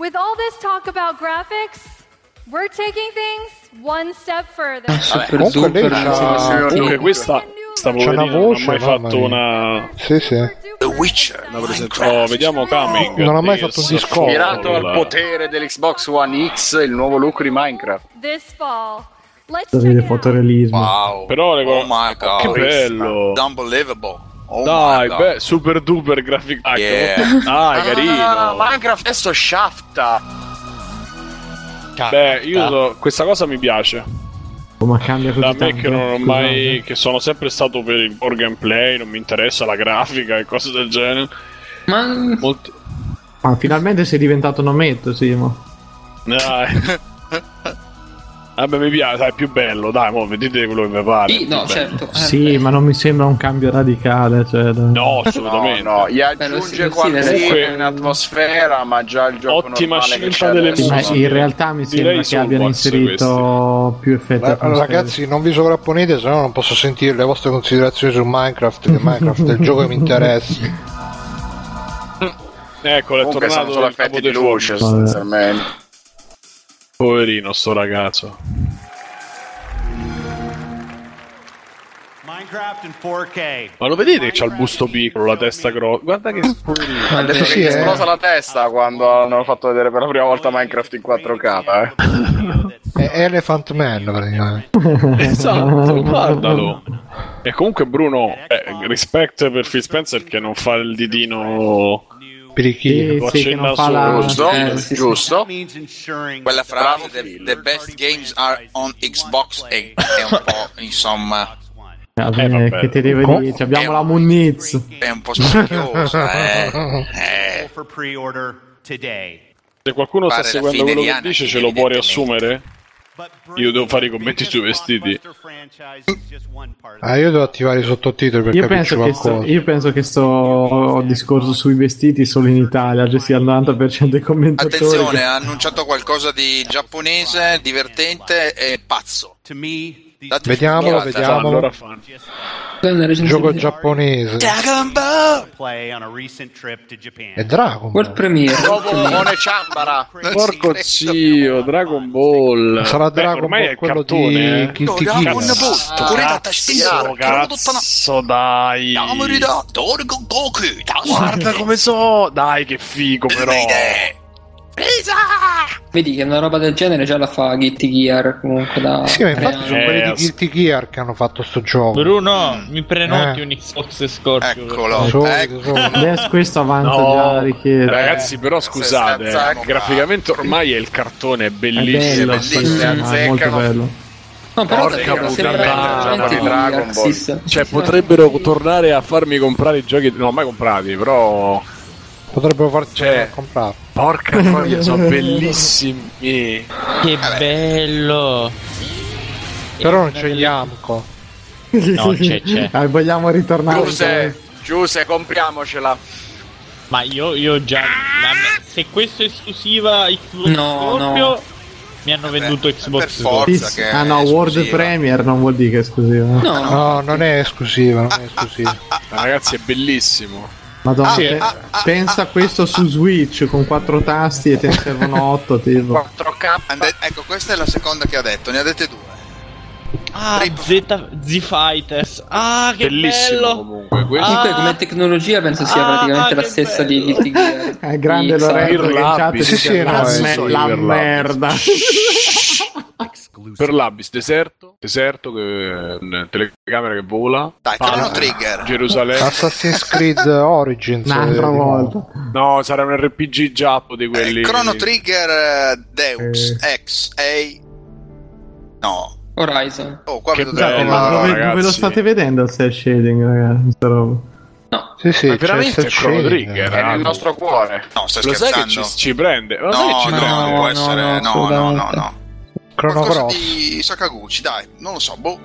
[SPEAKER 13] With all this talk about graphics, we're taking things one step further.
[SPEAKER 2] Comunque lei c'ha,
[SPEAKER 1] Comunque questa sta
[SPEAKER 2] c'ha
[SPEAKER 1] poverina
[SPEAKER 2] una
[SPEAKER 1] non ha
[SPEAKER 2] voce,
[SPEAKER 1] mai
[SPEAKER 2] mamma
[SPEAKER 1] fatto
[SPEAKER 2] mia.
[SPEAKER 1] una
[SPEAKER 2] Sì, sì.
[SPEAKER 8] The
[SPEAKER 4] Eh,
[SPEAKER 8] Witcher.
[SPEAKER 1] una presentazione. Oh, vediamo Coming.
[SPEAKER 2] Non ha mai
[SPEAKER 1] This
[SPEAKER 2] fatto un discorso.
[SPEAKER 1] Fall.
[SPEAKER 4] Ispirato al potere dell'Xbox One X, il nuovo look di Minecraft.
[SPEAKER 13] This fall, let's
[SPEAKER 3] Davide fotorealismo.
[SPEAKER 8] Wow.
[SPEAKER 1] Però le
[SPEAKER 8] Oh my god.
[SPEAKER 1] Che bello.
[SPEAKER 8] Unbelievable. Oh my
[SPEAKER 1] Dai,
[SPEAKER 8] god.
[SPEAKER 1] beh, super duper graphic hack.
[SPEAKER 8] Yeah.
[SPEAKER 1] molto- Dai,
[SPEAKER 4] Ah,
[SPEAKER 1] carino.
[SPEAKER 4] Minecraft adesso shafta.
[SPEAKER 1] Beh, Eh,
[SPEAKER 8] Ah.
[SPEAKER 1] io so- questa cosa mi piace.
[SPEAKER 3] Oh, ma cambia così
[SPEAKER 1] Da me
[SPEAKER 3] tanto. eh.
[SPEAKER 1] che non ho
[SPEAKER 3] Scusa.
[SPEAKER 2] Esatto.
[SPEAKER 1] mai. che sono sempre stato per il board game play, non mi interessa la grafica e cose del genere.
[SPEAKER 14] Ma.
[SPEAKER 1] Molto.
[SPEAKER 3] Ah, finalmente sei diventato nometto, Simo.
[SPEAKER 1] Dai. Vabbè, mi piace, dai, è più bello, dai, mo, vedete quello che vi pare.
[SPEAKER 14] Sì, no,
[SPEAKER 1] Eh,
[SPEAKER 14] certo.
[SPEAKER 3] Sì, ma non mi sembra un cambio radicale. Cioè,
[SPEAKER 1] No, assolutamente.
[SPEAKER 4] No, no, gli
[SPEAKER 14] sì,
[SPEAKER 4] aggiunge
[SPEAKER 14] lo
[SPEAKER 4] qualcosa
[SPEAKER 14] sì,
[SPEAKER 1] comunque-
[SPEAKER 4] in atmosfera, ma già il gioco
[SPEAKER 1] Ottima
[SPEAKER 4] normale che
[SPEAKER 1] scelta
[SPEAKER 4] c'è
[SPEAKER 1] delle
[SPEAKER 4] adesso.
[SPEAKER 3] ma
[SPEAKER 1] sì,
[SPEAKER 3] in realtà mi
[SPEAKER 1] direi
[SPEAKER 3] sembra che
[SPEAKER 1] sono
[SPEAKER 3] abbiano
[SPEAKER 1] box
[SPEAKER 3] inserito più effetti.
[SPEAKER 2] Beh, allora,
[SPEAKER 3] atmosferici.
[SPEAKER 2] ragazzi, non vi sovrapponete, se no non posso sentire le vostre considerazioni su Minecraft, che Minecraft è il gioco che mi interessa.
[SPEAKER 1] Ecco, è
[SPEAKER 4] Comunque sono
[SPEAKER 1] tornato
[SPEAKER 4] solo
[SPEAKER 1] dal
[SPEAKER 4] effetti
[SPEAKER 1] capo
[SPEAKER 4] di
[SPEAKER 1] del
[SPEAKER 4] luce,
[SPEAKER 1] luce.
[SPEAKER 4] sostanzialmente.
[SPEAKER 1] Poverino, sto ragazzo.
[SPEAKER 11] Minecraft in 4K.
[SPEAKER 1] Ma lo vedete che c'ha il busto piccolo, la testa grossa? Guarda che
[SPEAKER 4] Ha detto che
[SPEAKER 1] sì,
[SPEAKER 4] gli
[SPEAKER 1] eh.
[SPEAKER 4] esplosa la testa quando hanno fatto vedere per la prima volta Minecraft in 4K. eh.
[SPEAKER 2] È Elephant Man praticamente.
[SPEAKER 1] Esatto, guardalo. E comunque Bruno, eh, rispetto per Phil Spencer che non fa il didino...
[SPEAKER 2] Perichino.
[SPEAKER 1] Lo accenna solo.
[SPEAKER 8] Giusto, Eh, giusto.
[SPEAKER 11] That means ensuring
[SPEAKER 8] Quella frase the, the best games are on Xbox è, è un po' insomma
[SPEAKER 3] Eh, Vabbè,
[SPEAKER 8] Eh,
[SPEAKER 3] che te devo
[SPEAKER 8] Com-
[SPEAKER 3] dire? Ci abbiamo la Muniz.
[SPEAKER 8] è un po' spocchiosa eh.
[SPEAKER 11] for pre-order today.
[SPEAKER 1] Se qualcuno sta
[SPEAKER 11] Pare la
[SPEAKER 1] seguendo
[SPEAKER 11] fine
[SPEAKER 1] quello
[SPEAKER 11] di
[SPEAKER 1] che
[SPEAKER 11] Anarchy,
[SPEAKER 1] dice ce lo può riassumere? Io devo fare i commenti sui vestiti.
[SPEAKER 2] Ah, io devo attivare i sottotitoli per
[SPEAKER 3] Io
[SPEAKER 2] capirci
[SPEAKER 3] penso, che sto,
[SPEAKER 2] qualcosa.
[SPEAKER 3] io penso che sto discorso sui vestiti solo in Italia ci sia il 90% dei commentatori.
[SPEAKER 8] attenzione
[SPEAKER 3] che- Eh,
[SPEAKER 8] ha annunciato qualcosa di giapponese divertente e pazzo Dateci
[SPEAKER 2] Vediamolo,
[SPEAKER 8] un'occhiata.
[SPEAKER 2] vediamolo. Gioco giapponese.
[SPEAKER 8] Dragon Ball
[SPEAKER 11] Play on a recent trip to Japan.
[SPEAKER 2] È Dragon.
[SPEAKER 14] World Premiere.
[SPEAKER 4] Nuovo One Ciambara.
[SPEAKER 1] Porco zio, Dragon Ball.
[SPEAKER 2] Sarà
[SPEAKER 1] Beh,
[SPEAKER 2] Dragon
[SPEAKER 1] ormai
[SPEAKER 2] Ball
[SPEAKER 1] è il
[SPEAKER 2] quello di
[SPEAKER 1] cartone, eh.
[SPEAKER 2] Kitty No, Dragon Killer. Ball,
[SPEAKER 1] Cazzo,
[SPEAKER 8] Toriyama Tashiya,
[SPEAKER 1] Cazzo, dai.
[SPEAKER 8] Amori da Dorgon Goku
[SPEAKER 1] Guarda come so. Dai, che figo però.
[SPEAKER 14] Vedi che una roba del genere già la fa Guilty Gear comunque da...
[SPEAKER 2] Sì, ma infatti sono
[SPEAKER 5] Eh,
[SPEAKER 2] quelli di
[SPEAKER 5] ass-
[SPEAKER 2] Guilty Gear che hanno fatto sto gioco.
[SPEAKER 5] Bruno, mi prenoti
[SPEAKER 2] Eh.
[SPEAKER 5] un Xbox Scorpio.
[SPEAKER 2] Sono-
[SPEAKER 8] Eh,
[SPEAKER 1] Ecco.
[SPEAKER 3] Adesso questo avanza
[SPEAKER 1] No,
[SPEAKER 3] già la richiesta.
[SPEAKER 1] Ragazzi, però scusate,
[SPEAKER 4] se scherziamo,
[SPEAKER 1] eh, graficamente ormai è il cartone è
[SPEAKER 3] è
[SPEAKER 1] bellissimo.
[SPEAKER 3] bello,
[SPEAKER 1] è
[SPEAKER 3] sta
[SPEAKER 1] bellissimo.
[SPEAKER 3] cosa, è molto bello.
[SPEAKER 14] No, però
[SPEAKER 1] Porca
[SPEAKER 14] sembra-
[SPEAKER 1] puttana,
[SPEAKER 14] sembra
[SPEAKER 1] Dragon
[SPEAKER 14] veramente
[SPEAKER 1] Ball.
[SPEAKER 14] Dragon Ball.
[SPEAKER 1] Cioè, potrebbero tornare a farmi comprare i giochi. Non ho mai comprati, però.
[SPEAKER 2] Potrebbero farci
[SPEAKER 1] Cioè,
[SPEAKER 2] comprare.
[SPEAKER 1] porca troia, sono bellissimi. Che
[SPEAKER 8] Ecco.
[SPEAKER 5] bello.
[SPEAKER 2] Però non c'è Yamco.
[SPEAKER 5] No, c'è, c'è.
[SPEAKER 3] Ah, vogliamo ritornare.
[SPEAKER 4] Giuse, Giuse, compriamocela.
[SPEAKER 5] Ma io, io già.
[SPEAKER 8] Ah!
[SPEAKER 5] la- se questo è esclusiva Xbox
[SPEAKER 14] No,
[SPEAKER 5] Scorpio,
[SPEAKER 14] no.
[SPEAKER 5] mi hanno venduto Xbox
[SPEAKER 8] Eh per
[SPEAKER 5] Scorpio.
[SPEAKER 8] forza
[SPEAKER 3] Sì,
[SPEAKER 8] che
[SPEAKER 3] ah no,
[SPEAKER 8] è
[SPEAKER 3] World
[SPEAKER 8] esclusiva.
[SPEAKER 3] Premier non vuol dire che è esclusiva.
[SPEAKER 14] No, no.
[SPEAKER 2] No, non è esclusiva, non è esclusiva.
[SPEAKER 1] Ma ragazzi, è bellissimo.
[SPEAKER 3] Madonna,
[SPEAKER 1] Sì,
[SPEAKER 3] pe-
[SPEAKER 2] ah,
[SPEAKER 1] eh.
[SPEAKER 3] pensa a questo su Switch con quattro tasti e te ne servono otto. Tipo.
[SPEAKER 8] Ande- ecco questa è la seconda che ha detto ne ha dette due
[SPEAKER 5] Ah, Z, Z Fighters. Ah, che
[SPEAKER 1] Bellissimo
[SPEAKER 5] bello.
[SPEAKER 1] comunque. Questo
[SPEAKER 14] Comunque
[SPEAKER 5] Ah.
[SPEAKER 14] come tecnologia penso sia
[SPEAKER 5] Ah,
[SPEAKER 14] praticamente la
[SPEAKER 5] che
[SPEAKER 14] stessa di
[SPEAKER 5] bello.
[SPEAKER 14] Guilty Gear.
[SPEAKER 3] È grande
[SPEAKER 14] Di Xbox.
[SPEAKER 3] Lorenzo che in chat
[SPEAKER 1] Irlabis,
[SPEAKER 3] dice,
[SPEAKER 2] sì, sì,
[SPEAKER 3] la,
[SPEAKER 2] no,
[SPEAKER 3] me-
[SPEAKER 2] eh,
[SPEAKER 1] so,
[SPEAKER 3] la
[SPEAKER 1] Irlabis.
[SPEAKER 3] merda.
[SPEAKER 1] per l'Abyss, deserto, deserto, che, eh, telecamera che vola.
[SPEAKER 8] dai
[SPEAKER 1] Palma,
[SPEAKER 8] chiamano Trigger
[SPEAKER 1] Gerusalemme.
[SPEAKER 2] Assassin's Creed Origins.
[SPEAKER 3] Un'altra
[SPEAKER 2] eh, di nuovo.
[SPEAKER 3] volta.
[SPEAKER 1] No, sarà un RPG giappo di quelli.
[SPEAKER 8] Eh, Chrono Trigger eh, Deux X A no
[SPEAKER 14] Horizon.
[SPEAKER 8] oh qua
[SPEAKER 1] Che
[SPEAKER 8] vedo
[SPEAKER 1] bello.
[SPEAKER 8] delle
[SPEAKER 3] Ma
[SPEAKER 1] no,
[SPEAKER 3] dove,
[SPEAKER 1] ragazzi.
[SPEAKER 3] dove lo state vedendo il cel shading, ragazzi? Questa roba.
[SPEAKER 2] Sì, sì,
[SPEAKER 1] Ma
[SPEAKER 2] c'è
[SPEAKER 1] veramente è
[SPEAKER 2] Seth
[SPEAKER 1] Chrono
[SPEAKER 2] Sheen.
[SPEAKER 1] Trigger.
[SPEAKER 4] È
[SPEAKER 1] ah,
[SPEAKER 4] nel nostro cuore.
[SPEAKER 8] no stai
[SPEAKER 1] Lo sai che
[SPEAKER 8] scherzando
[SPEAKER 1] ci, ci prende? Lo sai che
[SPEAKER 8] no
[SPEAKER 1] ci
[SPEAKER 8] no
[SPEAKER 1] prende?
[SPEAKER 8] non
[SPEAKER 14] no,
[SPEAKER 8] può
[SPEAKER 14] no,
[SPEAKER 8] essere
[SPEAKER 14] no,
[SPEAKER 8] no no no
[SPEAKER 14] assolutamente.
[SPEAKER 8] no
[SPEAKER 2] Chrono
[SPEAKER 8] qualcosa
[SPEAKER 2] Cross.
[SPEAKER 8] di Sakaguchi dai non lo so boh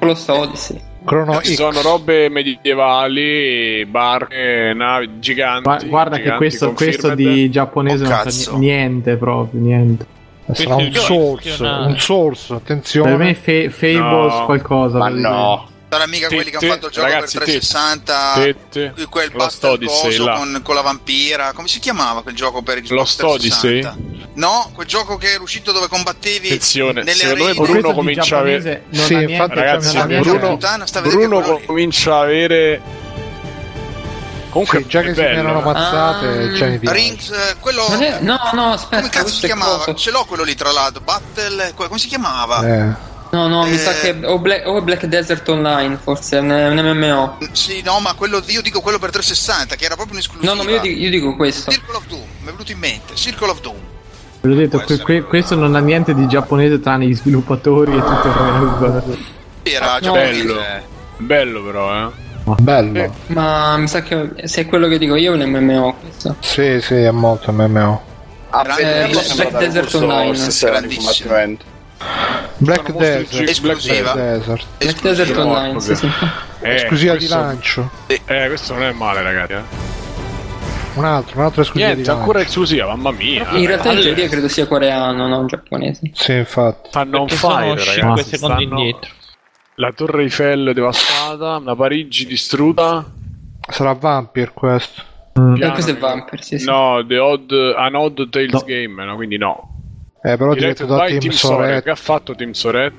[SPEAKER 14] Colosso Odyssey.
[SPEAKER 2] Chrono
[SPEAKER 1] Ci
[SPEAKER 2] X.
[SPEAKER 1] sono robe medievali, barche, navi giganti.
[SPEAKER 3] Gua- guarda che
[SPEAKER 1] giganti,
[SPEAKER 3] questo,
[SPEAKER 1] confirmed.
[SPEAKER 3] questo di giapponese
[SPEAKER 8] Oh,
[SPEAKER 3] non
[SPEAKER 8] cazzo.
[SPEAKER 3] sa ni- niente proprio, niente.
[SPEAKER 2] Sarà un
[SPEAKER 5] Questo è
[SPEAKER 2] source,
[SPEAKER 5] un-
[SPEAKER 2] un source,
[SPEAKER 3] Per me
[SPEAKER 2] attenzione.
[SPEAKER 3] Fe- Fables
[SPEAKER 1] No.
[SPEAKER 3] qualcosa.
[SPEAKER 4] Ma
[SPEAKER 3] per
[SPEAKER 4] no.
[SPEAKER 8] sarà mica
[SPEAKER 1] Te-
[SPEAKER 8] quelli che
[SPEAKER 1] te-
[SPEAKER 8] hanno fatto il gioco
[SPEAKER 1] ragazzi, te-
[SPEAKER 8] per 360
[SPEAKER 1] te- te-
[SPEAKER 8] quel
[SPEAKER 1] Lost
[SPEAKER 8] Battle
[SPEAKER 1] Odyssey,
[SPEAKER 8] coso
[SPEAKER 1] là.
[SPEAKER 8] con, con la vampira come si chiamava quel gioco per Xbox
[SPEAKER 1] Lost
[SPEAKER 8] 360 no quel gioco che era uscito dove combattevi
[SPEAKER 1] Attenzione,
[SPEAKER 8] nelle
[SPEAKER 1] secondo me
[SPEAKER 8] arene
[SPEAKER 3] dire.
[SPEAKER 1] Bruno
[SPEAKER 3] Questo di
[SPEAKER 1] comincia a avere-
[SPEAKER 3] giapponese non
[SPEAKER 2] Sì,
[SPEAKER 3] ha niente,
[SPEAKER 2] infatti,
[SPEAKER 1] Ragazzi,
[SPEAKER 3] non ha niente.
[SPEAKER 1] Bruno,
[SPEAKER 8] Puttana, sta a vedere
[SPEAKER 1] Bruno
[SPEAKER 8] che colori.
[SPEAKER 1] comincia a avere. Comunque,
[SPEAKER 2] Sì, già
[SPEAKER 1] è
[SPEAKER 2] che si
[SPEAKER 1] bello,
[SPEAKER 2] erano
[SPEAKER 1] eh.
[SPEAKER 2] mazzate,
[SPEAKER 14] Ah,
[SPEAKER 3] cioè,
[SPEAKER 2] già mi piace.
[SPEAKER 8] Rings eh, quello
[SPEAKER 14] Non è- No, no, aspetta.
[SPEAKER 8] come cazzo
[SPEAKER 14] questo
[SPEAKER 8] si
[SPEAKER 14] è
[SPEAKER 8] chiamava
[SPEAKER 14] coso.
[SPEAKER 8] ce l'ho quello lì tra l'altro Battle que- come si chiamava
[SPEAKER 2] Eh,
[SPEAKER 14] No, no, mi
[SPEAKER 8] Eh.
[SPEAKER 14] sa che o Black, o è Black Desert Online, forse, è un, un MMO.
[SPEAKER 8] sì no ma quello io dico quello per 360 che era proprio un'esclusiva
[SPEAKER 14] No, no, ma io dico, io dico questo.
[SPEAKER 8] Circle of Doom mi è venuto in mente Circle of Doom
[SPEAKER 3] Ve l'ho detto,
[SPEAKER 8] Può
[SPEAKER 3] que-
[SPEAKER 8] essere
[SPEAKER 3] que-
[SPEAKER 8] quello.
[SPEAKER 3] questo non ha niente di giapponese tranne gli sviluppatori e tutto il resto.
[SPEAKER 8] era
[SPEAKER 14] No.
[SPEAKER 1] Bello.
[SPEAKER 8] giapponese.
[SPEAKER 1] Bello, però, eh.
[SPEAKER 2] Ah, bello.
[SPEAKER 14] Ma mi sa che se è quello che dico io è un MMO questo.
[SPEAKER 2] Sì, sì, è molto MMO.
[SPEAKER 4] A
[SPEAKER 8] Grande
[SPEAKER 4] vederlo
[SPEAKER 8] Black
[SPEAKER 4] sembra dare
[SPEAKER 14] Eh, Desert
[SPEAKER 4] gusto
[SPEAKER 14] Online,
[SPEAKER 4] stasera di
[SPEAKER 8] grandissimo.
[SPEAKER 4] combattimento.
[SPEAKER 2] Black
[SPEAKER 1] mostri
[SPEAKER 2] Desert.
[SPEAKER 1] gi- Black
[SPEAKER 8] Esclusiva.
[SPEAKER 2] Black Desert.
[SPEAKER 14] Black Desert
[SPEAKER 1] no,
[SPEAKER 14] Online, sì, sì.
[SPEAKER 1] Eh,
[SPEAKER 2] Esclusiva di
[SPEAKER 1] questo-
[SPEAKER 2] lancio.
[SPEAKER 1] Eh, questo non è male, ragazzi. eh.
[SPEAKER 2] Un altro, un'altra esclusiva
[SPEAKER 1] Niente,
[SPEAKER 2] di lancio.
[SPEAKER 1] ancora esclusiva, mamma mia.
[SPEAKER 14] In realtà in
[SPEAKER 1] Alle-
[SPEAKER 14] teoria credo sia coreano, non giapponese.
[SPEAKER 2] Sì, infatti.
[SPEAKER 1] stanno on
[SPEAKER 5] Perché sono
[SPEAKER 1] fire,
[SPEAKER 5] 5
[SPEAKER 1] ragazzi.
[SPEAKER 5] secondi
[SPEAKER 1] stanno-
[SPEAKER 5] indietro.
[SPEAKER 1] La Torre Eiffel devastata, la Parigi distrutta.
[SPEAKER 2] Sarà Vampire questo.
[SPEAKER 14] Eh,
[SPEAKER 1] piano-
[SPEAKER 14] questo è Vampire, sì, sì.
[SPEAKER 1] No, The Odd, An Odd Tales Game, no, quindi no.
[SPEAKER 2] Eh, però
[SPEAKER 1] Diretto
[SPEAKER 2] diretto
[SPEAKER 1] da
[SPEAKER 2] da
[SPEAKER 1] Team,
[SPEAKER 2] Team
[SPEAKER 1] Soret. Che
[SPEAKER 2] Soretta.
[SPEAKER 1] ha fatto Team Soret?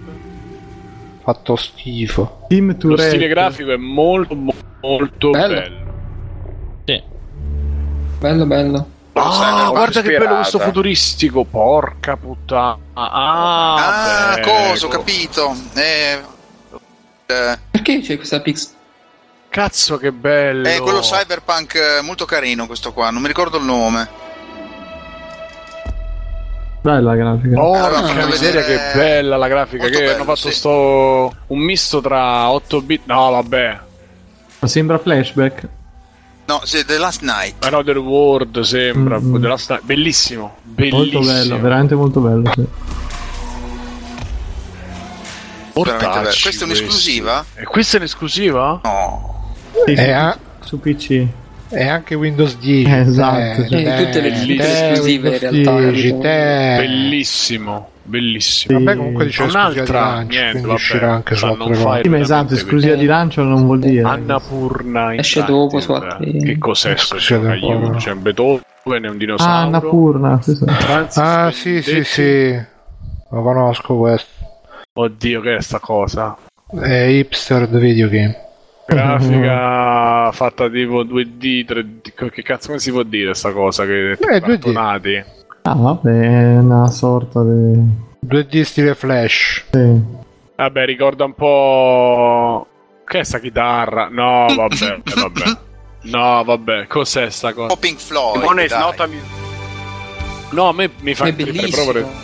[SPEAKER 2] fatto schifo.
[SPEAKER 3] Team
[SPEAKER 1] Lo
[SPEAKER 3] Tourette.
[SPEAKER 1] stile grafico è molto, mo- molto bello.
[SPEAKER 2] Bello.
[SPEAKER 14] Bello, bello.
[SPEAKER 1] Ah, guarda che bello questo
[SPEAKER 8] ispirata.
[SPEAKER 1] futuristico. Porca puttana. Ah,
[SPEAKER 8] Ah,
[SPEAKER 1] beh,
[SPEAKER 8] coso,
[SPEAKER 1] co-
[SPEAKER 8] capito. Eh, eh,
[SPEAKER 14] Perché c'è questa pix?
[SPEAKER 1] Cazzo, che bello.
[SPEAKER 4] Eh,
[SPEAKER 8] è quello cyberpunk eh, molto carino questo qua, non mi ricordo il nome.
[SPEAKER 3] Bella la grafica.
[SPEAKER 1] Porca
[SPEAKER 8] fatto
[SPEAKER 1] miseria,
[SPEAKER 8] vedere-
[SPEAKER 1] che bella la grafica.
[SPEAKER 8] Molto
[SPEAKER 1] che
[SPEAKER 8] bello,
[SPEAKER 1] hanno fatto
[SPEAKER 8] sì.
[SPEAKER 1] sto. Un misto tra 8 bit. No, vabbè.
[SPEAKER 3] Ma Sembra flashback.
[SPEAKER 8] No, sì, The Last Night.
[SPEAKER 1] Another World sembra.
[SPEAKER 3] Mm.
[SPEAKER 1] The Last Night. Bellissimo.
[SPEAKER 3] Molto
[SPEAKER 1] Bellissimo.
[SPEAKER 3] bello, veramente molto bello. sì.
[SPEAKER 8] Veramente bello.
[SPEAKER 1] Portacci
[SPEAKER 8] Questa è
[SPEAKER 1] questo.
[SPEAKER 8] un'esclusiva?
[SPEAKER 1] E Eh, questa è un'esclusiva?
[SPEAKER 8] No.
[SPEAKER 3] Sì,
[SPEAKER 2] È,
[SPEAKER 3] sì,
[SPEAKER 2] a-
[SPEAKER 3] Su PC.
[SPEAKER 2] è anche Windows 10.
[SPEAKER 3] Eh, esatto.
[SPEAKER 2] Eh,
[SPEAKER 3] Sì,
[SPEAKER 2] eh,
[SPEAKER 14] tutte le- tutte le
[SPEAKER 2] eh,
[SPEAKER 14] esclusive, in
[SPEAKER 2] Windows
[SPEAKER 14] realtà,
[SPEAKER 2] 10, te-
[SPEAKER 1] Bellissimo. Bellissimo.
[SPEAKER 2] Vabbè, comunque dice esclusiva di
[SPEAKER 1] Un'altra.
[SPEAKER 2] lancio,
[SPEAKER 1] Niente,
[SPEAKER 2] quindi
[SPEAKER 1] vabbè.
[SPEAKER 2] uscirà anche su
[SPEAKER 1] Ma
[SPEAKER 2] altre
[SPEAKER 1] non fai-
[SPEAKER 3] Sì, ma esatto, esclusiva di lancio non vuol dire.
[SPEAKER 8] Ah.
[SPEAKER 1] Annapurna
[SPEAKER 14] Esce
[SPEAKER 1] infatti,
[SPEAKER 14] dopo su
[SPEAKER 1] vabbè.
[SPEAKER 14] altri-
[SPEAKER 1] Che cos'è sto
[SPEAKER 2] Esclusiva di
[SPEAKER 1] giocaio?
[SPEAKER 2] Annapurna.
[SPEAKER 1] C'è un Beethoven, è un
[SPEAKER 3] Ah,
[SPEAKER 1] dinosauro.
[SPEAKER 3] Annapurna. sì, sì.
[SPEAKER 1] Franz
[SPEAKER 2] Ah, sì, sì,
[SPEAKER 1] Vendetti.
[SPEAKER 2] sì. Lo conosco questo.
[SPEAKER 1] Oddio, che è sta cosa?
[SPEAKER 2] È hipster di videogame.
[SPEAKER 1] Grafica fatta tipo 2D, 3D. Che cazzo, come si può dire sta cosa? Che
[SPEAKER 2] Eh, 2D.
[SPEAKER 1] cartonati.
[SPEAKER 3] Ah, vabbè, è una sorta di...
[SPEAKER 2] 2D stile flash.
[SPEAKER 3] sì.
[SPEAKER 1] Vabbè, ricorda un po'. Che è sta chitarra? No, vabbè, eh, vabbè. No, vabbè, cos'è sta
[SPEAKER 8] Un
[SPEAKER 1] cosa?
[SPEAKER 8] po' Oh, Pink Floyd.
[SPEAKER 1] Simone,
[SPEAKER 8] dai.
[SPEAKER 1] snotami. No, a me mi fa
[SPEAKER 14] È
[SPEAKER 1] intrippare
[SPEAKER 14] bellissimo.
[SPEAKER 1] proprio.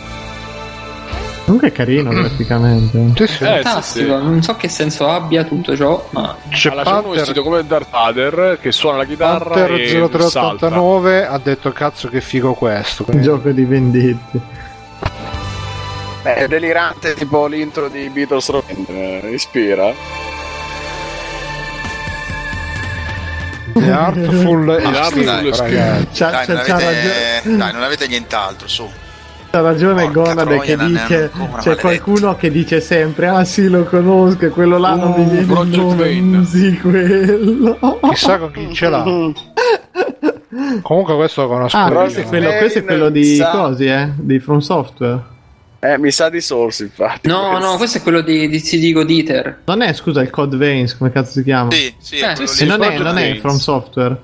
[SPEAKER 3] Comunque è carino
[SPEAKER 8] Mm.
[SPEAKER 3] graficamente.
[SPEAKER 2] Sì, sì.
[SPEAKER 1] Eh, sì, sì.
[SPEAKER 14] Fantastico, non so che senso abbia tutto ciò, ma
[SPEAKER 2] C'è
[SPEAKER 1] Alla c'è uno
[SPEAKER 2] Panther,
[SPEAKER 1] vestito come Darth Vader che suona la chitarra
[SPEAKER 2] Panther
[SPEAKER 1] e salta.
[SPEAKER 2] 0389 ha detto cazzo che figo questo.
[SPEAKER 3] Un gioco di vendetti.
[SPEAKER 4] Beh, è delirante tipo l'intro di Beatles Rock. Eh, ispira.
[SPEAKER 2] The Artful
[SPEAKER 3] Eh,
[SPEAKER 8] Ah, Artful
[SPEAKER 2] Escape,
[SPEAKER 1] Escape.
[SPEAKER 2] ragazzi.
[SPEAKER 3] C'ha,
[SPEAKER 8] Dai,
[SPEAKER 3] c'ha-
[SPEAKER 8] non
[SPEAKER 3] c'ha
[SPEAKER 8] avete,
[SPEAKER 3] ragione,
[SPEAKER 8] dai, non avete nient'altro, su.
[SPEAKER 3] c'ha ragione
[SPEAKER 8] Porca
[SPEAKER 3] Gonade
[SPEAKER 8] troia,
[SPEAKER 3] che
[SPEAKER 8] non è
[SPEAKER 3] dice:
[SPEAKER 8] ancora
[SPEAKER 3] c'è
[SPEAKER 8] maledetto.
[SPEAKER 3] qualcuno che dice sempre: Ah, sì, lo conosco, e quello là non mi
[SPEAKER 1] Uh,
[SPEAKER 3] viene il
[SPEAKER 1] Project
[SPEAKER 3] nome.
[SPEAKER 1] Vane.
[SPEAKER 3] Mm, Sì, quello.
[SPEAKER 2] Chissà con chi ce l'ha. Comunque questo lo conosco
[SPEAKER 3] Ah,
[SPEAKER 2] io.
[SPEAKER 3] questo è quello,
[SPEAKER 4] Vane,
[SPEAKER 3] questo è quello di
[SPEAKER 4] sa-
[SPEAKER 3] cosi, eh? Di From Software.
[SPEAKER 4] Eh, mi sa di Source, infatti.
[SPEAKER 14] no, no, questo è quello di, di CD Dieter.
[SPEAKER 3] Non è, scusa, il Code Veins, come cazzo si chiama?
[SPEAKER 8] Sì, sì, è
[SPEAKER 14] Eh,
[SPEAKER 8] quello
[SPEAKER 14] sì,
[SPEAKER 3] e
[SPEAKER 8] lì.
[SPEAKER 3] non, è,
[SPEAKER 1] Project
[SPEAKER 3] non è
[SPEAKER 1] Vane.
[SPEAKER 3] From Software.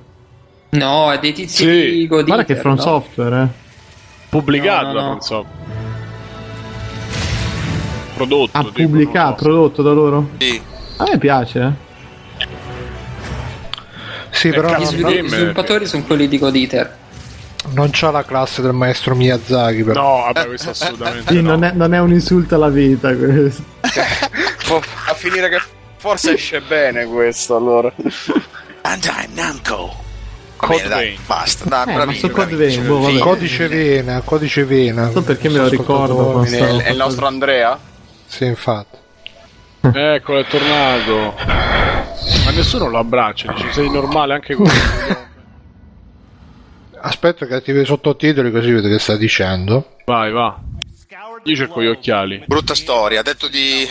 [SPEAKER 14] No, è dei tizi
[SPEAKER 1] Sì.
[SPEAKER 14] di Goditer.
[SPEAKER 3] Guarda che è From
[SPEAKER 14] no?
[SPEAKER 3] Software, eh.
[SPEAKER 1] Pubblicato
[SPEAKER 14] No, no,
[SPEAKER 1] da
[SPEAKER 14] no.
[SPEAKER 1] Franzo. Prodotto.
[SPEAKER 3] Ha
[SPEAKER 1] tipo,
[SPEAKER 3] pubblicato,
[SPEAKER 1] non lo
[SPEAKER 3] prodotto da loro.
[SPEAKER 8] Sì.
[SPEAKER 3] A me piace, eh.
[SPEAKER 2] Sì,
[SPEAKER 1] Eh,
[SPEAKER 2] però
[SPEAKER 14] Gli
[SPEAKER 1] cazzo,
[SPEAKER 2] non,
[SPEAKER 14] svilu-
[SPEAKER 1] dimmi.
[SPEAKER 14] sviluppatori sono quelli di Goditer.
[SPEAKER 2] non c'ha la classe del maestro Miyazaki
[SPEAKER 1] so.
[SPEAKER 2] però.
[SPEAKER 1] No, vabbè, questo assolutamente
[SPEAKER 3] Sì,
[SPEAKER 1] no.
[SPEAKER 3] non, è, non è un insulto alla vita questo.
[SPEAKER 4] Fo- a finire che forse esce bene questo, allora.
[SPEAKER 8] Bandai Namco. Va
[SPEAKER 1] Code
[SPEAKER 8] bene, dai,
[SPEAKER 1] Vein.
[SPEAKER 8] basta, dai,
[SPEAKER 3] Eh,
[SPEAKER 8] bravi,
[SPEAKER 3] ma so
[SPEAKER 8] bravi,
[SPEAKER 3] Code Vein,
[SPEAKER 8] bravi.
[SPEAKER 3] boh, vabbè.
[SPEAKER 2] Codice vena, codice vena.
[SPEAKER 3] Non so perché me lo ricordo. ma
[SPEAKER 4] Quindi
[SPEAKER 3] stavo
[SPEAKER 4] È, è il
[SPEAKER 3] facendo-
[SPEAKER 4] nostro Andrea?
[SPEAKER 2] Sì, infatti.
[SPEAKER 1] Eccolo, è tornato. Ma nessuno lo abbraccia, dice sei normale anche questo.
[SPEAKER 2] Aspetto che attivi i sottotitoli così vedo che sta dicendo.
[SPEAKER 1] Vai, va. Io cerco gli occhiali.
[SPEAKER 8] Brutta storia, ha detto di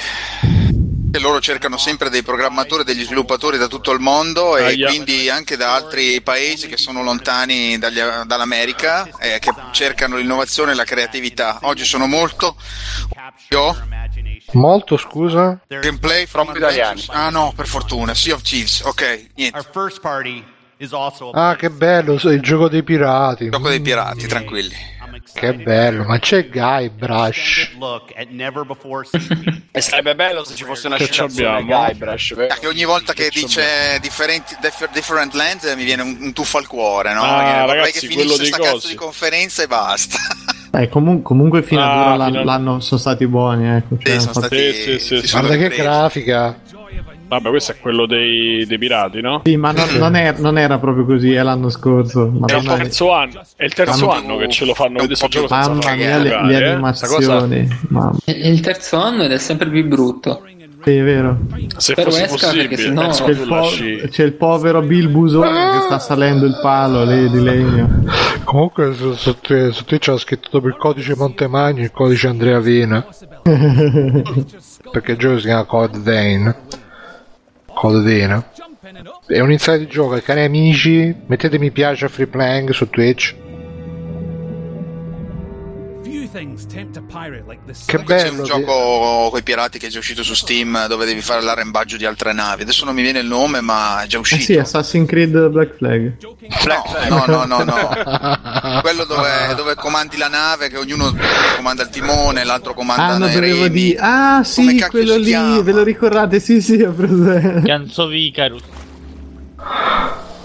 [SPEAKER 8] che loro cercano sempre dei programmatori e degli sviluppatori da tutto il mondo e
[SPEAKER 1] Aia.
[SPEAKER 8] quindi anche da altri paesi che sono lontani dagli- dall'America eh, che cercano l'innovazione e la creatività. Oggi sono molto Io?
[SPEAKER 2] Molto scusa?
[SPEAKER 8] gameplay from
[SPEAKER 4] italiani.
[SPEAKER 8] Adventures. Ah no, per fortuna, Sea of Thieves. Ok, niente.
[SPEAKER 11] Our first party is also a
[SPEAKER 2] Ah, che bello, so- il gioco dei pirati.
[SPEAKER 8] Gioco dei pirati, tranquilli.
[SPEAKER 11] I'm
[SPEAKER 2] Che
[SPEAKER 11] excited
[SPEAKER 2] bello, ma c'è Guy
[SPEAKER 11] for
[SPEAKER 2] Brush.
[SPEAKER 11] extended look at never before seen
[SPEAKER 4] E sarebbe bello se ci fosse una
[SPEAKER 1] Che
[SPEAKER 4] citazione
[SPEAKER 1] c'abbiamo?
[SPEAKER 4] Guybrush. vero?
[SPEAKER 8] Che ogni volta che dice different, differ- different land eh, mi viene un, un tuffo al cuore, no?
[SPEAKER 1] Ah,
[SPEAKER 8] Mi viene- vorrei
[SPEAKER 1] ragazzi,
[SPEAKER 8] che
[SPEAKER 1] quello
[SPEAKER 8] finisse
[SPEAKER 1] dei
[SPEAKER 8] sta cazzo
[SPEAKER 1] cosi.
[SPEAKER 8] di conferenza e basta.
[SPEAKER 3] Eh, comu- comunque fino ad
[SPEAKER 1] Ah,
[SPEAKER 3] ora l'an-
[SPEAKER 1] fino a-
[SPEAKER 3] l'hanno sono stati buoni, ecco. cioè,
[SPEAKER 8] Sì, sono
[SPEAKER 3] hanno fatto-
[SPEAKER 8] stati,
[SPEAKER 1] Sì, sì, sì,
[SPEAKER 8] si
[SPEAKER 1] sì.
[SPEAKER 8] sono
[SPEAKER 2] Guarda che
[SPEAKER 8] ripresi.
[SPEAKER 2] grafica.
[SPEAKER 1] Vabbè, questo è quello dei, dei pirati, no?
[SPEAKER 3] Sì, ma non, non è- non era proprio così, è l'anno scorso.
[SPEAKER 1] È il
[SPEAKER 3] Madonna,
[SPEAKER 1] terzo anno, è il terzo
[SPEAKER 3] Mamma-
[SPEAKER 1] anno che ce lo fanno vedere sul gioco senza
[SPEAKER 3] mamma
[SPEAKER 1] farlo
[SPEAKER 3] mia, le,
[SPEAKER 1] giocare,
[SPEAKER 3] le
[SPEAKER 1] eh. Sta cosa,
[SPEAKER 3] animazioni. Mamma,
[SPEAKER 14] È è il terzo anno ed è sempre più brutto.
[SPEAKER 3] sì, è vero.
[SPEAKER 1] se
[SPEAKER 14] Spero
[SPEAKER 1] fosse
[SPEAKER 14] esca, perché
[SPEAKER 1] possibile,
[SPEAKER 14] sennò-
[SPEAKER 1] penso
[SPEAKER 3] C'è
[SPEAKER 1] che
[SPEAKER 3] il,
[SPEAKER 1] tu
[SPEAKER 3] po-
[SPEAKER 1] lasci...
[SPEAKER 3] c'è il povero Bill Busone
[SPEAKER 8] Ah!
[SPEAKER 3] che sta salendo il palo lì di legno.
[SPEAKER 2] Comunque su, su, su Twitch ho scritto dopo il codice Montemagno il codice Andrea Vena.
[SPEAKER 3] Eh
[SPEAKER 2] Perché il gioco si chiama Code Vein. Code Vena. È un insight di gioco, cari amici. Mettete mi piace a Free Playing su Twitch. Che
[SPEAKER 8] C'è un
[SPEAKER 2] bello. che-
[SPEAKER 8] gioco coi pirati che è già uscito su Steam dove devi fare l'arrembaggio di altre navi. Adesso non mi viene il nome, ma è già
[SPEAKER 3] Eh
[SPEAKER 8] uscito.
[SPEAKER 3] sì, Assassin's Creed Black Flag.
[SPEAKER 8] No, no, no, no, no. Quello dove, dove comandi la nave, che ognuno comanda il timone, l'altro
[SPEAKER 3] Ah,
[SPEAKER 8] comanda
[SPEAKER 3] no,
[SPEAKER 8] i
[SPEAKER 3] dovevo
[SPEAKER 8] remi.
[SPEAKER 3] dire. Ah, sì, quello lì, ve lo ricordate? Sì, sì, ho preso.
[SPEAKER 5] Ganzo Vicarus.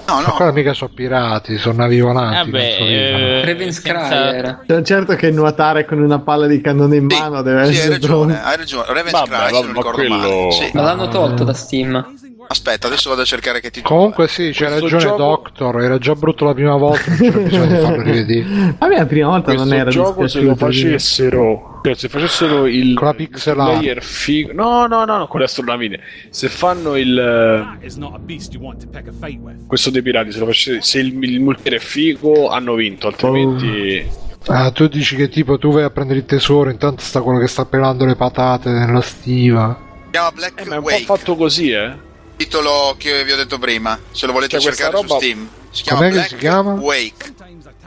[SPEAKER 8] No,
[SPEAKER 2] Ma qua mica sono pirati, sono navi
[SPEAKER 3] Ah,
[SPEAKER 2] volanti.
[SPEAKER 5] Vabbè,
[SPEAKER 2] cazzo,
[SPEAKER 5] eh,
[SPEAKER 2] dicono.
[SPEAKER 5] senza-
[SPEAKER 3] Cioè, certo che nuotare con una palla di cannone in mano deve
[SPEAKER 8] Sì, hai
[SPEAKER 3] essere
[SPEAKER 8] ragione,
[SPEAKER 3] troppo.
[SPEAKER 8] hai ragione. Raven
[SPEAKER 3] Vabbè,
[SPEAKER 8] Cry, se
[SPEAKER 3] vabbè,
[SPEAKER 8] non
[SPEAKER 3] ma
[SPEAKER 8] ricordo
[SPEAKER 3] quello-
[SPEAKER 8] male. Sì.
[SPEAKER 6] Ma l'hanno tolto da Steam.
[SPEAKER 8] Aspetta, adesso vado a cercare che ti
[SPEAKER 2] Comunque sì, c'è
[SPEAKER 8] Questo
[SPEAKER 2] ragione
[SPEAKER 8] gioco-
[SPEAKER 2] Doctor, era già brutto la prima volta, non c'era bisogno di farlo rivedere.
[SPEAKER 3] A me la prima volta non
[SPEAKER 1] questo
[SPEAKER 3] era
[SPEAKER 1] gioco se lo
[SPEAKER 3] dispiaciuto, quindi.
[SPEAKER 1] facessero cioè, se facessero il con la pixel
[SPEAKER 2] art.
[SPEAKER 1] player figo no no no, no con le astrolamine se fanno il
[SPEAKER 15] That is not a beast you want to pick a fight with.
[SPEAKER 1] eh, questo dei pirati se, lo facesse- se il, il multiplayer è figo hanno vinto altrimenti
[SPEAKER 3] Oh.
[SPEAKER 2] Ah, tu dici che tipo tu vai a prendere il tesoro, intanto sta quello che sta pelando le patate nella stiva.
[SPEAKER 8] Si chiama Black
[SPEAKER 1] eh, ma è un po' fatto così eh
[SPEAKER 8] titolo che vi ho detto prima, se lo volete
[SPEAKER 1] Cioè, questa
[SPEAKER 8] cercare su
[SPEAKER 1] roba-
[SPEAKER 8] Steam. Si chiama
[SPEAKER 2] Com'è che
[SPEAKER 8] Black
[SPEAKER 2] si chiama?
[SPEAKER 8] Wake.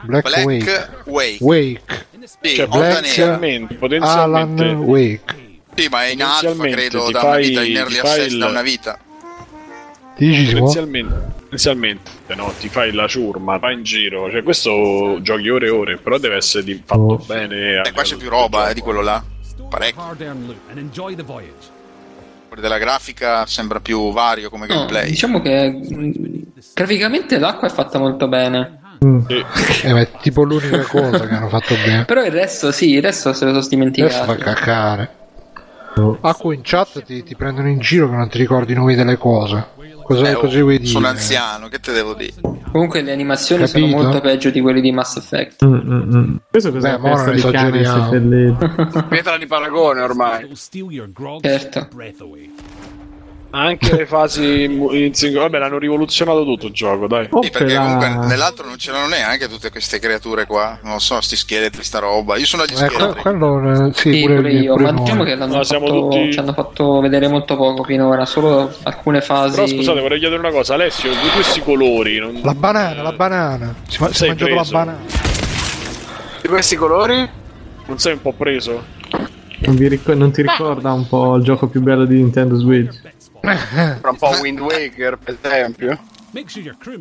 [SPEAKER 2] Black,
[SPEAKER 8] Black
[SPEAKER 2] Wake.
[SPEAKER 8] Wake.
[SPEAKER 2] Wake.
[SPEAKER 8] Sì,
[SPEAKER 1] Cioè,
[SPEAKER 8] Onda Nera.
[SPEAKER 1] potenzialmente,
[SPEAKER 2] Alan
[SPEAKER 1] potenzialmente
[SPEAKER 2] Wake.
[SPEAKER 8] Sì, ma è in alfa,
[SPEAKER 1] Potenzialmente
[SPEAKER 8] credo,
[SPEAKER 1] ti
[SPEAKER 8] da una
[SPEAKER 1] fai-
[SPEAKER 8] vita, in early
[SPEAKER 1] ti fai
[SPEAKER 8] access
[SPEAKER 1] il-
[SPEAKER 8] da una vita.
[SPEAKER 2] Dici Simo?
[SPEAKER 1] Potenzialmente, potenzialmente, no, ti fai la ciurma, vai in giro, cioè questo giochi ore e ore, però deve essere di- fatto
[SPEAKER 2] Oh.
[SPEAKER 1] bene.
[SPEAKER 8] E qua c'è più roba eh, di quello là. Parecchio.
[SPEAKER 15] Hard-earned loot and enjoy the voyage.
[SPEAKER 8] Quello Della grafica sembra più vario come
[SPEAKER 6] No,
[SPEAKER 8] gameplay.
[SPEAKER 6] diciamo che mh, graficamente l'acqua è fatta molto bene.
[SPEAKER 2] Eh, ma è tipo l'unica cosa che hanno fatto bene.
[SPEAKER 6] Però il resto, sì, il resto se lo sono
[SPEAKER 2] Adesso
[SPEAKER 6] dimenticato.
[SPEAKER 2] fa cacare. A cui in chat ti, ti prendono in giro che non ti ricordi i nomi delle cose. Cosa,
[SPEAKER 6] Eh, oh,
[SPEAKER 2] cosa vuoi dire?
[SPEAKER 8] Sono anziano, che te devo dire?
[SPEAKER 6] Comunque le animazioni sono
[SPEAKER 2] Capito?
[SPEAKER 6] molto peggio di quelle di Mass Effect.
[SPEAKER 3] Questo
[SPEAKER 2] cos'è? Beh, mo non Testa di cane esageriamo.
[SPEAKER 16] Pietra di paragone ormai.
[SPEAKER 6] Certo.
[SPEAKER 1] Anche le fasi mu- in singolo, vabbè, l'hanno rivoluzionato tutto il gioco, dai.
[SPEAKER 2] Oh,
[SPEAKER 8] Sì, perché comunque nell'altro non c'erano neanche tutte queste creature qua. Non so, sti scheletri, sta roba. Io sono agli
[SPEAKER 6] Ecco.
[SPEAKER 2] Eh, que-
[SPEAKER 8] scheletri.
[SPEAKER 2] quello, eh, sì,
[SPEAKER 6] Sì,
[SPEAKER 2] pure,
[SPEAKER 6] pure io,
[SPEAKER 2] pure
[SPEAKER 6] ma
[SPEAKER 2] noi.
[SPEAKER 6] diciamo che l'hanno
[SPEAKER 1] No, siamo
[SPEAKER 6] fatto,
[SPEAKER 1] tutti-
[SPEAKER 6] ci hanno fatto vedere molto poco finora, solo alcune fasi.
[SPEAKER 1] Però scusate, vorrei chiedere una cosa, Alessio, di questi colori non
[SPEAKER 2] La banana, la banana. Si, ma- si è
[SPEAKER 1] sei
[SPEAKER 2] mangiato
[SPEAKER 1] preso?
[SPEAKER 2] la banana.
[SPEAKER 1] di questi colori non sei un po' preso?
[SPEAKER 3] Non, vi ricor- non ti ricorda un po' il gioco più bello di Nintendo Switch? Eh,
[SPEAKER 16] Tra un po' Wind Waker, per esempio.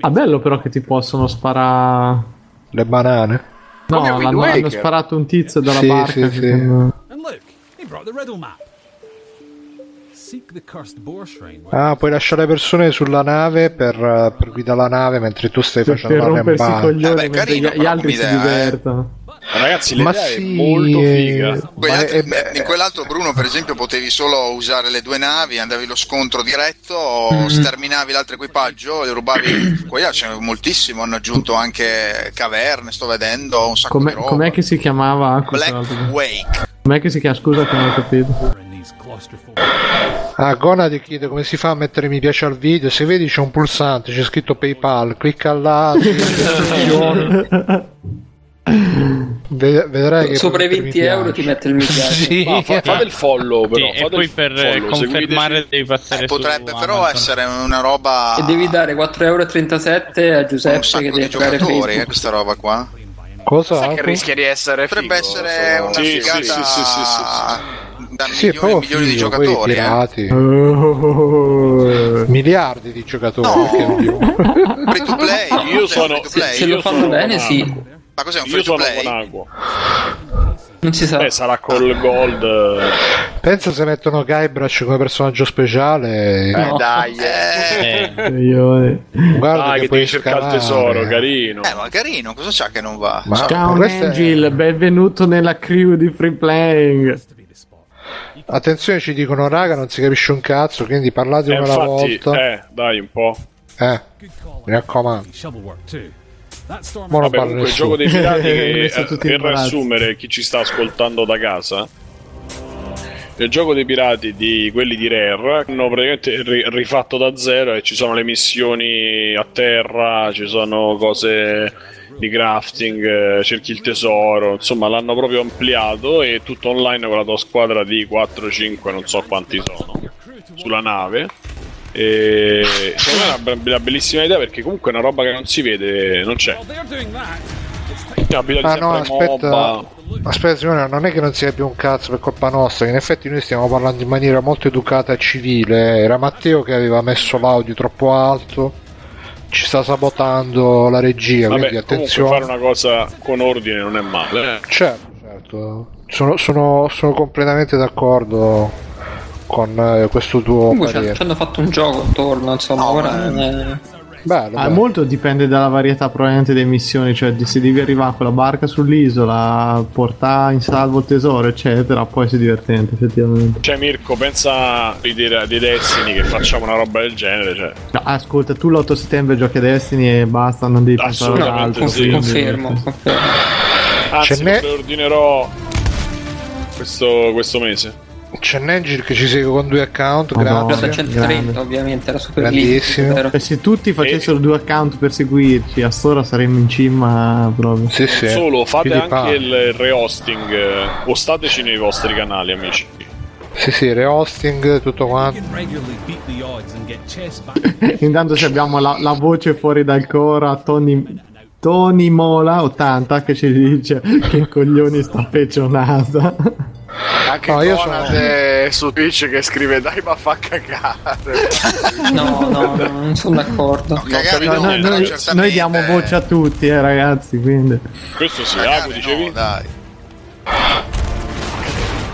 [SPEAKER 3] Ah, bello però che ti possono sparare.
[SPEAKER 2] Le banane.
[SPEAKER 16] Come
[SPEAKER 3] No,
[SPEAKER 16] Wind
[SPEAKER 3] l'hanno,
[SPEAKER 16] Waker.
[SPEAKER 3] hanno sparato un tizio dalla
[SPEAKER 2] Sì,
[SPEAKER 3] barca.
[SPEAKER 2] sì,
[SPEAKER 3] che
[SPEAKER 2] sì.
[SPEAKER 3] sembra-
[SPEAKER 15] And look, he brought the riddle map. Seek the cursed boar shrine.
[SPEAKER 2] Ah, puoi lasciare le persone sulla nave per, eh, per guidare la nave mentre tu stai
[SPEAKER 3] Per,
[SPEAKER 2] facendo la
[SPEAKER 3] rompersi i
[SPEAKER 2] rampante.
[SPEAKER 8] Eh
[SPEAKER 3] coglioni mentre gli, gli altri si divertono.
[SPEAKER 1] Ragazzi,
[SPEAKER 2] Ma
[SPEAKER 1] l'idea è
[SPEAKER 2] sì,
[SPEAKER 1] molto
[SPEAKER 2] eh,
[SPEAKER 1] figa.
[SPEAKER 2] ma è-
[SPEAKER 8] In quell'altro Bruno, per esempio, potevi solo usare le due navi, andavi lo scontro diretto,
[SPEAKER 6] Mhm.
[SPEAKER 8] sterminavi l'altro equipaggio e rubavi. Qua c'è moltissimo, hanno aggiunto anche caverne, sto vedendo, un sacco
[SPEAKER 3] Com'è,
[SPEAKER 8] di roba.
[SPEAKER 3] com'è che si chiamava? Cos'è l'altro?
[SPEAKER 8] Black Wake.
[SPEAKER 3] Com'è che si chiama? Scusa che non ho capito.
[SPEAKER 2] Ah, Gona ti chiede come si fa a mettere mi piace al video. Se vedi c'è un pulsante, c'è scritto PayPal, clicca là, ti- Ve- vedrai che
[SPEAKER 6] Sopra i
[SPEAKER 2] puoi
[SPEAKER 6] 20
[SPEAKER 2] mettere mi
[SPEAKER 6] euro ti mette il mi piace.
[SPEAKER 1] Ma fa- fate il follow però,
[SPEAKER 5] Sì, e
[SPEAKER 1] fate
[SPEAKER 5] poi
[SPEAKER 1] il
[SPEAKER 5] per eh,
[SPEAKER 1] follow,
[SPEAKER 5] confermare
[SPEAKER 1] seguiteci.
[SPEAKER 5] devi passare
[SPEAKER 8] Eh, potrebbe
[SPEAKER 5] su
[SPEAKER 8] però
[SPEAKER 5] Amazon.
[SPEAKER 8] essere una roba.
[SPEAKER 6] E devi dare 4,37 euro a
[SPEAKER 8] un
[SPEAKER 6] Giuseppe che
[SPEAKER 8] sacco di
[SPEAKER 6] deve giocare
[SPEAKER 8] giocatori, eh,
[SPEAKER 6] Facebook.
[SPEAKER 8] questa roba qua.
[SPEAKER 2] piace. Cosa?
[SPEAKER 16] Che rischia di essere
[SPEAKER 8] Potrebbe
[SPEAKER 16] figo,
[SPEAKER 8] essere
[SPEAKER 16] sono-
[SPEAKER 8] una
[SPEAKER 16] Sì,
[SPEAKER 8] figata
[SPEAKER 16] sì, sì, sì, sì,
[SPEAKER 8] da
[SPEAKER 2] Sì, è
[SPEAKER 8] milioni e
[SPEAKER 2] proprio
[SPEAKER 8] milioni di
[SPEAKER 2] figo, poi i
[SPEAKER 8] giocatori. eh.
[SPEAKER 2] pirati.
[SPEAKER 3] Oh.
[SPEAKER 2] Miliardi di giocatori. perché non più.
[SPEAKER 8] Free to play.
[SPEAKER 1] Io
[SPEAKER 8] Cos'è
[SPEAKER 1] sono-
[SPEAKER 8] free to play?
[SPEAKER 6] Se lo
[SPEAKER 1] Io
[SPEAKER 6] fanno
[SPEAKER 1] sono
[SPEAKER 6] bene,
[SPEAKER 1] Monaco.
[SPEAKER 6] sì.
[SPEAKER 8] Ma cos'è un
[SPEAKER 1] Io
[SPEAKER 8] free to
[SPEAKER 1] sono
[SPEAKER 8] play?
[SPEAKER 1] Monaco.
[SPEAKER 6] Non si sa.
[SPEAKER 1] Eh, sarà col gold. eh.
[SPEAKER 2] Pensa se mettono Guybrush come personaggio speciale.
[SPEAKER 16] Eh, dai,
[SPEAKER 1] Eh.
[SPEAKER 3] Coglione.
[SPEAKER 2] Guarda
[SPEAKER 1] Ah,
[SPEAKER 2] che,
[SPEAKER 1] che
[SPEAKER 2] puoi
[SPEAKER 1] devi cercare il
[SPEAKER 2] scavare.
[SPEAKER 1] tesoro, carino.
[SPEAKER 8] Eh, ma carino, cosa c'ha che non va?
[SPEAKER 2] Ma-
[SPEAKER 8] Cioè,
[SPEAKER 3] Ciao
[SPEAKER 2] Questo è-
[SPEAKER 3] Angel, benvenuto nella crew di Free Playing.
[SPEAKER 2] Attenzione, ci dicono raga, non si capisce un cazzo, quindi parlate
[SPEAKER 1] Eh,
[SPEAKER 2] una alla
[SPEAKER 1] infatti,
[SPEAKER 2] volta. Eh.
[SPEAKER 1] eh, dai un po'.
[SPEAKER 2] Mi raccomando.
[SPEAKER 15] Shovel work too. That storm
[SPEAKER 2] Mo non
[SPEAKER 1] Vabbè,
[SPEAKER 2] parlo
[SPEAKER 1] comunque il
[SPEAKER 2] nessuno.
[SPEAKER 1] gioco dei pirati
[SPEAKER 3] Ho
[SPEAKER 1] che,
[SPEAKER 3] messo
[SPEAKER 1] eh,
[SPEAKER 3] tutti
[SPEAKER 1] per
[SPEAKER 3] in imbarazzo.
[SPEAKER 1] riassumere chi ci sta ascoltando da casa il gioco dei pirati di quelli di Rare hanno praticamente ri- rifatto da zero e ci sono le missioni a terra, ci sono cose di crafting, eh, cerchi il tesoro, insomma l'hanno proprio ampliato e tutto online con la tua squadra di 4, 5, non so quanti sono sulla nave. E secondo me è una, be- una bellissima idea perché comunque è una roba che non si vede, non c'è.
[SPEAKER 15] They're doing that.
[SPEAKER 1] Abito di
[SPEAKER 2] Ah
[SPEAKER 1] sempre
[SPEAKER 2] no, aspetta,
[SPEAKER 1] MOBA.
[SPEAKER 2] aspetta Simone, non è che non sia più un cazzo per colpa nostra, che in effetti noi stiamo parlando in maniera molto educata e civile, era Matteo che aveva messo l'audio troppo alto, ci sta sabotando la regia, quindi
[SPEAKER 1] Vabbè, comunque
[SPEAKER 2] attenzione.
[SPEAKER 1] fare una cosa con ordine non è male. eh.
[SPEAKER 2] Certo, certo. Sono, sono- sono completamente d'accordo con eh, questo tuo
[SPEAKER 14] Comunque ci
[SPEAKER 2] parere.
[SPEAKER 14] hanno- ci hanno fatto un gioco attorno, insomma. ora non è-
[SPEAKER 2] Bello,
[SPEAKER 3] Ah, molto dipende dalla varietà probabilmente delle missioni, cioè di- se devi arrivare con la barca sull'isola, portare in salvo il tesoro, eccetera, può essere divertente effettivamente.
[SPEAKER 1] Cioè, Mirko, pensa di dire di Destiny che facciamo una roba del genere. Cioè.
[SPEAKER 3] No, ascolta, tu l'8 settembre giochi a Destiny e basta, non devi pensare ad
[SPEAKER 1] Assolutamente
[SPEAKER 3] altro.
[SPEAKER 1] sì.
[SPEAKER 3] quindi-
[SPEAKER 1] Confermo, Anzi,
[SPEAKER 2] n'è-
[SPEAKER 1] lo ordinerò questo, questo mese.
[SPEAKER 2] C'è Nengir che ci segue con due account,
[SPEAKER 3] Madonna,
[SPEAKER 2] grazie.
[SPEAKER 3] 130, grande.
[SPEAKER 14] ovviamente era super
[SPEAKER 2] Grandissimo.
[SPEAKER 3] Cioè, se tutti facessero due account per seguirci, a stasera saremmo in cima proprio.
[SPEAKER 2] Sì, eh.
[SPEAKER 1] Solo fate
[SPEAKER 2] Più di
[SPEAKER 1] anche
[SPEAKER 2] palle.
[SPEAKER 1] il rehosting eh, o stateci nei vostri canali, amici.
[SPEAKER 2] Sì, sì, rehosting, tutto quanto.
[SPEAKER 15] Regularly beat the odds and get chess back.
[SPEAKER 3] Intanto se abbiamo la, la voce fuori dal coro a Tony, Tony Mola 80 che ci dice che coglioni sta peggiorata.
[SPEAKER 4] Anche
[SPEAKER 3] No, io
[SPEAKER 4] Conad
[SPEAKER 3] sono-
[SPEAKER 4] è su Twitch che scrive dai ma fa cagare.
[SPEAKER 14] No, no, no, non sono d'accordo.
[SPEAKER 4] capito
[SPEAKER 3] No, no,
[SPEAKER 4] niente,
[SPEAKER 3] noi,
[SPEAKER 4] certamente.
[SPEAKER 3] noi diamo voce a tutti, eh, ragazzi. Quindi.
[SPEAKER 1] Questo sì, Agu dicevi?
[SPEAKER 8] dai.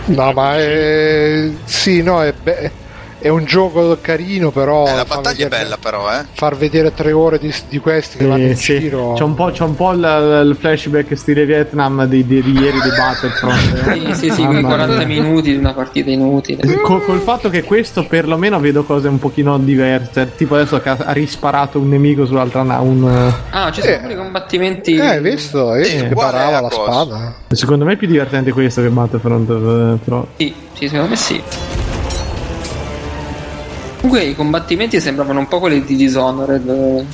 [SPEAKER 2] No, ma è... sì, no, è, be- è un gioco carino, però...
[SPEAKER 8] Eh, la
[SPEAKER 2] far
[SPEAKER 8] battaglia è
[SPEAKER 2] vedere-
[SPEAKER 8] bella, però, eh.
[SPEAKER 2] Far vedere tre ore di, di questi che vanno in giro...
[SPEAKER 3] C'è un po', c'è un po' il, il flashback stile Vietnam di, di- di ieri di Battlefront. eh.
[SPEAKER 14] Sì, sì, sì,
[SPEAKER 3] Mamma
[SPEAKER 14] quei
[SPEAKER 3] mia.
[SPEAKER 14] 40 minuti di una partita inutile.
[SPEAKER 3] Col, col fatto che questo perlomeno vedo cose un pochino diverse, tipo adesso che ha, ha risparato un nemico sull'altra nave. Un...
[SPEAKER 14] Ah, ci sono pure i combattimenti.
[SPEAKER 2] Eh, hai visto? Hai visto che parava la spada?
[SPEAKER 3] eh, Secondo me è più divertente questo che Battlefront. eh, Però.
[SPEAKER 14] Sì, sì, secondo me sì. Comunque i combattimenti sembravano un po' quelli di Dishonored.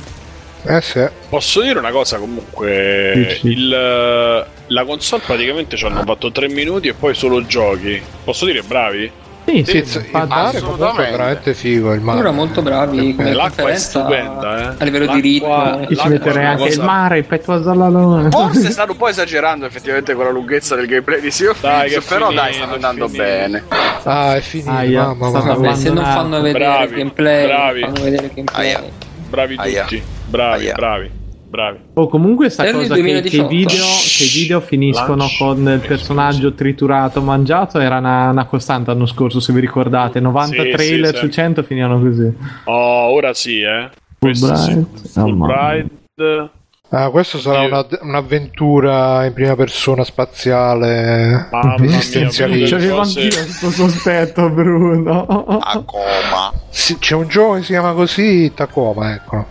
[SPEAKER 14] eh.
[SPEAKER 2] Eh sì.
[SPEAKER 1] Posso dire una cosa comunque,
[SPEAKER 14] Dici.
[SPEAKER 1] il, eh, la console praticamente ci hanno fatto 3 minuti e poi solo giochi. Posso dire bravi?
[SPEAKER 3] Sì,
[SPEAKER 2] sì, il mare comunque è veramente figo, il mare.
[SPEAKER 14] Loro molto bravi come
[SPEAKER 1] L'acqua è
[SPEAKER 14] conferenza
[SPEAKER 1] stupenda, Ah, eh.
[SPEAKER 14] a livello di ritmo.
[SPEAKER 3] Io ci metterei anche il mare, il Ah, petto a Zallalone.
[SPEAKER 4] Forse stanno un po' esagerando effettivamente con la lunghezza del gameplay di Sea of
[SPEAKER 1] Dai,
[SPEAKER 4] Thieves,
[SPEAKER 1] che è
[SPEAKER 4] però dai,
[SPEAKER 1] finito,
[SPEAKER 4] stanno andando
[SPEAKER 1] è finito.
[SPEAKER 4] bene.
[SPEAKER 2] Ah, è finito,
[SPEAKER 3] Aia, sta
[SPEAKER 2] mamma mia.
[SPEAKER 14] Vabbè, se non fanno vedere
[SPEAKER 1] Bravi,
[SPEAKER 14] il gameplay,
[SPEAKER 1] bravi.
[SPEAKER 14] fanno vedere il gameplay.
[SPEAKER 1] Aia. Bravi
[SPEAKER 14] Aia.
[SPEAKER 1] tutti, bravi, bravi, bravi.
[SPEAKER 3] O comunque sta
[SPEAKER 14] Early
[SPEAKER 3] cosa che, che i
[SPEAKER 14] 2018.
[SPEAKER 3] video, che i video finiscono
[SPEAKER 1] Lunch.
[SPEAKER 3] con il personaggio triturato, mangiato, era una, una costante l'anno scorso, se vi ricordate. 90
[SPEAKER 1] Sì, sì,
[SPEAKER 3] trailer
[SPEAKER 1] sì.
[SPEAKER 3] su 100 finivano così.
[SPEAKER 1] Oh, ora sì, eh. Questo sì.
[SPEAKER 3] Fulbright. Ah, mamma mia.
[SPEAKER 1] Fulbright.
[SPEAKER 2] Ah, questo sarà una- un'avventura in prima persona spaziale
[SPEAKER 1] Mamma mia,
[SPEAKER 3] Ci
[SPEAKER 2] esistenzialista.
[SPEAKER 3] avevo anch'io questo sospetto, Bruno.
[SPEAKER 8] Tacoma.
[SPEAKER 2] Sì, c'è un gioco che si chiama così Tacoma, ecco.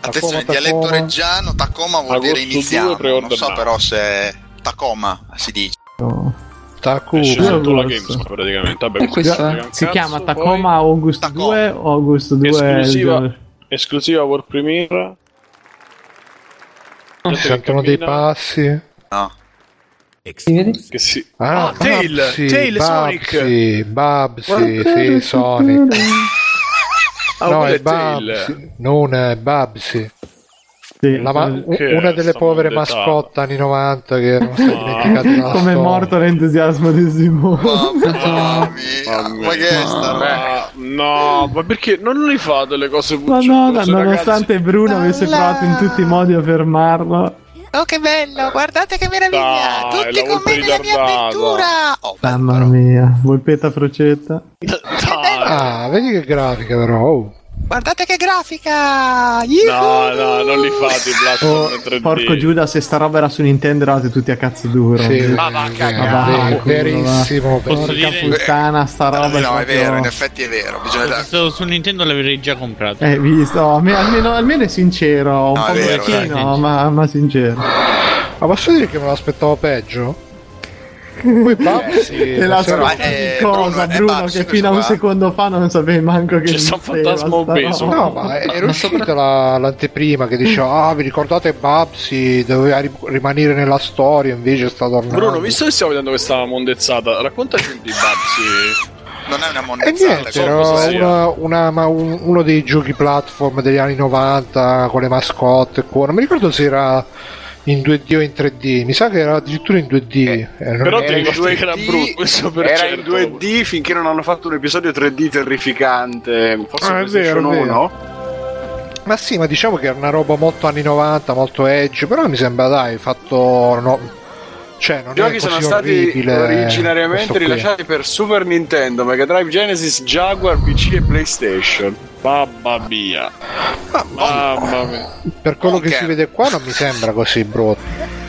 [SPEAKER 8] Attenzione, il
[SPEAKER 2] Tacoma,
[SPEAKER 8] dialetto
[SPEAKER 2] Tacoma.
[SPEAKER 8] reggiano, Tacoma vuol
[SPEAKER 2] Agosto
[SPEAKER 8] dire iniziano.
[SPEAKER 2] due, preorder
[SPEAKER 8] Non so
[SPEAKER 2] now.
[SPEAKER 8] però se Tacoma si dice.
[SPEAKER 1] Esce
[SPEAKER 2] Tacoma.
[SPEAKER 1] sotto la Gamescom praticamente. Vabbè, questo non frega un
[SPEAKER 3] Si
[SPEAKER 1] cazzo,
[SPEAKER 3] chiama
[SPEAKER 1] poi.
[SPEAKER 3] Tacoma August 2 o August 2 è il
[SPEAKER 1] Esclusiva,
[SPEAKER 3] gioco.
[SPEAKER 1] esclusiva World Premiere.
[SPEAKER 2] Si sentono dei passi.
[SPEAKER 8] No.
[SPEAKER 1] Che si...
[SPEAKER 2] Ah,
[SPEAKER 1] Ah, Tail,
[SPEAKER 2] Babsi,
[SPEAKER 1] Tail
[SPEAKER 2] Babsi,
[SPEAKER 1] Sonic.
[SPEAKER 2] Babsi, sì, Sonic.
[SPEAKER 1] Ah,
[SPEAKER 2] No, è Babsi, non è Babsi. La ma-
[SPEAKER 1] Che
[SPEAKER 2] una delle
[SPEAKER 1] sta
[SPEAKER 2] povere
[SPEAKER 1] mondetà.
[SPEAKER 2] mascotte anni 90 che
[SPEAKER 1] Ah.
[SPEAKER 2] erano state dimenticate dalla
[SPEAKER 3] Come è
[SPEAKER 2] storia.
[SPEAKER 3] morto l'entusiasmo di Simone.
[SPEAKER 1] Ma che è sta roba? No, ma perché non li fate le cose
[SPEAKER 3] Ma
[SPEAKER 1] bucciose?
[SPEAKER 3] no, no,
[SPEAKER 1] ragazzi?
[SPEAKER 3] nonostante Bruno avesse provato in tutti i modi a fermarlo.
[SPEAKER 17] Oh, che bello! Guardate che meraviglia!
[SPEAKER 1] Eh. Dai,
[SPEAKER 17] Tutti
[SPEAKER 1] la
[SPEAKER 17] con me
[SPEAKER 1] volpe
[SPEAKER 17] nella mia
[SPEAKER 1] ritardata.
[SPEAKER 17] avventura! Oh,
[SPEAKER 3] Mamma mia, volpetta frocetta.
[SPEAKER 2] Ah, vedi che grafica però. oh.
[SPEAKER 17] guardate che grafica!
[SPEAKER 1] Ah, No, no, non li fate i
[SPEAKER 3] Oh,
[SPEAKER 1] platform 3D.
[SPEAKER 3] porco Giuda, se sta roba era su Nintendo eravate tutti a cazzo duro.
[SPEAKER 2] Sì,
[SPEAKER 3] Ma
[SPEAKER 2] Ma va a cagare.
[SPEAKER 3] va,
[SPEAKER 2] Ver-
[SPEAKER 3] culo,
[SPEAKER 2] verissimo,
[SPEAKER 3] va. Porca
[SPEAKER 5] verissimo.
[SPEAKER 3] puttana, sta roba.
[SPEAKER 8] No, è
[SPEAKER 3] proprio-
[SPEAKER 8] vero, in effetti è vero. Bisogna dare...
[SPEAKER 5] Su, su Nintendo l'avrei già comprato.
[SPEAKER 3] Eh, visto, almeno, almeno, almeno è sincero, un
[SPEAKER 5] No, è
[SPEAKER 3] po'
[SPEAKER 5] vero,
[SPEAKER 3] vecchino,
[SPEAKER 5] dai.
[SPEAKER 3] ma, ma sincero.
[SPEAKER 2] Ma posso dire che me l'aspettavo peggio? Poi Babsi...
[SPEAKER 3] Te la
[SPEAKER 2] però-
[SPEAKER 3] aspettavi
[SPEAKER 2] eh,
[SPEAKER 3] cosa, Bruno, che fino a un secondo fa non sapevi manco che
[SPEAKER 2] C'è
[SPEAKER 3] esisteva
[SPEAKER 1] fantasma
[SPEAKER 3] sta
[SPEAKER 1] obeso.
[SPEAKER 3] roba.
[SPEAKER 2] No, ma è- era uscita la- l'anteprima che diceva Ah, vi ricordate Babsi? Doveva ri- rimanere nella storia, invece sta tornando.
[SPEAKER 1] Bruno, visto che stiamo vedendo questa mondezzata, raccontaci un di Babsi.
[SPEAKER 8] Non è una
[SPEAKER 2] E
[SPEAKER 1] Esatto,
[SPEAKER 2] niente, era una- una- ma un- uno dei giochi platform degli anni 90 con le mascotte. e qua. Non mi ricordo se era in 2D o in 3D. Mi sa che era addirittura in 2D. Eh, non-
[SPEAKER 1] però ti
[SPEAKER 2] eh,
[SPEAKER 1] ricordi che era brutto questo per
[SPEAKER 4] era
[SPEAKER 1] certo.
[SPEAKER 4] in 2D finché non hanno fatto un episodio 3D terrificante. Forse
[SPEAKER 2] Ah, è vero,
[SPEAKER 4] PlayStation
[SPEAKER 2] è vero.
[SPEAKER 4] 1?
[SPEAKER 2] Ma sì, ma diciamo che era una roba molto anni 90, molto edge, però mi sembra dai, fatto... no- cioè, non
[SPEAKER 4] I giochi
[SPEAKER 2] è
[SPEAKER 4] sono
[SPEAKER 2] così
[SPEAKER 4] stati
[SPEAKER 2] orribile questo
[SPEAKER 4] originariamente
[SPEAKER 2] qui.
[SPEAKER 4] rilasciati per Super Nintendo, Mega Drive Genesis, Jaguar, PC e PlayStation.
[SPEAKER 1] Mamma mia. Mamma mia.
[SPEAKER 2] Per quello che si vede qua non mi sembra così brutto.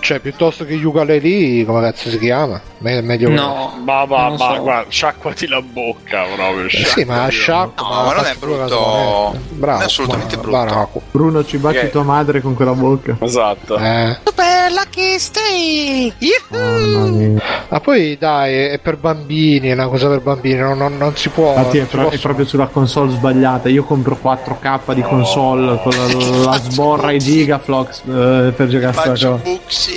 [SPEAKER 2] Cioè, piuttosto che Yugale lì, come cazzo si chiama? Me- meglio
[SPEAKER 1] ma va,
[SPEAKER 2] Non lo
[SPEAKER 1] ma
[SPEAKER 2] so.
[SPEAKER 1] guarda, sciacquati la bocca proprio.
[SPEAKER 2] Eh sì, ma Shark
[SPEAKER 1] No,
[SPEAKER 2] ma
[SPEAKER 1] ma non è
[SPEAKER 2] faccio quello che
[SPEAKER 1] brutto.
[SPEAKER 2] sono, eh. Bravo,
[SPEAKER 1] Non è assolutamente
[SPEAKER 2] ma-
[SPEAKER 1] brutto.
[SPEAKER 2] Baraku.
[SPEAKER 3] Bruno ci baci
[SPEAKER 2] Ok.
[SPEAKER 3] tua madre con quella bocca.
[SPEAKER 4] Esatto.
[SPEAKER 2] Eh.
[SPEAKER 17] Super Lucky Stay!
[SPEAKER 2] Ma poi dai, è per bambini, è una cosa per bambini, non, non- non si può.
[SPEAKER 3] Infatti è,
[SPEAKER 2] non si
[SPEAKER 3] pro- è
[SPEAKER 2] possono-
[SPEAKER 3] proprio sulla console sbagliata. Io compro 4K di console con la, la sborra e Gigaflox eh, per giocare a sta cosa.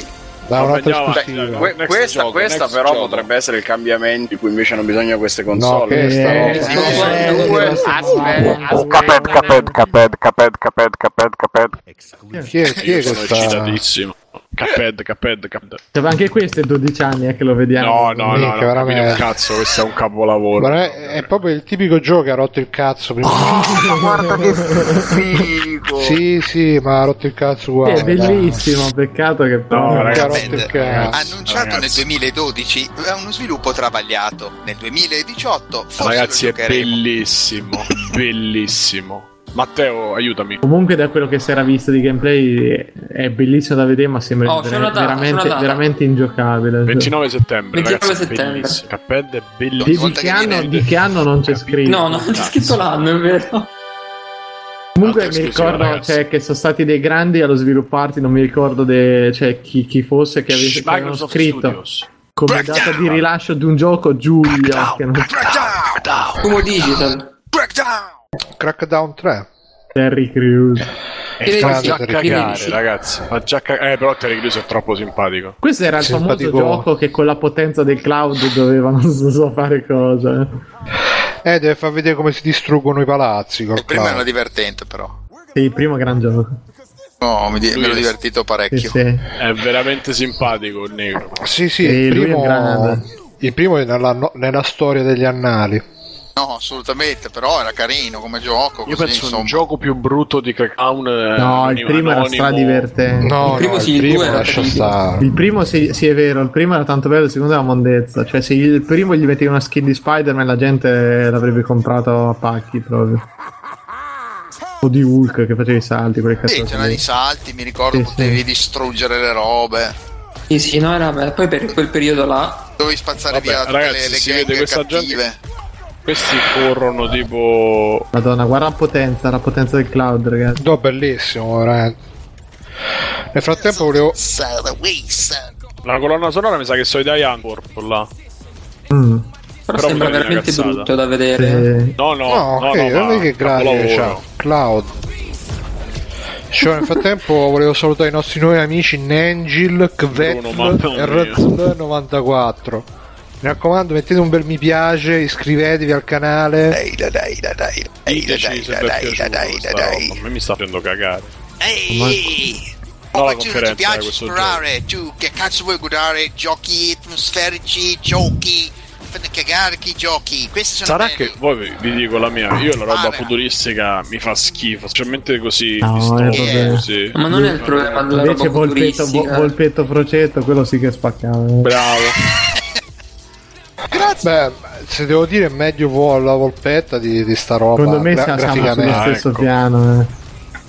[SPEAKER 3] Da
[SPEAKER 4] Vabbè,
[SPEAKER 3] un'altra
[SPEAKER 4] andiamo avanti,
[SPEAKER 1] eh,
[SPEAKER 3] esclusiva.
[SPEAKER 4] que-
[SPEAKER 3] Next
[SPEAKER 4] questa
[SPEAKER 3] gioco,
[SPEAKER 4] questa
[SPEAKER 3] next
[SPEAKER 4] però
[SPEAKER 3] gioco.
[SPEAKER 4] potrebbe essere il cambiamento di cui invece hanno bisogno queste
[SPEAKER 2] No,
[SPEAKER 4] console.
[SPEAKER 2] che sta roba.
[SPEAKER 3] Cioè,
[SPEAKER 2] Chi è, chi è
[SPEAKER 1] Sono
[SPEAKER 2] questa?
[SPEAKER 1] eccitatissimo. Caped, caped, caped.
[SPEAKER 3] Cioè, ma anche questo è 12 anni eh, che lo vediamo.
[SPEAKER 1] No, no, no,
[SPEAKER 2] Minchia,
[SPEAKER 1] no, capito un
[SPEAKER 2] veramente.
[SPEAKER 1] cazzo, questo è un capolavoro.
[SPEAKER 2] Guarda, è, è proprio il tipico gioco che ha rotto il cazzo prima.
[SPEAKER 3] Ah. guarda che
[SPEAKER 2] figo! sì, sì, ma ha rotto il cazzo uguale.
[SPEAKER 3] È bellissimo, peccato che
[SPEAKER 2] No,
[SPEAKER 3] poi-
[SPEAKER 2] ragazzi, ha rotto il cazzo.
[SPEAKER 8] Annunciato nel 2012 è uno sviluppo travagliato. Nel 2018 forse
[SPEAKER 1] Ragazzi,
[SPEAKER 8] lo
[SPEAKER 1] è
[SPEAKER 8] giocheremo.
[SPEAKER 1] bellissimo, bellissimo. Matteo, aiutami.
[SPEAKER 3] Comunque da quello che si era visto di gameplay è bellissimo da vedere, ma sembra
[SPEAKER 1] Oh, c'è una data, c'è
[SPEAKER 3] veramente,
[SPEAKER 1] una data.
[SPEAKER 3] veramente ingiocabile.
[SPEAKER 1] 29 settembre,
[SPEAKER 3] 29
[SPEAKER 1] ragazzi,
[SPEAKER 3] settembre.
[SPEAKER 1] bellissimo. Caped è
[SPEAKER 3] Di, di
[SPEAKER 1] bellissimo.
[SPEAKER 3] che anno, di che anno non c'è scritto?
[SPEAKER 1] No, no, c'è scritto
[SPEAKER 3] l'anno, è vero. Comunque mi
[SPEAKER 1] Altra esclusiva,
[SPEAKER 3] ricordo
[SPEAKER 1] ragazzi.
[SPEAKER 3] cioè, che sono stati dei grandi allo svilupparti, non mi ricordo de- cioè, chi, chi fosse che aveva che avevano
[SPEAKER 1] Microsoft
[SPEAKER 3] scritto
[SPEAKER 1] Studios.
[SPEAKER 3] come data di rilascio di un gioco Giulia. Che non...
[SPEAKER 14] Sumo Digital.
[SPEAKER 2] Crackdown 3.
[SPEAKER 3] Terry Crews.
[SPEAKER 1] Eh, fa già
[SPEAKER 2] Terry
[SPEAKER 1] cagare,
[SPEAKER 2] Crews.
[SPEAKER 1] ragazzi. Fa già cagare. Eh, però Terry Crews è troppo simpatico.
[SPEAKER 3] Questo era il famoso gioco che con la potenza del cloud dovevano non so fare cosa.
[SPEAKER 2] Eh, deve far vedere come si distruggono i palazzi. Col
[SPEAKER 8] Prima
[SPEAKER 2] cloud.
[SPEAKER 8] era divertente, però.
[SPEAKER 3] Sì, il primo gran gioco.
[SPEAKER 8] No, mi di- me l'ho divertito parecchio.
[SPEAKER 3] Sì, sì.
[SPEAKER 1] È veramente simpatico il negro.
[SPEAKER 2] Sì, sì,
[SPEAKER 3] Eh,
[SPEAKER 2] il
[SPEAKER 3] lui è
[SPEAKER 2] primo,
[SPEAKER 3] grande.
[SPEAKER 2] il primo è nella, no- nella storia degli annali.
[SPEAKER 8] No, assolutamente, però era carino come gioco.
[SPEAKER 1] Io
[SPEAKER 8] così,
[SPEAKER 1] penso
[SPEAKER 8] insomma.
[SPEAKER 1] un gioco più brutto di Crackdown.
[SPEAKER 3] No, il primo era stradivertente.
[SPEAKER 2] No, Il primo no, il sì, il primo due era lascia terribile. stare.
[SPEAKER 3] Il primo sì, sì, è vero, il primo era tanto bello, il secondo era una mondezza. Cioè, se il primo gli mettevi una skin di Spider-Man, la gente l'avrebbe comprato a pacchi proprio. O di Hulk che faceva i salti, quelle
[SPEAKER 8] Sì,
[SPEAKER 3] cazzate.
[SPEAKER 8] c'erano
[SPEAKER 3] lì.
[SPEAKER 8] i salti, mi ricordo,
[SPEAKER 3] Sì,
[SPEAKER 8] potevi
[SPEAKER 3] sì.
[SPEAKER 8] distruggere le robe.
[SPEAKER 14] Sì, sì, no, era bello. Poi per quel periodo là.
[SPEAKER 8] Dovevi spazzare via tutte
[SPEAKER 1] ragazzi,
[SPEAKER 8] le, le
[SPEAKER 1] si vede
[SPEAKER 8] gang
[SPEAKER 1] questa
[SPEAKER 8] cattive.
[SPEAKER 1] Questi corrono tipo.
[SPEAKER 3] Madonna, guarda la potenza, la potenza del cloud, ragazzi.
[SPEAKER 2] No, bellissimo, veramente. Nel frattempo volevo.
[SPEAKER 1] La colonna sonora mi sa che so i Diane Corp là.
[SPEAKER 3] Mm.
[SPEAKER 1] Però
[SPEAKER 14] sembra
[SPEAKER 1] mi sa che è una
[SPEAKER 14] veramente
[SPEAKER 1] cazzata.
[SPEAKER 14] brutto da vedere.
[SPEAKER 2] Sì.
[SPEAKER 1] No, no,
[SPEAKER 2] No,
[SPEAKER 1] no,
[SPEAKER 2] ok,
[SPEAKER 1] no,
[SPEAKER 2] guarda
[SPEAKER 1] ma
[SPEAKER 2] che grazie.
[SPEAKER 1] capolavoro.
[SPEAKER 2] Ciao, Cloud. Cioè, nel frattempo volevo salutare i nostri nuovi amici Nangil, Kvet
[SPEAKER 1] Bruno, mamma mia.
[SPEAKER 2] e Razl94. Mi raccomando, mettete un bel mi piace, iscrivetevi al canale.
[SPEAKER 1] Ehi, dai, dai, dai, dai, dai, dai. A me mi sta facendo cagare. Ehi! No, la
[SPEAKER 8] Giù, ti
[SPEAKER 1] conferenza era
[SPEAKER 8] piace
[SPEAKER 1] questo gioco.
[SPEAKER 8] esplorare, giù, che cazzo vuoi guardare? Giochi atmosferici, giochi, fanno cagare chi giochi. Questi sono
[SPEAKER 1] Sarà
[SPEAKER 8] belli.
[SPEAKER 1] che voi vi- vi dico la mia, io la roba futuristica mi fa schifo, specialmente così
[SPEAKER 3] No,
[SPEAKER 2] eh,
[SPEAKER 3] è
[SPEAKER 1] distopico,
[SPEAKER 3] proprio-
[SPEAKER 1] così. Eh,
[SPEAKER 14] Ma non è il problema della
[SPEAKER 3] Invece
[SPEAKER 14] roba
[SPEAKER 3] Volpetto, Vo-
[SPEAKER 14] futuristica.
[SPEAKER 3] Volpetto Frocetto, quello sì che spaccava.
[SPEAKER 1] Bravo.
[SPEAKER 2] Beh, se devo dire, è meglio vo- la volpetta di, di sta roba.
[SPEAKER 3] Secondo me
[SPEAKER 2] gra-
[SPEAKER 3] siamo siamo sullo
[SPEAKER 2] graficamente. ecco.
[SPEAKER 3] stesso piano. eh.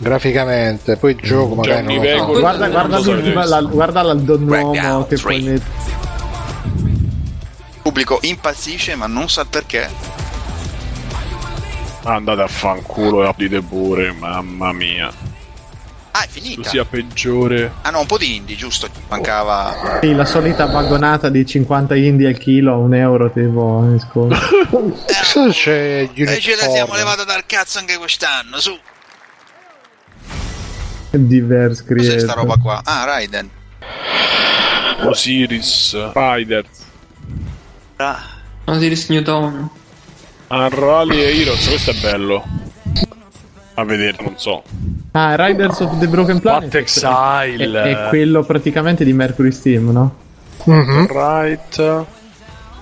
[SPEAKER 2] Graficamente, poi il gioco magari Mm, Cioè, non lo so.
[SPEAKER 3] Guarda, guarda, guarda, la- guarda l'aldonomo che poi mette.
[SPEAKER 8] Il pubblico impazzisce, ma non sa il perché.
[SPEAKER 1] Andate a fanculo e aprite pure, mamma mia.
[SPEAKER 8] Ah, è finita.
[SPEAKER 1] Così a peggiore.
[SPEAKER 8] Ah no, un po' di indie, giusto? Mancava.
[SPEAKER 3] Sì, la solita vagonata di 50 indie al chilo a un euro tipo in sconto.
[SPEAKER 2] Cosa c'è
[SPEAKER 8] E ce la Eh, siamo levata dal cazzo anche quest'anno, su.
[SPEAKER 3] Diverse
[SPEAKER 8] Cos'è
[SPEAKER 3] creator.
[SPEAKER 8] sta roba qua? Ah, Raiden.
[SPEAKER 1] Osiris, Spider,
[SPEAKER 8] Ah.
[SPEAKER 14] Osiris New Dawn.
[SPEAKER 1] Unrally e Heroes, questo è bello. A vedere, non so.
[SPEAKER 3] Ah, Riders of the Broken Planet.
[SPEAKER 1] Exile.
[SPEAKER 3] È, è quello praticamente di Mercury Steam, no?
[SPEAKER 1] Right.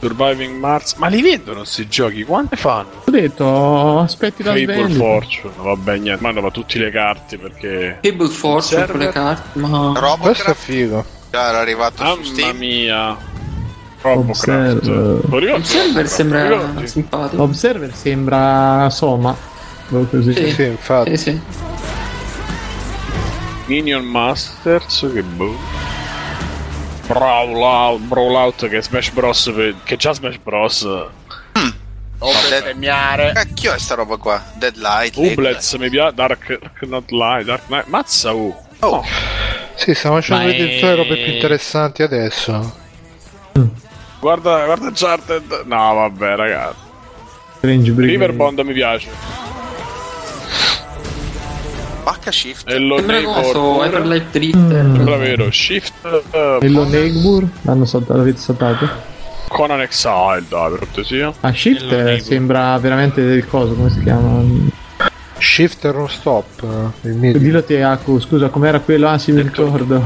[SPEAKER 1] Surviving Mars. Ma li vendono questi giochi? Quante fanno?
[SPEAKER 3] Ho detto, aspetti la
[SPEAKER 1] Fable
[SPEAKER 3] sveglia.
[SPEAKER 1] Fortune. Vabbè, niente. Mandano ma tutte le carte perché.
[SPEAKER 6] Cable Force con le carte. Ma...
[SPEAKER 1] Questo è figo.
[SPEAKER 8] Già Cioè, era arrivato
[SPEAKER 1] Mamma
[SPEAKER 8] su Steam.
[SPEAKER 1] mia. Robocraft.
[SPEAKER 3] Observer.
[SPEAKER 1] Lo ricordi?
[SPEAKER 6] Observer
[SPEAKER 1] Robocraft? Lo
[SPEAKER 6] sembra
[SPEAKER 1] ricordi?
[SPEAKER 6] simpatico.
[SPEAKER 3] Observer sembra Soma. Proprio Così.
[SPEAKER 6] Sì. Sì, Sì,
[SPEAKER 3] infatti.
[SPEAKER 6] sì.
[SPEAKER 1] Minion Masters. Che boh. Brawlout, Brawlout che è Smash Bros. per- Che già Smash Bros.
[SPEAKER 8] Oh, premiare. Cacchio è sta roba qua? Deadlight.
[SPEAKER 1] Ublets mi piace. Dark Dark Not Lie. Dark Knight. Mazza U. Oh.
[SPEAKER 2] Sì, stiamo facendo
[SPEAKER 1] Ma
[SPEAKER 2] vedere
[SPEAKER 1] è-
[SPEAKER 2] tutte le robe più interessanti adesso.
[SPEAKER 1] Guarda, guarda Uncharted. No, vabbè, ragazzi.
[SPEAKER 3] Strange Brigade.
[SPEAKER 1] Riverbond mi piace.
[SPEAKER 8] Bacca shift.
[SPEAKER 1] E lo
[SPEAKER 6] Sembra coso, Everlight Drift.
[SPEAKER 3] Mm.
[SPEAKER 1] Sembra vero. Shift. eh,
[SPEAKER 3] E lo Negbur? L'hanno salta- l'avete saltato?
[SPEAKER 1] Conan Exile, dai, per cortesia.
[SPEAKER 3] Ah, Shift eh, sembra veramente il coso, come si chiama?
[SPEAKER 2] Shift e non stop. eh, il mio-
[SPEAKER 3] Dillo te, Aku, scusa, com'era quello? Ah, sì, mi ricordo.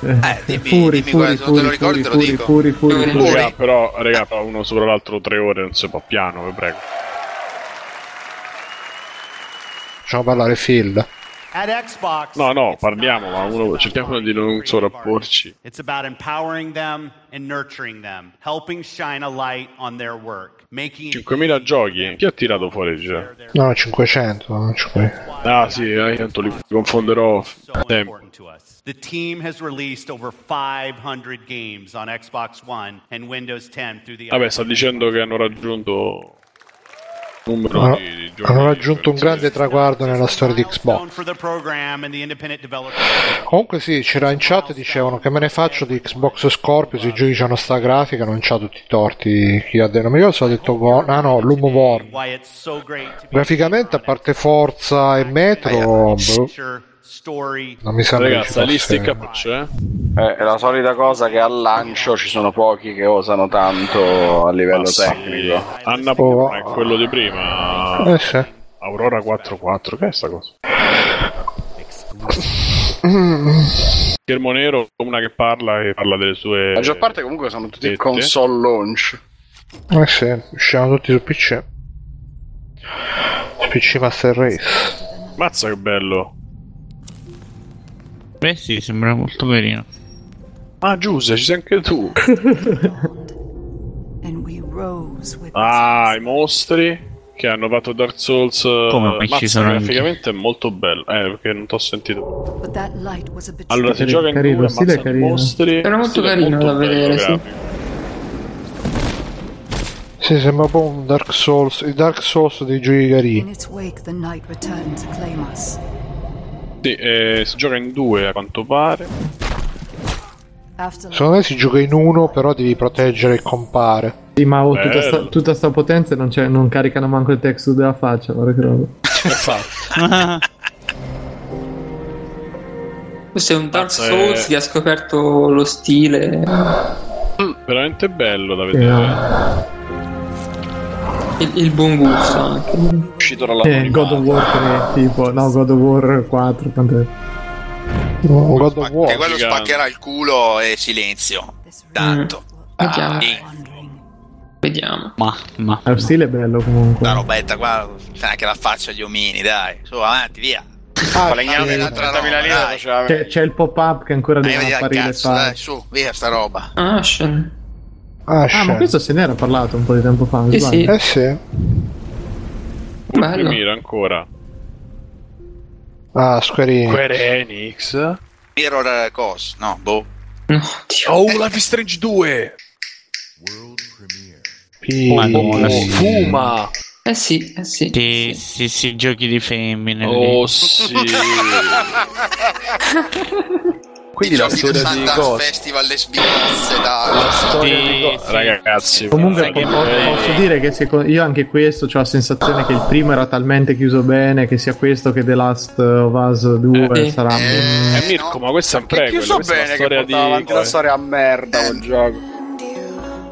[SPEAKER 8] Eh,
[SPEAKER 3] Furi, Furi, Furi, Furi, Furi, Furi, Furi, Furi.
[SPEAKER 1] Raga, però, raga, però uno sopra l'altro tre ore non si può piano, vi prego.
[SPEAKER 2] Facciamo parlare Phil.
[SPEAKER 11] At e- Xbox,
[SPEAKER 1] No, no, parliamo, ma uno, cerchiamo di non sovrapporci.
[SPEAKER 11] it's about empowering them and nurturing them, helping shine a light on their work, making it
[SPEAKER 1] 5.000 giochi, chi ha tirato fuori già?
[SPEAKER 2] No, 500. non cinque-
[SPEAKER 1] Ah sì, eh, tanto li confonderò sempre.
[SPEAKER 11] to us. The team has released over 500 games on Xbox One and Windows 10 through the
[SPEAKER 1] Vabbè, sta dicendo che hanno raggiunto un numero
[SPEAKER 2] Hanno,
[SPEAKER 1] di di
[SPEAKER 2] hanno
[SPEAKER 1] giochi.
[SPEAKER 2] raggiunto un grande traguardo nella storia di Xbox.
[SPEAKER 11] for the program and the independent developer.
[SPEAKER 2] Comunque sì, c'era in chat dicevano che me ne faccio di Xbox Scorpio, se i giochi hanno sta grafica non c'ha tutti i torti chi ha detto. Ma io so ho detto Go- ah no, Lumoborn.
[SPEAKER 11] Why it's so great to
[SPEAKER 2] Graficamente a parte Forza e Metro, boh,
[SPEAKER 11] feature story.
[SPEAKER 2] non mi sembra
[SPEAKER 1] Raga,
[SPEAKER 2] che ci
[SPEAKER 1] sta lì
[SPEAKER 2] fosse-
[SPEAKER 1] stick approach, eh?
[SPEAKER 4] Eh, è la solida cosa che al lancio ci sono pochi che osano tanto a livello
[SPEAKER 1] Ma sì.
[SPEAKER 4] tecnico.
[SPEAKER 1] Anna è quello di prima.
[SPEAKER 2] Oh. Eh, sì.
[SPEAKER 1] ah, Aurora 44, che è sta cosa?
[SPEAKER 2] Mm.
[SPEAKER 1] Schermo nero, una che parla e parla delle sue...
[SPEAKER 4] La maggior parte comunque sono tutti
[SPEAKER 1] Dette.
[SPEAKER 4] console launch.
[SPEAKER 2] Eh sì, usciamo tutti su PC. Su PC Master Race.
[SPEAKER 1] Mazza che bello.
[SPEAKER 5] Beh, Eh, sì, sembra molto carino.
[SPEAKER 1] Ah, Giuse, ci sei anche tu.
[SPEAKER 18] And we rose with
[SPEAKER 1] Ah, i mostri che hanno fatto Dark Souls.
[SPEAKER 5] Come
[SPEAKER 1] eh,
[SPEAKER 5] ci
[SPEAKER 1] mazza,
[SPEAKER 5] sono anche?
[SPEAKER 1] graficamente è molto bello. Eh, perché non t'ho sentito.
[SPEAKER 18] but that light was a bit
[SPEAKER 1] Allora, si
[SPEAKER 3] Carino,
[SPEAKER 1] gioca in
[SPEAKER 3] carino,
[SPEAKER 1] due,
[SPEAKER 3] stile
[SPEAKER 1] ammazzano
[SPEAKER 3] carino.
[SPEAKER 1] mostri.
[SPEAKER 6] Era molto
[SPEAKER 1] stile
[SPEAKER 6] carino da
[SPEAKER 1] bello
[SPEAKER 6] vedere, sì.
[SPEAKER 1] grafico.
[SPEAKER 2] Sì, sembra un po' un Dark Souls, il Dark Souls dei giochi
[SPEAKER 18] in
[SPEAKER 2] carini.
[SPEAKER 18] its wake the night returned to claim us.
[SPEAKER 1] Sì, eh, si gioca in due a quanto pare.
[SPEAKER 18] After
[SPEAKER 2] Secondo me si gioca in uno, però devi proteggere il compare.
[SPEAKER 3] Sì, ma ho tutta sta,
[SPEAKER 1] Bello.
[SPEAKER 3] tutta sta potenza e non, c'è- non caricano manco il texture della faccia, guarda che roba.
[SPEAKER 6] Questo è un Dark
[SPEAKER 1] Mazza,
[SPEAKER 6] Souls
[SPEAKER 1] eh.
[SPEAKER 6] che ha scoperto lo stile.
[SPEAKER 1] Veramente bello da vedere.
[SPEAKER 6] Il, eh. il buon gusto anche.
[SPEAKER 4] È uscito dalla
[SPEAKER 3] Eh, God of War 3, tipo, no, God of War 4, quant'è?
[SPEAKER 2] Oh, God of
[SPEAKER 8] Che
[SPEAKER 2] War.
[SPEAKER 8] quello
[SPEAKER 1] gigante.
[SPEAKER 8] spaccherà il culo e silenzio. Tanto.
[SPEAKER 6] Vediamo.
[SPEAKER 8] Sì,
[SPEAKER 6] Vediamo.
[SPEAKER 5] Ma, ma.
[SPEAKER 3] Lo stile è bello
[SPEAKER 8] La
[SPEAKER 3] comunque.
[SPEAKER 8] robetta qua, c'è anche la faccia agli omini, dai. Su, avanti, via.
[SPEAKER 2] Ah,
[SPEAKER 4] Guadagnava
[SPEAKER 2] sì.
[SPEAKER 4] 30.000 lire
[SPEAKER 8] roba, dai.
[SPEAKER 4] faceva
[SPEAKER 3] C'è, c'è il pop-up che ancora
[SPEAKER 8] Dai,
[SPEAKER 3] deve
[SPEAKER 8] vedi al
[SPEAKER 3] apparire.
[SPEAKER 8] cazzo, dai,
[SPEAKER 3] fare.
[SPEAKER 8] su, via sta roba.
[SPEAKER 6] Ashen.
[SPEAKER 2] Ah,
[SPEAKER 3] Ah, ma
[SPEAKER 2] scemo.
[SPEAKER 3] questo se ne era parlato un po' di tempo fa. mi
[SPEAKER 6] Sì,
[SPEAKER 3] sbaglio.
[SPEAKER 6] sì.
[SPEAKER 2] Eh sì.
[SPEAKER 6] Bello.
[SPEAKER 1] Mira ancora.
[SPEAKER 2] Ah, Square Enix.
[SPEAKER 1] Square Enix.
[SPEAKER 8] Mirror Cos, no, boh.
[SPEAKER 6] No, Dio.
[SPEAKER 1] Oh, Life is Strange 2.
[SPEAKER 2] Pi-
[SPEAKER 5] Madonna,
[SPEAKER 1] Oh,
[SPEAKER 5] sì.
[SPEAKER 1] fuma.
[SPEAKER 6] Eh sì, eh sì.
[SPEAKER 5] Sì, sì, sì, giochi di femmine.
[SPEAKER 1] Oh, sì. Quindi la
[SPEAKER 8] Giochi del
[SPEAKER 1] storia di
[SPEAKER 8] Sundance
[SPEAKER 1] cosa?
[SPEAKER 8] Festival le sbirrazze, dai.
[SPEAKER 5] Sì, sì.
[SPEAKER 1] Ragazzi,
[SPEAKER 3] Comunque
[SPEAKER 5] Sai che
[SPEAKER 3] po-
[SPEAKER 5] poi-
[SPEAKER 3] posso dire che secondo, io anche questo ho la sensazione che il primo era talmente chiuso bene che sia questo che The Last of Us 2
[SPEAKER 6] Eh, sì.
[SPEAKER 3] sarà...
[SPEAKER 8] Eh,
[SPEAKER 1] Eh, Mirko,
[SPEAKER 8] no.
[SPEAKER 1] ma questo è un
[SPEAKER 4] Che
[SPEAKER 1] prequel.
[SPEAKER 4] chiuso
[SPEAKER 1] Questa è
[SPEAKER 4] bene
[SPEAKER 1] la
[SPEAKER 4] che
[SPEAKER 1] storia
[SPEAKER 4] portava
[SPEAKER 1] di
[SPEAKER 4] avanti la storia a merda quel gioco.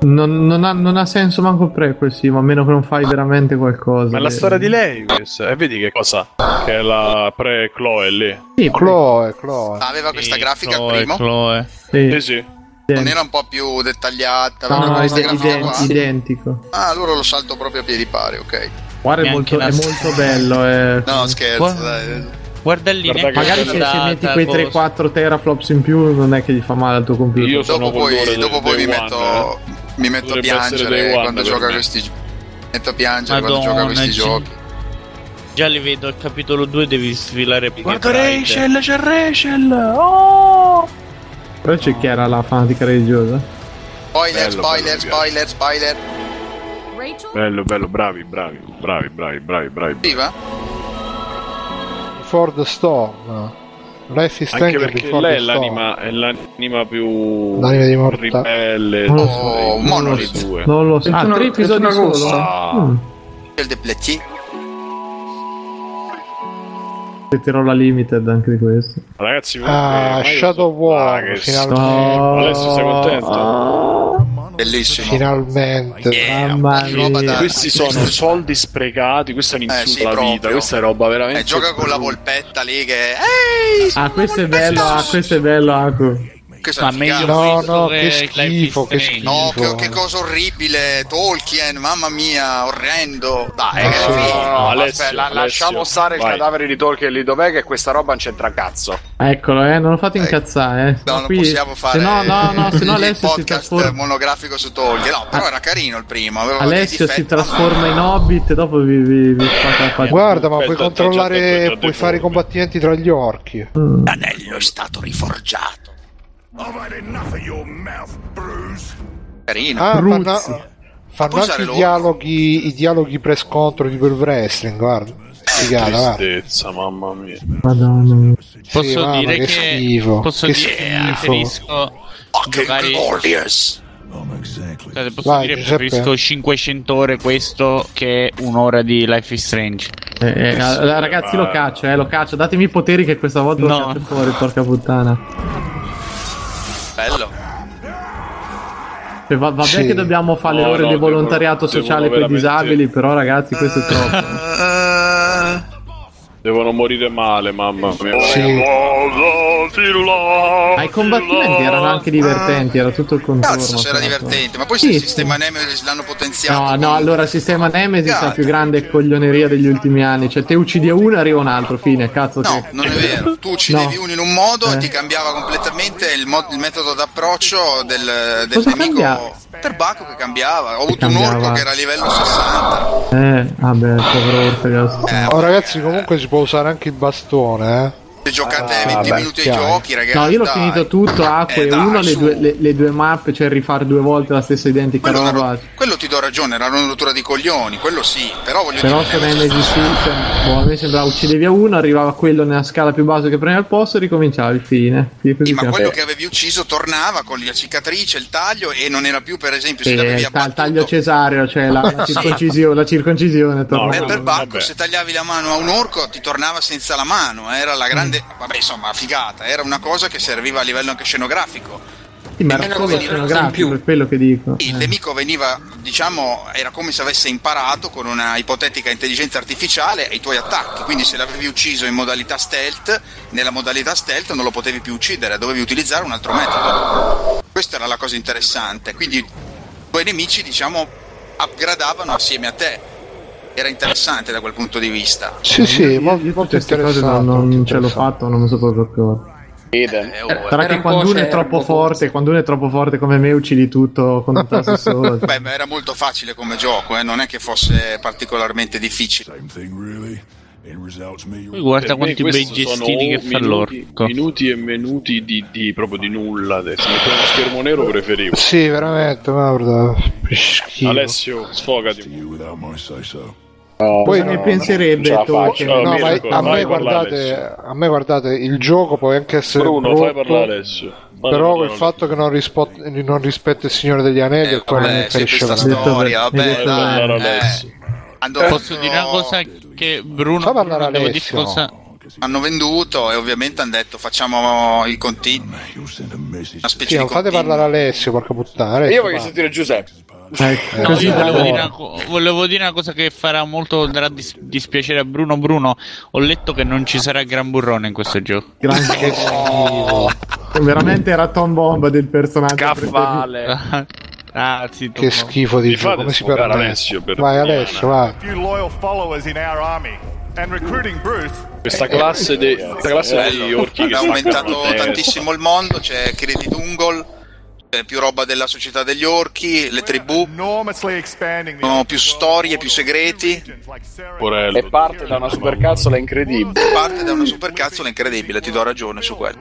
[SPEAKER 3] Non, non ha, non ha senso manco il prequel, sì, ma a meno che non fai veramente qualcosa. Eh,
[SPEAKER 1] Ma è la storia di lei questa. E vedi che cosa? Che è la pre-Chloe lì.
[SPEAKER 2] Sì, Chloe, Chloe.
[SPEAKER 8] Aveva questa grafica al Ah, primo.
[SPEAKER 1] Sì. sì,
[SPEAKER 8] Non era un po' più dettagliata.
[SPEAKER 3] No,
[SPEAKER 8] aveva
[SPEAKER 3] no,
[SPEAKER 8] questa
[SPEAKER 3] ide-
[SPEAKER 8] grafica
[SPEAKER 3] ide-
[SPEAKER 8] qua.
[SPEAKER 3] identico.
[SPEAKER 8] Ah, allora lo salto proprio a piedi pari, ok.
[SPEAKER 3] Guarda, è molto, è molto bello. eh.
[SPEAKER 8] No, scherzo, dai.
[SPEAKER 5] Guarda lì,
[SPEAKER 8] Guarda
[SPEAKER 5] neanche
[SPEAKER 3] Magari
[SPEAKER 5] c'è
[SPEAKER 3] se, se
[SPEAKER 5] data,
[SPEAKER 3] metti quei
[SPEAKER 5] cosa.
[SPEAKER 3] 3-4 teraflops in più, non è che gli fa male al tuo computer.
[SPEAKER 1] Io sono
[SPEAKER 8] Dopo poi, dopo poi mi metto, mi metto a
[SPEAKER 1] eh. Dovrebbe essere Day
[SPEAKER 8] piangere
[SPEAKER 1] One
[SPEAKER 8] quando
[SPEAKER 1] per
[SPEAKER 8] gioca
[SPEAKER 1] me.
[SPEAKER 8] questi giochi. Mi metto a piangere quando
[SPEAKER 5] Madonna,
[SPEAKER 8] gioca questi
[SPEAKER 5] gi-
[SPEAKER 8] giochi.
[SPEAKER 5] Già li vedo al capitolo 2 devi sfilare Piggy
[SPEAKER 19] Guarda
[SPEAKER 5] Pride.
[SPEAKER 19] Rachel, c'è Rachel! Oh!
[SPEAKER 3] Però c'è chi era la fanatica religiosa?
[SPEAKER 8] Spoiler,
[SPEAKER 1] Bello,
[SPEAKER 8] spoiler,
[SPEAKER 1] bello,
[SPEAKER 8] spoiler, spoiler.
[SPEAKER 1] Bello, bello, bravi, bravi, bravi, bravi, bravi, bravi.
[SPEAKER 8] Viva?
[SPEAKER 2] For the Storm. Life is
[SPEAKER 1] Anche
[SPEAKER 2] Stranger
[SPEAKER 1] perché
[SPEAKER 2] Before
[SPEAKER 1] lei
[SPEAKER 2] the
[SPEAKER 1] è
[SPEAKER 2] Storm.
[SPEAKER 1] l'anima, è l'anima più
[SPEAKER 2] L'anima di morta.
[SPEAKER 1] ribelle
[SPEAKER 2] Non lo
[SPEAKER 1] dei-
[SPEAKER 2] so.
[SPEAKER 1] dei
[SPEAKER 8] Monolith.
[SPEAKER 1] due.
[SPEAKER 3] Oh, Non lo so. Ah,
[SPEAKER 14] Ventuno-
[SPEAKER 3] tre episodi
[SPEAKER 14] ventuno
[SPEAKER 3] solo.
[SPEAKER 14] agosto.
[SPEAKER 1] Ah.
[SPEAKER 3] Mm.
[SPEAKER 8] Il depleti.
[SPEAKER 3] Metterò la limited anche di questo.
[SPEAKER 1] Ragazzi,
[SPEAKER 2] Ah, Shadow War. finalmente.
[SPEAKER 3] No.
[SPEAKER 1] Adesso sei
[SPEAKER 3] Ah.
[SPEAKER 4] Ah.
[SPEAKER 1] contento?
[SPEAKER 8] Bellissimo.
[SPEAKER 2] Finalmente.
[SPEAKER 3] Mamma
[SPEAKER 1] Roba da-
[SPEAKER 3] mia.
[SPEAKER 1] Questi sono soldi sprecati, questa è
[SPEAKER 8] Eh, sì,
[SPEAKER 1] un'insulto alla
[SPEAKER 8] proprio.
[SPEAKER 1] vita, questa è roba veramente.
[SPEAKER 8] Eh, gioca con la polpetta lì che. Ehi!
[SPEAKER 3] Ah, questo è bello, ah, questo è bello, Aku.
[SPEAKER 8] Questo
[SPEAKER 5] Ma
[SPEAKER 8] è
[SPEAKER 5] meglio
[SPEAKER 8] meglio.
[SPEAKER 2] No,
[SPEAKER 5] questo
[SPEAKER 2] no,
[SPEAKER 5] che
[SPEAKER 2] che
[SPEAKER 5] Life is
[SPEAKER 2] schifo, che
[SPEAKER 5] Strange.
[SPEAKER 2] schifo.
[SPEAKER 8] No, che, che cosa orribile! Tolkien, mamma mia, orrendo! Dai,
[SPEAKER 4] Eh,
[SPEAKER 8] che
[SPEAKER 4] no, no,
[SPEAKER 8] figo.
[SPEAKER 4] no,
[SPEAKER 1] Alessio,
[SPEAKER 4] aspetta, la-
[SPEAKER 1] Alessio,
[SPEAKER 4] lasciamo stare il
[SPEAKER 1] vai.
[SPEAKER 4] cadavere di Tolkien lì dov'è che questa roba non c'entra cazzo.
[SPEAKER 3] Eccolo, eh, non lo fate incazzare, eh.
[SPEAKER 8] No, non possiamo fare
[SPEAKER 3] Se no, no, no, se no
[SPEAKER 8] il
[SPEAKER 3] Alessio si
[SPEAKER 8] podcast
[SPEAKER 3] trasforma...
[SPEAKER 8] monografico su Tolkien. No, però era carino il primo. Aveva dei
[SPEAKER 3] Alessio si
[SPEAKER 8] difetti,
[SPEAKER 3] trasforma in hobbit e dopo vi, vi, vi fa la faccia.
[SPEAKER 2] Guarda, ma puoi
[SPEAKER 1] Aspetta, aspetta, aspetta,
[SPEAKER 2] controllare,
[SPEAKER 1] aspetta,
[SPEAKER 2] puoi fare i combattimenti tra gli orchi.
[SPEAKER 3] Mm.
[SPEAKER 8] ma L'anello è stato riforgiato. Carino.
[SPEAKER 2] Ah, fanno,
[SPEAKER 3] Bruzzi.
[SPEAKER 2] fanno
[SPEAKER 8] Puoi usare
[SPEAKER 2] anche i
[SPEAKER 8] l'orco?
[SPEAKER 2] dialoghi, i dialoghi pre-scontro di World Wrestling, guarda.
[SPEAKER 8] Eh,
[SPEAKER 2] Figata, guarda.
[SPEAKER 1] Tristezza, mamma mia.
[SPEAKER 3] Madonna. mia.
[SPEAKER 5] Posso
[SPEAKER 2] Sì, mamma,
[SPEAKER 5] dire
[SPEAKER 2] che
[SPEAKER 5] che,
[SPEAKER 2] schifo,
[SPEAKER 5] posso
[SPEAKER 2] che
[SPEAKER 5] dire che
[SPEAKER 2] schifo.
[SPEAKER 5] preferisco giocare
[SPEAKER 8] Glorious.
[SPEAKER 5] Scusate, Cioè, posso
[SPEAKER 2] Vai,
[SPEAKER 5] dire che
[SPEAKER 2] Giuseppe.
[SPEAKER 5] preferisco 500 ore questo che un'ora di Life is Strange.
[SPEAKER 3] Eh, eh, allora, ragazzi, lo caccio, eh, lo caccio. Datemi i poteri che questa volta lo
[SPEAKER 5] No.
[SPEAKER 3] caccio fuori, porca puttana.
[SPEAKER 8] Bello.
[SPEAKER 3] Cioè, va, vabbè
[SPEAKER 2] Sì.
[SPEAKER 3] che dobbiamo fare le
[SPEAKER 1] No,
[SPEAKER 3] ore
[SPEAKER 1] no,
[SPEAKER 3] di
[SPEAKER 1] devono-
[SPEAKER 3] volontariato
[SPEAKER 1] devono
[SPEAKER 3] sociale con i
[SPEAKER 1] veramente-
[SPEAKER 3] disabili, però ragazzi, questo è troppo.
[SPEAKER 1] Devono morire male, mamma mia.
[SPEAKER 2] Sì.
[SPEAKER 3] Ma i combattimenti erano anche divertenti, era tutto il contorno.
[SPEAKER 8] Cazzo, se era
[SPEAKER 3] tra l'altro.
[SPEAKER 8] divertente. Ma poi
[SPEAKER 3] Sì,
[SPEAKER 8] se il
[SPEAKER 3] sì.
[SPEAKER 8] sistema Nemesis l'hanno potenziato.
[SPEAKER 3] No, no, allora il sistema Nemesis è la
[SPEAKER 8] Cazzo.
[SPEAKER 3] più grande coglioneria degli ultimi anni. Cioè, te uccidi uno, arriva un altro, fine, cazzo
[SPEAKER 8] No,
[SPEAKER 3] che...
[SPEAKER 8] non è vero. Tu uccidevi
[SPEAKER 3] No.
[SPEAKER 8] uno in un modo e
[SPEAKER 3] Eh.
[SPEAKER 8] ti cambiava completamente il, mo- il metodo d'approccio del, del
[SPEAKER 3] Cosa
[SPEAKER 8] nemico.
[SPEAKER 3] cambia?
[SPEAKER 8] Per Baco che cambiava. Ho avuto un
[SPEAKER 3] cambiava.
[SPEAKER 8] orco che era a livello 60.
[SPEAKER 3] Eh, vabbè, povero Ortegas.
[SPEAKER 8] Eh,
[SPEAKER 2] Oh, ragazzi, comunque si può usare anche il bastone, eh.
[SPEAKER 8] Se giocate
[SPEAKER 1] Ah,
[SPEAKER 8] 20
[SPEAKER 2] beh,
[SPEAKER 8] minuti ai
[SPEAKER 2] chiaro.
[SPEAKER 8] giochi, ragazzi.
[SPEAKER 3] No, io l'ho
[SPEAKER 8] dai.
[SPEAKER 3] finito tutto, acqua
[SPEAKER 8] Eh,
[SPEAKER 3] e
[SPEAKER 8] dai,
[SPEAKER 3] uno, le
[SPEAKER 8] su.
[SPEAKER 3] due, le- le due mappe, cioè rifare due volte la stessa identica
[SPEAKER 8] Quello, era-
[SPEAKER 3] roba.
[SPEAKER 8] quello ti do ragione, era una rottura di coglioni, quello sì, però voglio
[SPEAKER 3] Però
[SPEAKER 8] dire... eh,
[SPEAKER 3] con Nemesis System, boh, a me sembrava uccidevi a uno, arrivava quello nella scala più bassa che prendeva il posto e ricominciavi, fine. Sì, così
[SPEAKER 8] Sì, ma
[SPEAKER 3] piano.
[SPEAKER 8] quello che avevi ucciso tornava con la cicatrice, il taglio e non era più, per esempio, se
[SPEAKER 3] Sì,
[SPEAKER 8] l'avevi
[SPEAKER 3] il Eh, ta- il
[SPEAKER 8] abbattuto.
[SPEAKER 3] taglio cesareo, cioè la, la
[SPEAKER 8] Sì.
[SPEAKER 3] circoncisione, la circoncisione torna.
[SPEAKER 8] Beh, per Bacco,
[SPEAKER 1] vabbè.
[SPEAKER 8] se tagliavi la mano a un orco, ti tornava senza la mano. Era la grande.
[SPEAKER 2] Mm.
[SPEAKER 8] Vabbè, insomma, figata. Era una cosa che serviva a livello anche scenografico.
[SPEAKER 3] Sì, ma era
[SPEAKER 8] Nemmeno
[SPEAKER 3] solo
[SPEAKER 8] veniva in
[SPEAKER 3] scenografico,
[SPEAKER 14] più.
[SPEAKER 3] per quello che dico.
[SPEAKER 8] Il
[SPEAKER 2] Mm.
[SPEAKER 3] Eh.
[SPEAKER 8] nemico veniva, diciamo, era come se avesse imparato con una ipotetica intelligenza artificiale i tuoi attacchi. Quindi, se l'avevi ucciso in modalità stealth, nella modalità stealth non lo potevi più uccidere, dovevi utilizzare un altro metodo. Questa era la cosa interessante. Quindi, i tuoi nemici, diciamo, upgradavano assieme a te. Era interessante da quel punto di vista.
[SPEAKER 2] Sì, sì,
[SPEAKER 3] Eh, Io-
[SPEAKER 2] mo-
[SPEAKER 3] io
[SPEAKER 2] molto
[SPEAKER 3] tutte queste cose non,
[SPEAKER 2] interessante.
[SPEAKER 3] non
[SPEAKER 2] molto
[SPEAKER 3] ce l'ho
[SPEAKER 2] interessante.
[SPEAKER 3] fatto, non lo so proprio cosa.
[SPEAKER 8] Eh, oh, eh.
[SPEAKER 3] Sarà
[SPEAKER 14] Era
[SPEAKER 3] che
[SPEAKER 14] un po'
[SPEAKER 3] quando uno è
[SPEAKER 14] acerbo,
[SPEAKER 3] troppo
[SPEAKER 14] forse.
[SPEAKER 3] forte, quando uno è troppo forte come me, uccidi tutto con tutta la stessa cosa.
[SPEAKER 8] Beh, ma era molto facile come gioco, eh, non è che fosse particolarmente difficile.
[SPEAKER 5] Poi guarda
[SPEAKER 1] Per me
[SPEAKER 5] quanti bei
[SPEAKER 1] questi sono
[SPEAKER 5] gestini che fa
[SPEAKER 1] minuti-
[SPEAKER 5] l'orco.
[SPEAKER 1] Minuti e minuti di, di- proprio di nulla. Se mettevo uno schermo nero preferivo.
[SPEAKER 2] Sì, veramente, guarda. che schifo.
[SPEAKER 1] Alessio, sfogati.
[SPEAKER 2] Poi
[SPEAKER 3] Cosa ne
[SPEAKER 2] no,
[SPEAKER 3] penserebbe
[SPEAKER 1] non ce la
[SPEAKER 3] Tolkien?
[SPEAKER 1] faccio.
[SPEAKER 2] No,
[SPEAKER 1] Mirko,
[SPEAKER 2] ma a
[SPEAKER 1] vai,
[SPEAKER 2] me, guardate, a me guardate, il gioco può anche essere
[SPEAKER 1] Bruno,
[SPEAKER 2] brutto,
[SPEAKER 1] fai parlare Alessio. Fai
[SPEAKER 2] però
[SPEAKER 1] parlare
[SPEAKER 2] col fatto che non, rispo- non rispetta il Signore degli Anelli,
[SPEAKER 8] Eh,
[SPEAKER 2] è quello che mi
[SPEAKER 8] vabbè, sì,
[SPEAKER 2] ferisce
[SPEAKER 8] questa
[SPEAKER 2] veramente.
[SPEAKER 8] storia,
[SPEAKER 3] Mi
[SPEAKER 8] vabbè,
[SPEAKER 3] detto-
[SPEAKER 1] Fai parlare
[SPEAKER 8] eh,
[SPEAKER 1] Alessio.
[SPEAKER 8] hanno
[SPEAKER 5] Posso dire una cosa che Bruno
[SPEAKER 2] Fa parlare
[SPEAKER 5] Bruno, devo
[SPEAKER 2] Alessio.
[SPEAKER 5] dire cosa-
[SPEAKER 8] hanno venduto e ovviamente hanno detto facciamo il continuo. Una specie
[SPEAKER 2] Sì,
[SPEAKER 8] di
[SPEAKER 2] non fate
[SPEAKER 8] continuo.
[SPEAKER 2] parlare Alessio, porca puttana.
[SPEAKER 4] Io voglio sentire Giuseppe.
[SPEAKER 2] Eh,
[SPEAKER 5] No,
[SPEAKER 2] così
[SPEAKER 5] io
[SPEAKER 2] da
[SPEAKER 5] volevo
[SPEAKER 2] loro.
[SPEAKER 5] dire, una, co- volevo dire una cosa che farà molto darà dis- dispiacere a Bruno. Bruno, ho letto che non ci sarà gran burrone in questo gioco.
[SPEAKER 3] Che
[SPEAKER 5] Oh,
[SPEAKER 3] schifo. Veramente era Tom Bomba del personaggio.
[SPEAKER 5] Caffale. ah, sì,
[SPEAKER 2] Che schifo di gioco, come si parla? Vai Alessio, vai.
[SPEAKER 20] Few loyal followers in our army, and recruiting Bruce.
[SPEAKER 1] Questa classe, de- questa classe degli orchi che
[SPEAKER 8] ha
[SPEAKER 1] si
[SPEAKER 8] aumentato
[SPEAKER 1] mettono in testa.
[SPEAKER 8] tantissimo il mondo, c'è Credit Ungol, c'è più roba della società degli orchi, le tribù, sono più storie, più segreti,
[SPEAKER 1] Porello.
[SPEAKER 4] E parte da una supercazzola incredibile.
[SPEAKER 8] parte da una supercazzola incredibile, ti do ragione su quello.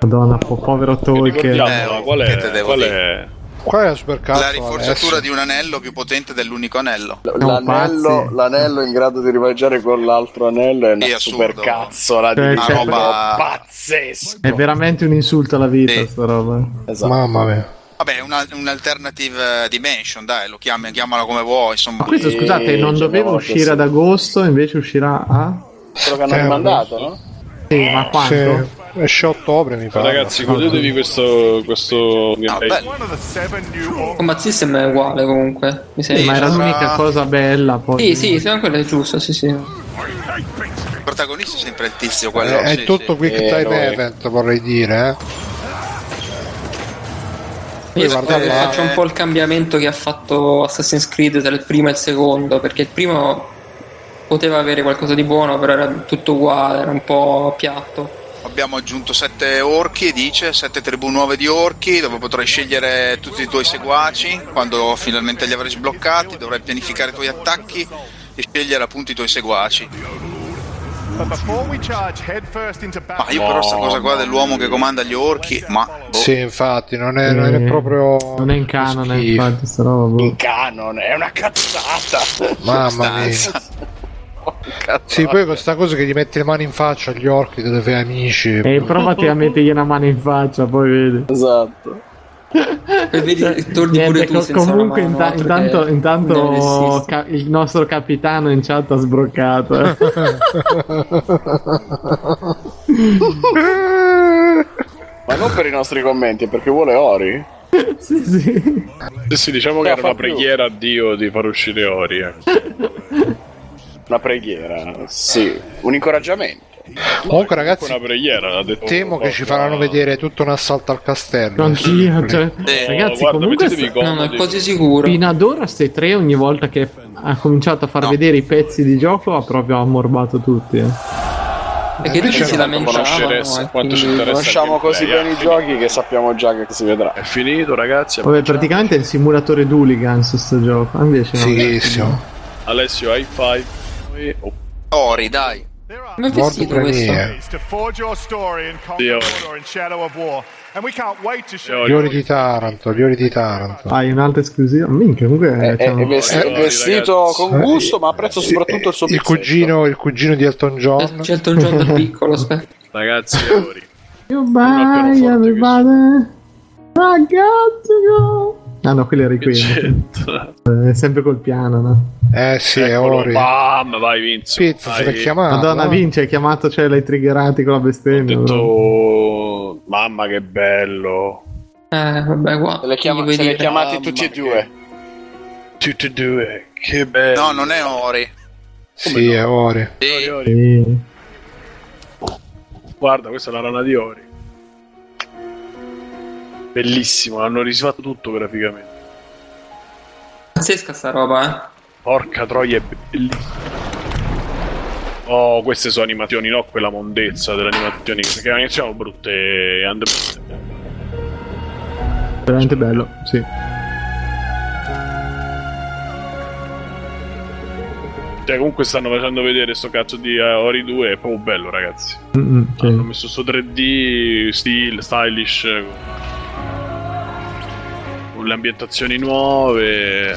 [SPEAKER 3] Madonna, po- povero Tolkien.
[SPEAKER 8] Eh, qual è- che te devo qual è-
[SPEAKER 2] Qual è la supercazzo?
[SPEAKER 8] La riforzatura
[SPEAKER 2] Alessio?
[SPEAKER 8] di un anello più potente dell'unico anello.
[SPEAKER 4] L'anello, l'anello in grado di rimangiare con l'altro anello è una
[SPEAKER 8] Sì, assurdo.
[SPEAKER 4] supercazzola di
[SPEAKER 3] Cioè,
[SPEAKER 4] una
[SPEAKER 3] cioè,
[SPEAKER 4] roba
[SPEAKER 8] roba-
[SPEAKER 4] pazzesca.
[SPEAKER 3] È veramente un insulto alla vita, sta roba.
[SPEAKER 2] Mamma mia.
[SPEAKER 8] Vabbè, è una- un'alternative eh, dimension, dai, lo chiami, chiamala come vuoi, insomma.
[SPEAKER 3] Ma questo,
[SPEAKER 8] Eh,
[SPEAKER 3] scusate, non doveva uscire ad agosto, invece uscirà a.
[SPEAKER 4] Quello che hanno
[SPEAKER 3] Eh,
[SPEAKER 4] rimandato, no?
[SPEAKER 3] Sì, ma quanto?
[SPEAKER 2] Sì, esce a ottobre mi pare.
[SPEAKER 1] Ragazzi, godetevi questo, questo
[SPEAKER 4] Ah,
[SPEAKER 1] gameplay.
[SPEAKER 14] Combat System è uguale comunque. Mi
[SPEAKER 3] Sì, ma era l'unica
[SPEAKER 2] esatto.
[SPEAKER 3] cosa bella. Poi.
[SPEAKER 14] Sì, sì, secondo me quello è giusto, sì, sì.
[SPEAKER 8] Il protagonista è sempre il tizio
[SPEAKER 2] È,
[SPEAKER 8] quello.
[SPEAKER 2] Eh, è
[SPEAKER 8] Eh, sì,
[SPEAKER 2] tutto
[SPEAKER 8] sì.
[SPEAKER 2] quick time event, vorrei dire. eh.
[SPEAKER 14] Io
[SPEAKER 2] guarda
[SPEAKER 14] spero che
[SPEAKER 2] là.
[SPEAKER 14] faccia un
[SPEAKER 8] Eh.
[SPEAKER 14] po' il cambiamento che ha fatto Assassin's Creed tra il primo e il secondo, perché il primo poteva avere qualcosa di buono, però era tutto uguale, era un po' piatto.
[SPEAKER 8] Abbiamo aggiunto sette orchi, dice, sette tribù nuove di orchi, dove potrai scegliere tutti i tuoi seguaci. Quando finalmente li avrai sbloccati, dovrai pianificare i tuoi attacchi e scegliere appunto i tuoi seguaci.
[SPEAKER 20] But before we charge headfirst into
[SPEAKER 8] Ma io però sta cosa qua dell'uomo che comanda gli orchi, ma
[SPEAKER 2] Eh. Sì, infatti, non è, non è
[SPEAKER 3] Eh,
[SPEAKER 2] proprio.
[SPEAKER 3] Non è in canone, infatti, sta roba. boh.
[SPEAKER 4] Canon, Ah, è una cazzata.
[SPEAKER 2] Mamma mia. Sì, poi questa cosa che gli metti le mani in faccia agli orchi delle fai amici.
[SPEAKER 3] E provati a mettergli una mano in faccia, poi vedi.
[SPEAKER 4] Esatto.
[SPEAKER 14] E vedi, torni pure tu senza una
[SPEAKER 3] Cioè, comunque,
[SPEAKER 14] mano,
[SPEAKER 3] inta-
[SPEAKER 14] altro che-
[SPEAKER 3] intanto,
[SPEAKER 14] non
[SPEAKER 3] intanto
[SPEAKER 14] esiste.
[SPEAKER 3] ca- il nostro capitano in chat ha sbroccato. eh.
[SPEAKER 4] Ma non per i nostri commenti, è perché vuole Ori.
[SPEAKER 3] sì, sì.
[SPEAKER 1] Sì, sì, diciamo che
[SPEAKER 14] Eh,
[SPEAKER 4] No,
[SPEAKER 1] era
[SPEAKER 4] fa
[SPEAKER 1] una
[SPEAKER 4] più.
[SPEAKER 1] preghiera a Dio di far uscire Ori. eh.
[SPEAKER 4] Una preghiera, sì. Un incoraggiamento.
[SPEAKER 2] Comunque, ragazzi,
[SPEAKER 1] Una preghiera, l'ha detto.
[SPEAKER 2] temo che ci faranno vedere tutto un assalto al castello.
[SPEAKER 3] Anch'io, cioè, ragazzi,
[SPEAKER 1] Eh, guarda,
[SPEAKER 3] comunque
[SPEAKER 1] mettetevi
[SPEAKER 3] sta-
[SPEAKER 1] comodi. No, no, è quasi
[SPEAKER 14] sicuro.
[SPEAKER 3] Fino ad ora, ste tre, ogni volta che ha cominciato a far vedere i pezzi di gioco, ha proprio ammorbato tutti. eh.
[SPEAKER 14] Perché
[SPEAKER 1] Eh,
[SPEAKER 14] tutti
[SPEAKER 1] c'è
[SPEAKER 14] si
[SPEAKER 1] una
[SPEAKER 14] lamentavano,
[SPEAKER 1] conosceressa,
[SPEAKER 14] eh,
[SPEAKER 1] quanto ci
[SPEAKER 14] quindi-
[SPEAKER 1] interessa
[SPEAKER 4] Conosciamo
[SPEAKER 1] il gameplay,
[SPEAKER 4] così bene i
[SPEAKER 1] eh.
[SPEAKER 4] giochi che sappiamo già che si vedrà.
[SPEAKER 1] È finito, ragazzi.
[SPEAKER 3] Vabbè, praticamente è il simulatore d'Hooligans sto gioco. Ah, Invece no.
[SPEAKER 1] Alessio, high five. Oh,
[SPEAKER 8] Ori, dai.
[SPEAKER 14] Non
[SPEAKER 2] Guarda sito questo?
[SPEAKER 20] to forge your story and conquer
[SPEAKER 1] Dio.
[SPEAKER 20] order in Shadow of War, and we can't wait to show
[SPEAKER 2] Gli ori di Taranto, gli ori di Taranto.
[SPEAKER 3] Hai un'altra esclusiva? Minchia, comunque.
[SPEAKER 4] È, è-
[SPEAKER 3] c'hanno-
[SPEAKER 4] è vesti-
[SPEAKER 2] Eh,
[SPEAKER 4] vestito
[SPEAKER 2] ragazzi.
[SPEAKER 4] con gusto, ma apprezzo soprattutto il suo
[SPEAKER 2] Il
[SPEAKER 4] pizzetto.
[SPEAKER 2] cugino, il cugino di Elton John.
[SPEAKER 14] Eh, C'è Elton John dal piccolo, aspetta.
[SPEAKER 1] ragazzi, Ori.
[SPEAKER 3] Io vai, everybody.
[SPEAKER 1] Ah,
[SPEAKER 3] Ragazzi, no. Ah, no, quelli eri qui.
[SPEAKER 1] Certo.
[SPEAKER 3] È Eh, sempre col piano, no?
[SPEAKER 2] Eh sì, è Ori.
[SPEAKER 1] Bam, vai Vince.
[SPEAKER 2] Pizza,
[SPEAKER 1] vai.
[SPEAKER 2] siete chiamati.
[SPEAKER 3] Madonna,
[SPEAKER 2] no?
[SPEAKER 3] Vince, hai chiamato, cioè l'hai triggerati con la bestemmia. bro.
[SPEAKER 1] Oh, mamma che bello.
[SPEAKER 14] Eh, vabbè, qua.
[SPEAKER 4] Se le, chiama-
[SPEAKER 14] Gli vuoi
[SPEAKER 4] se le
[SPEAKER 14] dire?
[SPEAKER 8] Ah,
[SPEAKER 4] chiamati tutti e due.
[SPEAKER 1] Tutti e due, che bello.
[SPEAKER 8] No, non è Ori.
[SPEAKER 2] Sì, è Ori.
[SPEAKER 8] Sì.
[SPEAKER 3] Sì.
[SPEAKER 1] Guarda, questa è la rana di Ori. Bellissimo, hanno rifatto tutto graficamente.
[SPEAKER 14] Pazzesca sta roba, eh.
[SPEAKER 1] Porca troia, è bellissimo. Oh, queste sono animazioni, no? Quella mondezza delle animazioni. Perché le animazioni sono brutte e and-
[SPEAKER 3] Veramente bello, sì.
[SPEAKER 1] Cioè, comunque stanno facendo vedere sto cazzo di eh, Ori 2, è proprio bello, ragazzi.
[SPEAKER 3] Mm-mm, sì.
[SPEAKER 1] Hanno messo sto 3D, stile, stylish. eh, Con le ambientazioni nuove.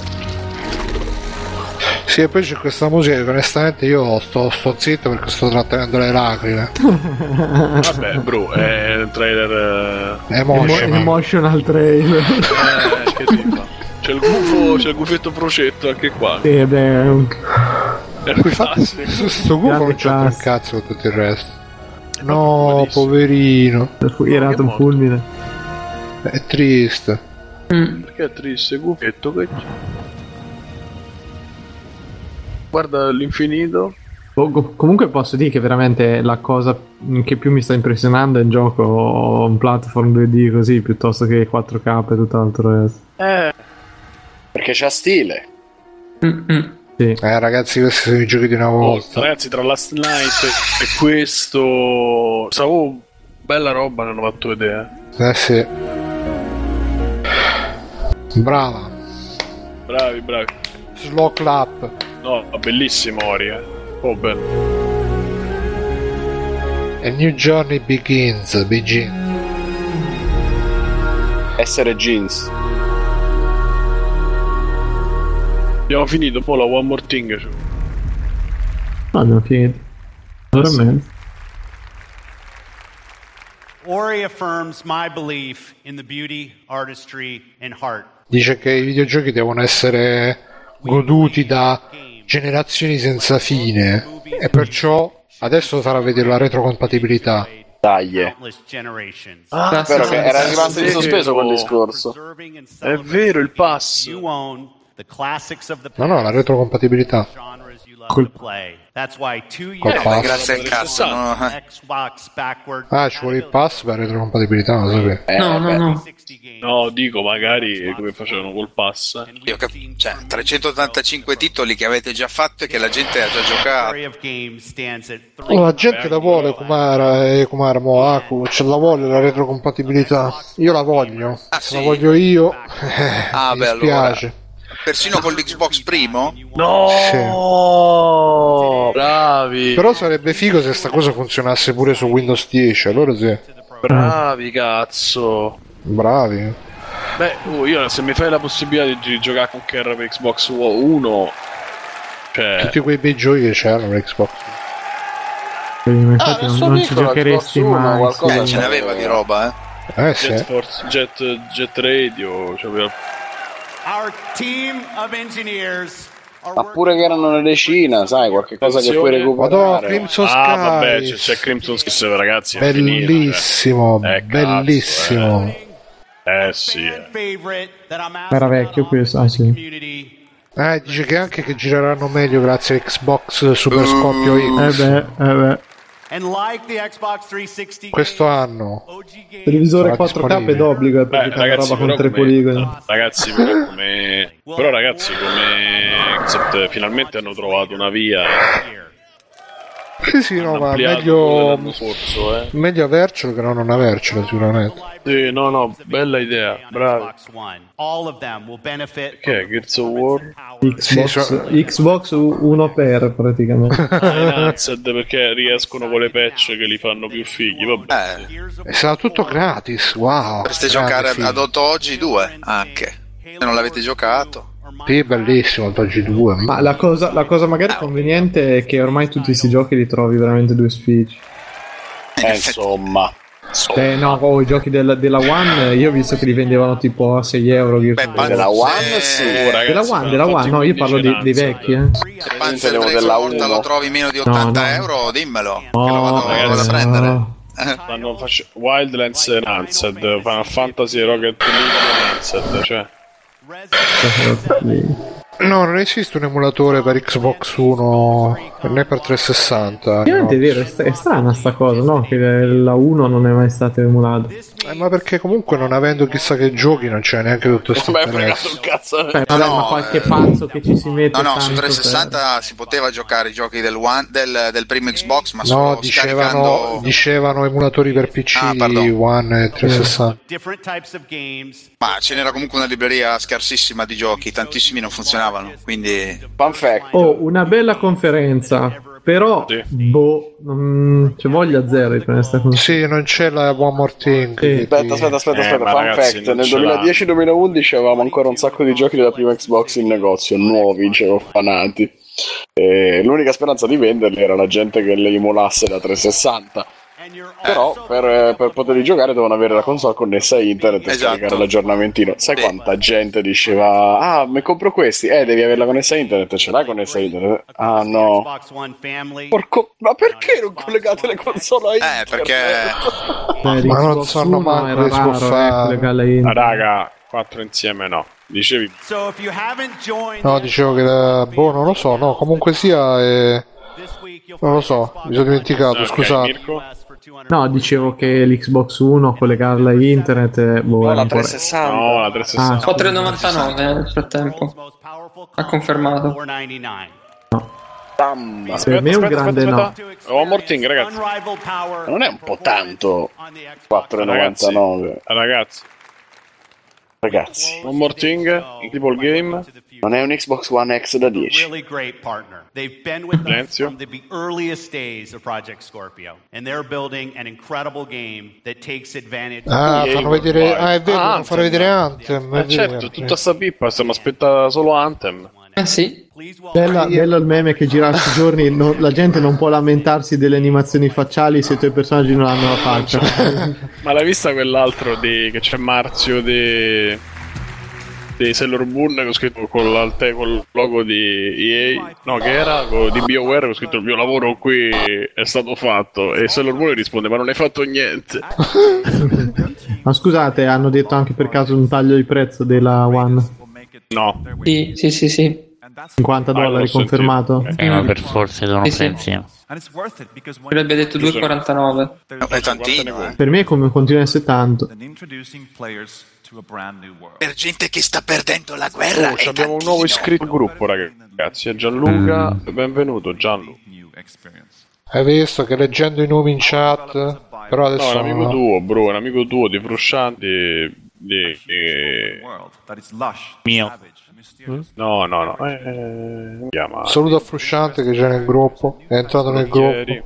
[SPEAKER 2] Sì, e poi c'è questa musica che onestamente io sto, sto zitto perché sto trattenendo le lacrime.
[SPEAKER 1] Vabbè, bro, è un trailer. eh,
[SPEAKER 3] Emo-
[SPEAKER 2] Emotional.
[SPEAKER 3] emotional trailer.
[SPEAKER 1] eh, che si fa? C'è il gufo, c'è il gufetto procetto anche qua.
[SPEAKER 3] Sì, beh, è un-
[SPEAKER 2] Infatti, su sto cubo non c'è un cazzo con tutto il resto. No, poverino.
[SPEAKER 3] Era nato un fulmine.
[SPEAKER 2] È triste.
[SPEAKER 1] Perché è triste, gufetto che c'è? Guarda l'infinito.
[SPEAKER 3] Oh, co- Comunque posso dire che veramente la cosa che più mi sta impressionando è il gioco un platform 2D così piuttosto che 4K e tutt'altro resto.
[SPEAKER 4] Eh, perché c'ha stile.
[SPEAKER 3] Sì.
[SPEAKER 2] Eh, ragazzi, questi sono i giochi di una volta.
[SPEAKER 1] Ragazzi, tra Last Night e questo. Stavo bella roba, ne hanno fatto vedere.
[SPEAKER 2] Eh sì. Brava.
[SPEAKER 1] eh. Bravi, bravi.
[SPEAKER 2] Slow clap.
[SPEAKER 1] No, bellissimo Ori, eh. Oh, bello.
[SPEAKER 2] A new journey begins. Begin.
[SPEAKER 4] Essere jeans.
[SPEAKER 1] Abbiamo finito, poi la One More Thing. cioè.
[SPEAKER 3] No, abbiamo finito. Veramente.
[SPEAKER 11] Ori affirms my belief in the beauty, artistry, and heart
[SPEAKER 2] Dice che i videogiochi devono essere goduti da generazioni senza fine e perciò adesso farà vedere la retrocompatibilità.
[SPEAKER 4] Daglie.
[SPEAKER 11] countless generations.
[SPEAKER 1] Ah,
[SPEAKER 4] Però
[SPEAKER 1] sì,
[SPEAKER 4] che
[SPEAKER 1] sì,
[SPEAKER 4] era
[SPEAKER 1] sì,
[SPEAKER 4] rimasto in
[SPEAKER 1] sì.
[SPEAKER 4] sospeso quel discorso.
[SPEAKER 1] È vero il passo.
[SPEAKER 11] You own the classics of the
[SPEAKER 2] No, no, la retrocompatibilità.
[SPEAKER 11] Col- play. That's why two
[SPEAKER 2] Col
[SPEAKER 11] years
[SPEAKER 2] pass.
[SPEAKER 8] Grazie al cazzo, no?
[SPEAKER 11] Xbox backward
[SPEAKER 2] Ah, ci vuole il pass per la retrocompatibilità, non lo sapevo.
[SPEAKER 1] no. No, dico magari come facevano col pass.
[SPEAKER 8] Io cap- cioè, 385 titoli che avete già fatto e che la gente ha già giocato.
[SPEAKER 11] of games stands at
[SPEAKER 2] Oh, la gente la vuole Kumara e Kumara mo, Aku, ce la vuole la retrocompatibilità. Io la voglio. Se la voglio io, eh,
[SPEAKER 8] Ah,
[SPEAKER 2] mi
[SPEAKER 8] beh, allora.
[SPEAKER 2] dispiace.
[SPEAKER 8] Persino con l'Xbox primo?
[SPEAKER 1] No!
[SPEAKER 2] Sì.
[SPEAKER 1] Oh! Bravi!
[SPEAKER 2] Però sarebbe figo se sta cosa funzionasse pure su Windows 10, allora sì.
[SPEAKER 1] Bravi, cazzo!
[SPEAKER 2] Bravi.
[SPEAKER 1] Beh, oh, io se mi fai la possibilità di gi- giocare con Kerr per Xbox One, cioè.
[SPEAKER 2] Tutti quei bei giochi che c'erano per Xbox.
[SPEAKER 3] Eh,
[SPEAKER 8] Ah,
[SPEAKER 3] infatti non, non ci
[SPEAKER 1] piccola,
[SPEAKER 3] giocheresti
[SPEAKER 1] Xbox One,
[SPEAKER 3] mai.
[SPEAKER 1] qualcosa
[SPEAKER 3] sì.
[SPEAKER 8] ce n'aveva di roba, eh.
[SPEAKER 2] Eh,
[SPEAKER 1] Jet,
[SPEAKER 2] sì.
[SPEAKER 1] Force, Jet, Jet Radio, cioè, aveva-
[SPEAKER 11] our team of engineers
[SPEAKER 4] Ma pure che erano una decina, sai, qualche cosa che puoi recuperare.
[SPEAKER 2] Madonna, Crimson
[SPEAKER 1] ah,
[SPEAKER 2] Sky.
[SPEAKER 1] vabbè, c'è, c'è Crimson Sky, ragazzi. è finita, cioè.
[SPEAKER 2] Bellissimo,
[SPEAKER 1] Eh, cazzo,
[SPEAKER 2] bellissimo.
[SPEAKER 1] Eh, sì. eh.
[SPEAKER 11] favorite that I'm
[SPEAKER 3] Era vecchio questo, ah sì.
[SPEAKER 2] Eh, dice che anche che gireranno meglio grazie a Xbox Super Scoppio
[SPEAKER 3] Eh
[SPEAKER 2] X
[SPEAKER 3] beh, eh beh.
[SPEAKER 11] and like the Xbox 360
[SPEAKER 2] questo anno.
[SPEAKER 3] Televisore
[SPEAKER 2] Sarà
[SPEAKER 3] 4K è
[SPEAKER 2] disponibile.
[SPEAKER 3] d'obbligo eh, perché
[SPEAKER 1] Beh,
[SPEAKER 3] fa
[SPEAKER 1] ragazzi,
[SPEAKER 3] roba con
[SPEAKER 1] però
[SPEAKER 3] tre
[SPEAKER 1] come- Ah.
[SPEAKER 3] poligoni.
[SPEAKER 1] Ragazzi, però come. Però, ragazzi, come. Xbox, finalmente hanno trovato una via.
[SPEAKER 2] Sì, sì, no, ma
[SPEAKER 1] ampliato quello
[SPEAKER 8] Oh,
[SPEAKER 2] meglio,
[SPEAKER 1] dell'anno scorso, eh.
[SPEAKER 2] meglio avercelo che no, non avercelo, sicuramente.
[SPEAKER 1] Sì, no, no, bella idea. Bravi.
[SPEAKER 11] all of them will benefit
[SPEAKER 1] Che è Gears of War?
[SPEAKER 2] Sì,
[SPEAKER 3] Xbox,
[SPEAKER 2] so-
[SPEAKER 3] Xbox 1 per praticamente.
[SPEAKER 1] Ah, Enhanced perché riescono con le patch che li fanno più fighi. Vabbè.
[SPEAKER 2] E sarà tutto gratis, wow.
[SPEAKER 8] Potreste
[SPEAKER 2] grande
[SPEAKER 8] giocare
[SPEAKER 2] figo.
[SPEAKER 8] ad 8 oggi 2 anche. Se non l'avete giocato.
[SPEAKER 2] Sì, bellissimo il G2.
[SPEAKER 3] Ma la cosa, la cosa magari conveniente è che ormai tutti questi giochi li trovi veramente due sfici.
[SPEAKER 4] Eh, insomma.
[SPEAKER 3] Eh no, oh, i giochi della, della One, eh, io ho visto che li vendevano tipo a 6 euro. Gears of War.
[SPEAKER 4] Della One, sì.
[SPEAKER 3] Eh, della One, della One, no, io parlo di- dei vecchi. Eh.
[SPEAKER 8] Se
[SPEAKER 4] Penso
[SPEAKER 8] Panzer
[SPEAKER 4] devo
[SPEAKER 8] 3
[SPEAKER 4] della
[SPEAKER 8] Immortal
[SPEAKER 4] uno.
[SPEAKER 8] lo trovi meno di
[SPEAKER 3] No,
[SPEAKER 8] 80
[SPEAKER 3] no.
[SPEAKER 8] euro, dimmelo.
[SPEAKER 3] No,
[SPEAKER 8] vado
[SPEAKER 3] ragazzi,
[SPEAKER 8] a prendere.
[SPEAKER 3] no.
[SPEAKER 1] Fanno fac- Wildlands Enhanced, Final Fantasy Rocket League Enhanced, cioè.
[SPEAKER 3] Eh,
[SPEAKER 2] No, non esiste un emulatore per Xbox 1 né per 360. no.
[SPEAKER 3] Effettivamente è vero, è, st- è strana sta cosa, no? Che la 1 non è mai stata emulata.
[SPEAKER 2] Eh, ma perché comunque non avendo chissà che giochi non c'è neanche tutto questo interesse.
[SPEAKER 4] cazzo.
[SPEAKER 3] Beh, vabbè,
[SPEAKER 8] no,
[SPEAKER 3] ma qualche
[SPEAKER 8] eh,
[SPEAKER 3] pazzo che ci si mette
[SPEAKER 8] No, no, su
[SPEAKER 3] tanto
[SPEAKER 8] 360 si poteva giocare i giochi del, one, del, del primo Xbox, ma
[SPEAKER 2] No,
[SPEAKER 8] solo
[SPEAKER 2] dicevano,
[SPEAKER 8] scaricando... Ah,
[SPEAKER 2] dicevano emulatori per PC, One e 360.
[SPEAKER 11] different types of games
[SPEAKER 8] Ma ce n'era comunque una libreria scarsissima di giochi, tantissimi non funzionavano, quindi...
[SPEAKER 4] Panfact.
[SPEAKER 3] per- Oh, una bella conferenza, però boh, non c'è voglia zero di prendere sta conferenza.
[SPEAKER 2] Sì, non c'è la One More Thing.
[SPEAKER 3] Sì.
[SPEAKER 4] Aspetta, aspetta, aspetta,
[SPEAKER 1] Eh,
[SPEAKER 4] aspetta.
[SPEAKER 1] ma
[SPEAKER 4] Fun
[SPEAKER 1] ragazzi,
[SPEAKER 4] fact:
[SPEAKER 1] non
[SPEAKER 4] nel
[SPEAKER 1] ce l'ha.
[SPEAKER 4] 2010-2011 avevamo ancora un sacco di giochi della prima Xbox in negozio, nuovi, dicevo, fanati. E l'unica speranza di venderli era la gente che li emulasse da 360. Però per, per poterli giocare devono avere la console connessa a internet e
[SPEAKER 10] Esatto.
[SPEAKER 4] scaricare l'aggiornamentino. Sai quanta gente diceva: Ah, mi compro questi? Eh, devi averla connessa a internet. Ce l'hai connessa a internet? Ah, no.
[SPEAKER 11] Xbox One family.
[SPEAKER 4] Porco, ma perché non collegate le console a internet? Eh, perché.
[SPEAKER 2] Ma non sanno manco che si può
[SPEAKER 3] eh,
[SPEAKER 2] fare.
[SPEAKER 1] Ah, raga, quattro insieme no. Dicevi
[SPEAKER 11] So if you haven't joined
[SPEAKER 2] No, dicevo che era- boh, non lo so, no, comunque sia eh, non lo so, mi sono dimenticato,
[SPEAKER 1] Ok,
[SPEAKER 2] scusate.
[SPEAKER 1] Mirko?
[SPEAKER 3] No, dicevo che l'Xbox One collegarla a internet. eh, Boh, era un po'-
[SPEAKER 1] No, la 360.
[SPEAKER 3] Ah, sì.
[SPEAKER 6] 4,99 eh, nel frattempo. Ha confermato.
[SPEAKER 4] Damma.
[SPEAKER 3] Per me è un grande
[SPEAKER 1] no. Oh, Morting, ragazzi.
[SPEAKER 4] Non è un po' tanto. 4,99.
[SPEAKER 1] Ragazzi.
[SPEAKER 4] Ragazzi.
[SPEAKER 1] One more thing, Incredible Game.
[SPEAKER 4] Non è un Xbox One X da 10.
[SPEAKER 11] really great partner. They've been with us from the be- earliest days of Project Scorpio, and they're building an incredible game that takes advantage.
[SPEAKER 2] Ah, fanno vedere, ah, è vero,
[SPEAKER 1] Ah,
[SPEAKER 2] fanno vedere Anthem.
[SPEAKER 1] Eh, certo, tutta sta pippa, stiamo aspettando solo Anthem.
[SPEAKER 6] Eh sì.
[SPEAKER 3] Bella- bello il meme che gira questi giorni. non- la gente non può lamentarsi delle animazioni facciali se i tuoi personaggi non hanno la faccia.
[SPEAKER 1] Ma l'hai vista quell'altro di, che c'è Marzio di, di Sailor Moon che ho scritto con, l'alte- col logo di EA? No, che era co- di BioWare che ho scritto il mio lavoro qui è stato fatto e Sailor Moon risponde ma non hai fatto niente.
[SPEAKER 3] Ma scusate, hanno detto anche per caso un taglio di prezzo della One?
[SPEAKER 1] No.
[SPEAKER 6] Sì, sì, sì, sì.
[SPEAKER 3] 50 dollari confermato?
[SPEAKER 5] Eh, ma per forza devono
[SPEAKER 6] Sì, sì.
[SPEAKER 5] prendere.
[SPEAKER 6] Avrebbe detto 2,49.
[SPEAKER 10] È tantino. eh.
[SPEAKER 3] Per me come continua a essere tanto.
[SPEAKER 10] Per gente che sta perdendo la guerra.
[SPEAKER 1] Oh, ci abbiamo un nuovo iscritto al gruppo ragazzi, è Gianluca, benvenuto Gianluca.
[SPEAKER 2] Hai visto che leggendo i nomi in chat, però
[SPEAKER 1] No, è
[SPEAKER 2] adesso
[SPEAKER 1] un amico
[SPEAKER 2] no.
[SPEAKER 1] tuo bro, è un amico tuo di Frusciante. Di, di-
[SPEAKER 5] Mio.
[SPEAKER 3] Mm?
[SPEAKER 1] No, no, no. eh, eh, si chiama-
[SPEAKER 2] Saluto a Frusciante che c'è nel gruppo, è entrato nel gruppo.
[SPEAKER 1] Ieri.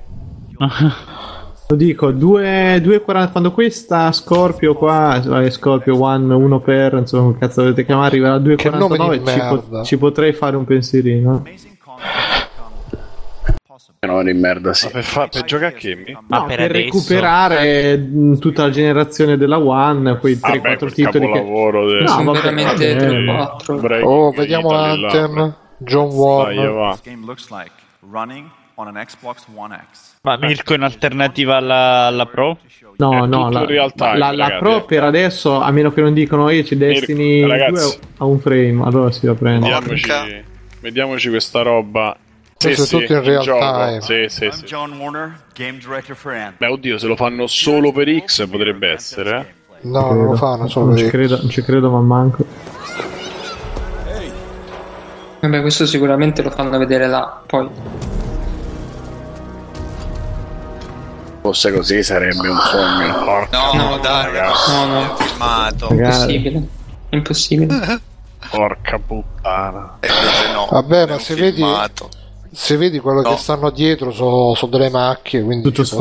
[SPEAKER 3] Lo dico, 2,40 quando questa Scorpio qua, eh, Scorpio One, uno per, insomma, che cazzo dovete chiamare, arriverà a
[SPEAKER 2] nome
[SPEAKER 3] 2,49
[SPEAKER 2] di
[SPEAKER 3] ci, po-
[SPEAKER 2] merda.
[SPEAKER 3] ci potrei fare un pensierino.
[SPEAKER 4] No, di merda, sì.
[SPEAKER 1] Per, fa- per giocare a Kimmy?
[SPEAKER 5] Ma
[SPEAKER 3] No,
[SPEAKER 5] per
[SPEAKER 3] per,
[SPEAKER 5] adesso- eh.
[SPEAKER 3] recuperare mh, tutta la generazione della One, quei 3-4
[SPEAKER 1] Ah, beh, quel
[SPEAKER 3] titoli che...
[SPEAKER 1] capolavoro del-
[SPEAKER 3] No,
[SPEAKER 1] Sono
[SPEAKER 3] vabbè,
[SPEAKER 1] veramente
[SPEAKER 3] vabbè.
[SPEAKER 1] tre, quattro. Break
[SPEAKER 2] Oh,
[SPEAKER 1] Italy
[SPEAKER 2] vediamo
[SPEAKER 1] là,
[SPEAKER 2] Anthem, John
[SPEAKER 1] Dai,
[SPEAKER 2] Warner.
[SPEAKER 1] va.
[SPEAKER 9] This game looks like running on an Xbox One X.
[SPEAKER 5] Ma Mirko in alternativa alla, alla Pro?
[SPEAKER 3] No, no, la, la- la Pro per adesso, a meno che non dicano io ci destini
[SPEAKER 1] ragazzi.
[SPEAKER 3] 2 a un frame, allora si la prende.
[SPEAKER 1] Vediamoci, vediamoci questa roba. Sì,
[SPEAKER 2] Questo è
[SPEAKER 1] sì,
[SPEAKER 2] tutto in
[SPEAKER 1] il
[SPEAKER 2] real
[SPEAKER 1] gioco.
[SPEAKER 2] time.
[SPEAKER 1] Sì, sì, sì.
[SPEAKER 9] John Warner, game director for Anthem.
[SPEAKER 1] Beh, oddio, se lo fanno solo per X potrebbe essere. eh.
[SPEAKER 2] No, non lo fanno solo
[SPEAKER 3] non ci,
[SPEAKER 2] per-
[SPEAKER 3] credo, non ci credo, ma manco.
[SPEAKER 6] Vabbè, questo sicuramente lo fanno vedere là. Poi.
[SPEAKER 4] Fosse così sarebbe un sogno.
[SPEAKER 10] No, dai,
[SPEAKER 6] No, no.
[SPEAKER 10] filmato. Eh,
[SPEAKER 6] Impossibile. Impossibile.
[SPEAKER 1] Porca puttana.
[SPEAKER 2] Vabbè, ma se vedi,
[SPEAKER 10] filmato.
[SPEAKER 2] se vedi quello
[SPEAKER 10] No.
[SPEAKER 2] che stanno dietro sono delle macchie, quindi tutto
[SPEAKER 1] Sì,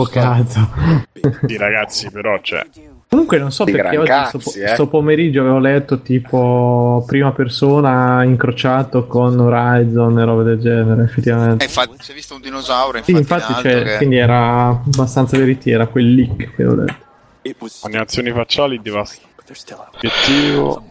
[SPEAKER 1] ragazzi, però cioè, c'è.
[SPEAKER 3] Comunque non so
[SPEAKER 1] Di
[SPEAKER 3] perché
[SPEAKER 1] gran
[SPEAKER 3] oggi
[SPEAKER 1] cazzi,
[SPEAKER 3] sto, po-
[SPEAKER 1] eh.
[SPEAKER 3] sto pomeriggio avevo letto tipo prima persona incrociato con Horizon e robe del genere, effettivamente.
[SPEAKER 10] infatti, si è visto un dinosauro.
[SPEAKER 3] Sì,
[SPEAKER 10] Infatti,
[SPEAKER 3] infatti
[SPEAKER 10] in alto
[SPEAKER 3] c'è,
[SPEAKER 10] che-
[SPEAKER 3] quindi era abbastanza veritiera quel leak che avevo letto.
[SPEAKER 1] Animazioni facciali devastanti. Obiettivo.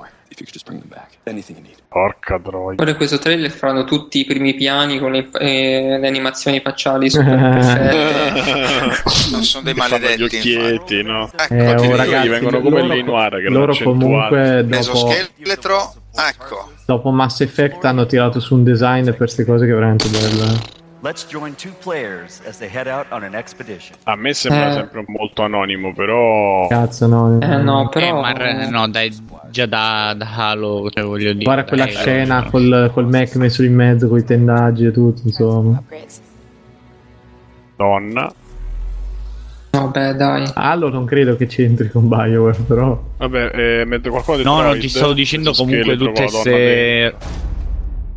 [SPEAKER 1] Porca troia.
[SPEAKER 6] Ora in questo trailer faranno tutti i primi piani con le, eh, le animazioni facciali super perfette.
[SPEAKER 10] non sono dei
[SPEAKER 1] Che fanno
[SPEAKER 10] maledetti.
[SPEAKER 1] gli occhietti, no?
[SPEAKER 9] Ecco,
[SPEAKER 3] Eh, oh,
[SPEAKER 1] ti dico,
[SPEAKER 3] ragazzi,
[SPEAKER 1] gli vengono come
[SPEAKER 3] loro-
[SPEAKER 1] il Linoir che
[SPEAKER 3] loro
[SPEAKER 1] l'hanno
[SPEAKER 3] comunque dopo-
[SPEAKER 10] Esoscheletro, ecco.
[SPEAKER 3] Dopo Mass Effect hanno tirato su un design per queste cose che è veramente eh. belle.
[SPEAKER 9] Let's join two players as they head out on an expedition.
[SPEAKER 1] A me sembra
[SPEAKER 9] Eh.
[SPEAKER 1] sempre molto anonimo, però.
[SPEAKER 3] Cazzo, no.
[SPEAKER 5] Eh, ma re- no, dai, già da, da Halo, cioè, voglio dire.
[SPEAKER 3] Guarda quella
[SPEAKER 5] dai,
[SPEAKER 3] scena col, col Mac messo in mezzo con i tendaggi e tutto, insomma.
[SPEAKER 1] Donna.
[SPEAKER 6] Vabbè, dai.
[SPEAKER 3] Halo non credo che c'entri con Bioware, però.
[SPEAKER 1] Vabbè, eh, mentre qualcuno ha detto
[SPEAKER 5] No, no,
[SPEAKER 1] Freud,
[SPEAKER 5] ti stavo dicendo
[SPEAKER 1] questo
[SPEAKER 5] comunque
[SPEAKER 1] scheletro
[SPEAKER 5] tutte
[SPEAKER 1] con la donna dentro.
[SPEAKER 5] queste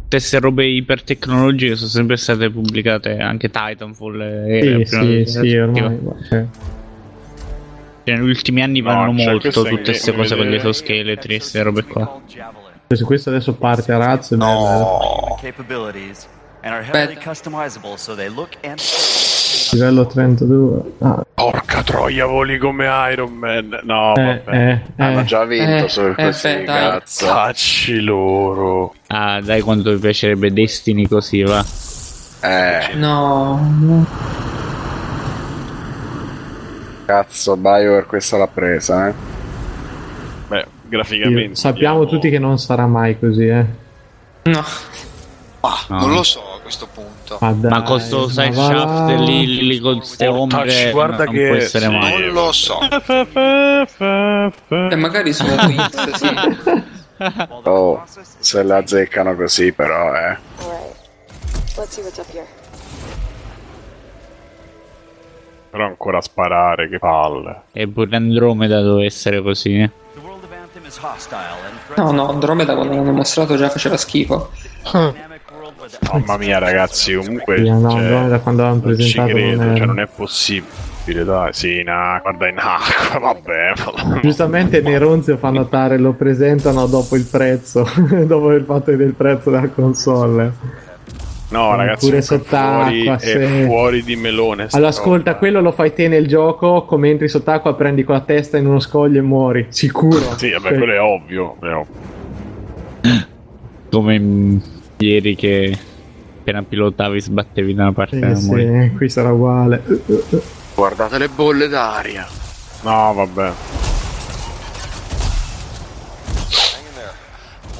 [SPEAKER 5] tutte ste robe ipertecnologiche sono sempre state pubblicate, anche Titanfall eh, era
[SPEAKER 3] Sì,
[SPEAKER 5] prima
[SPEAKER 3] sì, sì,
[SPEAKER 5] dell'iniziativa.
[SPEAKER 3] ormai. cioè.
[SPEAKER 5] Cioè, negli ultimi anni
[SPEAKER 1] No,
[SPEAKER 5] vanno
[SPEAKER 1] cioè,
[SPEAKER 5] molto
[SPEAKER 1] questo è
[SPEAKER 5] tutte queste
[SPEAKER 1] incredibile.
[SPEAKER 5] cose con gli esoscheletri,
[SPEAKER 3] Eh,
[SPEAKER 5] queste robe qua.
[SPEAKER 3] Cioè, se questo adesso parte a razzo, no.
[SPEAKER 8] Oh.
[SPEAKER 9] Capabilities and are heavily customizable so they look and feel
[SPEAKER 3] Livello 32. Ah,
[SPEAKER 1] Porca troia, voli come Iron Man. No,
[SPEAKER 3] Eh,
[SPEAKER 1] vabbè.
[SPEAKER 3] eh,
[SPEAKER 21] Hanno
[SPEAKER 3] eh.
[SPEAKER 21] Ah, già vinto
[SPEAKER 3] Eh,
[SPEAKER 21] solo
[SPEAKER 3] eh,
[SPEAKER 21] così,
[SPEAKER 3] beh, dai.
[SPEAKER 21] cazzo.
[SPEAKER 1] Facci loro.
[SPEAKER 5] Ah, dai, quanto mi piacerebbe Destiny così, va.
[SPEAKER 21] Eh,
[SPEAKER 6] No.
[SPEAKER 21] cazzo, Bioware questa l'ha presa, eh.
[SPEAKER 1] Beh,
[SPEAKER 3] Dio.
[SPEAKER 1] graficamente.
[SPEAKER 3] Sappiamo tutti che non sarà mai così, eh.
[SPEAKER 6] No.
[SPEAKER 5] No.
[SPEAKER 8] Ah, Non lo so a questo punto.
[SPEAKER 3] Ma dai,
[SPEAKER 5] Ma con sto
[SPEAKER 3] ma
[SPEAKER 5] side
[SPEAKER 3] va
[SPEAKER 5] shaft
[SPEAKER 3] là.
[SPEAKER 5] lì, lì, lì con queste ombre,
[SPEAKER 1] guarda
[SPEAKER 5] non
[SPEAKER 1] che-
[SPEAKER 5] può essere
[SPEAKER 1] sì.
[SPEAKER 5] male.
[SPEAKER 8] Non lo so.
[SPEAKER 6] E Eh, magari sono Wings, sì.
[SPEAKER 21] Oh, se la azzeccano così, però, eh.
[SPEAKER 11] Alright. Let's see what's up here.
[SPEAKER 1] Però ancora sparare, che palle.
[SPEAKER 5] E pure Andromeda doveva essere così. eh.
[SPEAKER 6] No, no, Andromeda quando l'hanno mostrato già faceva schifo.
[SPEAKER 1] Mamma mia, ragazzi, comunque.
[SPEAKER 3] Sì, no,
[SPEAKER 1] cioè,
[SPEAKER 3] no, da quando l'hanno
[SPEAKER 1] non ci
[SPEAKER 3] presentato
[SPEAKER 1] credo,
[SPEAKER 3] non era.
[SPEAKER 1] cioè, non è possibile, dai. Sì, nah, guarda in acqua, vabbè. ma-
[SPEAKER 3] Giustamente Neronzio fa notare, lo presentano dopo il prezzo, dopo aver fatto vedere il prezzo della console.
[SPEAKER 1] No, ragazzi,
[SPEAKER 3] Pure
[SPEAKER 1] è fuori,
[SPEAKER 3] sott'acqua,
[SPEAKER 1] è
[SPEAKER 3] sì.
[SPEAKER 1] fuori di melone. sta
[SPEAKER 3] Allora ascolta, quello lo fai te nel gioco, come entri sott'acqua prendi con la testa in uno scoglio e muori, sicuro.
[SPEAKER 1] Sì, vabbè, quello è ovvio. Però.
[SPEAKER 5] Come mm, ieri che appena pilotavi sbattevi da una parte
[SPEAKER 3] Eh,
[SPEAKER 5] della
[SPEAKER 3] sì,
[SPEAKER 5] moglie.
[SPEAKER 3] qui sarà uguale.
[SPEAKER 4] Guardate le bolle d'aria.
[SPEAKER 1] No, Ah, vabbè.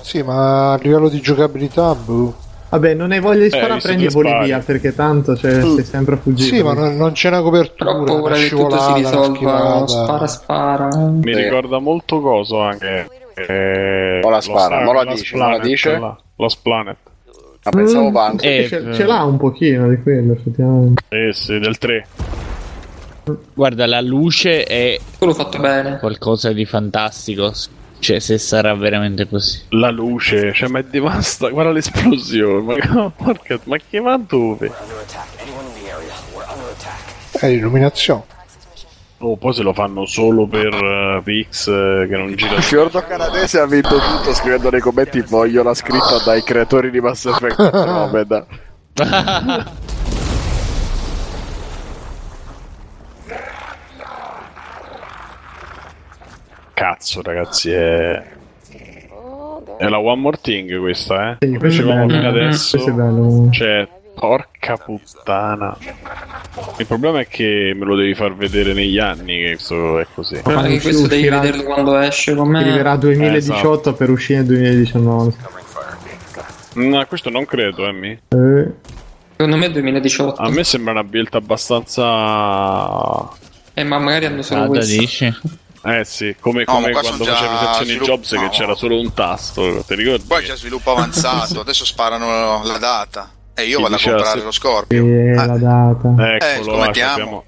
[SPEAKER 2] Sì, ma a livello di giocabilità, boh.
[SPEAKER 3] Vabbè, non hai
[SPEAKER 1] Eh,
[SPEAKER 3] voglia di sparare,
[SPEAKER 2] visto
[SPEAKER 3] prendi e
[SPEAKER 2] due
[SPEAKER 3] voli
[SPEAKER 2] spari.
[SPEAKER 3] via, perché tanto cioè, sei sempre a fuggire.
[SPEAKER 2] Mm. Sì, ma non, non c'è una copertura.
[SPEAKER 6] Ho paura
[SPEAKER 2] una
[SPEAKER 6] che tutto si
[SPEAKER 2] scivolata, una
[SPEAKER 6] risolva.
[SPEAKER 2] schivata.
[SPEAKER 6] Spara, spara.
[SPEAKER 1] Mi ricorda molto coso anche. Eh,
[SPEAKER 21] Mo la
[SPEAKER 1] lo
[SPEAKER 21] spara,
[SPEAKER 1] sa-
[SPEAKER 21] mo la dice, mo la
[SPEAKER 1] Planet,
[SPEAKER 21] dice.
[SPEAKER 1] là, Lost Planet.
[SPEAKER 21] Ma
[SPEAKER 8] Ah,
[SPEAKER 21] pensavo Banco.
[SPEAKER 6] Eh,
[SPEAKER 3] Sì, Mm. ce, ce l'ha un pochino di quello, effettivamente.
[SPEAKER 1] Eh sì, del 3.
[SPEAKER 5] Guarda, la luce è
[SPEAKER 6] Tu l'ho fatto bene.
[SPEAKER 5] qualcosa di fantastico. Cioè, se sarà veramente così.
[SPEAKER 1] La luce, cioè, ma è devasta. Guarda l'esplosione. Ma, porca, ma che ma dove?
[SPEAKER 2] È illuminazione.
[SPEAKER 1] Oh, poi se lo fanno solo per eh, Pix eh, che non gira.
[SPEAKER 4] Fiordo canadese ha vinto tutto scrivendo nei commenti voglio la scritta dai creatori di Mass Effect Andromeda.
[SPEAKER 1] Cazzo, ragazzi, è. È la One More Thing questa, eh?
[SPEAKER 3] Sì, questo è
[SPEAKER 1] Facevamo
[SPEAKER 3] bello.
[SPEAKER 1] fino adesso.
[SPEAKER 3] Questo è eh. bello.
[SPEAKER 1] Cioè, porca puttana. Il problema è che me lo devi far vedere negli anni che questo è così. Eh, esatto.
[SPEAKER 6] Ma che questo devi vederlo quando esce con me.
[SPEAKER 3] Arriverà 2018
[SPEAKER 6] esatto.
[SPEAKER 3] per uscire nel 2019.
[SPEAKER 1] No, questo non credo, Emmy.
[SPEAKER 3] Eh,
[SPEAKER 6] Secondo me è 2018.
[SPEAKER 1] A me sembra una build abbastanza.
[SPEAKER 6] Eh, ma magari hanno solo questo.
[SPEAKER 1] Eh sì, come,
[SPEAKER 8] No,
[SPEAKER 1] come
[SPEAKER 8] ma qua
[SPEAKER 1] quando
[SPEAKER 8] sono già
[SPEAKER 1] facevi presentazioni
[SPEAKER 8] sviluppo-
[SPEAKER 1] Jobs che
[SPEAKER 8] no.
[SPEAKER 1] c'era solo un tasto, ti ricordi?
[SPEAKER 8] Poi Boh, c'è sviluppo avanzato, adesso sparano la data. E Eh, io
[SPEAKER 1] Chi
[SPEAKER 8] vado a
[SPEAKER 1] diceva
[SPEAKER 8] comprare
[SPEAKER 1] se-
[SPEAKER 8] lo Scorpio. Ah. Eh,
[SPEAKER 3] eh, la data.
[SPEAKER 1] Eccolo, là,
[SPEAKER 8] scommettiamo.
[SPEAKER 1] abbiamo-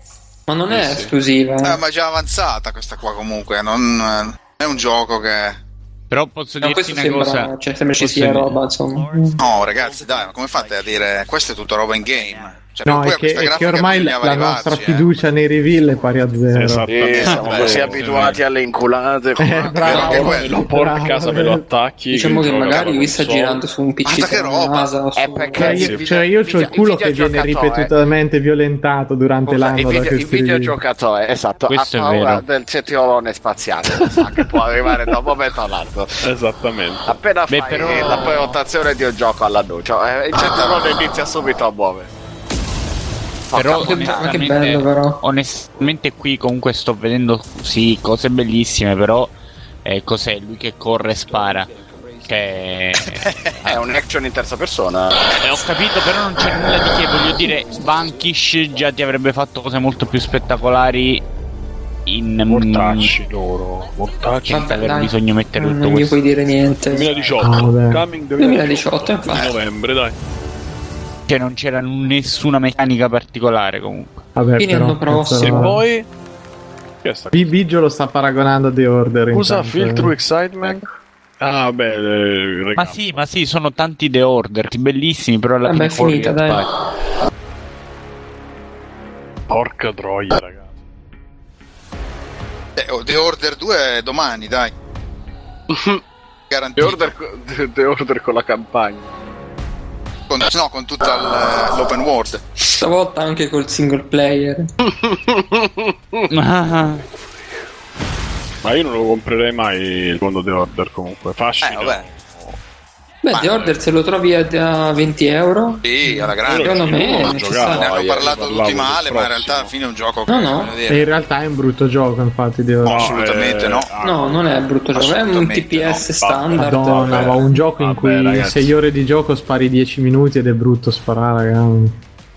[SPEAKER 6] Ma non è
[SPEAKER 8] Sì, sì.
[SPEAKER 6] esclusiva.
[SPEAKER 8] Eh, ma è già avanzata questa qua comunque, non, non eh, è un gioco che...
[SPEAKER 5] Però posso
[SPEAKER 6] No, questo
[SPEAKER 5] dirti una
[SPEAKER 6] sembra,
[SPEAKER 5] cosa.
[SPEAKER 6] cioè, sembra ci
[SPEAKER 5] Posso
[SPEAKER 6] sia
[SPEAKER 5] dire-
[SPEAKER 6] roba, insomma.
[SPEAKER 8] No ragazzi, dai, ma come fate a dire questa è tutta roba in game? Cioè,
[SPEAKER 3] No,
[SPEAKER 8] poi
[SPEAKER 3] è
[SPEAKER 8] a
[SPEAKER 3] che,
[SPEAKER 8] questa
[SPEAKER 3] è che
[SPEAKER 8] grafica
[SPEAKER 3] ormai la
[SPEAKER 8] bisognava arrivarci,
[SPEAKER 3] nostra
[SPEAKER 8] eh.
[SPEAKER 3] fiducia nei reveal è pari a zero.
[SPEAKER 1] Esattamente.
[SPEAKER 4] Sì, siamo
[SPEAKER 1] Eh,
[SPEAKER 4] così
[SPEAKER 1] sì,
[SPEAKER 4] abituati alle inculate.
[SPEAKER 3] Eh, bravo.
[SPEAKER 8] Anche
[SPEAKER 1] sì.
[SPEAKER 8] quello.
[SPEAKER 1] Lo porca casa me lo attacchi.
[SPEAKER 6] eh. Diciamo che
[SPEAKER 1] gioca
[SPEAKER 6] magari
[SPEAKER 1] la
[SPEAKER 6] lui sta
[SPEAKER 1] console.
[SPEAKER 6] girando su un PC
[SPEAKER 8] Guarda che
[SPEAKER 6] con
[SPEAKER 8] roba!
[SPEAKER 6] NASA
[SPEAKER 4] Eh,
[SPEAKER 6] o su...
[SPEAKER 3] Cioè, io, cioè, io ho il culo che viene
[SPEAKER 8] eh.
[SPEAKER 3] ripetutamente violentato durante
[SPEAKER 4] il,
[SPEAKER 3] l'anno da
[SPEAKER 4] video, il
[SPEAKER 3] questi reveal.
[SPEAKER 4] videogiocatore, esatto,
[SPEAKER 5] Questo è
[SPEAKER 4] ha paura
[SPEAKER 5] vero.
[SPEAKER 4] del centiolone spaziale, sa che può arrivare da un momento all'altro.
[SPEAKER 1] Esattamente.
[SPEAKER 4] Appena
[SPEAKER 5] Beh,
[SPEAKER 4] fai
[SPEAKER 5] però-
[SPEAKER 4] la prenotazione di un gioco all'annuncio, eh, il centiolone inizia subito a muoversi.
[SPEAKER 5] Però
[SPEAKER 4] Porca puttana.
[SPEAKER 5] onestamente,
[SPEAKER 6] Ma che bello, però.
[SPEAKER 5] onestamente qui comunque sto vedendo sì, cose bellissime, però eh, cos'è lui che corre e spara? Cioè, Che
[SPEAKER 4] È un action in terza persona.
[SPEAKER 5] Eh, ho capito, però non c'è nulla di che voglio dire, Vanquish già ti avrebbe fatto cose molto più spettacolari in mm,
[SPEAKER 1] Mortacci loro. Mortacci.
[SPEAKER 5] senza aver
[SPEAKER 6] dai.
[SPEAKER 5] bisogno di mettere
[SPEAKER 6] Non
[SPEAKER 5] tutto
[SPEAKER 6] gli
[SPEAKER 5] questo.
[SPEAKER 6] puoi dire niente.
[SPEAKER 1] 2018.
[SPEAKER 3] Ah, vabbè.
[SPEAKER 1] Coming
[SPEAKER 6] 2018,
[SPEAKER 1] 2018.
[SPEAKER 6] infatti.
[SPEAKER 1] novembre, dai.
[SPEAKER 5] Cioè non c'era nessuna meccanica particolare comunque.
[SPEAKER 3] Vabbè,
[SPEAKER 6] Fine
[SPEAKER 3] però,
[SPEAKER 6] anno prossimo.
[SPEAKER 1] E
[SPEAKER 3] penso-
[SPEAKER 1] poi. Che è sta
[SPEAKER 3] Bi- Biggio lo sta paragonando a The Order.
[SPEAKER 1] Usa
[SPEAKER 3] intanto. eh.
[SPEAKER 1] Feel True Excitement. Ah, beh, eh,
[SPEAKER 5] Ma
[SPEAKER 1] regà.
[SPEAKER 5] sì, ma sì, sono tanti The Order, bellissimi, però alla
[SPEAKER 6] Vabbè,
[SPEAKER 5] fine
[SPEAKER 6] è finita,
[SPEAKER 5] fuori-
[SPEAKER 6] dai.
[SPEAKER 1] Porca troia, raga.
[SPEAKER 8] Eh, oh, The Order 2 è domani, dai.
[SPEAKER 4] The
[SPEAKER 8] Garantito.
[SPEAKER 4] order, The Order con la campagna.
[SPEAKER 8] Con, no, con tutto il- l'open world.
[SPEAKER 6] Stavolta anche col single player.
[SPEAKER 1] Ma io non lo comprerei mai il mondo The Order comunque. Fascino.
[SPEAKER 8] Eh, vabbè.
[SPEAKER 6] Beh, The Order se lo trovi a, a 20 euro.
[SPEAKER 8] Sì, alla grande.
[SPEAKER 6] Secondo me ci sta.
[SPEAKER 8] ne hanno
[SPEAKER 6] Io
[SPEAKER 8] parlato
[SPEAKER 6] parlavo
[SPEAKER 8] tutti
[SPEAKER 6] del
[SPEAKER 8] male, eh, ma
[SPEAKER 6] prossimo.
[SPEAKER 8] in realtà alla fine è un gioco che
[SPEAKER 6] No, no.
[SPEAKER 8] voglio
[SPEAKER 3] E
[SPEAKER 8] dire,
[SPEAKER 3] in realtà è un brutto gioco, infatti. Devo... eh,
[SPEAKER 8] assolutamente no.
[SPEAKER 3] ah,
[SPEAKER 6] No, non è brutto gioco, è un
[SPEAKER 8] Assolutamente
[SPEAKER 6] TPS
[SPEAKER 8] no.
[SPEAKER 6] standard. cioè,
[SPEAKER 3] Madonna, ma un gioco in cui in
[SPEAKER 5] ragazzi.
[SPEAKER 3] 6 ore di gioco spari 10 minuti ed è brutto sparare, raga.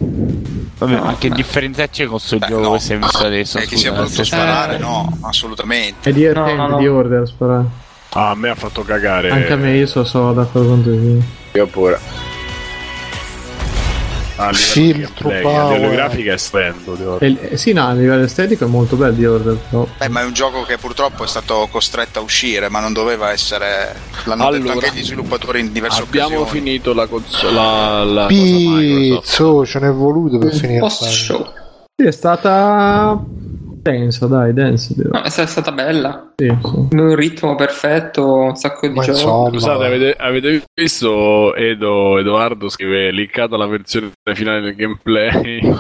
[SPEAKER 5] Vabbè, ma che differenza c'è con sto gioco che si è visto adesso?
[SPEAKER 8] Eh,
[SPEAKER 5] eh.
[SPEAKER 8] che sia brutto sparare, no, assolutamente.
[SPEAKER 3] È divertente
[SPEAKER 8] No, no, no.
[SPEAKER 3] di order sparare.
[SPEAKER 1] Ah, a me ha fatto
[SPEAKER 5] Eh.
[SPEAKER 1] cagare.
[SPEAKER 3] Anche a me, io so, sono d'accordo con te.
[SPEAKER 1] Io pure. A livello
[SPEAKER 3] Filtro
[SPEAKER 5] eh,
[SPEAKER 1] di gameplay, a livello
[SPEAKER 3] power.
[SPEAKER 1] grafico è stendo. The Order.
[SPEAKER 3] E- eh, sì, no, a livello estetico è molto bello di order, però.
[SPEAKER 8] Eh, ma è un gioco che purtroppo è stato costretto a uscire, ma non doveva essere. L'hanno detto
[SPEAKER 1] Allora,
[SPEAKER 8] anche gli sviluppatori in diverse
[SPEAKER 1] abbiamo
[SPEAKER 8] occasioni.
[SPEAKER 1] finito la console. La, la
[SPEAKER 2] Pizzo, ce n'è voluto per finire.
[SPEAKER 3] Sì, è stata densa, dai, densa. direi.
[SPEAKER 6] No, è sta- è stata bella.
[SPEAKER 3] Sì, sì.
[SPEAKER 6] In Un ritmo perfetto, un sacco di giochi.
[SPEAKER 1] Scusate, avete, avete visto Edo, Edoardo scrive linkata la versione finale del gameplay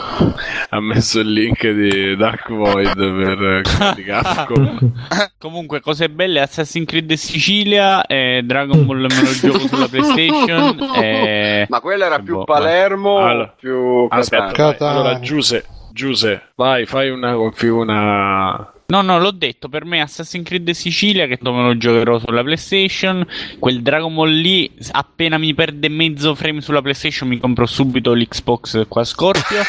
[SPEAKER 1] ha messo il link di Dark Void per eh, di Capcom
[SPEAKER 5] Comunque, cose belle: Assassin's Creed Sicilia, eh, Dragon Ball me lo gioco sulla PlayStation. eh,
[SPEAKER 4] Ma quella era più
[SPEAKER 5] boh,
[SPEAKER 4] Palermo,
[SPEAKER 1] Allora,
[SPEAKER 4] più
[SPEAKER 1] aspetta,
[SPEAKER 4] Catania.
[SPEAKER 1] vai. allora Giuse, Giuse vai fai una confi- una
[SPEAKER 5] No, no, l'ho detto, per me Assassin's Creed Sicilia, che dopo me lo giocherò sulla PlayStation, quel Dragon Ball lì, s- appena mi perde mezzo frame sulla PlayStation mi compro subito l'Xbox qua a Scorpio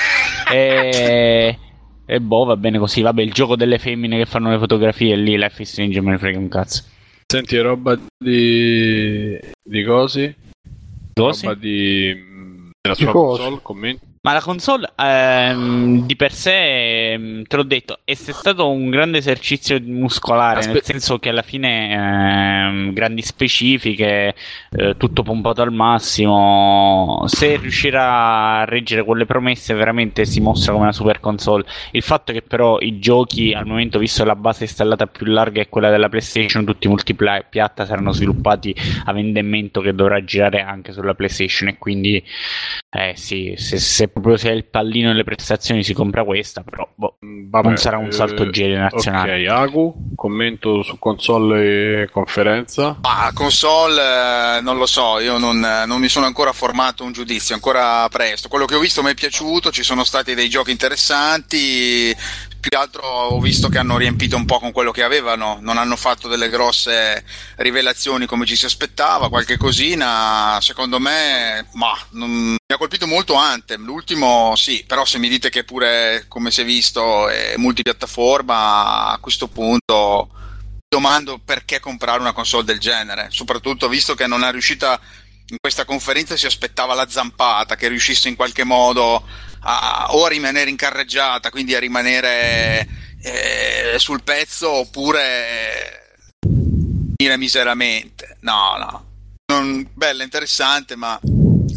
[SPEAKER 5] e... e boh, va bene così, vabbè, il gioco delle femmine che fanno le fotografie lì, Life is Strange, me ne frega un cazzo.
[SPEAKER 1] senti roba di di cosi
[SPEAKER 5] Cosi?
[SPEAKER 1] roba di mh, della sua
[SPEAKER 5] Di cosi.
[SPEAKER 1] console commenti
[SPEAKER 5] Ma la console ehm, di per sé, ehm, te l'ho detto, è stato un grande esercizio muscolare, nel
[SPEAKER 1] Aspe-
[SPEAKER 5] senso che alla fine ehm, grandi specifiche, eh, tutto pompato al massimo, se riuscirà a reggere quelle promesse veramente si mostra come una super console. Il fatto che però i giochi al momento, visto la base installata più larga è quella della PlayStation, tutti multipiatta saranno sviluppati avendo in mente che dovrà girare anche sulla PlayStation e quindi... Eh sì, se, se proprio se è il pallino delle prestazioni si compra questa, però boh,
[SPEAKER 1] Vabbè,
[SPEAKER 5] non sarà un salto
[SPEAKER 1] eh,
[SPEAKER 5] generazionale.
[SPEAKER 1] Ok, Agu, commento su console e conferenza.
[SPEAKER 8] Ma console eh, non lo so, io non, eh, non mi sono ancora formato un giudizio, è ancora presto. Quello che ho visto mi è piaciuto, ci sono stati dei giochi interessanti, più che altro ho visto che hanno riempito un po' con quello che avevano, non hanno fatto delle grosse rivelazioni come ci si aspettava, qualche cosina, secondo me, ma non- mi ha colpito molto Anthem, l'ultimo sì, però se mi dite che pure come si è visto è multipiattaforma, a questo punto domando perché comprare una console del genere, soprattutto visto che non è riuscita in questa conferenza si aspettava la zampata che riuscisse in qualche modo a, o a rimanere in carreggiata, quindi a rimanere eh, sul pezzo oppure finire miseramente. No, no. Non- bella, interessante, ma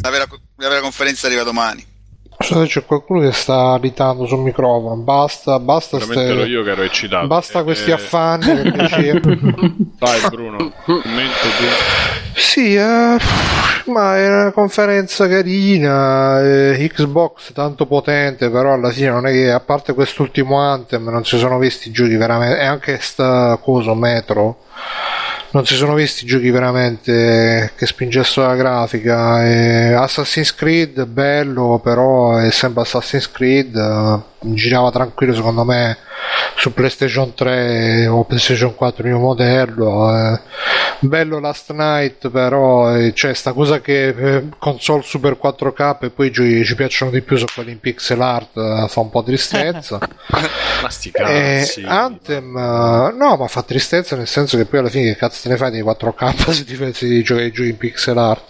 [SPEAKER 8] la vera, la vera conferenza arriva domani.
[SPEAKER 2] Scusate, c'è qualcuno che sta ritando sul microfono. Basta, basta.
[SPEAKER 1] Veramente
[SPEAKER 2] ste-
[SPEAKER 1] ero io che ero eccitato.
[SPEAKER 2] Basta questi
[SPEAKER 1] Eh,
[SPEAKER 2] affanni per piacere.
[SPEAKER 1] Vai Bruno, commento tu.
[SPEAKER 2] Sì, eh, ma era una conferenza carina, eh, Xbox tanto potente, però alla fine non è che, a parte quest'ultimo Anthem, non si sono visti giochi veramente, e anche sta cosa, Metro, non si sono visti giochi veramente che spingessero la grafica. eh, Assassin's Creed, bello, però è sempre Assassin's Creed, eh, girava tranquillo secondo me su PlayStation 3 o PlayStation 4 mio modello. eh. Bello Last Night, però eh, c'è sta cosa che eh, console super 4K e poi i giochi che ci piacciono di più sono quelli in pixel art, eh, fa un po' tristezza.
[SPEAKER 1] Ma sti
[SPEAKER 2] Eh,
[SPEAKER 1] cazzi.
[SPEAKER 2] Anthem, eh, no, ma fa tristezza nel senso che poi alla fine che cazzo te ne fai dei 4K se ti pensi di giocare giù in pixel art.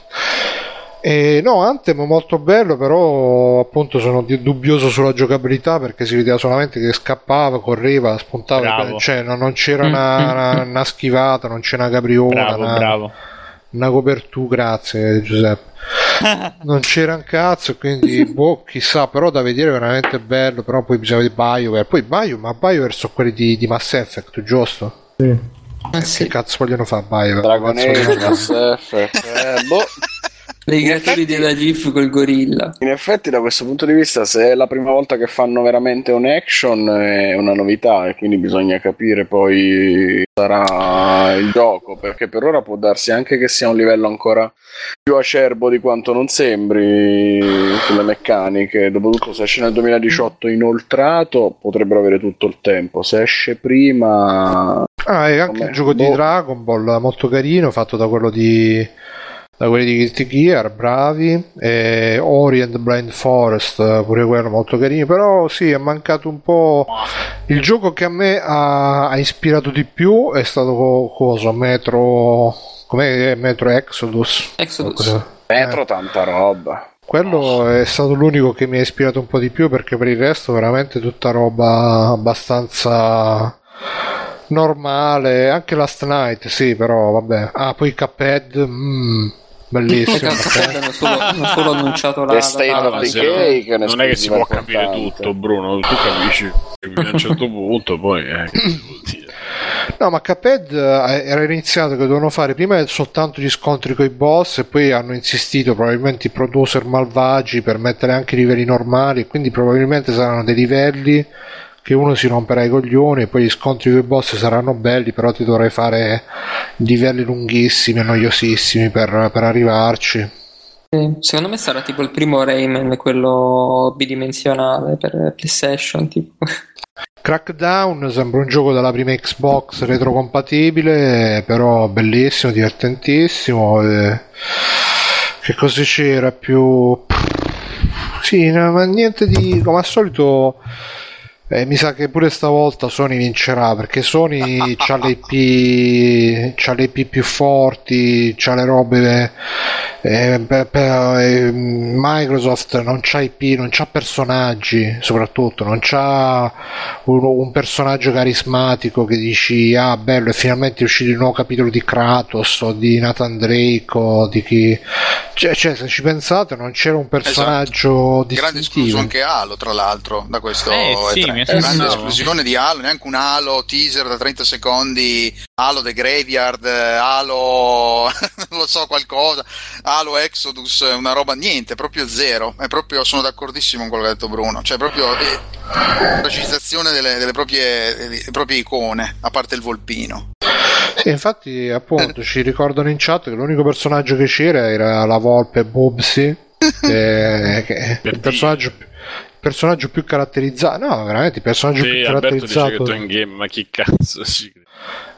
[SPEAKER 2] Eh, no, Anthem è molto bello, però appunto sono di- dubbioso sulla giocabilità perché si vedeva solamente che scappava, correva, spuntava,
[SPEAKER 5] Bravo.
[SPEAKER 2] cioè no- non c'era una, una- una schivata, non c'era una capriola,
[SPEAKER 5] Bravo,
[SPEAKER 2] una,
[SPEAKER 5] bravo.
[SPEAKER 2] una copertura, grazie Giuseppe. Non c'era un cazzo, quindi boh, chissà, però da vedere è veramente bello, però poi bisogna vedere BioWare, poi Bio, ma BioWare sono quelli di, di Mass Effect, giusto?
[SPEAKER 3] Sì.
[SPEAKER 2] Che cazzo vogliono fare BioWare?
[SPEAKER 4] Dragon
[SPEAKER 2] Cazzo vogliono
[SPEAKER 4] Age,
[SPEAKER 8] Eh,
[SPEAKER 2] fare?
[SPEAKER 4] Mass Effect, eh, boh.
[SPEAKER 14] dei creatori della GIF col gorilla.
[SPEAKER 4] In effetti, da questo punto di vista, se è la prima volta che fanno veramente un action, è una novità, e quindi bisogna capire poi sarà il gioco. Perché per ora può darsi anche che sia un livello ancora più acerbo di quanto non sembri sulle meccaniche. Dopotutto, se esce nel 2018 inoltrato, potrebbero avere tutto il tempo. Se esce prima.
[SPEAKER 2] Ah, e anche il gioco di Dragon Ball molto carino, fatto da quello di da quelli di Guilty Gear, bravi, e Orient Blind Forest, pure quello molto carino, però sì, è mancato un po' il gioco che a me ha, ha ispirato di più è stato co- cosa? Metro... com'è? Metro Exodus?
[SPEAKER 14] Exodus.
[SPEAKER 4] Metro tanta roba.
[SPEAKER 2] Quello è stato l'unico che mi ha ispirato un po' di più perché per il resto veramente tutta roba abbastanza normale, anche Last Night, sì, però vabbè. Ah, poi Cuphead, mm, bellissimo.
[SPEAKER 14] Cuphead hanno solo, hanno solo annunciato la...
[SPEAKER 4] The
[SPEAKER 14] la
[SPEAKER 4] State of
[SPEAKER 14] data.
[SPEAKER 4] the
[SPEAKER 1] se-
[SPEAKER 4] Cake è
[SPEAKER 1] non è che si
[SPEAKER 4] un'esclusiva
[SPEAKER 1] può capire
[SPEAKER 4] importante.
[SPEAKER 1] tutto, Bruno. Tu capisci a un certo punto, poi eh, che vuol dire?
[SPEAKER 2] No, ma Cuphead eh, era iniziato che dovevano fare prima soltanto gli scontri con i boss e poi hanno insistito probabilmente i producer malvagi per mettere anche i livelli normali, quindi probabilmente saranno dei livelli che uno si romperà i coglioni e poi gli scontri con i boss saranno belli, però ti dovrai fare livelli lunghissimi e noiosissimi per, per arrivarci.
[SPEAKER 14] Sì, Secondo me sarà tipo il primo Rayman, quello bidimensionale per PlayStation, tipo.
[SPEAKER 2] Crackdown sembra un gioco della prima Xbox retrocompatibile, però bellissimo, divertentissimo. e- Che cosa c'era più? Sì, no, ma niente di. Come al solito, eh, mi sa che pure stavolta Sony vincerà perché Sony ha le IP, c'ha le IP più forti, ha le robe. eh, per- per- eh, Microsoft non c'ha IP, non c'ha personaggi, soprattutto non c'ha un, un personaggio carismatico che dici ah bello è finalmente uscito il nuovo capitolo di Kratos o di Nathan Drake o di chi cioè, cioè, se ci pensate non c'era un personaggio
[SPEAKER 8] Esatto. Grande escluso
[SPEAKER 2] distintivo
[SPEAKER 8] anche Halo, tra l'altro, da questo
[SPEAKER 22] Eh, sì,
[SPEAKER 8] E3.
[SPEAKER 22] mi
[SPEAKER 8] grande
[SPEAKER 22] aspettavo.
[SPEAKER 8] esclusione di Halo, neanche un Halo teaser da 30 secondi, Halo The Graveyard, eh, Halo non lo so qualcosa, Halo Exodus, eh, una roba niente, proprio zero. È proprio sono d'accordissimo con quello che ha detto Bruno, cioè proprio eh, precisazione delle, delle proprie, delle proprie icone, a parte il volpino.
[SPEAKER 2] e infatti appunto ci ricordano in chat che l'unico personaggio che c'era era la volpe Bubsy che, che è il personaggio più- il personaggio più caratterizzato no veramente il personaggio
[SPEAKER 1] Sì,
[SPEAKER 2] più
[SPEAKER 1] Alberto dice che
[SPEAKER 2] caratterizzato
[SPEAKER 1] tu è in game, ma chi cazzo si crede?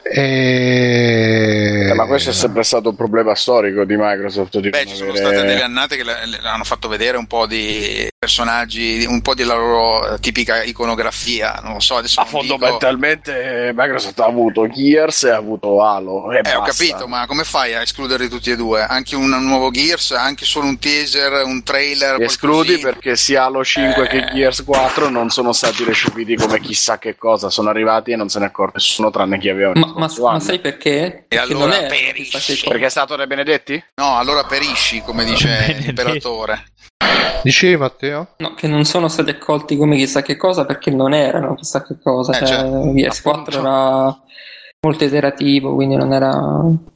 [SPEAKER 2] E-
[SPEAKER 4] Eh, ma questo è sempre stato un problema storico di Microsoft. Di
[SPEAKER 8] Beh,
[SPEAKER 4] non
[SPEAKER 8] ci sono
[SPEAKER 4] avere-
[SPEAKER 8] state delle annate che le- le- hanno fatto vedere un po' di personaggi, un po' della loro eh, tipica iconografia. Non lo so, adesso.
[SPEAKER 4] Ma
[SPEAKER 8] non dico-
[SPEAKER 4] fondamentalmente eh, Microsoft ha avuto Gears e ha avuto Halo. E
[SPEAKER 8] Eh, ho
[SPEAKER 4] basta.
[SPEAKER 8] capito, ma come fai a escluderli tutti e due? Anche un nuovo Gears, anche solo un teaser, un trailer.
[SPEAKER 4] Li escludi
[SPEAKER 8] qualcosina?
[SPEAKER 4] perché sia Halo 5
[SPEAKER 8] Eh.
[SPEAKER 4] che Gears 4 non sono stati recepiti come chissà che cosa, sono arrivati e non se ne è accorto nessuno tranne chi aveva
[SPEAKER 14] Ma, ma- ma sai perché?
[SPEAKER 8] E
[SPEAKER 14] Perché
[SPEAKER 8] allora
[SPEAKER 14] non è
[SPEAKER 8] perisci.
[SPEAKER 14] chissà che cosa.
[SPEAKER 4] Perché è stato De Benedetti?
[SPEAKER 8] No, allora perisci, come dice l'imperatore.
[SPEAKER 2] dicevi Matteo
[SPEAKER 14] No, che non sono stati accolti come chissà che cosa perché non erano chissà che cosa.
[SPEAKER 8] Eh,
[SPEAKER 14] cioè,
[SPEAKER 8] certo,
[SPEAKER 14] PS4 era molto iterativo, quindi non era.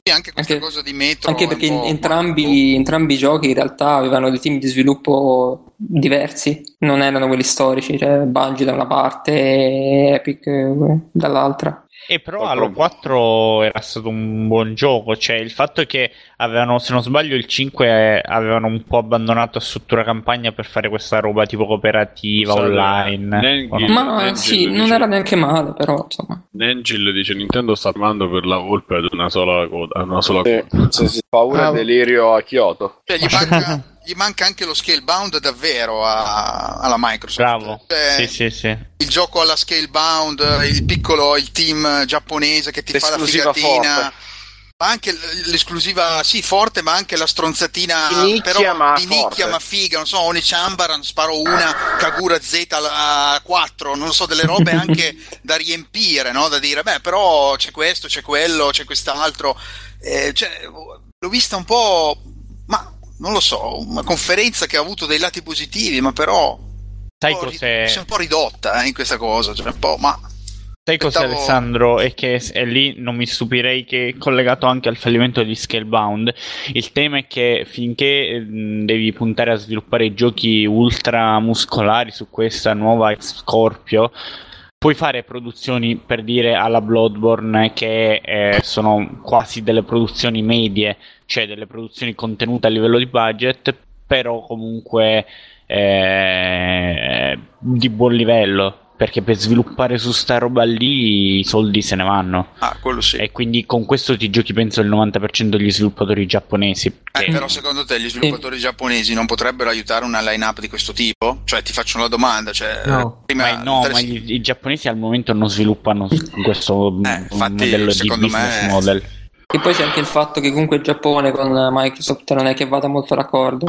[SPEAKER 8] Sì, anche questa cosa di metro.
[SPEAKER 14] Anche
[SPEAKER 8] è
[SPEAKER 14] perché
[SPEAKER 8] un po'-
[SPEAKER 14] entrambi, entrambi i giochi in realtà avevano dei team di sviluppo diversi, non erano quelli storici, cioè Bungie da una parte e Epic eh, dall'altra.
[SPEAKER 22] E però Halo 4 era stato un buon gioco, cioè il fatto è che avevano, se non sbaglio, il 5 avevano un po' abbandonato a struttura campagna per fare questa roba tipo cooperativa
[SPEAKER 1] Sì,
[SPEAKER 22] online.
[SPEAKER 1] neanche-
[SPEAKER 22] o no?
[SPEAKER 14] Ma
[SPEAKER 1] Angelo
[SPEAKER 14] Mm. Eh, sì, non
[SPEAKER 1] dice-
[SPEAKER 14] era neanche male, però insomma.
[SPEAKER 1] Nangil dice Nintendo sta armando per la volpe ad una sola coda. Una sola
[SPEAKER 4] coda. paura
[SPEAKER 1] Ah.
[SPEAKER 4] e delirio a Kyoto.
[SPEAKER 8] Cioè, gli, manca, gli manca anche lo scalebound davvero a- alla Microsoft.
[SPEAKER 22] Bravo.
[SPEAKER 8] Cioè,
[SPEAKER 22] Sì, sì, sì.
[SPEAKER 8] il gioco alla scalebound, il piccolo, il team giapponese che ti fa
[SPEAKER 4] L'esclusiva
[SPEAKER 8] la figatina.
[SPEAKER 4] forte.
[SPEAKER 8] Ma anche l- l'esclusiva, sì, forte, ma anche la stronzatina
[SPEAKER 4] Di nicchia,
[SPEAKER 8] però,
[SPEAKER 4] ma
[SPEAKER 8] di nicchia,
[SPEAKER 4] forte.
[SPEAKER 8] ma figa. Non so, Onechambaran sparo una, Kagura Z a 4, non so, delle robe anche da riempire, no? Da dire, beh, però c'è questo, c'è quello, c'è quest'altro. Eh, cioè, l'ho vista un po', ma non lo so, una conferenza che ha avuto dei lati positivi, ma però
[SPEAKER 22] Sai
[SPEAKER 8] po' ri-
[SPEAKER 22] cos'è?
[SPEAKER 8] si è un po' ridotta eh, in questa cosa, cioè un po', ma
[SPEAKER 5] Sai cos'è
[SPEAKER 8] Aspettavo-
[SPEAKER 5] Alessandro? E che s- è lì non mi stupirei che è collegato anche al fallimento di Scalebound. Il tema è che finché ehm, devi puntare a sviluppare giochi ultra muscolari su questa nuova Scorpio, puoi fare produzioni per dire alla Bloodborne che eh, sono quasi delle produzioni medie, cioè delle produzioni contenute a livello di budget, però comunque eh, di buon livello. Perché per sviluppare su sta roba lì i soldi se ne vanno.
[SPEAKER 8] Ah, quello sì.
[SPEAKER 5] E quindi con questo ti giochi penso il 90% degli sviluppatori giapponesi.
[SPEAKER 8] Eh, però secondo te gli sviluppatori giapponesi non potrebbero aiutare una line-up di questo tipo? Cioè, ti faccio una domanda, cioè, prima
[SPEAKER 5] ma, no, ma gli- i giapponesi al momento non sviluppano s- questo modello di
[SPEAKER 8] secondo me-
[SPEAKER 5] business model.
[SPEAKER 6] E poi c'è anche il fatto che comunque il Giappone con Microsoft non è che vada molto d'accordo.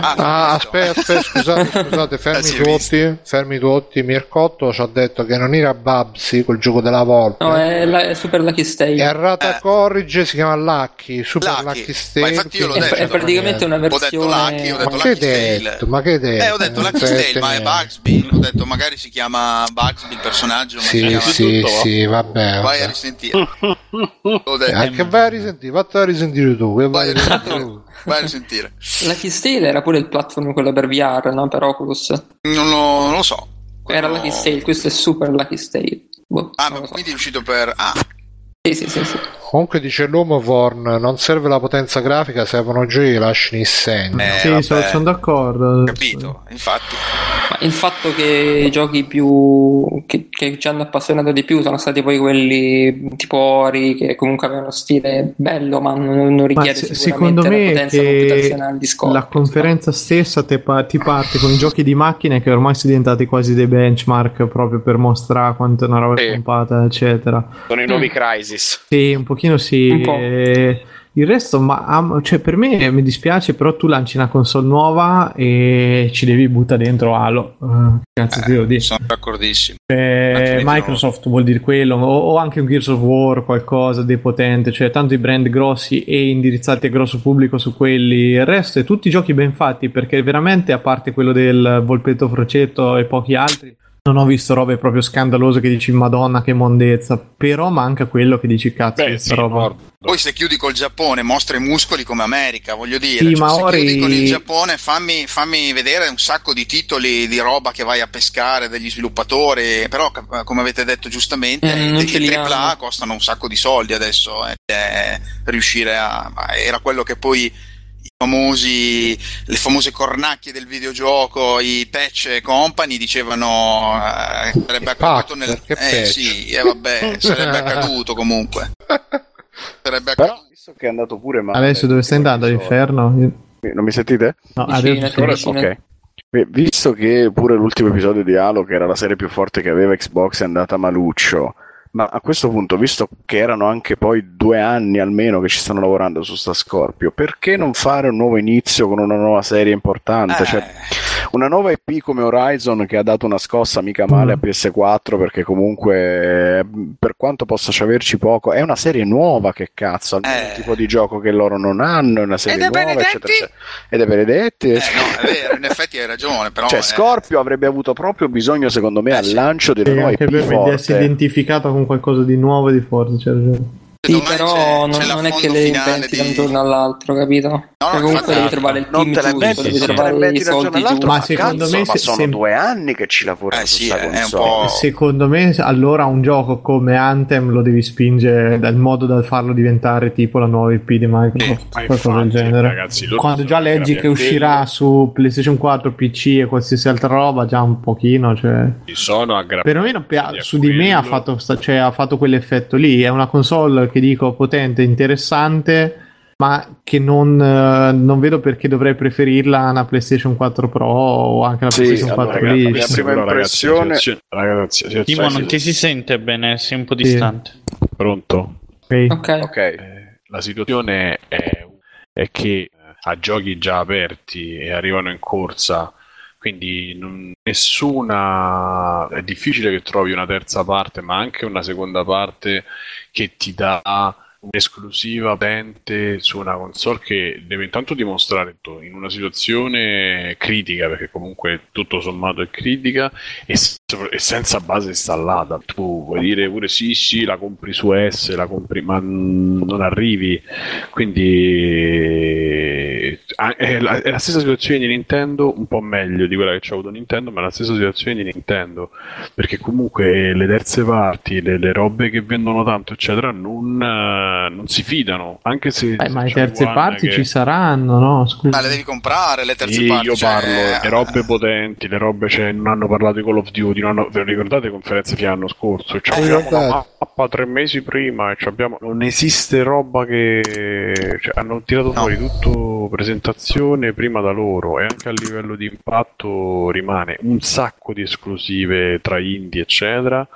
[SPEAKER 2] Ah, Eh, aspetta, aspetta, scusate, scusate, fermi tutti, fermi tutti. Mircotto ci ha detto che non era Babsi quel gioco della volta.
[SPEAKER 6] No, è, la, è Super Lucky Stay. È
[SPEAKER 2] Errata Corrige si chiama Lucky, Super Eh. Lucky, Stay.
[SPEAKER 6] È, è praticamente una versione.
[SPEAKER 2] ma che hai detto? Ma che hai detto?
[SPEAKER 8] Eh, ho detto Lucky Stale, ma è Bugsby. Ho detto magari si chiama Bugsby il personaggio. Ma si
[SPEAKER 2] Sì,
[SPEAKER 8] chiama-
[SPEAKER 2] sì, sì, vabbè.
[SPEAKER 8] Vai
[SPEAKER 2] vabbè.
[SPEAKER 8] a risentire. L'ho detto.
[SPEAKER 2] Eh, che vai a risentire, vattene a risentire tu. Che vai a risentire tu.
[SPEAKER 8] Vai a risentire.
[SPEAKER 6] Lucky Stale era pure il platform quello per VR, no? Per Oculus.
[SPEAKER 2] Oh.
[SPEAKER 8] Non lo, non lo so. Quello-
[SPEAKER 6] Era Lucky Stale, questo è Super Lucky Stale. Boh.
[SPEAKER 8] Ah, ma quindi è uscito per. Ah,
[SPEAKER 6] Sì, sì, sì, sì.
[SPEAKER 2] Comunque dice l'uomo Vorn, non serve la potenza grafica, servono giochi che lasciano il segno.
[SPEAKER 8] Eh,
[SPEAKER 3] sì, sono, sono d'accordo.
[SPEAKER 8] capito. Infatti,
[SPEAKER 6] Ma il fatto che i giochi più che, che ci hanno appassionato di più sono stati poi quelli tipo Ori, che comunque avevano uno stile bello, ma non, non
[SPEAKER 3] Ma
[SPEAKER 6] richiede
[SPEAKER 3] se-
[SPEAKER 6] sicuramente
[SPEAKER 3] secondo
[SPEAKER 6] la
[SPEAKER 3] me
[SPEAKER 6] potenza
[SPEAKER 3] che
[SPEAKER 6] computazionale di scopo.
[SPEAKER 3] la conferenza stessa te pa- ti parte con giochi di macchine che ormai sono diventati quasi dei benchmark proprio per mostrare quanto è una roba è pompata, eccetera.
[SPEAKER 23] Sono i
[SPEAKER 8] Mm.
[SPEAKER 23] nuovi Crisis.
[SPEAKER 3] Sì, un pochino sì.
[SPEAKER 23] Un po'.
[SPEAKER 3] Eh, Il resto, ma am- cioè, per me mi dispiace, però tu lanci una console nuova e ci devi buttare dentro Halo. Eh, che cazzo ti devo dire?
[SPEAKER 8] sono d'accordissimo.
[SPEAKER 3] Eh, Microsoft vuol dire quello, o, o anche un Gears of War, qualcosa di potente, cioè tanto i brand grossi e indirizzati al grosso pubblico su quelli. Il resto è tutti giochi ben fatti perché veramente, a parte quello del Volpetto Frocetto e pochi altri, non ho visto robe proprio scandalose che dici Madonna che mondezza, però manca quello che dici cazzo, questa roba.
[SPEAKER 8] Poi se chiudi col Giappone, mostra i muscoli come America, voglio dire.
[SPEAKER 3] Sì,
[SPEAKER 8] Cioè,
[SPEAKER 3] ma
[SPEAKER 8] se
[SPEAKER 3] ora
[SPEAKER 8] chiudi
[SPEAKER 3] i-
[SPEAKER 8] con il Giappone, fammi, fammi vedere un sacco di titoli di roba che vai a pescare degli sviluppatori. Però, cap- come avete detto giustamente,
[SPEAKER 6] Eh,
[SPEAKER 8] i
[SPEAKER 6] non
[SPEAKER 8] i
[SPEAKER 6] ce li
[SPEAKER 8] AAA
[SPEAKER 6] hanno.
[SPEAKER 8] costano un sacco di soldi adesso. eh, eh, riuscire a. ma Era quello che poi i famosi, le famose cornacchie del videogioco, i patch e company dicevano eh, che sarebbe accaduto nel...
[SPEAKER 23] che
[SPEAKER 8] Eh
[SPEAKER 23] patch.
[SPEAKER 8] sì, eh, vabbè, sarebbe accaduto comunque. Sarebbe
[SPEAKER 23] Però, visto che è andato pure male.
[SPEAKER 3] Adesso dove stai andando all'inferno?
[SPEAKER 4] Non mi sentite?
[SPEAKER 3] No, adesso
[SPEAKER 4] Ok. Beh, Visto che pure l'ultimo episodio di Halo, che era la serie più forte che aveva Xbox, è andata maluccio, ma a questo punto, visto che erano anche poi due anni almeno che ci stanno lavorando su sta Scorpio, perché non fare un nuovo inizio con una nuova serie importante? Cioè, una nuova IP come Horizon che ha dato una scossa mica male a
[SPEAKER 3] Mm.
[SPEAKER 4] PS4 perché comunque eh, per quanto possa ci averci poco è una serie nuova che cazzo almeno è un tipo di gioco che loro non hanno è una serie nuova Cioè, eccetera, eccetera ed è benedetti
[SPEAKER 8] Eh, È vero, in effetti hai ragione, però...
[SPEAKER 4] cioè,
[SPEAKER 8] eh,
[SPEAKER 4] Scorpio avrebbe avuto proprio bisogno, secondo me, al lancio di
[SPEAKER 3] Sì,
[SPEAKER 4] una
[SPEAKER 3] Eh,
[SPEAKER 4] nuova
[SPEAKER 3] anche
[SPEAKER 4] IP
[SPEAKER 3] per
[SPEAKER 4] forte.
[SPEAKER 3] vedersi identificato con qualcosa di nuovo e di forte. Cioè,
[SPEAKER 6] Sì, però non, non è che le inventi da un giorno all'altro, capito? Cioè,
[SPEAKER 4] Ah,
[SPEAKER 6] comunque devi trovare il team giusto, devi trovare i soldi giusti.
[SPEAKER 3] Ma secondo me se- se- Eh,
[SPEAKER 4] due anni che ci
[SPEAKER 8] Eh,
[SPEAKER 4] lavorano su sta
[SPEAKER 1] Oh.
[SPEAKER 4] console.
[SPEAKER 3] Cioè, Secondo me, allora un gioco come Anthem lo devi spingere dal modo da farlo diventare tipo la nuova IP di Microsoft,
[SPEAKER 1] ma
[SPEAKER 3] qualcosa del
[SPEAKER 1] Eh, infatti,
[SPEAKER 3] genere.
[SPEAKER 1] ragazzi, loro
[SPEAKER 3] Quando
[SPEAKER 1] sono
[SPEAKER 3] già leggi
[SPEAKER 1] veramente
[SPEAKER 3] che uscirà su PlayStation 4, PC e qualsiasi altra roba, già un pochino, cioè.
[SPEAKER 1] Ci sono aggrappati.
[SPEAKER 3] Perlomeno pe- su di me ha fatto, sta- cioè, ha fatto quell'effetto lì. È una console che dico potente, interessante, ma che non, eh, non vedo perché dovrei preferirla a una PlayStation 4 Pro o anche la PlayStation 4
[SPEAKER 1] ragazzi,
[SPEAKER 3] lì.
[SPEAKER 1] la
[SPEAKER 3] Cioè,
[SPEAKER 1] prima impressione- Ragazzi, ragazzi,
[SPEAKER 5] Timo, non ti si sente bene, sei un po' distante.
[SPEAKER 1] Pronto?
[SPEAKER 6] Ok.
[SPEAKER 1] Eh, La situazione è, è che eh, a giochi già aperti e arrivano in corsa, quindi non- nessuna... è difficile che trovi una terza parte, ma anche una seconda parte che ti dà un'esclusiva potente su una console che deve intanto dimostrare to- in una situazione critica, perché comunque tutto sommato è critica, e, s- e senza base installata. Tu puoi dire pure sì, sì, la compri su S, la compri, ma n- non arrivi. Quindi a- ah, è la, è la stessa situazione di Nintendo, un po' meglio di quella che c'ha avuto Nintendo, ma è la stessa situazione di Nintendo, perché comunque eh, le terze parti, le, le robe che vendono tanto, eccetera, non, eh, non si fidano, anche se...
[SPEAKER 3] Eh, ma le
[SPEAKER 1] se c'è
[SPEAKER 3] terze
[SPEAKER 1] One
[SPEAKER 3] parti
[SPEAKER 1] che-
[SPEAKER 3] ci saranno, no? Scusa.
[SPEAKER 8] Ah, le devi comprare le terze
[SPEAKER 1] sì,
[SPEAKER 8] parti.
[SPEAKER 1] io
[SPEAKER 8] cioè,
[SPEAKER 1] parlo, le robe potenti, le robe, cioè, non hanno parlato di Call of Duty, non hanno- ve lo ricordate le conferenze fino all'anno scorso? Cioè,
[SPEAKER 2] Eh,
[SPEAKER 1] abbiamo la
[SPEAKER 8] esatto.
[SPEAKER 3] Esatto.
[SPEAKER 2] ricordate.
[SPEAKER 1] mappa tre mesi prima e ci abbiamo- non esiste roba che... cioè, hanno tirato fuori tutto presentazione prima da loro e anche a livello di impatto rimane un sacco di esclusive tra indie, eccetera.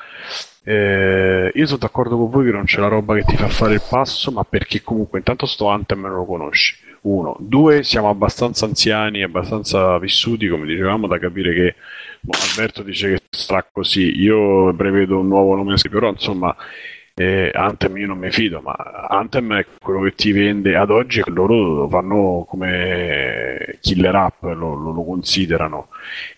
[SPEAKER 1] Eh, io sono d'accordo con voi che non c'è la roba che ti fa fare il passo, ma perché comunque intanto sto Anthem non lo conosci. Uno, due, siamo abbastanza anziani, abbastanza vissuti, come dicevamo, da capire che boh, Alberto dice che sarà così. Io prevedo un nuovo nome, però insomma, eh, Anthem io non mi fido, ma Anthem è quello che ti vende ad oggi e loro lo fanno come killer app, lo, lo- lo considerano.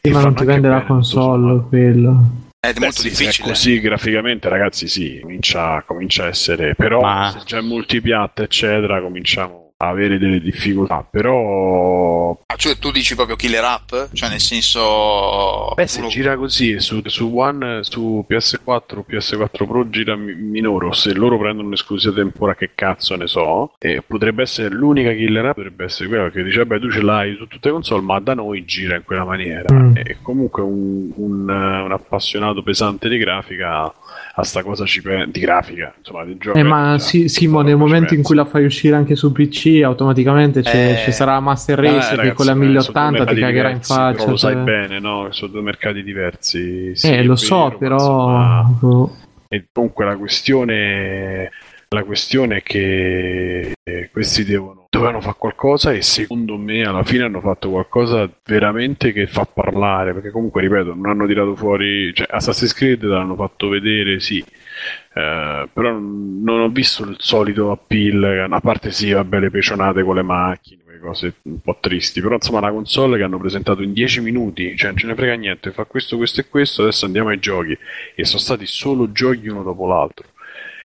[SPEAKER 1] E
[SPEAKER 3] ma non
[SPEAKER 1] fanno
[SPEAKER 3] ti vende la console quello.
[SPEAKER 8] È
[SPEAKER 1] molto difficile. Così graficamente, ragazzi, sì, comincia, comincia a essere. Però se già è multipiatta, eccetera, cominciamo a avere delle difficoltà. Però
[SPEAKER 8] Ah, cioè, tu dici proprio killer app? Cioè, nel senso.
[SPEAKER 1] Beh, se gira così su, su One, su PS4, PS4 Pro gira mi- minore. o Se loro prendono un'esclusiva temporanea, che cazzo ne so, eh, potrebbe essere l'unica killer app, potrebbe essere quella che dice, beh, tu ce l'hai su tutte le console, ma da noi gira in quella maniera.
[SPEAKER 19] Mm.
[SPEAKER 1] E comunque un, un, eh, un appassionato pesante di grafica a sta cosa ci pe- di grafica, insomma, di gioco.
[SPEAKER 3] Eh, ma sì, Simo, nel momento in cui la fai uscire anche su PC, automaticamente c'è-
[SPEAKER 1] Eh,
[SPEAKER 3] ci sarà la Master
[SPEAKER 1] eh,
[SPEAKER 3] Race che
[SPEAKER 1] ragazzi,
[SPEAKER 3] con la
[SPEAKER 1] eh, sono
[SPEAKER 3] 1080 ti
[SPEAKER 1] due mercati
[SPEAKER 3] cagherà in
[SPEAKER 1] diversi,
[SPEAKER 3] faccia.
[SPEAKER 1] però lo sai
[SPEAKER 3] cioè.
[SPEAKER 1] bene, no? Sono due mercati diversi. sì,
[SPEAKER 3] eh,
[SPEAKER 1] è
[SPEAKER 3] lo so,
[SPEAKER 1] vero, ma
[SPEAKER 3] però. boh.
[SPEAKER 1] E dunque la questione, la questione è che eh, questi devono, dovevano fare qualcosa e secondo me alla fine hanno fatto qualcosa veramente che fa parlare, perché comunque ripeto, non hanno tirato fuori, cioè Assassin's Creed l'hanno fatto vedere, sì, eh, però non non ho visto il solito appeal, a parte sì, vabbè, le pecionate con le macchine, quelle cose un po' tristi, però insomma la console che hanno presentato in 10 minuti, cioè non ce ne frega niente, fa questo, questo e questo, adesso andiamo ai giochi, e sono stati solo giochi uno dopo l'altro.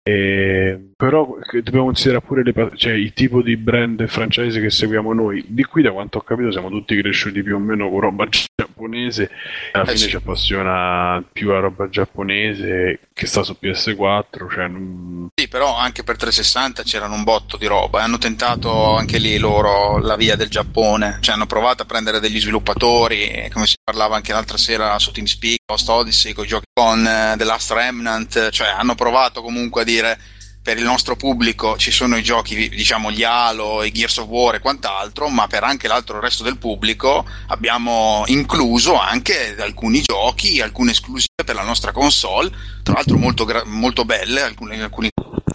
[SPEAKER 1] E- però che dobbiamo considerare pure le pa- cioè, il tipo di brand e franchise che seguiamo noi. Di qui, da quanto ho capito, siamo tutti cresciuti più o meno con roba giapponese. Alla
[SPEAKER 19] Eh,
[SPEAKER 1] fine
[SPEAKER 19] sì.
[SPEAKER 1] ci appassiona più la roba giapponese che sta su PS4. Cioè, non-
[SPEAKER 8] Sì, però anche per 360 c'erano un botto di roba. e Hanno tentato anche lì loro la via del Giappone. Cioè, hanno provato a prendere degli sviluppatori, eh, come si parlava anche l'altra sera su TeamSpeak, Lost Odyssey, con i giochi con eh, The Last Remnant. Cioè, hanno provato comunque a dire per il nostro pubblico ci sono i giochi, diciamo, gli Halo, i Gears of War e quant'altro, ma per anche l'altro resto del pubblico abbiamo incluso anche alcuni giochi, alcune esclusive per la nostra console, tra l'altro molto, gra- molto belle, alcuni, alcuni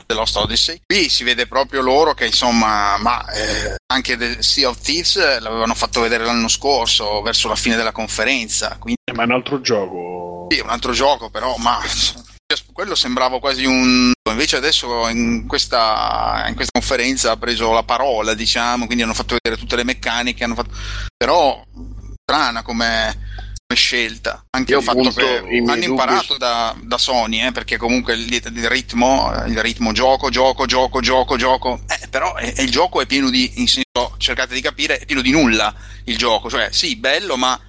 [SPEAKER 8] dell'Host Odyssey. Qui si vede proprio loro che insomma, ma eh, anche The Sea of Thieves eh, l'avevano fatto vedere l'anno scorso, verso la fine della conferenza, quindi
[SPEAKER 1] Eh, ma è un altro gioco.
[SPEAKER 8] sì, un altro gioco, però, ma quello sembrava quasi un. Invece adesso in questa, in questa conferenza ha preso la parola, diciamo, quindi hanno fatto vedere tutte le meccaniche, hanno fatto. Però strana come, come scelta. Anche
[SPEAKER 4] Io
[SPEAKER 8] il fatto
[SPEAKER 4] appunto
[SPEAKER 8] che
[SPEAKER 4] i miei
[SPEAKER 8] hanno
[SPEAKER 4] dubbi
[SPEAKER 8] imparato da, da Sony, eh, perché comunque il, il ritmo, eh, il ritmo gioco, gioco, gioco, gioco, gioco. Eh, però eh, il gioco è pieno di. In senso, cercate di capire, è pieno di nulla il gioco. Cioè, sì, bello, ma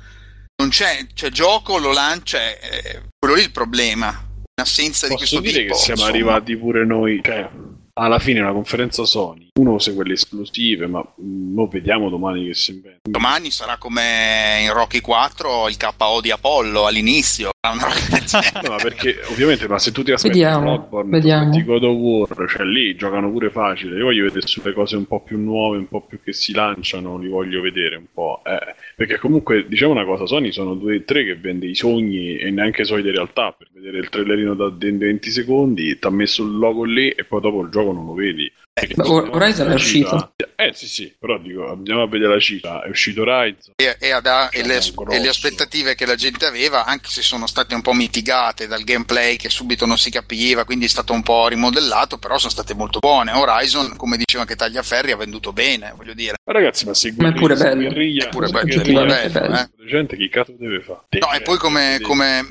[SPEAKER 8] non c'è, c'è gioco, lo lancia, eh, quello lì è il problema. Un'assenza di questo
[SPEAKER 1] Posso dire
[SPEAKER 8] tipo.
[SPEAKER 1] che siamo
[SPEAKER 8] insomma.
[SPEAKER 1] arrivati pure noi, cioè, alla fine è una conferenza Sony, uno segue le esclusive, ma mm, mo vediamo domani che si inventa.
[SPEAKER 8] Domani sarà come in Rocky 4 il KO di Apollo all'inizio. Sarà una roba del genere.
[SPEAKER 1] No, ma perché ovviamente, ma se tu ti aspetti
[SPEAKER 8] Vediamo,
[SPEAKER 1] Bloodborne,
[SPEAKER 8] vediamo.
[SPEAKER 1] ti aspetti God of War, cioè lì giocano pure facile. Io voglio vedere sulle cose un po' più nuove, un po' più che si lanciano, li voglio vedere un po'. eh. Perché comunque, diciamo una cosa, Sony sono due o tre che vende i sogni e neanche soldi di realtà. Per vedere il trailerino da de- 20 secondi, ti ha messo il logo lì e poi dopo il gioco non lo vedi. Perché
[SPEAKER 14] Ma Horizon è
[SPEAKER 1] uscita-
[SPEAKER 14] uscito.
[SPEAKER 1] Eh sì, sì, però dico, andiamo a vedere la cifra. È uscito Rise.
[SPEAKER 8] E, e ad-
[SPEAKER 1] Cioè,
[SPEAKER 8] e le, e le aspettative che la gente aveva, anche se sono state un po' mitigate dal gameplay che subito non si capiva, quindi è stato un po' rimodellato, però sono state molto buone. Horizon, come diceva anche Tagliaferri, ha venduto bene, voglio dire.
[SPEAKER 1] Ma ragazzi, ma se
[SPEAKER 8] Ma è pure
[SPEAKER 1] se
[SPEAKER 8] bello.
[SPEAKER 1] guerriglia,
[SPEAKER 8] È pure
[SPEAKER 1] se
[SPEAKER 8] bello, è
[SPEAKER 1] guerriglia
[SPEAKER 8] pure
[SPEAKER 1] è
[SPEAKER 8] bello, eh.
[SPEAKER 1] la gente che cazzo deve fare?
[SPEAKER 8] No, e poi come... come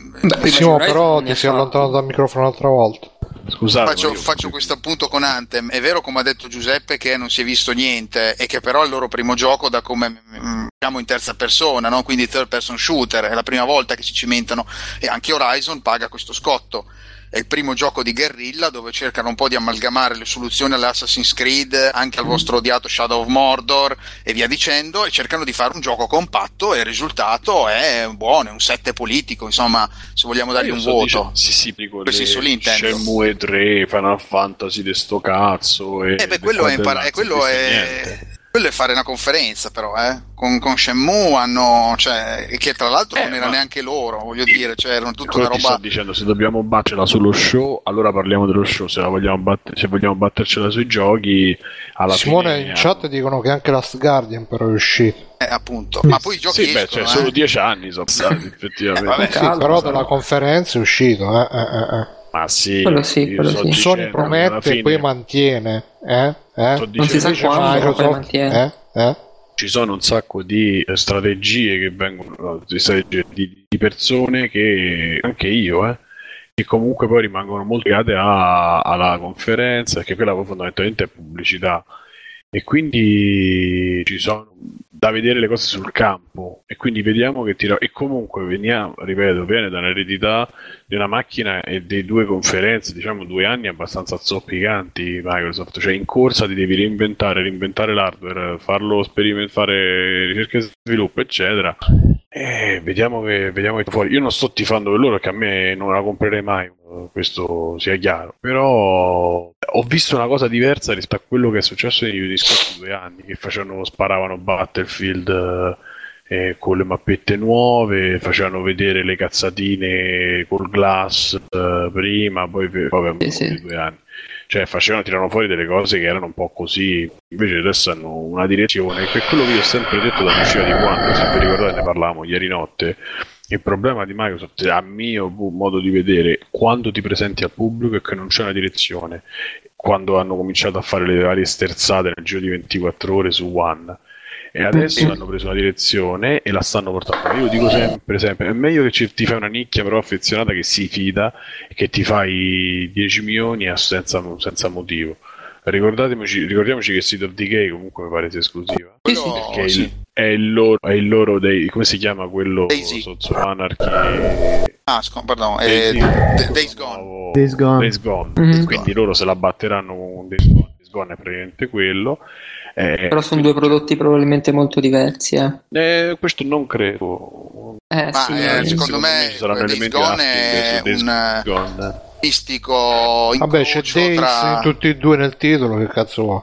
[SPEAKER 2] Simo,
[SPEAKER 6] eh,
[SPEAKER 2] però ti sei allontanato dal microfono un'altra volta.
[SPEAKER 1] Scusate.
[SPEAKER 8] Faccio, faccio questo appunto con Anthem. È vero, come ha detto Giuseppe, che non si è visto niente e che però è il loro primo gioco da come mm, siamo in terza persona, no? quindi third person shooter. È la prima volta che ci cimentano e anche Horizon paga questo scotto. È il primo gioco di guerrilla dove cercano un po' di amalgamare le soluzioni all'Assassin's Creed, anche al vostro odiato Shadow of Mordor e via dicendo, e cercano di fare un gioco compatto e il risultato è buono, è un 7 politico, insomma, se vogliamo dargli
[SPEAKER 1] Io
[SPEAKER 8] un
[SPEAKER 1] sto
[SPEAKER 8] voto.
[SPEAKER 1] dicendo- sì, sì, dico,
[SPEAKER 8] Questo
[SPEAKER 1] le-
[SPEAKER 8] su Nintendo.
[SPEAKER 1] Shenmue 3, Final Fantasy di sto cazzo. E
[SPEAKER 8] Eh beh, quello è, impara- eh, quello è- quello è fare una conferenza, però, eh. Con, con Shenmue hanno, cioè, che tra l'altro non era neanche loro, voglio dire, cioè, erano tutta
[SPEAKER 1] Eh, Quello
[SPEAKER 8] una
[SPEAKER 1] ti sto
[SPEAKER 8] roba.
[SPEAKER 1] dicendo, se dobbiamo batterla sullo show, allora parliamo dello show. Se, la vogliamo, batte- se vogliamo battercela sui giochi, alla
[SPEAKER 2] Simone
[SPEAKER 1] fine...
[SPEAKER 2] in chat dicono che anche Last Guardian però è uscito.
[SPEAKER 8] Eh, appunto, ma poi i giochi
[SPEAKER 1] Sì, beh,
[SPEAKER 8] escono,
[SPEAKER 1] cioè,
[SPEAKER 8] eh.
[SPEAKER 1] solo dieci anni sono passati, effettivamente.
[SPEAKER 2] Sì, però dalla conferenza è uscito. eh, eh, eh, eh.
[SPEAKER 1] Ma sì,
[SPEAKER 2] Quello
[SPEAKER 1] sì, io sto dicendo
[SPEAKER 2] Sony
[SPEAKER 1] che alla
[SPEAKER 2] promette
[SPEAKER 1] fine-
[SPEAKER 2] e poi mantiene. Eh? Eh?
[SPEAKER 1] Sto diciamo, Non si sa
[SPEAKER 2] Invece
[SPEAKER 1] quando, però poi
[SPEAKER 2] Microsoft-
[SPEAKER 1] mantiene.
[SPEAKER 2] eh, eh.
[SPEAKER 1] ci sono un sacco di eh, strategie che vengono no, di, strategie, di- di persone che anche io eh, che comunque poi rimangono molto legate a- alla conferenza che quella poi fondamentalmente è pubblicità e quindi ci sono da vedere le cose sul campo e quindi vediamo che tira e comunque veniamo, ripeto, viene dall'eredità di una macchina e di due conferenze, diciamo due anni abbastanza zoppicanti Microsoft, cioè in corsa ti devi reinventare, reinventare l'hardware, farlo sperimentare, fare ricerca e sviluppo, eccetera. E vediamo che vediamo che fuori. Io non sto tifando per loro perché a me non la comprerei mai, eh, questo sia chiaro. Però eh, ho visto una cosa diversa rispetto a quello che è successo negli scorsi due anni, che facevano, sparavano Battlefield eh, eh, con le mappette nuove, facevano vedere le cazzatine col glass eh, prima, poi per due anni. Cioè facevano, tirano fuori delle cose che erano un po' così, invece adesso hanno una direzione, che è quello che io ho sempre detto dall'uscita di quando, se vi ricordate ne parlavamo ieri notte, il problema di Microsoft, a mio bu- modo di vedere, quando ti presenti al pubblico è che non c'è una direzione. Quando hanno cominciato a fare le varie sterzate nel giro di 24 ore su One. E adesso hanno preso una direzione e la stanno portando. Io dico sempre, sempre, è meglio che ci- ti fai una nicchia però affezionata che si fida e che ti fai 10 milioni a- senza, senza motivo. Ricordatemoci- ricordiamoci che Seed of Decay comunque mi pare sia esclusiva. Perché il- è, il loro, è il loro dei, come si chiama quello sotto Anarchy
[SPEAKER 8] Ah, scu- pardon,
[SPEAKER 1] Days
[SPEAKER 8] eh,
[SPEAKER 1] Gone.
[SPEAKER 8] Days Gone.
[SPEAKER 3] Days Gone.
[SPEAKER 1] Days Gone.
[SPEAKER 3] Mhm.
[SPEAKER 1] quindi loro se la batteranno con Days Gone, Days Gone è praticamente quello Eh,
[SPEAKER 14] Però sono due prodotti probabilmente molto diversi. Eh.
[SPEAKER 1] eh, questo non credo
[SPEAKER 14] Eh,
[SPEAKER 8] Ma,
[SPEAKER 14] sì,
[SPEAKER 8] eh,
[SPEAKER 14] magari.
[SPEAKER 8] secondo me,
[SPEAKER 1] ci saranno
[SPEAKER 8] Days
[SPEAKER 1] elementi
[SPEAKER 8] Gone
[SPEAKER 1] hacking su
[SPEAKER 8] è
[SPEAKER 1] Days
[SPEAKER 8] un
[SPEAKER 1] Gone.
[SPEAKER 8] mistico
[SPEAKER 2] Vabbè, c'è
[SPEAKER 8] incrocio
[SPEAKER 2] Days
[SPEAKER 8] tra.
[SPEAKER 2] in tutti e due nel titolo, che cazzo vuoi?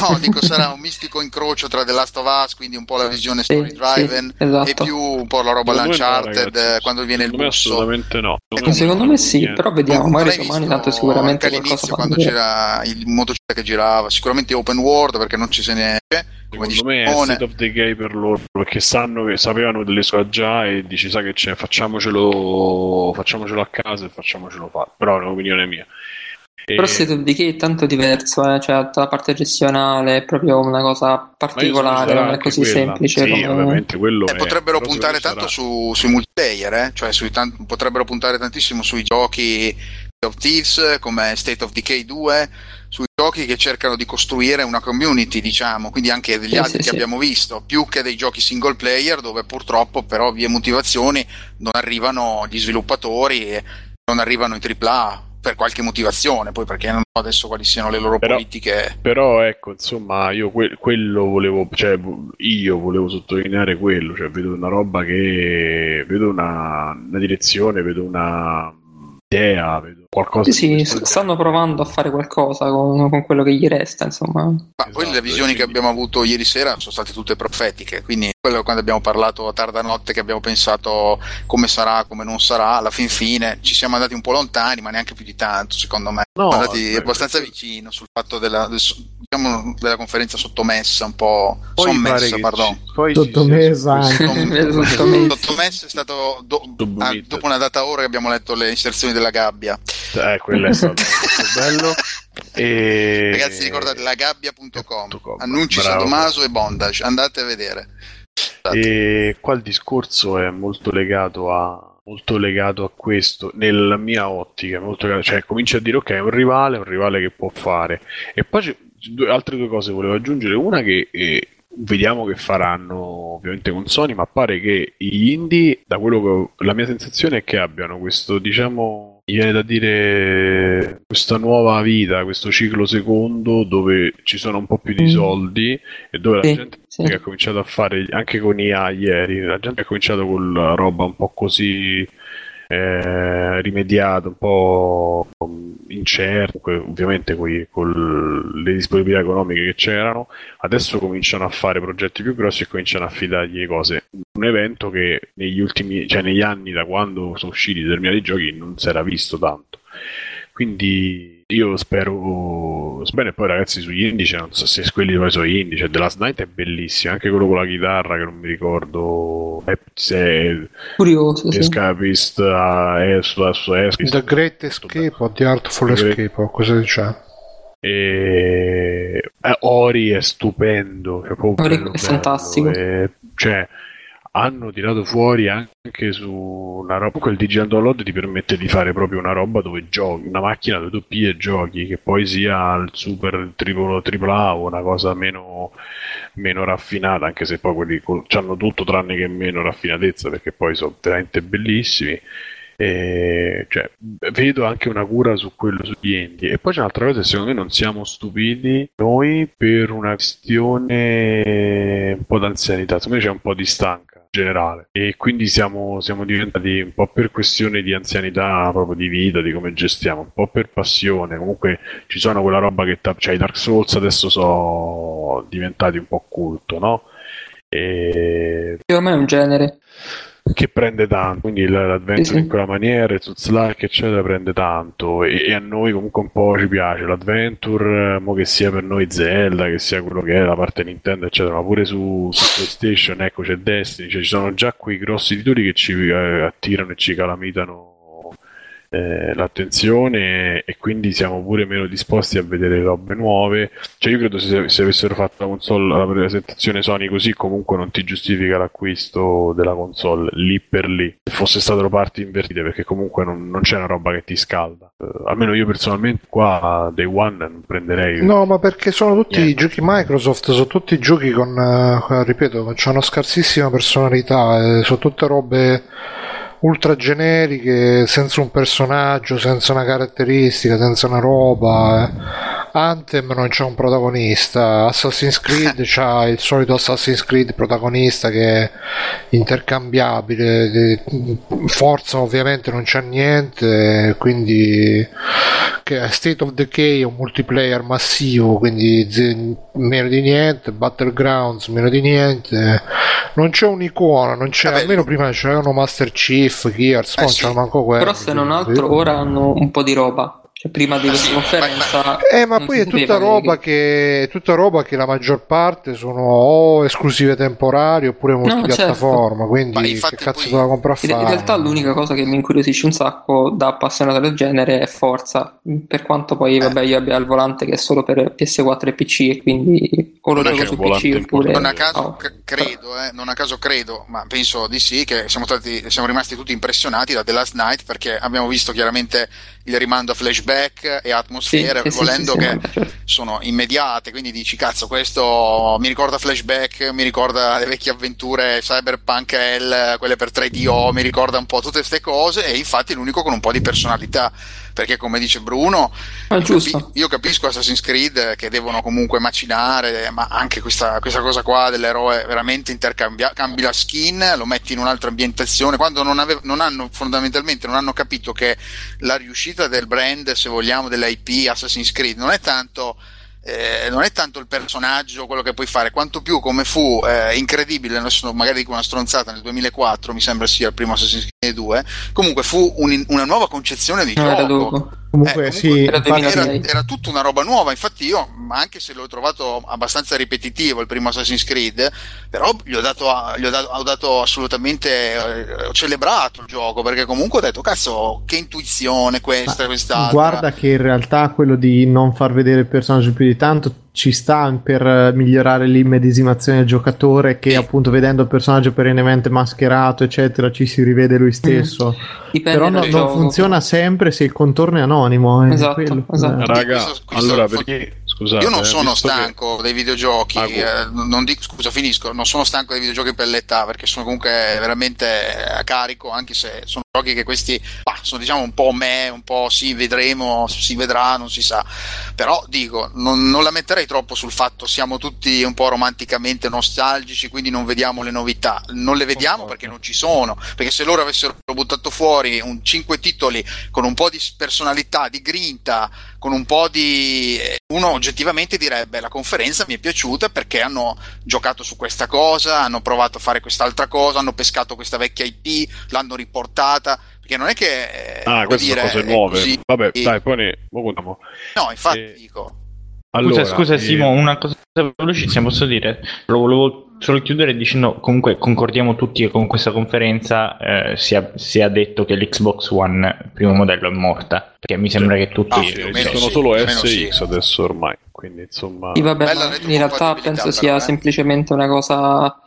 [SPEAKER 8] No, dico sarà un mistico incrocio tra The Last of Us, quindi un po' la visione story driven,
[SPEAKER 14] sì, esatto.
[SPEAKER 8] e più un po' la
[SPEAKER 1] Secondo
[SPEAKER 8] roba
[SPEAKER 1] me no,
[SPEAKER 8] l'Uncharted
[SPEAKER 1] ragazzi,
[SPEAKER 8] eh, quando viene il Eh,
[SPEAKER 1] secondo me
[SPEAKER 8] busso.
[SPEAKER 1] assolutamente no
[SPEAKER 14] Ecco, secondo me sì,
[SPEAKER 1] niente.
[SPEAKER 14] però vediamo, magari
[SPEAKER 8] l'hai
[SPEAKER 14] domani
[SPEAKER 8] visto
[SPEAKER 14] tanto sicuramente
[SPEAKER 8] anche
[SPEAKER 14] qualcosa
[SPEAKER 8] all'inizio
[SPEAKER 14] fanno
[SPEAKER 8] quando c'era il motocicletta che girava, sicuramente open world perché non ci se ne come dice
[SPEAKER 1] secondo me è
[SPEAKER 8] Simone.
[SPEAKER 1] State of the Gay per loro perché sanno che sapevano delle sue già e dici sa che c'è facciamocelo facciamocelo a casa e facciamocelo fare però è un'opinione mia Eh, E-
[SPEAKER 14] Però State of Decay è tanto diverso, eh, cioè tutta la parte gestionale è proprio una cosa
[SPEAKER 1] Ma io sono
[SPEAKER 14] particolare,
[SPEAKER 1] sarà
[SPEAKER 14] non è
[SPEAKER 1] anche
[SPEAKER 14] così
[SPEAKER 1] quella.
[SPEAKER 14] semplice.
[SPEAKER 1] Sì,
[SPEAKER 14] come-
[SPEAKER 1] ovviamente quello
[SPEAKER 8] Eh,
[SPEAKER 1] è-
[SPEAKER 8] potrebbero
[SPEAKER 1] però
[SPEAKER 8] puntare
[SPEAKER 1] secondo
[SPEAKER 8] tanto
[SPEAKER 1] me
[SPEAKER 8] su- sui multiplayer, eh? cioè sui tan- potrebbero puntare tantissimo sui giochi of Thieves come State of Decay 2, sui giochi che cercano di costruire una community, diciamo, quindi anche degli
[SPEAKER 14] Sì,
[SPEAKER 8] altri
[SPEAKER 14] sì,
[SPEAKER 8] che
[SPEAKER 14] sì.
[SPEAKER 8] abbiamo visto, più che dei giochi single player dove purtroppo però via motivazioni non arrivano gli sviluppatori e non arrivano i AAA per qualche motivazione, poi perché non so adesso quali siano le loro
[SPEAKER 1] Però-
[SPEAKER 8] politiche.
[SPEAKER 1] Però ecco, insomma, io que- quello volevo, cioè, vo- io volevo sottolineare quello, cioè vedo una roba che vedo una, una direzione, vedo una idea, vedo qualcosa
[SPEAKER 14] Sì, sì, s- stanno provando a fare qualcosa con, con quello che gli resta, insomma.
[SPEAKER 8] Ma poi
[SPEAKER 1] Esatto,
[SPEAKER 8] le visioni che abbiamo avuto ieri sera sono state tutte profetiche, quindi quello quando abbiamo parlato a tarda notte che abbiamo pensato come sarà, come non sarà, alla fin fine ci siamo andati un po' lontani, ma neanche più di tanto, secondo me.
[SPEAKER 1] No,
[SPEAKER 8] siamo andati
[SPEAKER 1] beh, certo.
[SPEAKER 8] abbastanza vicino sul fatto della, del, diciamo, della conferenza sottomessa, un po' sommessa, pardon.
[SPEAKER 3] Poi Sottomesa
[SPEAKER 1] Ah,
[SPEAKER 3] anche.
[SPEAKER 8] Sottom- Sottomesso è stato do- ah, dopo una data ora che abbiamo letto le inserzioni della gabbia.
[SPEAKER 1] Eh, quello è Eh, stato molto bello. E...
[SPEAKER 8] Ragazzi, ricordate eh, lagabbia.com. Annunci su
[SPEAKER 1] bravo.
[SPEAKER 8] Tommaso e Bondage. Andate a vedere.
[SPEAKER 1] E qua il discorso è molto legato a molto legato a questo nella mia ottica, è molto legato- cioè cominci a dire ok, è un rivale, è un rivale che può fare. E poi c'è- due- altre due cose volevo aggiungere, una che eh, vediamo che faranno ovviamente con Sony, ma pare che gli indie da quello che ho- la mia sensazione è che abbiano questo, diciamo, mi viene da dire questa nuova vita, questo ciclo secondo dove ci sono un po' più di soldi e dove la
[SPEAKER 4] Sì,
[SPEAKER 1] gente che ha cominciato a fare anche con IA ieri, la gente ha cominciato con la roba un po' così eh, rimediata, un po' incerta, que- ovviamente coi- con le disponibilità economiche che c'erano, adesso cominciano a fare progetti più grossi e cominciano a affidargli cose. Un evento che negli ultimi, cioè negli anni da quando sono usciti determinati giochi non si era visto tanto. Quindi io spero. Bene, poi ragazzi sugli indici, non so se quelli poi sono indici. cioè, The Last Night è bellissimo, anche quello con la chitarra che non mi ricordo. eh, se
[SPEAKER 6] Curioso, sì.
[SPEAKER 1] Escapist, eh, su- su Escapist.
[SPEAKER 2] The Great Escape o The Artful
[SPEAKER 1] The Great-
[SPEAKER 2] Escape o cosa c'è?
[SPEAKER 1] E... eh, Ori è stupendo, cioè, proprio
[SPEAKER 6] Ori è
[SPEAKER 1] bello,
[SPEAKER 6] fantastico.
[SPEAKER 1] e- cioè, hanno tirato fuori anche su una roba. Comunque il Digital Download ti permette di fare proprio una roba dove giochi, una macchina dove tu pigli e giochi, che poi sia il super triplo tripla o una cosa meno, meno raffinata, anche se poi quelli hanno tutto tranne che meno raffinatezza, perché poi sono veramente bellissimi. E, cioè, vedo anche una cura su quello sugli indie. E poi c'è un'altra cosa, secondo me non siamo stupidi noi per una questione un po' d'anzianità, secondo me c'è un po' di stanca in generale e quindi siamo, siamo diventati un po' per questione di anzianità proprio di vita, di come gestiamo, un po' per passione, comunque ci sono quella roba che ta- cioè i Dark Souls adesso sono diventati un po' culto, no? E
[SPEAKER 6] Che ormai è un genere.
[SPEAKER 1] che prende tanto, quindi l- l'adventure
[SPEAKER 6] Sì, sì.
[SPEAKER 1] in quella maniera, il Souls like eccetera prende tanto e, e a noi comunque un po' ci piace l'adventure, eh, mo che sia per noi Zelda, che sia quello che è la parte Nintendo eccetera, ma pure su, su PlayStation ecco c'è Destiny, cioè ci sono già quei grossi titoli che ci eh, attirano e ci calamitano eh, l'attenzione e quindi siamo pure meno disposti a vedere robe nuove. Cioè, io credo se, se avessero fatto la console la presentazione Sony così, comunque non ti giustifica l'acquisto della console lì per lì. Se fosse stato parti invertite, perché comunque non, non c'è una roba che ti scalda. Eh, almeno io personalmente qua Day One non prenderei.
[SPEAKER 2] No, ma perché sono tutti i giochi Microsoft, sono tutti giochi con, eh, ripeto, che hanno scarsissima personalità, eh, sono tutte robe ultra generiche, senza un personaggio, senza una caratteristica, senza una roba. eh. Anthem non c'è un protagonista, Assassin's Creed c'ha il solito Assassin's Creed protagonista che è intercambiabile, eh, Forza ovviamente non c'è niente, eh, quindi che è State of Decay è un multiplayer massivo, quindi ze- meno di niente, Battlegrounds meno di niente, non c'è un'icona, non c'è, almeno prima c'erano Master Chief, Gears, ma non c'era manco quello.
[SPEAKER 6] Eh Però se non altro ora hanno un po' di roba. Cioè prima di questa conferenza...
[SPEAKER 2] Eh, ma
[SPEAKER 6] non
[SPEAKER 2] poi
[SPEAKER 6] si
[SPEAKER 2] è tutta
[SPEAKER 6] sapeva
[SPEAKER 2] roba che, è tutta roba che la maggior parte sono o esclusive temporarie oppure
[SPEAKER 6] certo.
[SPEAKER 2] multipiattaforma. Quindi che cazzo te la compra a
[SPEAKER 6] In, in
[SPEAKER 2] fare?
[SPEAKER 6] realtà l'unica cosa che mi incuriosisce un sacco da appassionato del genere è Forza, per quanto
[SPEAKER 3] Eh.
[SPEAKER 6] poi vabbè io abbia il volante che è solo per PS4 e PC e quindi o lo
[SPEAKER 8] Non è
[SPEAKER 6] gioco
[SPEAKER 8] che
[SPEAKER 6] su
[SPEAKER 8] un volante
[SPEAKER 6] PC oppure...
[SPEAKER 8] Non a caso
[SPEAKER 6] no.
[SPEAKER 8] c- credo, eh, non a caso credo, ma penso di sì, che siamo, stati, siamo rimasti tutti impressionati da The Last Night perché abbiamo visto chiaramente il rimando a flashback e
[SPEAKER 6] Sì,
[SPEAKER 8] atmosfere,
[SPEAKER 6] sì, sì,
[SPEAKER 8] volendo
[SPEAKER 6] sì, sì,
[SPEAKER 8] che sono immediate, quindi dici cazzo questo mi ricorda flashback, mi ricorda le vecchie avventure cyberpunk L, quelle per 3DO, mi ricorda un po' tutte queste cose e infatti è l'unico con un po' di personalità, perché come dice Bruno,
[SPEAKER 6] Ah,
[SPEAKER 8] io
[SPEAKER 6] giusto.
[SPEAKER 8] capi- io capisco Assassin's Creed eh, che devono comunque macinare, eh, ma anche questa, questa cosa qua dell'eroe veramente intercambia, cambi la skin, lo metti in un'altra ambientazione, quando non, ave- non hanno fondamentalmente non hanno capito che la riuscita del brand, se vogliamo, dell'IP Assassin's Creed non è tanto eh, non è tanto il personaggio quello che puoi fare, quanto più come fu eh, incredibile, adesso magari dico una stronzata nel 2004, mi sembra sia il primo Assassin's Creed 2, comunque fu un- una nuova concezione di
[SPEAKER 6] No, era
[SPEAKER 8] gioco.
[SPEAKER 6] dopo.
[SPEAKER 3] Comunque, sì,
[SPEAKER 8] Eh, era,
[SPEAKER 3] infatti-
[SPEAKER 8] era- era tutta una roba nuova. Infatti, io, ma anche se l'ho trovato abbastanza ripetitivo il primo Assassin's Creed, però gli ho dato, a- gli ho da- ho dato assolutamente. eh, ho celebrato il gioco perché comunque ho detto, cazzo, che intuizione questa, quest'altra.
[SPEAKER 3] Guarda che in realtà quello di non far vedere il personaggio più di tanto ci sta per eh, migliorare l'immedesimazione del giocatore che appunto vedendo il personaggio perennemente mascherato eccetera ci si rivede lui stesso.
[SPEAKER 6] Mm. Dipende
[SPEAKER 3] Però
[SPEAKER 6] dal
[SPEAKER 3] no- non
[SPEAKER 6] gioco.
[SPEAKER 3] funziona sempre se il contorno è anonimo. è
[SPEAKER 6] Esatto,
[SPEAKER 3] quello. eh.
[SPEAKER 6] esatto.
[SPEAKER 1] Raga,
[SPEAKER 8] Questo- questo-
[SPEAKER 1] allora perché scusate,
[SPEAKER 8] io non
[SPEAKER 1] eh,
[SPEAKER 8] sono
[SPEAKER 1] visto che-
[SPEAKER 8] stanco dei videogiochi,
[SPEAKER 1] Ah, come?
[SPEAKER 8] eh, non dico- scusa finisco, non sono stanco dei videogiochi per l'età perché sono comunque veramente a carico anche se sono giochi che questi bah, sono diciamo un po' me, un po' sì vedremo, si vedrà, non si sa, però dico non, non la metterei troppo sul fatto siamo tutti un po' romanticamente nostalgici quindi non vediamo le novità, non le vediamo perché non ci sono, perché se loro avessero buttato fuori un 5 titoli con un po' di personalità, di grinta, con un po' di... eh, uno oggettivamente direbbe la conferenza mi è piaciuta perché hanno giocato su questa cosa, hanno provato a fare quest'altra cosa, hanno pescato questa vecchia IP, l'hanno riportata, perché non è che... eh,
[SPEAKER 1] Ah,
[SPEAKER 8] come
[SPEAKER 1] queste sono
[SPEAKER 8] dire,
[SPEAKER 1] cose
[SPEAKER 8] è
[SPEAKER 1] nuove.
[SPEAKER 8] così.
[SPEAKER 1] Vabbè, dai, poi ne lo contiamo.
[SPEAKER 8] No, infatti dico...
[SPEAKER 1] Allora,
[SPEAKER 5] scusa, scusa
[SPEAKER 1] eh,
[SPEAKER 5] Simo, una cosa velocissima posso dire? Lo volevo solo chiudere dicendo comunque concordiamo tutti che con questa conferenza eh, sia, sia detto che l'Xbox One primo modello è morta, perché mi sembra che tutti
[SPEAKER 8] Ah,
[SPEAKER 1] Eh, sì, sono solo S e X adesso ormai, quindi insomma...
[SPEAKER 6] Sì, vabbè, ma in realtà penso
[SPEAKER 8] eh.
[SPEAKER 6] sia semplicemente una cosa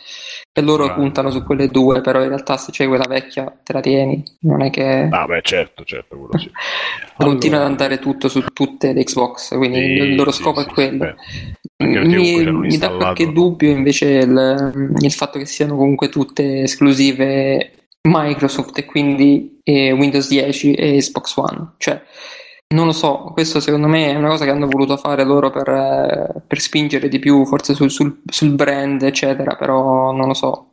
[SPEAKER 6] che loro puntano su quelle due, però in realtà se c'è quella vecchia te la tieni, non è che
[SPEAKER 1] Ah, beh, certo, certo, quello sì.
[SPEAKER 6] continua ad andare tutto su tutte le Xbox, quindi il loro scopo è quello.
[SPEAKER 1] Anche perché comunque
[SPEAKER 6] Mi,
[SPEAKER 1] c'erano
[SPEAKER 6] mi dà
[SPEAKER 1] installato-
[SPEAKER 6] qualche dubbio invece il, il fatto che siano comunque tutte esclusive Microsoft e quindi eh, Windows 10 e Xbox One. Cioè, non lo so, questo secondo me è una cosa che hanno voluto fare loro per, eh, per spingere di più, forse sul, sul- sul brand, eccetera, però non lo so.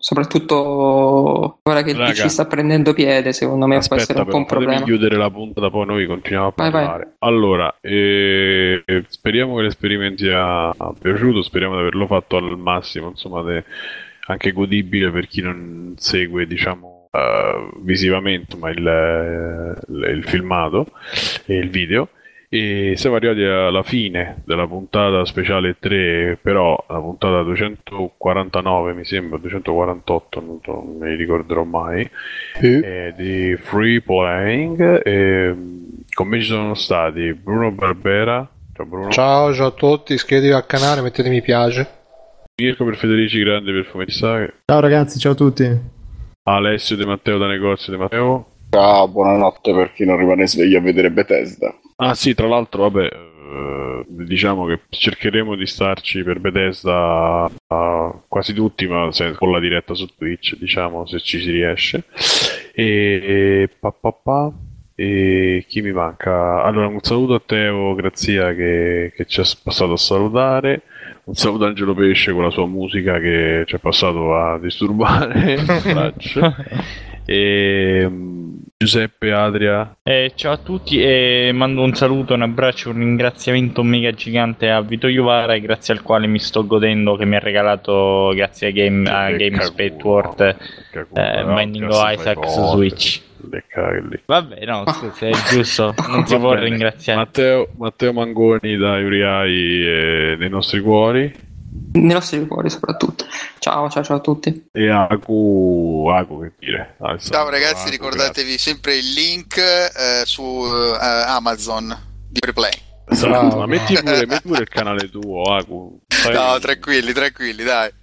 [SPEAKER 6] Soprattutto ora che il
[SPEAKER 1] Raga.
[SPEAKER 6] PC sta prendendo piede, secondo me Eh, può essere
[SPEAKER 1] Aspetta,
[SPEAKER 6] un po'
[SPEAKER 1] però,
[SPEAKER 6] un
[SPEAKER 1] fatemi
[SPEAKER 6] problema.
[SPEAKER 1] chiudere la puntata, poi noi continuiamo a
[SPEAKER 6] Vai, vai.
[SPEAKER 1] parlare. Allora, eh, eh, speriamo che l'esperimento sia piaciuto, speriamo di averlo fatto al massimo, insomma, de- anche godibile per chi non segue, diciamo, eh, visivamente, ma il, eh, il filmato e il video. E siamo arrivati alla fine della puntata speciale 3, però la puntata 249 mi sembra, 248, non, non mi ricorderò mai, eh, di Free Playing. E, mm, con me ci sono stati Bruno Barbera, ciao Bruno,
[SPEAKER 2] Ciao, ciao a tutti, iscrivetevi al canale, mettete mi piace.
[SPEAKER 1] Mirko per Federici Grande per Fumettista,
[SPEAKER 3] Ciao ragazzi, ciao a tutti.
[SPEAKER 1] Alessio De Matteo da Negozio De Matteo.
[SPEAKER 24] Ciao, Ah, buonanotte per chi non rimane sveglio a vedere Bethesda.
[SPEAKER 1] Ah sì, tra l'altro, vabbè, eh, diciamo che cercheremo di starci per Bethesda eh, quasi tutti, ma se- con la diretta su Twitch, diciamo, se ci si riesce. E, e, pa, pa, pa, e chi mi manca? Allora, un saluto a Teo Grazia che, che ci ha s- passato a salutare. Un saluto a Angelo Pesce con la sua musica che ci è passato a disturbare. Un abbraccio. E, mm, Giuseppe Adria,
[SPEAKER 5] Eh, ciao a tutti e mando un saluto, un abbraccio, un ringraziamento mega gigante a Vito Iovara grazie al quale mi sto godendo che mi ha regalato grazie a Game, a Games Petworth eh, Binding of Isaac su Switch. Vabbè, no, scusa, Cioè, è giusto, non si
[SPEAKER 1] Va
[SPEAKER 5] può
[SPEAKER 1] bene.
[SPEAKER 5] ringraziare.
[SPEAKER 1] Matteo, Matteo Mangoni da Uriai eh, nei nostri cuori
[SPEAKER 6] Nei nostri cuori soprattutto. Ciao, ciao, ciao a tutti.
[SPEAKER 1] e Aku, Aku che dire. Alessandro,
[SPEAKER 8] Ciao ragazzi,
[SPEAKER 1] Aku,
[SPEAKER 8] ricordatevi sempre il link eh, su eh, Amazon di Replay.
[SPEAKER 1] grazie. Esatto, ma metti pure, metti pure il canale tuo, Aku. Fai-
[SPEAKER 8] No, tranquilli, tranquilli, dai.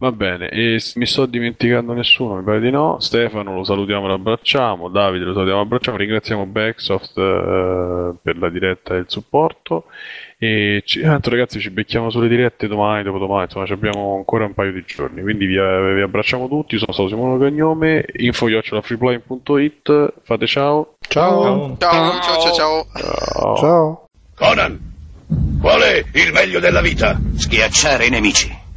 [SPEAKER 1] Va bene, e s- mi sto dimenticando nessuno, mi pare di no. Stefano lo salutiamo e lo abbracciamo, Davide lo salutiamo e lo abbracciamo, ringraziamo Backsoft eh, per la diretta e il supporto. E ci- tanto ragazzi ci becchiamo sulle dirette domani, dopodomani, insomma ci abbiamo ancora un paio di giorni, quindi vi, eh, vi abbracciamo tutti, sono stato Simone Cagnome, info freeplay.it, fate ciao.
[SPEAKER 8] Ciao, ciao, ciao, ciao. ciao.
[SPEAKER 1] Ciao.
[SPEAKER 2] Ciao.
[SPEAKER 4] Conan, qual è il meglio della vita? Schiacciare i nemici,